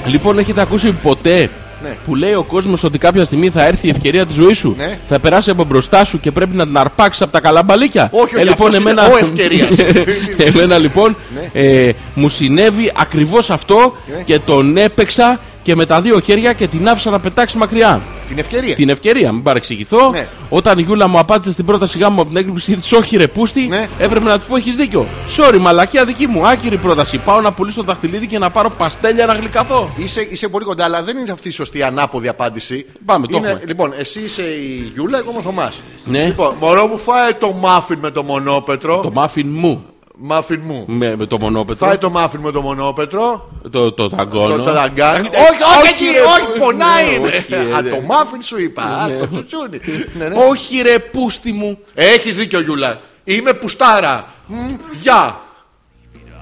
S2: Λοιπόν, έχετε ακούσει ποτέ
S3: Ναι.
S2: που λέει ο κόσμος ότι κάποια στιγμή θα έρθει η ευκαιρία της ζωής σου.
S3: Ναι.
S2: Θα περάσει από μπροστά σου και πρέπει να την αρπάξεις από τα καλαμπαλίκια.
S3: Όχι, όχι,
S2: λοιπόν,
S3: αυτός είναι
S2: εμένα...
S3: ο ευκαιρίας.
S2: εμένα λοιπόν
S3: Ναι.
S2: ε, μου συνέβη ακριβώς αυτό
S3: Ναι.
S2: και τον έπαιξα και με τα δύο χέρια και την άφησα να πετάξει μακριά.
S3: Την ευκαιρία.
S2: Την ευκαιρία, μην παρεξηγηθώ.
S3: Ναι.
S2: Όταν η Γιούλα μου απάντησε στην πρώτη σιγά μου από την έκρηψή τη, Όχι, ρε Πούστη,
S3: Ναι.
S2: έπρεπε να της πω: Έχεις δίκιο. Sorry, μαλακία δική μου. Άκυρη πρόταση. Πάω να πουλήσω το δαχτυλίδι και να πάρω παστέλια να γλυκαθώ.
S3: Είσαι, είσαι πολύ κοντά, αλλά δεν είναι αυτή η σωστή ανάποδη απάντηση.
S2: Πάμε, το
S3: είναι,
S2: έχουμε.
S3: Λοιπόν, εσύ είσαι η Γιούλα, εγώ είμαι ο Θωμάς.
S2: Ναι.
S3: Λοιπόν, μωρό μου, φάε το μάφιν με το μονόπετρο.
S2: Το μάφιν μου
S3: Μάφιν μου.
S2: με, με το μονόπετρο.
S3: Φάε το μάφιν με το μονόπετρο.
S2: Το, το ταγκόνο.
S3: Το ταραγκάνι.
S2: Ε,
S3: Όχι, όχι,
S2: ρε,
S3: κύριε, όχι,
S2: πού-
S3: πονάει.
S2: ναι,
S3: είναι.
S2: όχι, ε,
S3: Α,
S2: ναι.
S3: το μάφιν σου είπα. Α, το τσουτσούνι. Ναι, ναι.
S2: Όχι, ρε Πούστη μου.
S3: Έχεις δίκιο, Γιούλα. Είμαι πουστάρα. Μμ, Γεια.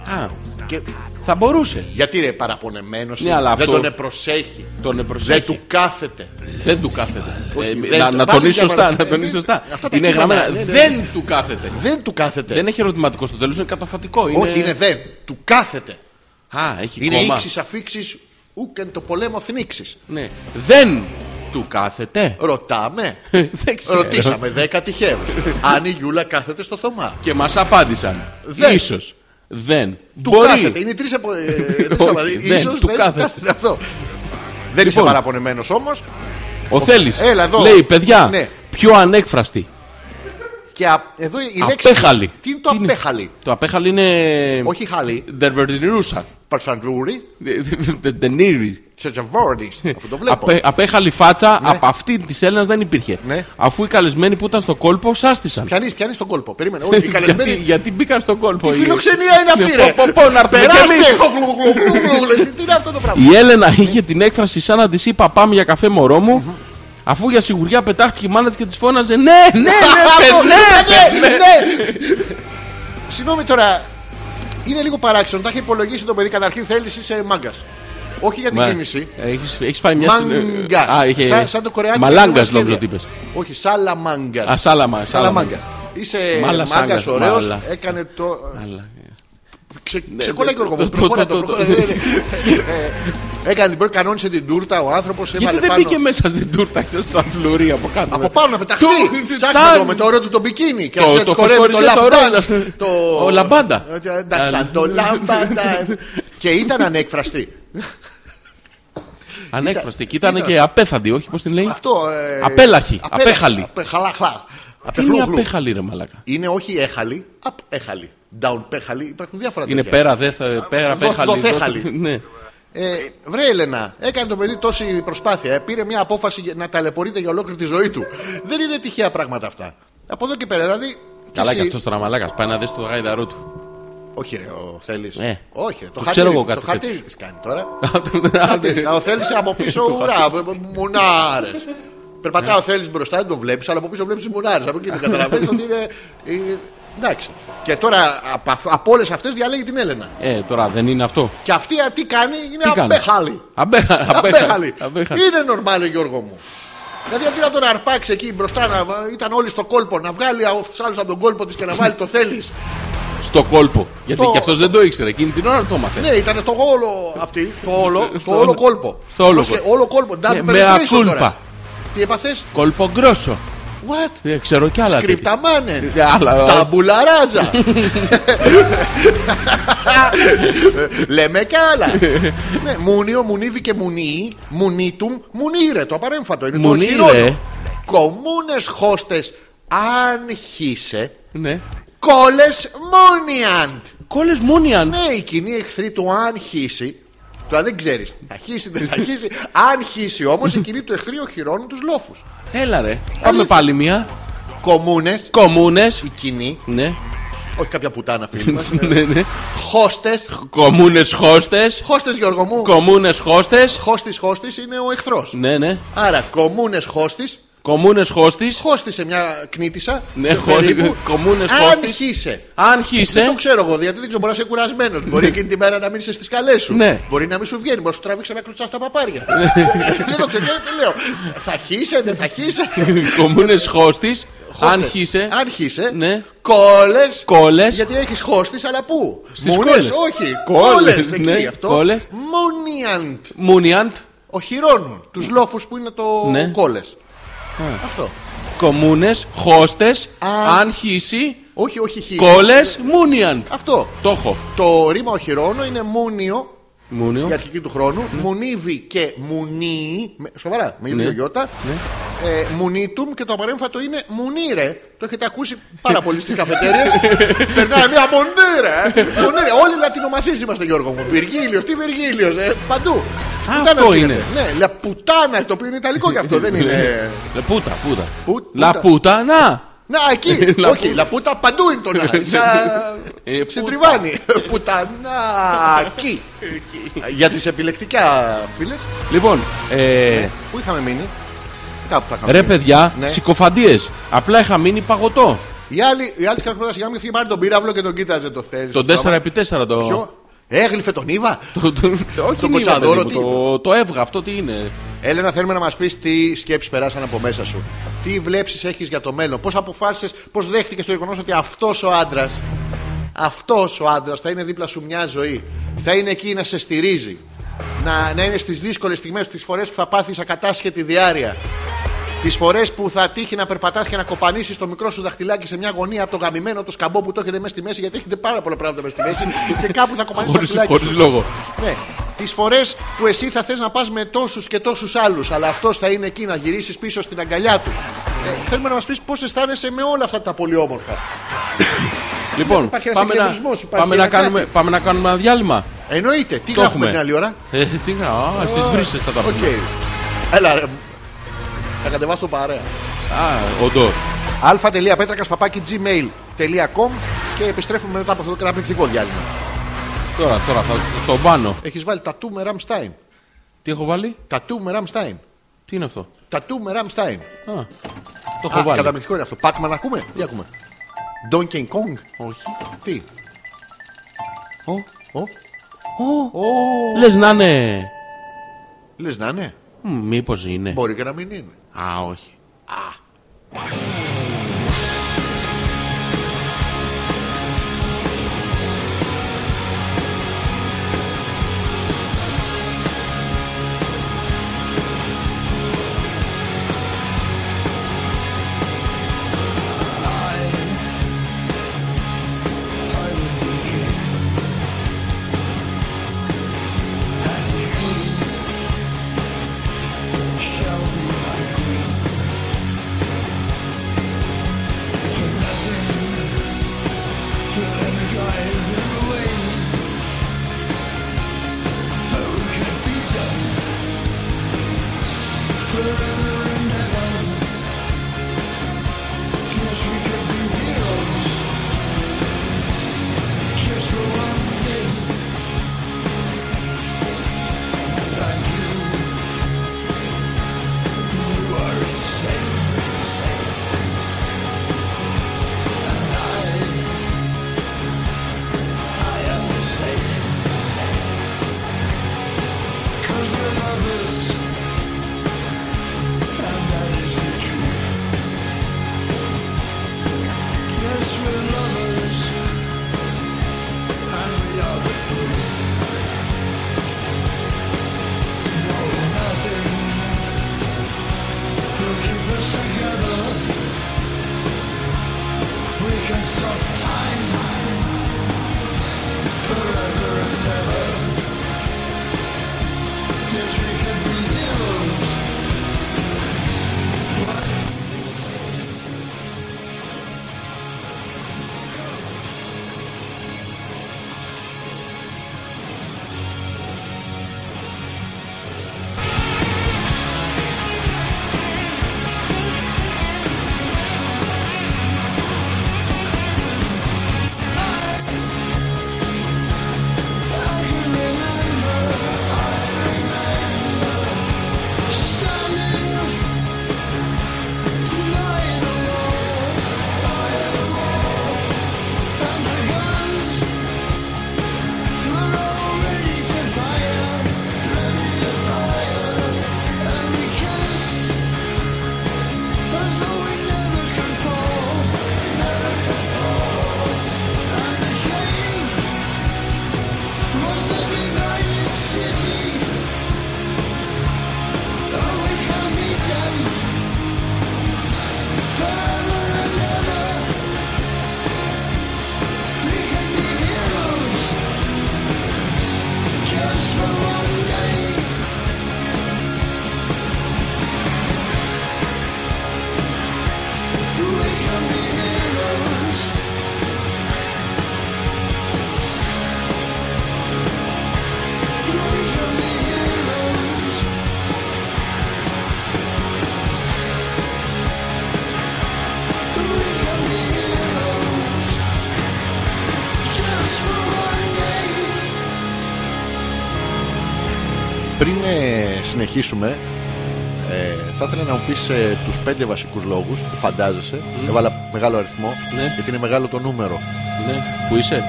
S2: Α,
S3: Και-
S2: θα μπορούσε.
S3: Γιατί ρε παραπονεμένος
S2: Ναι,
S3: είναι.
S2: αλλά
S3: Δεν
S2: αυτό-
S3: τον προσέχει.
S2: Τον
S3: Δεν
S2: προσέχει.
S3: του κάθεται.
S2: Δεν του κάθεται.
S3: Όχι,
S2: Ε,
S3: δεν
S2: να
S3: του-
S2: να
S3: πάλι
S2: τονίσει
S3: για
S2: σωστά.
S3: παρα-
S2: Να τονίσει
S3: Ε,
S2: σωστά.
S3: αυτά τα
S2: Είναι
S3: κείμενα,
S2: γραμμένα.
S3: ναι, ναι,
S2: Δεν του κάθεται.
S3: Δεν του κάθεται.
S2: Δεν έχει ερωτηματικό στο τέλος, είναι καταφατικό.
S3: Όχι, είναι δεν. Του κάθεται.
S2: Α, έχει
S3: Είναι
S2: κόμμα.
S3: ύξεις αφήξεις ούκεν το πολέμο θνήξεις.
S2: Ναι. Δεν του κάθεται. Ε,
S3: Ρωτάμε.
S2: Δεν ξέρω.
S3: Ρωτήσαμε 10 τυχαίους. Αν η Γιούλα κάθεται στο Θωμά.
S2: Και μας απάντησαν.
S3: Δεν.
S2: Ίσως. Δεν.
S3: Του
S2: Μπορεί.
S3: κάθεται. Είναι τρει επο... ε, τρεις
S2: Όχι,
S3: απαντήσεις.
S2: δεν,
S3: Ίσως
S2: του
S3: δεν
S2: κάθεται.
S3: κάθεται αυτό. Δεν είσαι
S2: Λοιπόν.
S3: παραπονεμένος όμως
S2: Ο Θέλει.
S3: Έλα εδώ.
S2: Λέει, παιδιά,
S3: Ναι.
S2: πιο ανέκφραστη.
S3: Και α- εδώ η λέξη.
S2: Απέχαλη. Ε,
S3: Τι είναι το απέχαλη.
S2: Το απέχαλη είναι.
S3: Όχι χαλή.
S2: Ντερβερντινούσα.
S3: Παρσαντρούρι.
S2: Τενίρι.
S3: Τσετζαβόρνη.
S2: ε,
S3: Αυτό το βλέπω.
S2: Απέχαλη φάτσα από αυτή της Έλληνας δεν υπήρχε.
S3: Ναι.
S2: Αφού οι καλεσμένοι που ήταν στο κόλπο σάστησαν.
S3: Πιανείς, πιανείς τον κόλπο. Περίμενε. Όχι, οι
S2: γιατί,
S3: καλεσμένοι.
S2: γιατί μπήκαν στον κόλπο.
S3: Τι
S2: οι-
S3: φιλοξενία είναι αυτή,
S2: Ναι,
S3: ρε!
S2: πω, πω, πω, να έρθουμε κι
S3: Περάστε!
S2: εμείς.
S3: Γλου, γλου, γλου, γλου, γλου. Τι- Τι είναι αυτό το πράγμα.
S2: Η Ε, Έλενα είχε την έκφραση σαν να της είπα Πάμε για καφέ μωρό μου. Αφού για σιγουριά πετάχτηκε η μάνα της και της φώναζε Ναι, ναι, ναι, πες
S3: Αυτό,
S2: ναι, πες
S3: ναι,
S2: ναι.
S3: ναι. Συγγνώμη τώρα. Είναι λίγο παράξενο. Τα έχει υπολογίσει το παιδί. Καταρχήν θέλεις είσαι μάγκας. Όχι για την
S2: Μα,
S3: κίνηση.
S2: Έχεις, έχεις φάει μια συνε-
S3: Μάγκα.
S2: Α, είχε-
S3: Σαν, σαν το κορεάτικο.
S2: Μαλάγκας
S3: σχέδιο.
S2: νόμιζα ότι είπες.
S3: Όχι, σαλαμάγκα.
S2: Α, σάλαμα.
S3: Σαλαμάγκα. Είσαι
S2: Μάλα
S3: μάγκας
S2: σάγκα,
S3: ωραίος.
S2: μάλα.
S3: Έκανε το.
S2: Αλλά-
S3: Ξε, ξεκολλάει και ο
S2: το-
S3: οργανισμό.
S2: το-
S3: Προχώρα
S2: το-
S3: το.
S2: το-
S3: προχώρα.
S2: το-
S3: Ε, ε, Έκανε την πρώτη, κανόνισε την τούρτα ο άνθρωπος.
S2: Γιατί δεν μπήκε μέσα στην τούρτα, ξέρεις, σαν φλουρί από κάτω.
S3: Από πάνω να πεταχτεί.
S2: Του-
S3: Τσάξε
S2: τσάν.
S3: το με το ωραίο του το μπικίνι. Και
S2: Το-
S3: να
S2: το
S3: ξεχωρεύει
S2: φωσφοριζέ το
S3: lap
S2: ρόζα.
S3: dance, το-
S2: Ο λαμπάντα.
S3: Ε, εντάξει, τα- Το λαμπάντα. ε. Και ήταν ανέκφραστη.
S2: Ανέκφραστη. Και ήταν και απέθαντη, όχι πώς την λέει.
S3: Αυτό. ε,
S2: Απέλαχη,
S3: απέλαχη,
S2: απέχαλη.
S3: Απέχαλαχλα.
S2: Τι είναι
S3: Απεχλούχλου.
S2: απέχαλη, ρε μαλάκα.
S3: Είναι όχι έχαλη, απέχαλη. Down πέχαλη, υπάρχουν διάφορα
S2: Είναι
S3: τέτοια.
S2: πέρα, δε, θα- πέρα,
S3: δω-
S2: πέχαλη.
S3: δοθέχαλη.
S2: δω- Ναι.
S3: Ε, βρε Έλενα, έκανε το παιδί τόση προσπάθεια. ε, πήρε μια απόφαση για- να ταλαιπωρείται για ολόκληρη τη ζωή του. Δεν είναι τυχαία πράγματα αυτά. Από εδώ και πέρα, δηλαδή. κι
S2: Καλά
S3: εσύ-
S2: και αυτός τώρα μαλάκας. Πάει να δεις το γάιδαρό του.
S3: Όχι, ρε, ο Θέλει.
S2: Ε,
S3: Όχι, ρε, το
S2: το ξέρω εγώ
S3: χατήρι, το
S2: κάτι
S3: χατήρι
S2: τέτοιο. ναι.
S3: τη κάνει τώρα.
S2: Άντε.
S3: Χατήρι. ο Θέλει από πίσω ουρά, μουνάρε. Περπατά ο Θέλει μπροστά, δεν το βλέπεις, αλλά από πίσω βλέπεις μουνάρες. Από εκεί δεν καταλαβαίνεις ότι είναι. ε, εντάξει. Και τώρα από, αυ- από όλες αυτές διαλέγει την Έλενα.
S2: Ε, τώρα δεν είναι αυτό.
S3: Και αυτή α, τι κάνει, είναι
S2: Τι κάνει?
S3: απέχαλη.
S2: Απέχα-
S3: Απέχαλη.
S2: Απέχαλη. Απέχαλη.
S3: Είναι νορμάλιο Γιώργο μου. Δηλαδή αντί να τον αρπάξεις εκεί μπροστά, να, ήταν όλοι στο κόλπο, να βγάλει του άλλου από τον κόλπο της και να βάλει το θέλεις.
S2: Στο κόλπο. Γιατί
S3: Στο-
S2: και αυτός δεν το ήξερε. Εκείνη την ώρα το μάθε.
S3: ναι, ήταν στο όλο αυτή, στο όλο, στο
S2: Στο
S3: όλο
S2: όλο-
S3: κόλπο.
S2: στο όλο
S3: Είμαστε
S2: κόλπο.
S3: όλο κόλπο. Ντάν
S2: Ναι,
S3: ναι,
S2: mea culpa.
S3: Τι έπαθες,
S2: Κόλπο γκρόσο.
S3: what,
S2: Δεν ξέρω κι άλλα. τέτοια.
S3: κρυπταμάνε,
S2: Ε, άλλα, ε.
S3: τα μπουλαράζα. Λέμε κι άλλα. ναι, μούνιο, μουνίβι και μουνί, μουνίτουμ, μουνίρε, το απαρέμφατο. Είναι
S2: Μουνίρε.
S3: το χειρότερο. Κομμούνες χώστες, αν χύσε,
S2: Ναι.
S3: κόλες μόνιαντ.
S2: Κόλε Μούνιαν.
S3: Ναι, η κοινή εχθρή του αν χύσει. Τώρα δεν ξέρεις. Θα χύσει, δεν θα χύσει. Αν χύσει όμως, η κοινή του εχθρή οχυρώνει τους λόφους.
S2: Έλα ρε. Πάμε πάλι μία.
S3: Κομμούνες,
S2: Κομμούνες.
S3: η κοινή,
S2: Ναι.
S3: όχι κάποια πουτάνα φίλη μας.
S2: Ναι, ναι.
S3: Χώστες,
S2: Κομμούνες χώστες.
S3: χώστες Γιώργο μου.
S2: Κομμούνες χώστες.
S3: Χώστης, χώστης είναι ο εχθρός.
S2: Ναι, ναι.
S3: Άρα, κομμούνες χώστης,
S2: Κομμούνε χώστης.
S3: Χώστησε μια κνήτησα.
S2: Ναι,
S3: και
S2: χωρί-
S3: περίπου,
S2: κομμούνες
S3: Αν
S2: χώστης. Ναι.
S3: χύσε.
S2: Αν
S3: Δεν
S2: χύσε.
S3: το ξέρω εγώ, γιατί δεν ξέρω, μπορείς να είσαι κουρασμένος. Μπορεί εκείνη τη μέρα να μην είσαι στι καλέ σου.
S2: Ναι.
S3: Μπορεί να μην σου βγαίνει, μπορείς να σου τραβήξεις ένα κλουτσά στα παπάρια. δεν το ξέρω, δεν λέω. Θα χύσε, δεν θα χύσε.
S2: Κομμούνε χώστης. Αν
S3: Χώστες.
S2: χύσε.
S3: Αν χύσε.
S2: Ναι.
S3: Κόλες.
S2: Κόλες.
S3: Γιατί έχεις χώστης, αλλά πού.
S2: Στις
S3: Μούνες,
S2: κόλες.
S3: Όχι.
S2: Κόλες,
S3: Κόλες. Δεν
S2: ναι,
S3: κύριε αυτό.
S2: κόλες.
S3: Μουνιαντ.
S2: Μουνιάντ.
S3: Οχυρώνουν. Τους λόφους που είναι το
S2: Ναι.
S3: κόλες. Αυτό.
S2: Κομμούνες χώστες.
S3: Α.
S2: Αν χύσει.
S3: Όχι, όχι χύσε.
S2: Κόλε. Μούνιαντ.
S3: Αυτό.
S2: Το έχω.
S3: Το ρήμα οχυρώνω είναι μούνιο η
S2: Μούνιο.
S3: αρχική του χρόνου.
S2: Ναι.
S3: Μουνίβι και μουνί. με- Σοβαρά, με ίδιο γιώτα.
S2: Ναι.
S3: Ε, μουνίτουμ και το απαρέμφατο είναι μουνίρε. Το έχετε ακούσει πάρα πολύ στις καφετέρειες Περνάει μια μουνίρε. μουνίρε. Όλοι λατινομαθεί είμαστε, Γιώργο μου. Βυργίλιος, τι Βυργίλιος, ε, παντού. Πουτάνα
S2: αυτό
S3: λέγεται.
S2: είναι.
S3: Ναι, λα πουτάνα, το οποίο είναι ιταλικό και αυτό δεν είναι.
S2: Λε, Ε, Πούτα, πούτα.
S3: Πού- πούτα.
S2: Λα πούτα, να.
S3: Να, εκεί.
S2: Λα
S3: Όχι,
S2: πούτα.
S3: λαπούτα παντού είναι το να.
S2: Ε,
S3: Σαν-
S2: πούτα.
S3: Σε τριβάνι. Πουτανάκι. Για τις επιλεκτικά, φίλες
S2: Λοιπόν, ε,
S3: Πού είχαμε μείνει. Κάπου θα είχαμε
S2: ρε
S3: μείνει.
S2: παιδιά,
S3: Ναι.
S2: συκοφαντίες. Απλά είχα μείνει παγωτό.
S3: Οι άλλοι, οι άλλοι σκάνε πρώτα σιγά μου και πάρει τον πύραυλο και τον κοίταζε το θέλεις.
S2: Τον 4x4 το.
S3: Ποιο? Έγλυφε τον Ήβα.
S2: Το, το, όχι είναι
S3: κοτσαδόρο,
S2: παιδί μου,
S3: τι
S2: το, το έβγα, αυτό τι είναι.
S3: Έλενα, θέλουμε να μας πεις τι σκέψεις περάσαν από μέσα σου. Τι βλέψεις έχεις για το μέλλον. Πώς αποφάσισες, πώς δέχτηκες το γεγονός ότι αυτός ο άντρας. Αυτός ο άντρας θα είναι δίπλα σου μια ζωή. Θα είναι εκεί να σε στηρίζει. Να, να είναι στις δύσκολες στιγμές, τις φορές που θα πάθεις ακατάσχετη διάρκεια. Τις φορές που θα τύχει να περπατάς και να κοπανίσεις το μικρό σου δαχτυλάκι σε μια γωνία από το γαμημένο το σκαμπό που το έχετε μέσα στη μέση, γιατί έχετε πάρα πολλά πράγματα μέσα στη μέση και κάπου θα κοπανίσεις το
S2: Χωρίς,
S3: δαχτυλάκι.
S2: χωρίς
S3: σου.
S2: λόγο.
S3: Ναι. Τις φορές που εσύ θα θες να πας με τόσους και τόσους άλλους, αλλά αυτός θα είναι εκεί να γυρίσεις πίσω στην αγκαλιά του. Ε, θέλουμε να μας πεις πώς αισθάνεσαι με όλα αυτά τα πολύ όμορφα.
S2: Λοιπόν,
S3: Υπάρχει ένας
S2: πάμε να,
S3: εκνευρισμός, υπάρχει
S2: πάμε, να
S3: ένα κάτι.
S2: κάνουμε, πάμε να κάνουμε ένα διάλειμμα.
S3: Εννοείται, τι
S2: Το
S3: γράφουμε
S2: έχουμε.
S3: την άλλη ώρα.
S2: Ε, τι να, α, στις βρύσες θα τα
S3: Οκ.
S2: πούμε.
S3: Έλα, ρε. Θα κατεβάσω παρέα.
S2: Α, όντω.
S3: αλφα.πέτρακα παπάκι gmail.com και επιστρέφουμε μετά από αυτό το καταπληκτικό διάλειμμα.
S2: Τώρα, τώρα, θα, στο πάνω.
S3: Έχεις βάλει τα του με Ραμστάιν.
S2: Τι έχω βάλει,
S3: Τα του με Ραμστάιν.
S2: τι είναι αυτό.
S3: Τα του με Ραμστάιν.
S2: Α, το έχω
S3: Α,
S2: βάλει.
S3: καταπληκτικό είναι αυτό. Πάκμαν ακούμε. Τι ακούμε. Donkey Kong.
S2: Όχι.
S3: Τι.
S2: Ω,
S3: Ο,
S2: ω. Λες να είναι.
S3: λες να είναι.
S2: Μ, Μήπως είναι.
S3: Μπορεί και να μην είναι.
S2: Α, όχι.
S3: Πριν ε, συνεχίσουμε, ε, θα ήθελα να μου πεις ε, τους πέντε βασικούς λόγους που φαντάζεσαι. Έβαλα μεγάλο αριθμό,
S2: Ναι.
S3: γιατί είναι μεγάλο το νούμερο.
S2: Ναι. Πού είσαι?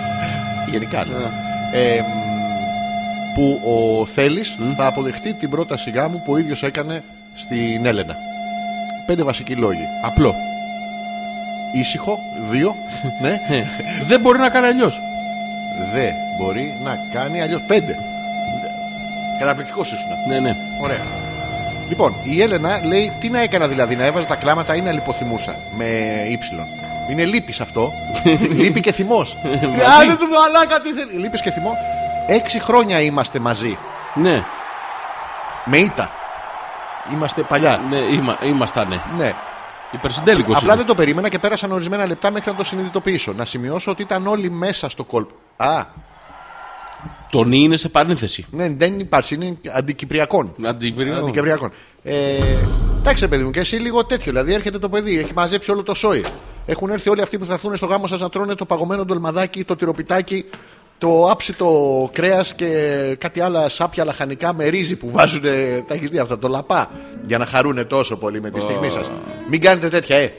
S3: Γενικά, ναι.
S2: Ναι.
S3: Ε, μ, που ο Θέλης θα αποδεχτεί την πρόταση γάμου που ο ίδιος έκανε στην Έλενα. Πέντε βασικοί λόγοι.
S2: Απλό.
S3: Ήσυχο, δύο, ναι.
S2: Ε, Δεν μπορεί να κάνει αλλιώς.
S3: Δεν μπορεί να κάνει αλλιώς πέντε. Καταπληκτικός ήσουν.
S2: Ναι, ναι.
S3: Ωραία. Λοιπόν, η Έλενα λέει τι να έκανα δηλαδή, να έβαζα τα κλάματα ή να λιποθυμούσα με ύψιλον. Είναι λύπης αυτό. λύπη και θυμός. Άντε του μαλάκα τι θέλει. Λύπης και θυμό. Έξι χρόνια είμαστε μαζί.
S2: Ναι,
S3: Με ήττα. Είμαστε παλιά.
S2: ναι, είμα- ήμασταν. Ναι.
S3: Ναι.
S2: Υπερσυντέλικος.
S3: Απλά δεν το περίμενα και πέρασαν ορισμένα λεπτά μέχρι να το συνειδητοποιήσω. Να σημειώσω ότι ήταν όλοι μέσα στο κόλπο. Α,
S2: Το νι είναι σε παρένθεση.
S3: ναι, δεν υπάρχει. Είναι αντικυπριακών.
S2: Να την πήρε-
S3: Αντικυπριακών. Ε, εντάξει, ρε παιδί μου, και εσύ λίγο τέτοιο. Δηλαδή έρχεται το παιδί, έχει μαζέψει όλο το σόι. Έχουν έρθει όλοι αυτοί που θα έρθουν στο γάμο σας να τρώνε το παγωμένο ντολμαδάκι, το τυροπιτάκι, το άψιτο κρέας και κάτι άλλα σάπια λαχανικά με ρύζι που βάζουν. Τα έχεις δει αυτά, το λαπά. Για να χαρούνε τόσο πολύ με τη στιγμή σας. Μην κάνετε τέτοια, ε.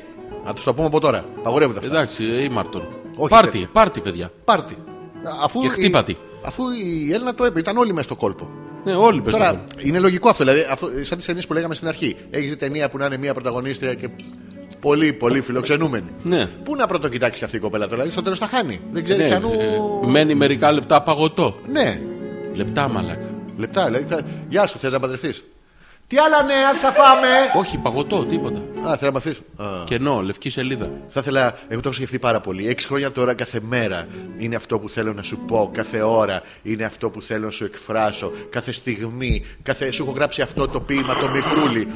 S3: Να τους το πούμε από τώρα. Παγορεύονται αυτά.
S2: Εντάξει, ε, ήμαρτον.
S3: Όχι,
S2: Πάρτι,
S3: τέτοια.
S2: πάρτι, παιδιά.
S3: Πάρτι. Αφού
S2: Και
S3: η-
S2: χτύπατη.
S3: Αφού η Έλληνα το έπαιρνε, ήταν όλοι μέσα στο κόλπο.
S2: Ναι, όλοι πες
S3: Τώρα,
S2: το.
S3: είναι λογικό αυτό. Δηλαδή, αυτό, σαν τις ταινίες που λέγαμε στην αρχή. Έχεις ταινία που να είναι μία πρωταγωνίστρια και πολύ, πολύ φιλοξενούμενη.
S2: Ναι.
S3: Πού να πρωτοκοιτάξεις αυτή η κοπέλα τώρα, δηλαδή στο τέλος τα χάνει. Δεν ξέρει
S2: Ναι,
S3: ναι, κανού.
S2: ε, Μένει μερικά λεπτά παγωτό.
S3: Ναι,
S2: Λεπτά, μαλάκα.
S3: λεπτά. Δηλαδή, κα- Γεια σου, θες να παντρευτείς. Τι άλλα νέα θα φάμε.
S2: Όχι, παγωτό, τίποτα.
S3: Α, θέλω να μαθήσω. Α,
S2: Κενό, λευκή σελίδα.
S3: Θα ήθελα, εγώ το έχω σκεφτεί πάρα πολύ. Έξι χρόνια τώρα κάθε μέρα είναι αυτό που θέλω να σου πω, κάθε ώρα είναι αυτό που θέλω να σου εκφράσω, κάθε στιγμή. Κάθε... Σου έχω γράψει αυτό το ποίημα, το μικρούλι.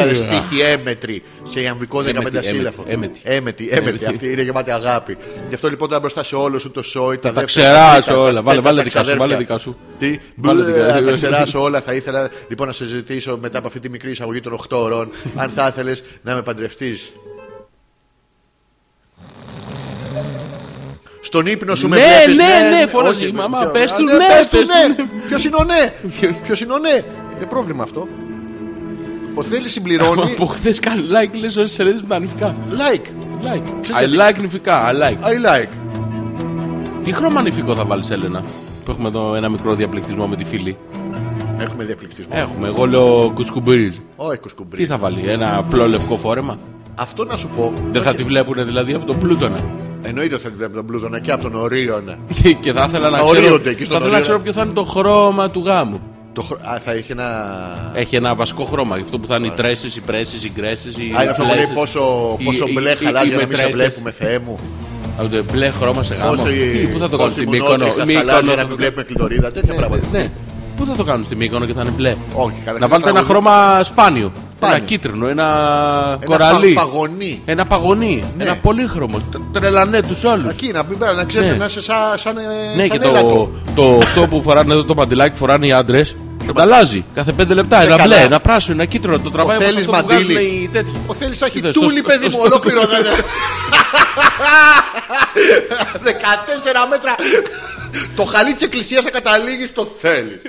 S3: 850.000 στίχοι έμετροι σε ιαμβικό 15
S2: Έμετρη,
S3: σύλλαφο.
S2: έμετρη,
S3: έμετρη.
S2: έμετρη.
S3: Αυτή είναι γεμάτη αγάπη. Γι' αυτό λοιπόν τώρα μπροστά σε όλους σου το σόι, τα
S2: τα
S3: δεύτερα,
S2: ξεράσω
S3: τα- τα-
S2: όλα.
S3: τα-
S2: Βάλε-
S3: τα-
S2: βάλε
S3: τα
S2: δικά σου,
S3: ξαδέρφια.
S2: βάλε δικά σου.
S3: Τι,
S2: Βάλε
S3: Μπλε,
S2: δικά σου.
S3: να τα ξεράσω όλα. Θα ήθελα λοιπόν να σε ζητήσω μετά από αυτή τη μικρή εισαγωγή των 8 ώρων, αν θα ήθελες να με παντρευτείς. Στον ύπνο σου με
S2: Ναι,
S3: βλέπεις,
S2: ναι, ναι, φώναζε η μαμά,
S3: ποιο-
S2: πες
S3: Α,
S2: του
S3: ναι,
S2: ναι,
S3: πες του
S2: πες του
S3: ναι.
S2: ναι.
S3: Ποιος είναι ο ναι,
S2: Ποιος-
S3: ποιος είναι ο ναι. Είναι πρόβλημα αυτό. Ο Θέλης
S2: Μα
S3: συμπληρώνει
S2: από χθες κάνει like, λες όλες τις σελίδες με τα νηφικά.
S3: like,
S2: Like. I
S3: Ξέρεις
S2: like νηφικά, I like.
S3: I like.
S2: Τι χρώμα νηφικό θα βάλεις, Έλενα, που έχουμε εδώ ένα μικρό διαπληκτισμό με τη φίλη.
S3: Έχουμε διαπληκτισμό.
S2: Έχουμε, εγώ λέω κουσκουμπίριζ.
S3: Όχι κουσκουμπρί.
S2: Τι θα βάλει, ένα απλό λευκό φόρεμα.
S3: Αυτό να σου πω.
S2: Δεν θα τη βλέπουν δηλαδή από τον πλούτονα.
S3: Εννοείται ότι θα τη βλέπουμε τον Πλούτονα και από τον Ορίωνα.
S2: Και, και θα ήθελα να
S3: Θα
S2: ξέρω,
S3: ορίονται
S2: θα
S3: εκεί στον
S2: ήθελα να
S3: ορίο.
S2: ξέρω ποιο θα είναι το χρώμα του γάμου.
S3: Το χρο- α, θα έχει ένα.
S2: Έχει ένα βασικό χρώμα. Αυτό που θα είναι οι τρέσεις, οι πρέσεις, οι γκρέσεις.
S3: Α, είναι αυτό που λέει πόσο, πόσο μπλε χαλάζει για να μην σε βλέπουμε, Θεέ μου.
S2: Από το μπλε χρώμα σε γάμο.
S3: Πόσο η-
S2: Τι, πού θα το
S3: πόσο
S2: κάνουν στην
S3: η
S2: Μύκονο.
S3: μονότριχα
S2: Μύκονο
S3: χαλάζει για
S2: θα το
S3: να μην
S2: κάνουν.
S3: βλέπουμε κλειδωρίδα, τέτοια πράγματα.
S2: Ναι. Πού θα το κάνουν στην Μύκονο και θα είναι μπλε.
S3: Όχι, καταρχήν
S2: Να βάλετε
S3: θα
S2: ένα
S3: τραγουδί-
S2: χρώμα σπάνιο. Ένα
S3: Σπάνιο.
S2: κίτρινο, ένα
S3: Ένα
S2: κοραλί.
S3: πα- παγωνί.
S2: Ένα παγωνί.
S3: Ναι.
S2: Ένα πολύχρωμο. Τ- Τρελανέ τους όλους.
S3: Εκεί να μην πέρα, να ξέρετε
S2: Ναι.
S3: να είσαι σαν, σαν, ε,
S2: Ναι,
S3: σαν
S2: και το,
S3: έλατο.
S2: το αυτό που φοράνε εδώ το παντελάκι που φοράνε οι άντρες. Ανταλλάζει κάθε πέντε λεπτά.
S3: Σε
S2: Ένα
S3: καλά.
S2: μπλε, ένα πράσινο, ένα κίτρινο. Το τραβάει όπως
S3: θέλεις
S2: αυτό που
S3: μαντίλι.
S2: βγάζουν οι τέτοιοι.
S3: Ο Θέλης θα έχει
S2: Είδες, το-
S3: τούλι,
S2: το-
S3: παιδί
S2: το-
S3: μου,
S2: το-
S3: ολόκληρο. ναι, δεν- 14 μέτρα. Το χαλί της εκκλησίας θα καταλήγει στο Θέλης.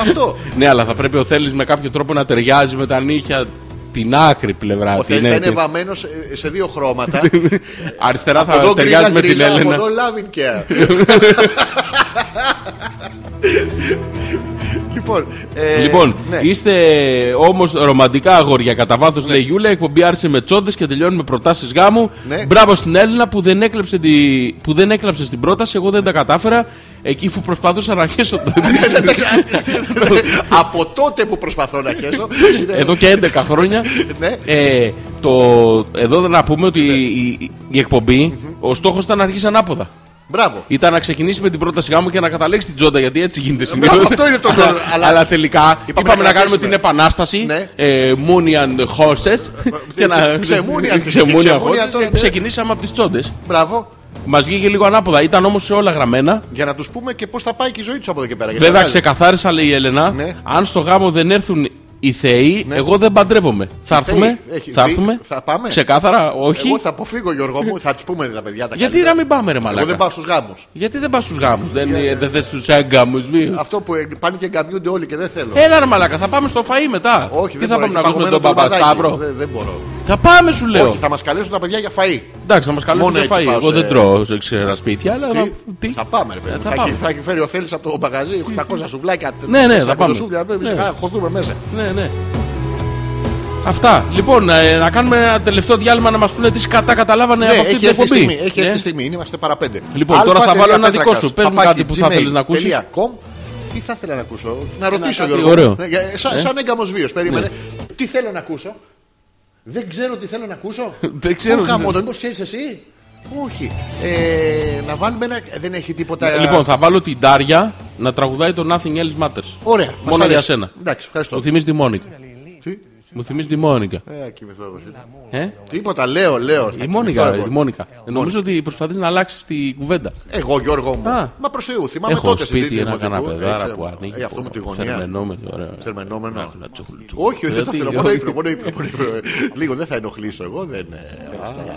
S3: Αυτό.
S2: Ναι, αλλά θα πρέπει ο Θέλεις με κάποιο τρόπο να ταιριάζει με τα νύχια την άκρη πλευρά.
S3: Ο
S2: την
S3: Θέλης θα είναι
S2: έτοιμη.
S3: βαμμένος ε, σε δύο χρώματα.
S2: Αριστερά
S3: Από εδώ
S2: θα ταιριάζει με την
S3: γκρίζα,
S2: Έλενα.
S3: Από εδώ loving care. λοιπόν, ε,
S2: Λοιπόν,
S3: ναι.
S2: είστε όμως ρομαντικά αγόρια κατά βάθος, λέει η Γιούλα. Η εκπομπή άρχισε με τσόντες και τελειώνει με προτάσεις γάμου.
S3: Ναι.
S2: Μπράβο στην Έλληνα που δεν, έκλεψε τη... που δεν έκλαψε στην πρόταση. Εγώ δεν τα κατάφερα. Εκεί που προσπαθούσα να αρχίσω το.
S3: Ναι, από τότε που προσπαθώ να χέσω. είναι-
S2: Εδώ και 11 χρόνια.
S3: Ναι.
S2: ε, το... Εδώ να πούμε ότι η, η- η εκπομπή, ο στόχος ήταν να αρχίσει ανάποδα.
S3: Μπράβο.
S2: Ήταν να ξεκινήσει με την πρόταση γάμου και να καταλήξει την τζόντα γιατί έτσι γίνεται συνήθως.
S3: Μπράβο, Ε, αυτό είναι το νόημα, αλλά-
S2: αλλά, αλλά τελικά είπαμε,
S3: να
S2: να, κάνουμε
S3: κρατήσουμε.
S2: την επανάσταση.
S3: Ναι. Ε,
S2: ε, Moonian horses. και να.
S3: Ξεμούνιαν-
S2: Ξεμούνιαν
S3: ξεμούνιαν
S2: horses.
S3: τώρα, ναι.
S2: Ξεκινήσαμε από τις τσόντε.
S3: Μπράβο.
S2: Μας βγήκε λίγο ανάποδα. Ήταν όμως σε όλα γραμμένα.
S3: Για να τους πούμε και πώς θα πάει και η ζωή τους από εδώ και πέρα. γιατί
S2: Βέβαια,
S3: αλλάζει.
S2: ξεκαθάρισα, λέει η Έλενα,
S3: Ναι.
S2: αν στο γάμο δεν έρθουν Οι θεοί, εγώ δεν παντρεύομαι. Θα έρθουμε.
S3: Θεοί, έχει
S2: Θα
S3: δίκ-
S2: έρθουμε.
S3: θα πάμε.
S2: Ξεκάθαρα, όχι.
S3: Εγώ θα αποφύγω, Γιώργο μου, θα τους πούμε τα παιδιά τα
S2: Γιατί
S3: καλύτερα.
S2: να μην πάμε, ρε Μαλάκα.
S3: Εγώ δεν πάω στους γάμους.
S2: Γιατί δεν πας στους γάμους, δεν θες τους έγκαμους.
S3: Αυτό που ε, πάνε και γκαμιούνται όλοι και δεν θέλω.
S2: Έλα, ρε Μαλάκα, θα πάμε στο φαΐ μετά.
S3: Όχι,
S2: Ε, Τι
S3: δεν
S2: θα
S3: μπορώ,
S2: πάμε να
S3: έχει
S2: ακούσουμε τον
S3: παγωμένο
S2: Παπα
S3: μπαμπαδάκι.
S2: Σταύρο.
S3: Δεν, δεν μπορώ.
S2: Θα πάμε, σου λέω.
S3: Όχι, θα μας καλέσουν τα παιδιά για φαΐ.
S2: Εντάξει, θα μας καλέσουν το
S3: Μόνο έτσι
S2: φαΐ.
S3: πάω
S2: Εγώ
S3: σε-
S2: δεν τρώω σε ξέρα σπίτια, αλλά. θα- Τι.
S3: Θα πάμε, ρε
S2: Ε,
S3: παιδί.
S2: θα
S3: Θα,
S2: πάμε.
S3: έχει- θα έχει φέρει ο Θέλει από το μπαγαζί 800 σουβλάκια.
S2: Ναι, ναι,
S3: 400
S2: θα πάμε.
S3: Σουβλιά, ναι, εμείς
S2: Ναι.
S3: θα χωθούμε μέσα.
S2: Ναι, ναι. Αυτά. Λοιπόν, ε, να κάνουμε ένα τελευταίο διάλειμμα να μας πούνε τι σκατά καταλάβανε
S3: Ναι,
S2: από αυτή
S3: έχει
S2: την
S3: έρθει η
S2: εκπομπή.
S3: στιγμή. Έχει
S2: Ναι.
S3: έρθει η στιγμή. είναι, Είμαστε παραπέντε.
S2: Λοιπόν, τώρα θα βάλω ένα δικό σου. Πες μου
S3: Παπάκι,
S2: κάτι που θα
S3: gmail
S2: θέλεις να ακούσεις.
S3: τελεία com. Τι θα ήθελα να ακούσω. Να ρωτήσω,
S2: κάτι
S3: Γιώργο.
S2: ωραίο. Ναι.
S3: Ναι, για- Σαν, σαν έγκαμος βίος. Περίμενε. Τι θέλω να ακούσω. Δεν ξέρω τι θέλω να ακούσω.
S2: Δεν ξέρω. ναι.
S3: Ω, Γαμώ, δεν ξέρεις εσύ. Όχι. Ε, να βάλουμε ένα. Δεν έχει τίποτα.
S2: Λοιπόν, θα βάλω την Ντάρια να τραγουδάει το Nothing Else Matters.
S3: Ωραία. μας
S2: Μόνο
S3: αρέσει.
S2: για σένα.
S3: Εντάξει, ευχαριστώ.
S2: Μου θυμίζει τη Μόνικα.
S3: Τι?
S2: Μου θυμίζει τη Μόνικα.
S3: Ε, κοιμηθώ εγώ σήμερα.
S2: Ε?
S3: Τίποτα, λέω, λέω. θα
S2: Η Μόνικα.
S3: κοιμηθώ
S2: ρε,
S3: εγώ.
S2: Η Μόνικα. Ε, Νομίζω ότι προσπαθείς να αλλάξεις την κουβέντα.
S3: Εγώ, Γιώργο μου.
S2: Α.
S3: Μα προς Θεού, θυμάμαι
S2: Έχω
S3: τότε
S2: σπίτι
S3: Τρίτη
S2: ένα
S3: Δημοτικού. Ε,
S2: καναπεδάρα
S3: ξέρω,
S2: που ανοίγει.
S3: ε, Αυτό με τη γωνία.
S2: Θερμενόμεθο, ωραία.
S3: Θερμενόμενο.
S2: Να, να τσουκλ, τσουκλ.
S3: Όχι, δεν το
S2: Γιατί,
S3: θέλω. Μόνο
S2: όχι.
S3: ύπνο, μόνο ύπνο. μόνο ύπνο. Λίγο δεν θα ενοχλήσω εγώ. Δεν... ε, α.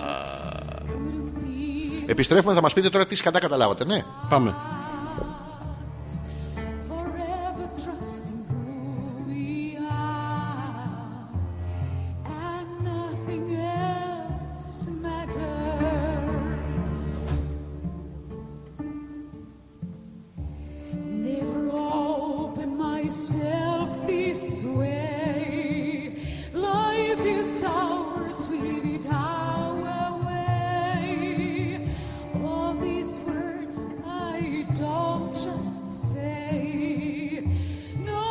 S3: Επιστρέφουμε, θα μας πείτε τώρα τι σκατά καταλάβατε, ναι.
S2: Πάμε.
S6: forever trusting who we are, and nothing else matters. Never open myself this way. Life is ours, we've it our way. All these words I don't just say. No,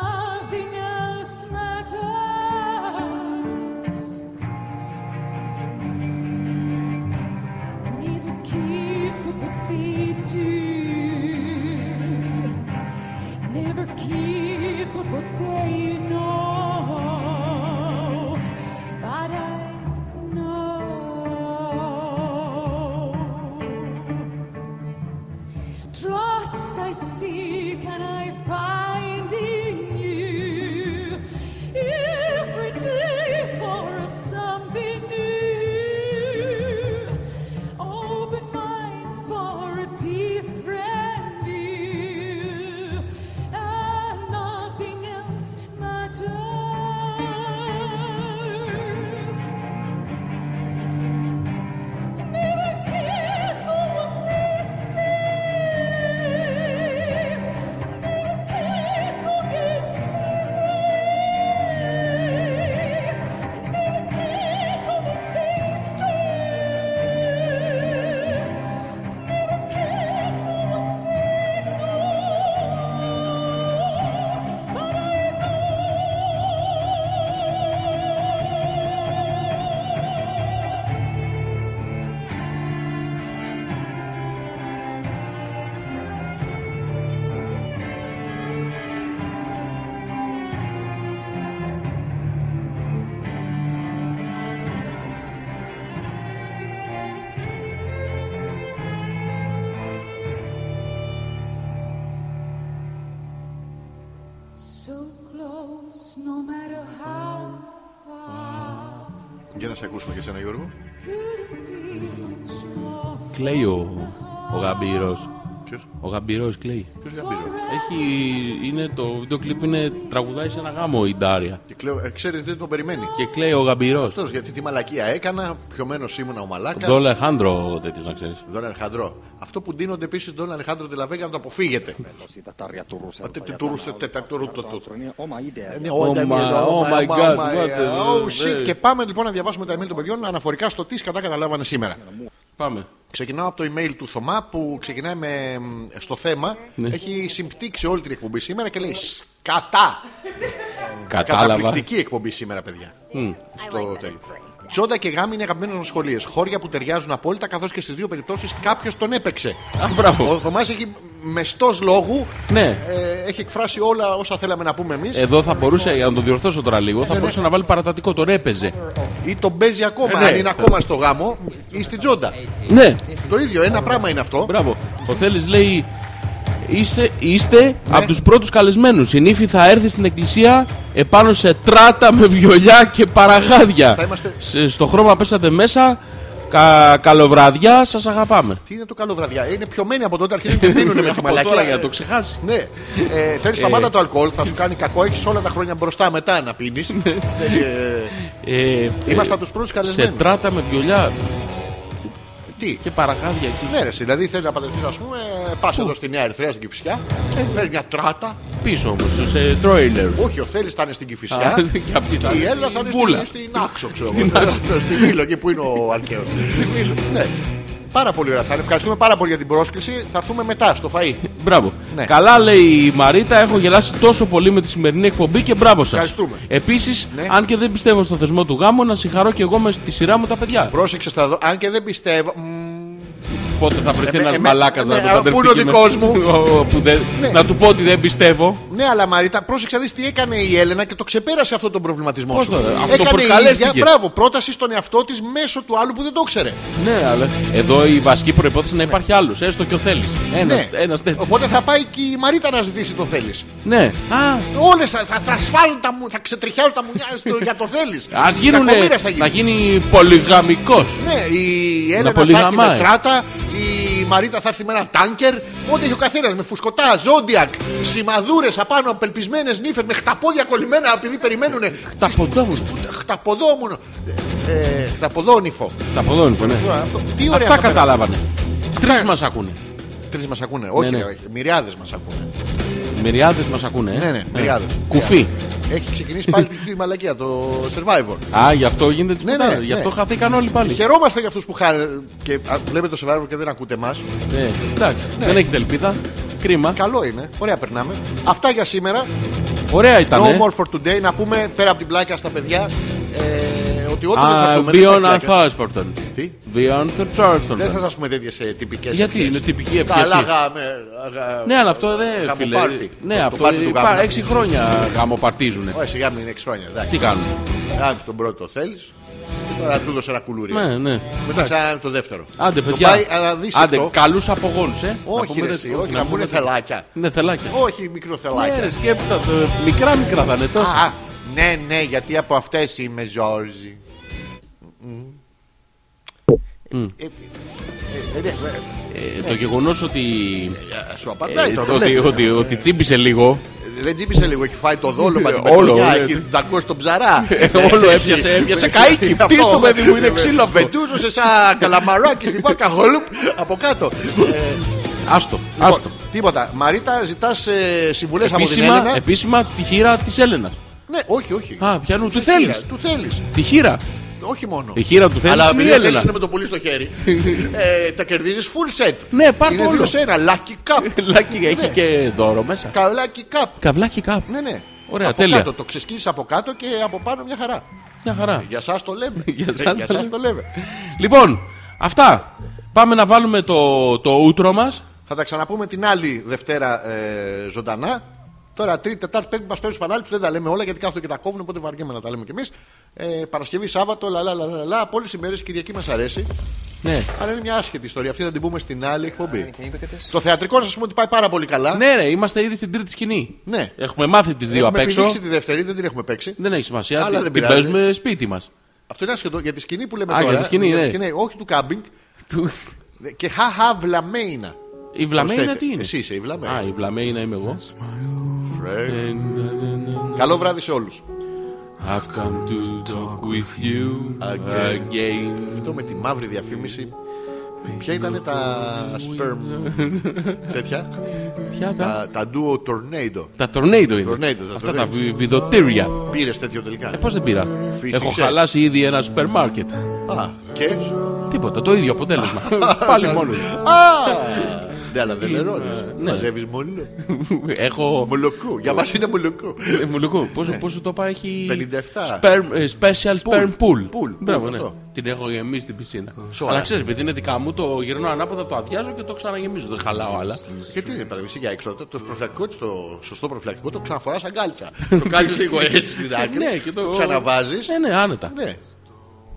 S6: nothing else matters. Never cared for what they do. Never cared for what they know. But I know. Trust I seek and I find in you every day for something new. Open mind for a different view, and nothing else matters. Never cared for what they say. Never cared who gets away. Never cared for what they do. Never cared for what they know. But I So close, no matter how far,
S3: Για να σε ακούσουμε και εσένα, Γιώργο.
S6: could be much more
S2: Κλαίει ο, ο γαμπύρος.
S3: Ποιος?
S2: Ο γαμπύρος κλαίει.
S3: Ποιος γαμπύρος.
S2: Έχει, είναι, το βίντεο κλιπ είναι τραγουδάει σε ένα γάμο η Ντάρια.
S3: Και κλαίω, ε, ξέρετε, δεν τον περιμένει.
S2: Και κλαίει ο γαμπύρος.
S3: Αυτός γιατί τη μαλακία έκανα, πιωμένος ήμουνα ο μαλάκας.
S2: Ντόλ Αλεχάνδρο τέτοιος να ξέρεις.
S3: Δόν Αλεχάνδρο. Αυτό που δίνονται επίση Δόν Αλεχάνδρο Τελαβέγκα να το αποφύγετε. Τε- τε- του ρουστε- τε- τε- του ρου- το- το- Ε, ναι,
S2: Oh
S3: τα
S2: my-
S3: email, τα-
S2: oh my
S3: μα-
S2: God,
S3: μα-
S2: what the-
S3: Oh shit.
S2: the-
S3: Και πάμε λοιπόν να διαβάσουμε τα email των παιδιών αναφορικά στο τι σκατά καταλάβανε σήμερα.
S2: Πάμε.
S3: Ξεκινάω από το email του Θωμά που ξεκινάει με, μ, στο θέμα. Έχει συμπτύξει όλη την εκπομπή σήμερα και λέει Σκατά!
S2: Κατάλαβα.
S3: Καταπληκτική εκπομπή σήμερα, παιδιά. Στο τέλο. Τσόντα και γάμι είναι αγαπημένε μας σχολείες. Χώρια που ταιριάζουν απόλυτα, καθώς και στις δύο περιπτώσεις κάποιος τον έπαιξε.
S2: Α, μπράβο.
S3: Ο Θωμάς έχει μεστός λόγου.
S2: Ναι.
S3: ε, έχει εκφράσει όλα όσα θέλαμε να πούμε εμείς.
S2: Εδώ θα μπορούσε, για να το διορθώσω τώρα λίγο,
S3: Ναι,
S2: θα μπορούσε να βάλει παρατατικό. Τον έπαιζε.
S3: Ή τον παίζει ακόμα,
S2: Ε, ναι.
S3: αν είναι ακόμα στο γάμο, ή στην τσόντα.
S2: Ναι,
S3: Το ίδιο, ένα πράγμα είναι αυτό.
S2: μπράβο. Ο Θέλει λέει. Είσαι,
S3: Ναι.
S2: είστε από τους πρώτους καλεσμένους. Η νύφη θα έρθει στην εκκλησία επάνω σε τράτα με βιολιά και παραγάδια.
S3: Θα είμαστε-
S2: Σε- στο χρώμα πέσατε μέσα. Κα, καλοβραδιά, σας αγαπάμε.
S3: Τι είναι το καλό βραδιά. Είναι πιωμένοι από τότε αρχίζουν και πίνουν με τη
S2: Από
S3: μαλακία.
S2: τώρα για να το ξεχάσει.
S3: Ναι. Ε, Θέλεις σταμάτα το αλκοόλ, θα σου κάνει κακό. Έχεις όλα τα χρόνια μπροστά μετά να πίνεις.
S2: Ε,
S3: Είμαστε από τους πρώτους
S2: ε, σε
S3: καλεσμένους.
S2: τράτα με βιολιά
S3: Τι.
S2: και παραγάδια. εκεί.
S3: Ναι, ρε, εσύ, δηλαδή θέλεις να παντρευτείς, ας πούμε, πας εδώ στη Νέα Ερυθρέα στην Κυφυσιά, φέρει μια τράτα.
S2: Πίσω όμως, σε τρόιλερ.
S3: Όχι, ο Θέλει θα είναι στην
S2: Α,
S3: Κυφυσιά.
S2: Και αυτή
S3: Και η Έλληνα θα είναι στην,
S2: Βούλα.
S3: στην Άξο, ξέρω εγώ. Στην Μήλο, εκεί που είναι ο Αλκαίος. ναι. Πάρα πολύ ωραία. Θα είναι. ευχαριστούμε πάρα πολύ για την πρόσκληση. Θα έρθουμε μετά στο φαΐ.
S2: Μπράβο.
S3: Ναι.
S2: Καλά λέει η Μαρίτα, έχω γελάσει τόσο πολύ με τη σημερινή εκπομπή και μπράβο σας.
S3: Ευχαριστούμε.
S2: Επίσης,
S3: Ναι.
S2: αν και δεν πιστεύω στο θεσμό του γάμου, να συγχαρώ και εγώ με τη σειρά μου τα παιδιά.
S3: Πρόσεξε θα δω. Αν και δεν πιστεύω. μμμ,
S2: Πότε θα βρεθεί
S3: Εμέ-
S2: ένα
S3: εμέ-
S2: μαλάκα να
S3: ναι,
S2: το
S3: α,
S2: παντρευτεί.
S3: πού είναι ο
S2: και με-
S3: δικός μου?
S2: Ο- που δεν- Να του πω ότι δεν πιστεύω.
S3: Ναι, αλλά Μαρίτα, πρόσεξε να δεις τι έκανε η Έλενα και το ξεπέρασε αυτό τον προβληματισμό
S2: Πώς
S3: σου.
S2: το, ρε, αυτό
S3: έκανε η
S2: προσκαλέστηκε.
S3: ίδια, μπράβο, πρόταση στον εαυτό της μέσω του άλλου που δεν το ήξερε.
S2: Ναι, αλλά εδώ η βασική προπόθεση να υπάρχει άλλος. Έστω και ο θέλει. Ένας
S3: Ναι.
S2: ένας τέτοιος.
S3: Οπότε θα πάει και η Μαρίτα να ζητήσει το θέλει.
S2: Ναι. Α,
S3: Όλες θα, θα, θα σφάλουν τα, μου- θα ξετριχιάζουν τα μουνιά στο- για το θέλει.
S2: ας γίνουνε- να γίνει πολυγαμικός.
S3: Ναι, η Έλενα θα
S2: πολύ
S3: έρθει με
S2: γαμάει.
S3: τράτα, η Μαρίτα θα έρθει με ένα τάνκερ. Ό,τι έχει ο καθένας με φουσκωτά, ζόντιακ, σημαδούρες απάνω, απελπισμένες νύφες με χταπόδια κολλημένα επειδή περιμένουν.
S2: Χταποδόμους.
S3: Χταποδόμουν. Ε, ε, χταποδόνυφο.
S2: Χταποδόμους, ναι.
S3: Τώρα, αυτό- Τι ωραία. Ναι.
S2: Αυτά καταλάβανε. Τρεις μας ακούνε.
S3: Τρεις μας ακούνε. Όχι,
S2: ναι.
S3: ναι, όχι. Μυριάδες μας ακούνε.
S2: Μυριάδες μας ακούνε. ε.
S3: Ναι, ναι, μυριάδες. Ναι.
S2: Κουφί.
S3: Έχει ξεκινήσει πάλι τη μαλακία, το survivor.
S2: Α, γι' αυτό γίνεται τη
S3: Ναι,
S2: ναι,
S3: ναι,
S2: Γι' αυτό
S3: ναι.
S2: χαθήκαν όλοι πάλι.
S3: Χαιρόμαστε για αυτούς που χάρη και α, βλέπετε το survivor και δεν ακούτε εμάς.
S2: Ναι, εντάξει, δεν έχετε ελπίδα. Κρίμα.
S3: Καλό είναι. Ωραία, περνάμε. Αυτά για σήμερα.
S2: Ωραία ήταν.
S3: No more for today. Να πούμε πέρα από την πλάκα στα παιδιά ε, ότι όντως δεν θα
S2: Α,
S3: πούμε. δεν
S2: Beyond
S3: θα
S2: and
S3: πλάκα.
S2: Thorsburton.
S3: Τι?
S2: Beyond and
S3: Δεν
S2: Thorsburton.
S3: θα σας πούμε ε, τέτοιε τυπικέ
S2: Ναι. Γιατί, είναι τυπική ευχή
S3: Καλά,
S2: αυτή.
S3: γάμε. αγα-
S2: Ναι, αλλά αυτό δεν φίλε.
S3: γαμοπάρτι.
S2: Ναι,
S3: Το- το
S2: αυτό
S3: πάρτι του
S2: υπά-
S3: γάμου.
S2: έξι χρόνια γαμοπαρτίζουνε.
S3: Όχι, σιγά μην είναι 6 χρόνια. εντάξει.
S2: Τι κάνουν.
S3: Γάμισε τον πρώτο, θέλεις. Και τώρα του δώσε ένα κουλούρι.
S2: Ναι, ναι.
S3: Μετά ξανά το δεύτερο.
S2: Άντε,
S3: Το
S2: παιδιά.
S3: πάει αναδύσεκτο.
S2: Άντε, καλούς απογόνους, ε. Να
S3: Όχι,
S2: πούμε
S3: ρε,
S2: δεν-
S3: εσύ, όχι, να
S2: πούμε
S3: μπουν
S2: δεν-
S3: θελάκια.
S2: Ναι, θελάκια.
S3: Όχι, μικρό
S2: Ναι,
S3: θελάκια.
S2: ρε, σκέψτε το. Μικρά μικρά θα είναι τόσα.
S3: Α, ναι, ναι, γιατί από αυτές είμαι Ζόρζι. Μμμ. Ε, ε, ε, ναι,
S2: Ε, Το γεγονό ότι.
S3: ε, Σου απαντάει
S2: ε,
S3: τώρα.
S2: ότι-
S3: βλέπεις.
S2: Ότι ότι τσίμπησε λίγο.
S3: Δεν τσίπησε λίγο, έχει φάει το δόλο με την
S2: Όλο,
S3: πετριά,
S2: ε,
S3: έχει
S2: τι-
S3: τακώσει τον ψαρά.
S2: Όλο
S3: ε,
S2: έπιασε, έπιασε καίκι. Φτύστο, παιδί μου, είναι ξύλο αυτό.
S3: Βεντούζωσε σαν καλαμαράκι στην πάκα χολούπ από κάτω. Ε,
S2: Άστο, άστο.
S3: λοιπόν, Τίποτα. Μαρίτα, ζητά συμβουλέ από την
S2: Επίσημα,
S3: Έλληνα.
S2: επίσημα τη χείρα τη Έλενα.
S3: Ναι, όχι, όχι.
S2: Α, πιανού, του
S3: Χείρα,
S2: θέλει.
S3: Του θέλει.
S2: Τη χείρα.
S3: Όχι μόνο.
S2: Η χείρα του θέλει.
S3: Αλλά
S2: είναι η
S3: επειδή θέλει
S2: Έλενα.
S3: είναι με το πουλί στο χέρι, ε, τα κερδίζεις full set.
S2: Ναι, πάρ' το
S3: είναι
S2: όλο. Ε,
S3: δύο σε ένα. Lucky cup.
S2: Λάκι, έχει και δώρο μέσα.
S3: Ναι. Κα- Lucky cup.
S2: Καβλάκι κάπου.
S3: Ναι, ναι.
S2: Ωραία,
S3: από
S2: τέλεια.
S3: Κάτω, το ξεσκίζει από κάτω και από πάνω μια χαρά.
S2: Μια χαρά.
S3: Για σας το λέμε.
S2: Για
S3: Ε,
S2: σας
S3: για
S2: το
S3: σας
S2: λέμε.
S3: το λέμε.
S2: Λοιπόν, αυτά. Πάμε να βάλουμε το, το ούτρο μας.
S3: Θα τα ξαναπούμε την άλλη Δευτέρα ε, ζωντανά. Τώρα Τρίτη, Τετάρτη, Πέμπτη μας παίζουν επανάληψη. Δεν τα λέμε όλα γιατί κάθονται και τα κόβουν. Οπότε βαριέμαι να τα λέμε κι εμείς. Ε, Παρασκευή, Σάββατο, λα λα λα λα. λα. Από όλες τις μέρες Κυριακή μας αρέσει.
S2: Ναι.
S3: Αλλά είναι μια άσχετη ιστορία. Αυτή θα την πούμε στην άλλη εκπομπή. Το θεατρικό να σας πούμε ότι πάει πάρα πολύ καλά.
S2: ναι, ρε, είμαστε ήδη στην τρίτη σκηνή.
S3: Ναι.
S2: Έχουμε μάθει τις δύο απ'
S3: Έχουμε
S2: έξω.
S3: επιδείξει τη δεύτερη, δεν την έχουμε παίξει.
S2: Δεν έχει σημασία.
S3: Αλλά
S2: την-
S3: δεν
S2: την
S3: πειράζει.
S2: παίζουμε σπίτι μας.
S3: Αυτό είναι άσχετο για τη σκηνή που λέμε
S2: Α,
S3: τώρα.
S2: για τη σκηνή, ναι.
S3: όχι του κάμπινγκ. Και χαχα βλαμμένα.
S2: Η βλαμμένα
S3: Προσθέτε.
S2: τι είναι.
S3: Εσύ είσαι η βλαμμένα.
S2: Α, η Ναι, βλαμμένα είμαι εγώ. ναι.
S3: Καλό βράδυ σε όλους.
S2: I've come to talk with you again.
S3: Αυτό με τη μαύρη διαφήμιση. Ποια ήταν τα sperm τέτοια,
S2: Ποια τα.
S3: τα, τα duo tornado.
S2: Τα τορνέιντο είναι.
S3: Tornado, τα
S2: Αυτά
S3: tornado.
S2: τα Ε, βι- βιδοτήρια.
S3: Πήρες τέτοιο τελικά.
S2: Πώς δεν πήρα.
S3: Φύση,
S2: Έχω
S3: ξέρω.
S2: χαλάσει ήδη ένα σούπερ μάρκετ.
S3: Α, και.
S2: Τίποτα, το ίδιο αποτέλεσμα. Πάλι μόνος.
S3: Α! Ναι, αλλά δεν ερώνει.
S2: ναι.
S3: Μαζεύεις μόνο.
S2: Έχω.
S3: Μολοκού. Για μας είναι μολοκού.
S2: Ε, μου λέγω, πόσο, πόσο το πάει έχει.
S3: 57.
S2: Sperm- ε, special sperm pool.
S3: Pool,
S2: Μπράβο,
S3: pool,
S2: ναι.
S3: αυτό.
S2: Την έχω γεμίσει την πισίνα.
S3: Σοβαρά.
S2: Αλλά ξέρεις, επειδή είναι δικά μου, το γυρνώ ανάποδα, το αδειάζω και το ξαναγεμίζω. Δεν χαλάω άλλα.
S3: Και τι είναι, παιδί, εσύ για έξω. Το προφυλακτικό της, το σωστό προφυλακτικό το ξαναφοράς σαν κάλτσα. το κάνεις λίγο έτσι στην άκρη.
S2: Ναι, και το-
S3: ξαναβάζεις.
S2: Ναι, ναι, άνετα.
S3: Ναι.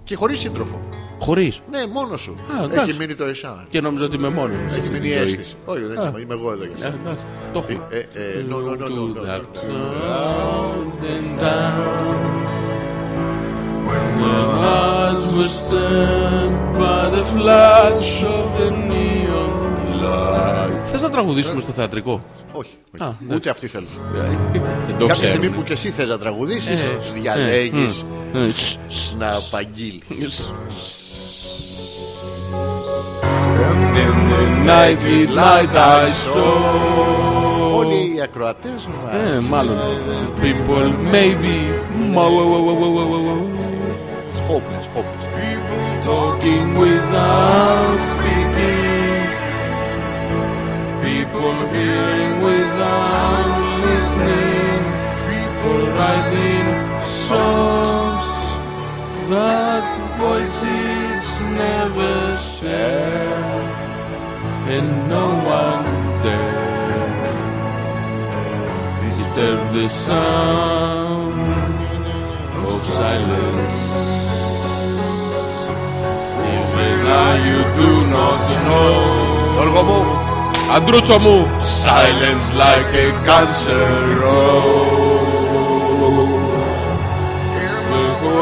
S3: Και χωρίς σύντροφο.
S2: Χωρίς.
S3: Ναι, μόνος σου.
S2: Α, εντάξει.
S3: Έχει μείνει το εσά.
S2: Και νόμιζα ότι είμαι μόνος μου. σε
S3: Έχει
S2: αυτή
S3: μείνει
S2: τη
S3: η
S2: ζωή.
S3: αίσθηση. Όχι, δεν ξέρω, είμαι εγώ εδώ για
S2: Ε,
S3: σένα.
S2: εντάξει, Το έχω.
S3: Ε, ε, no, no, no, no, no, no.
S2: When my eyes were stunned by the flash of the neon light. Θες να τραγουδήσουμε στο θεατρικό.
S3: Όχι.
S2: Α,
S3: όχι.
S2: ναι.
S3: Ούτε αυτή θέλει.
S2: Δεν το
S3: Κάποια στιγμή
S2: ξέρουμε.
S3: που και εσύ θες να τραγουδήσεις,
S2: Ε,
S3: διαλέγεις
S2: Ε, σ-
S3: να απαγγείλει.
S2: σ- In the night with light I saw.
S3: Όλοι οι ακροατές
S2: Ε, μάλλον. People maybe. Μα- μα- μα- μα- μα- μα- μα-
S3: Hopeless, hopeless.
S2: Talking without speaking. People hearing without listening. People writing songs that voices never share. And no one dare disturb the sound of silence. Εμένα you do not know
S3: Γιώργο μου,
S2: Αντρούτσο μου Silence like a cancer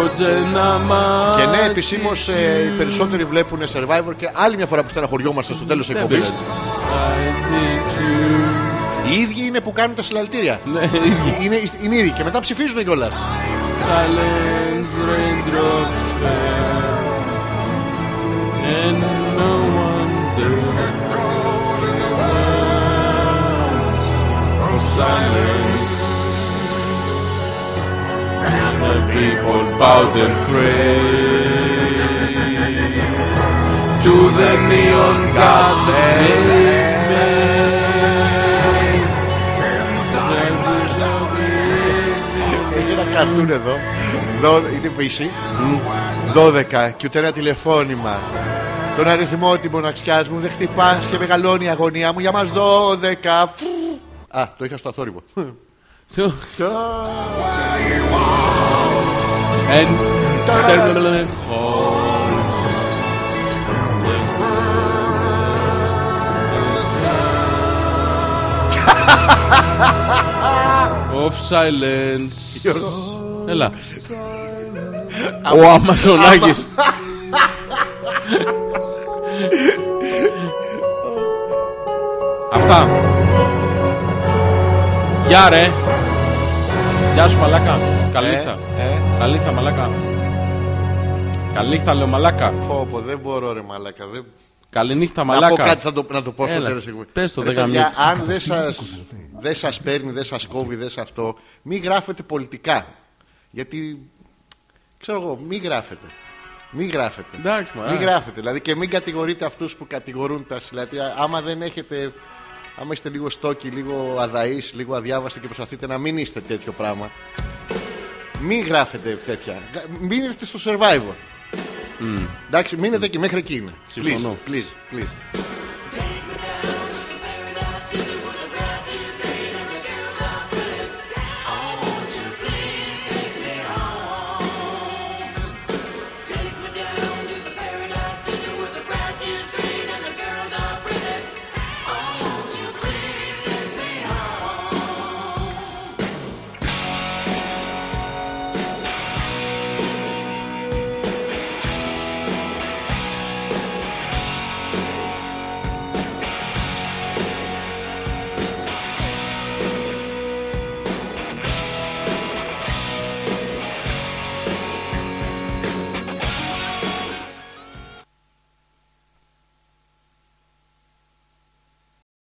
S2: rose
S3: Και ναι, επισήμως οι περισσότεροι βλέπουν survivor και άλλη μια φορά που στεναχωριόμαστε στο τέλος της εκπομπή. Οι ίδιοι είναι που κάνουν τα συλλαλητήρια. Είναι, είναι ίδιοι και μετά ψηφίζουν κιόλας.
S2: Silence raindrops fell And no wonder Silence And the people bowed and prayed To the neon god they made And the
S3: Έχει Ε, ένα καρτούν εδώ. Δώ- Είναι πίση. 12 και ούτε ένα τηλεφώνημα. Τον αριθμό τη μοναξιάς μου δεν χτυπάς και μεγαλώνει η αγωνία μου. Για μας 12. Φου. Α, το είχα στο αθόρυβο.
S2: Two. And terminal Of silence. Έλα. Ο Αμαζονάκης. Αυτά. Γεια ρε. Γεια σου μαλάκα.
S3: Ε,
S2: Καλή
S3: ε.
S2: Καλύχτα μαλάκα. Καλύχτα λέω μαλάκα.
S3: Πω, πω, δεν μπορώ ρε μαλάκα. Δεν...
S2: Καληνύχτα
S3: Να πω
S2: μαλάκα.
S3: κάτι θα το, να το πω στο
S2: Έλα,
S3: τέλος
S2: πες το,
S3: Ρε
S2: δεν
S3: παιδιά,
S2: γαμιέται.
S3: Αν δεν σας, δεν σας παίρνει, δεν σας κόβει, δεν σας αυτό Μη γράφετε πολιτικά Γιατί ξέρω εγώ μη γράφετε μη γράφετε.
S2: Εντάξει, μα,
S3: μη
S2: ε.
S3: γράφετε. Δηλαδή και μην κατηγορείτε αυτούς που κατηγορούν τα συλλατήρια. Άμα δεν έχετε. Άμα είστε λίγο στόκι, λίγο αδαείς, λίγο αδιάβαστοι και προσπαθείτε να μην είστε τέτοιο πράγμα. Μην γράφετε τέτοια. Γα- Μείνετε στο survivor. Εντάξει, μείνετε και μέχρι εκεί είναι.
S2: Συμφωνώ.
S3: Please, please, please.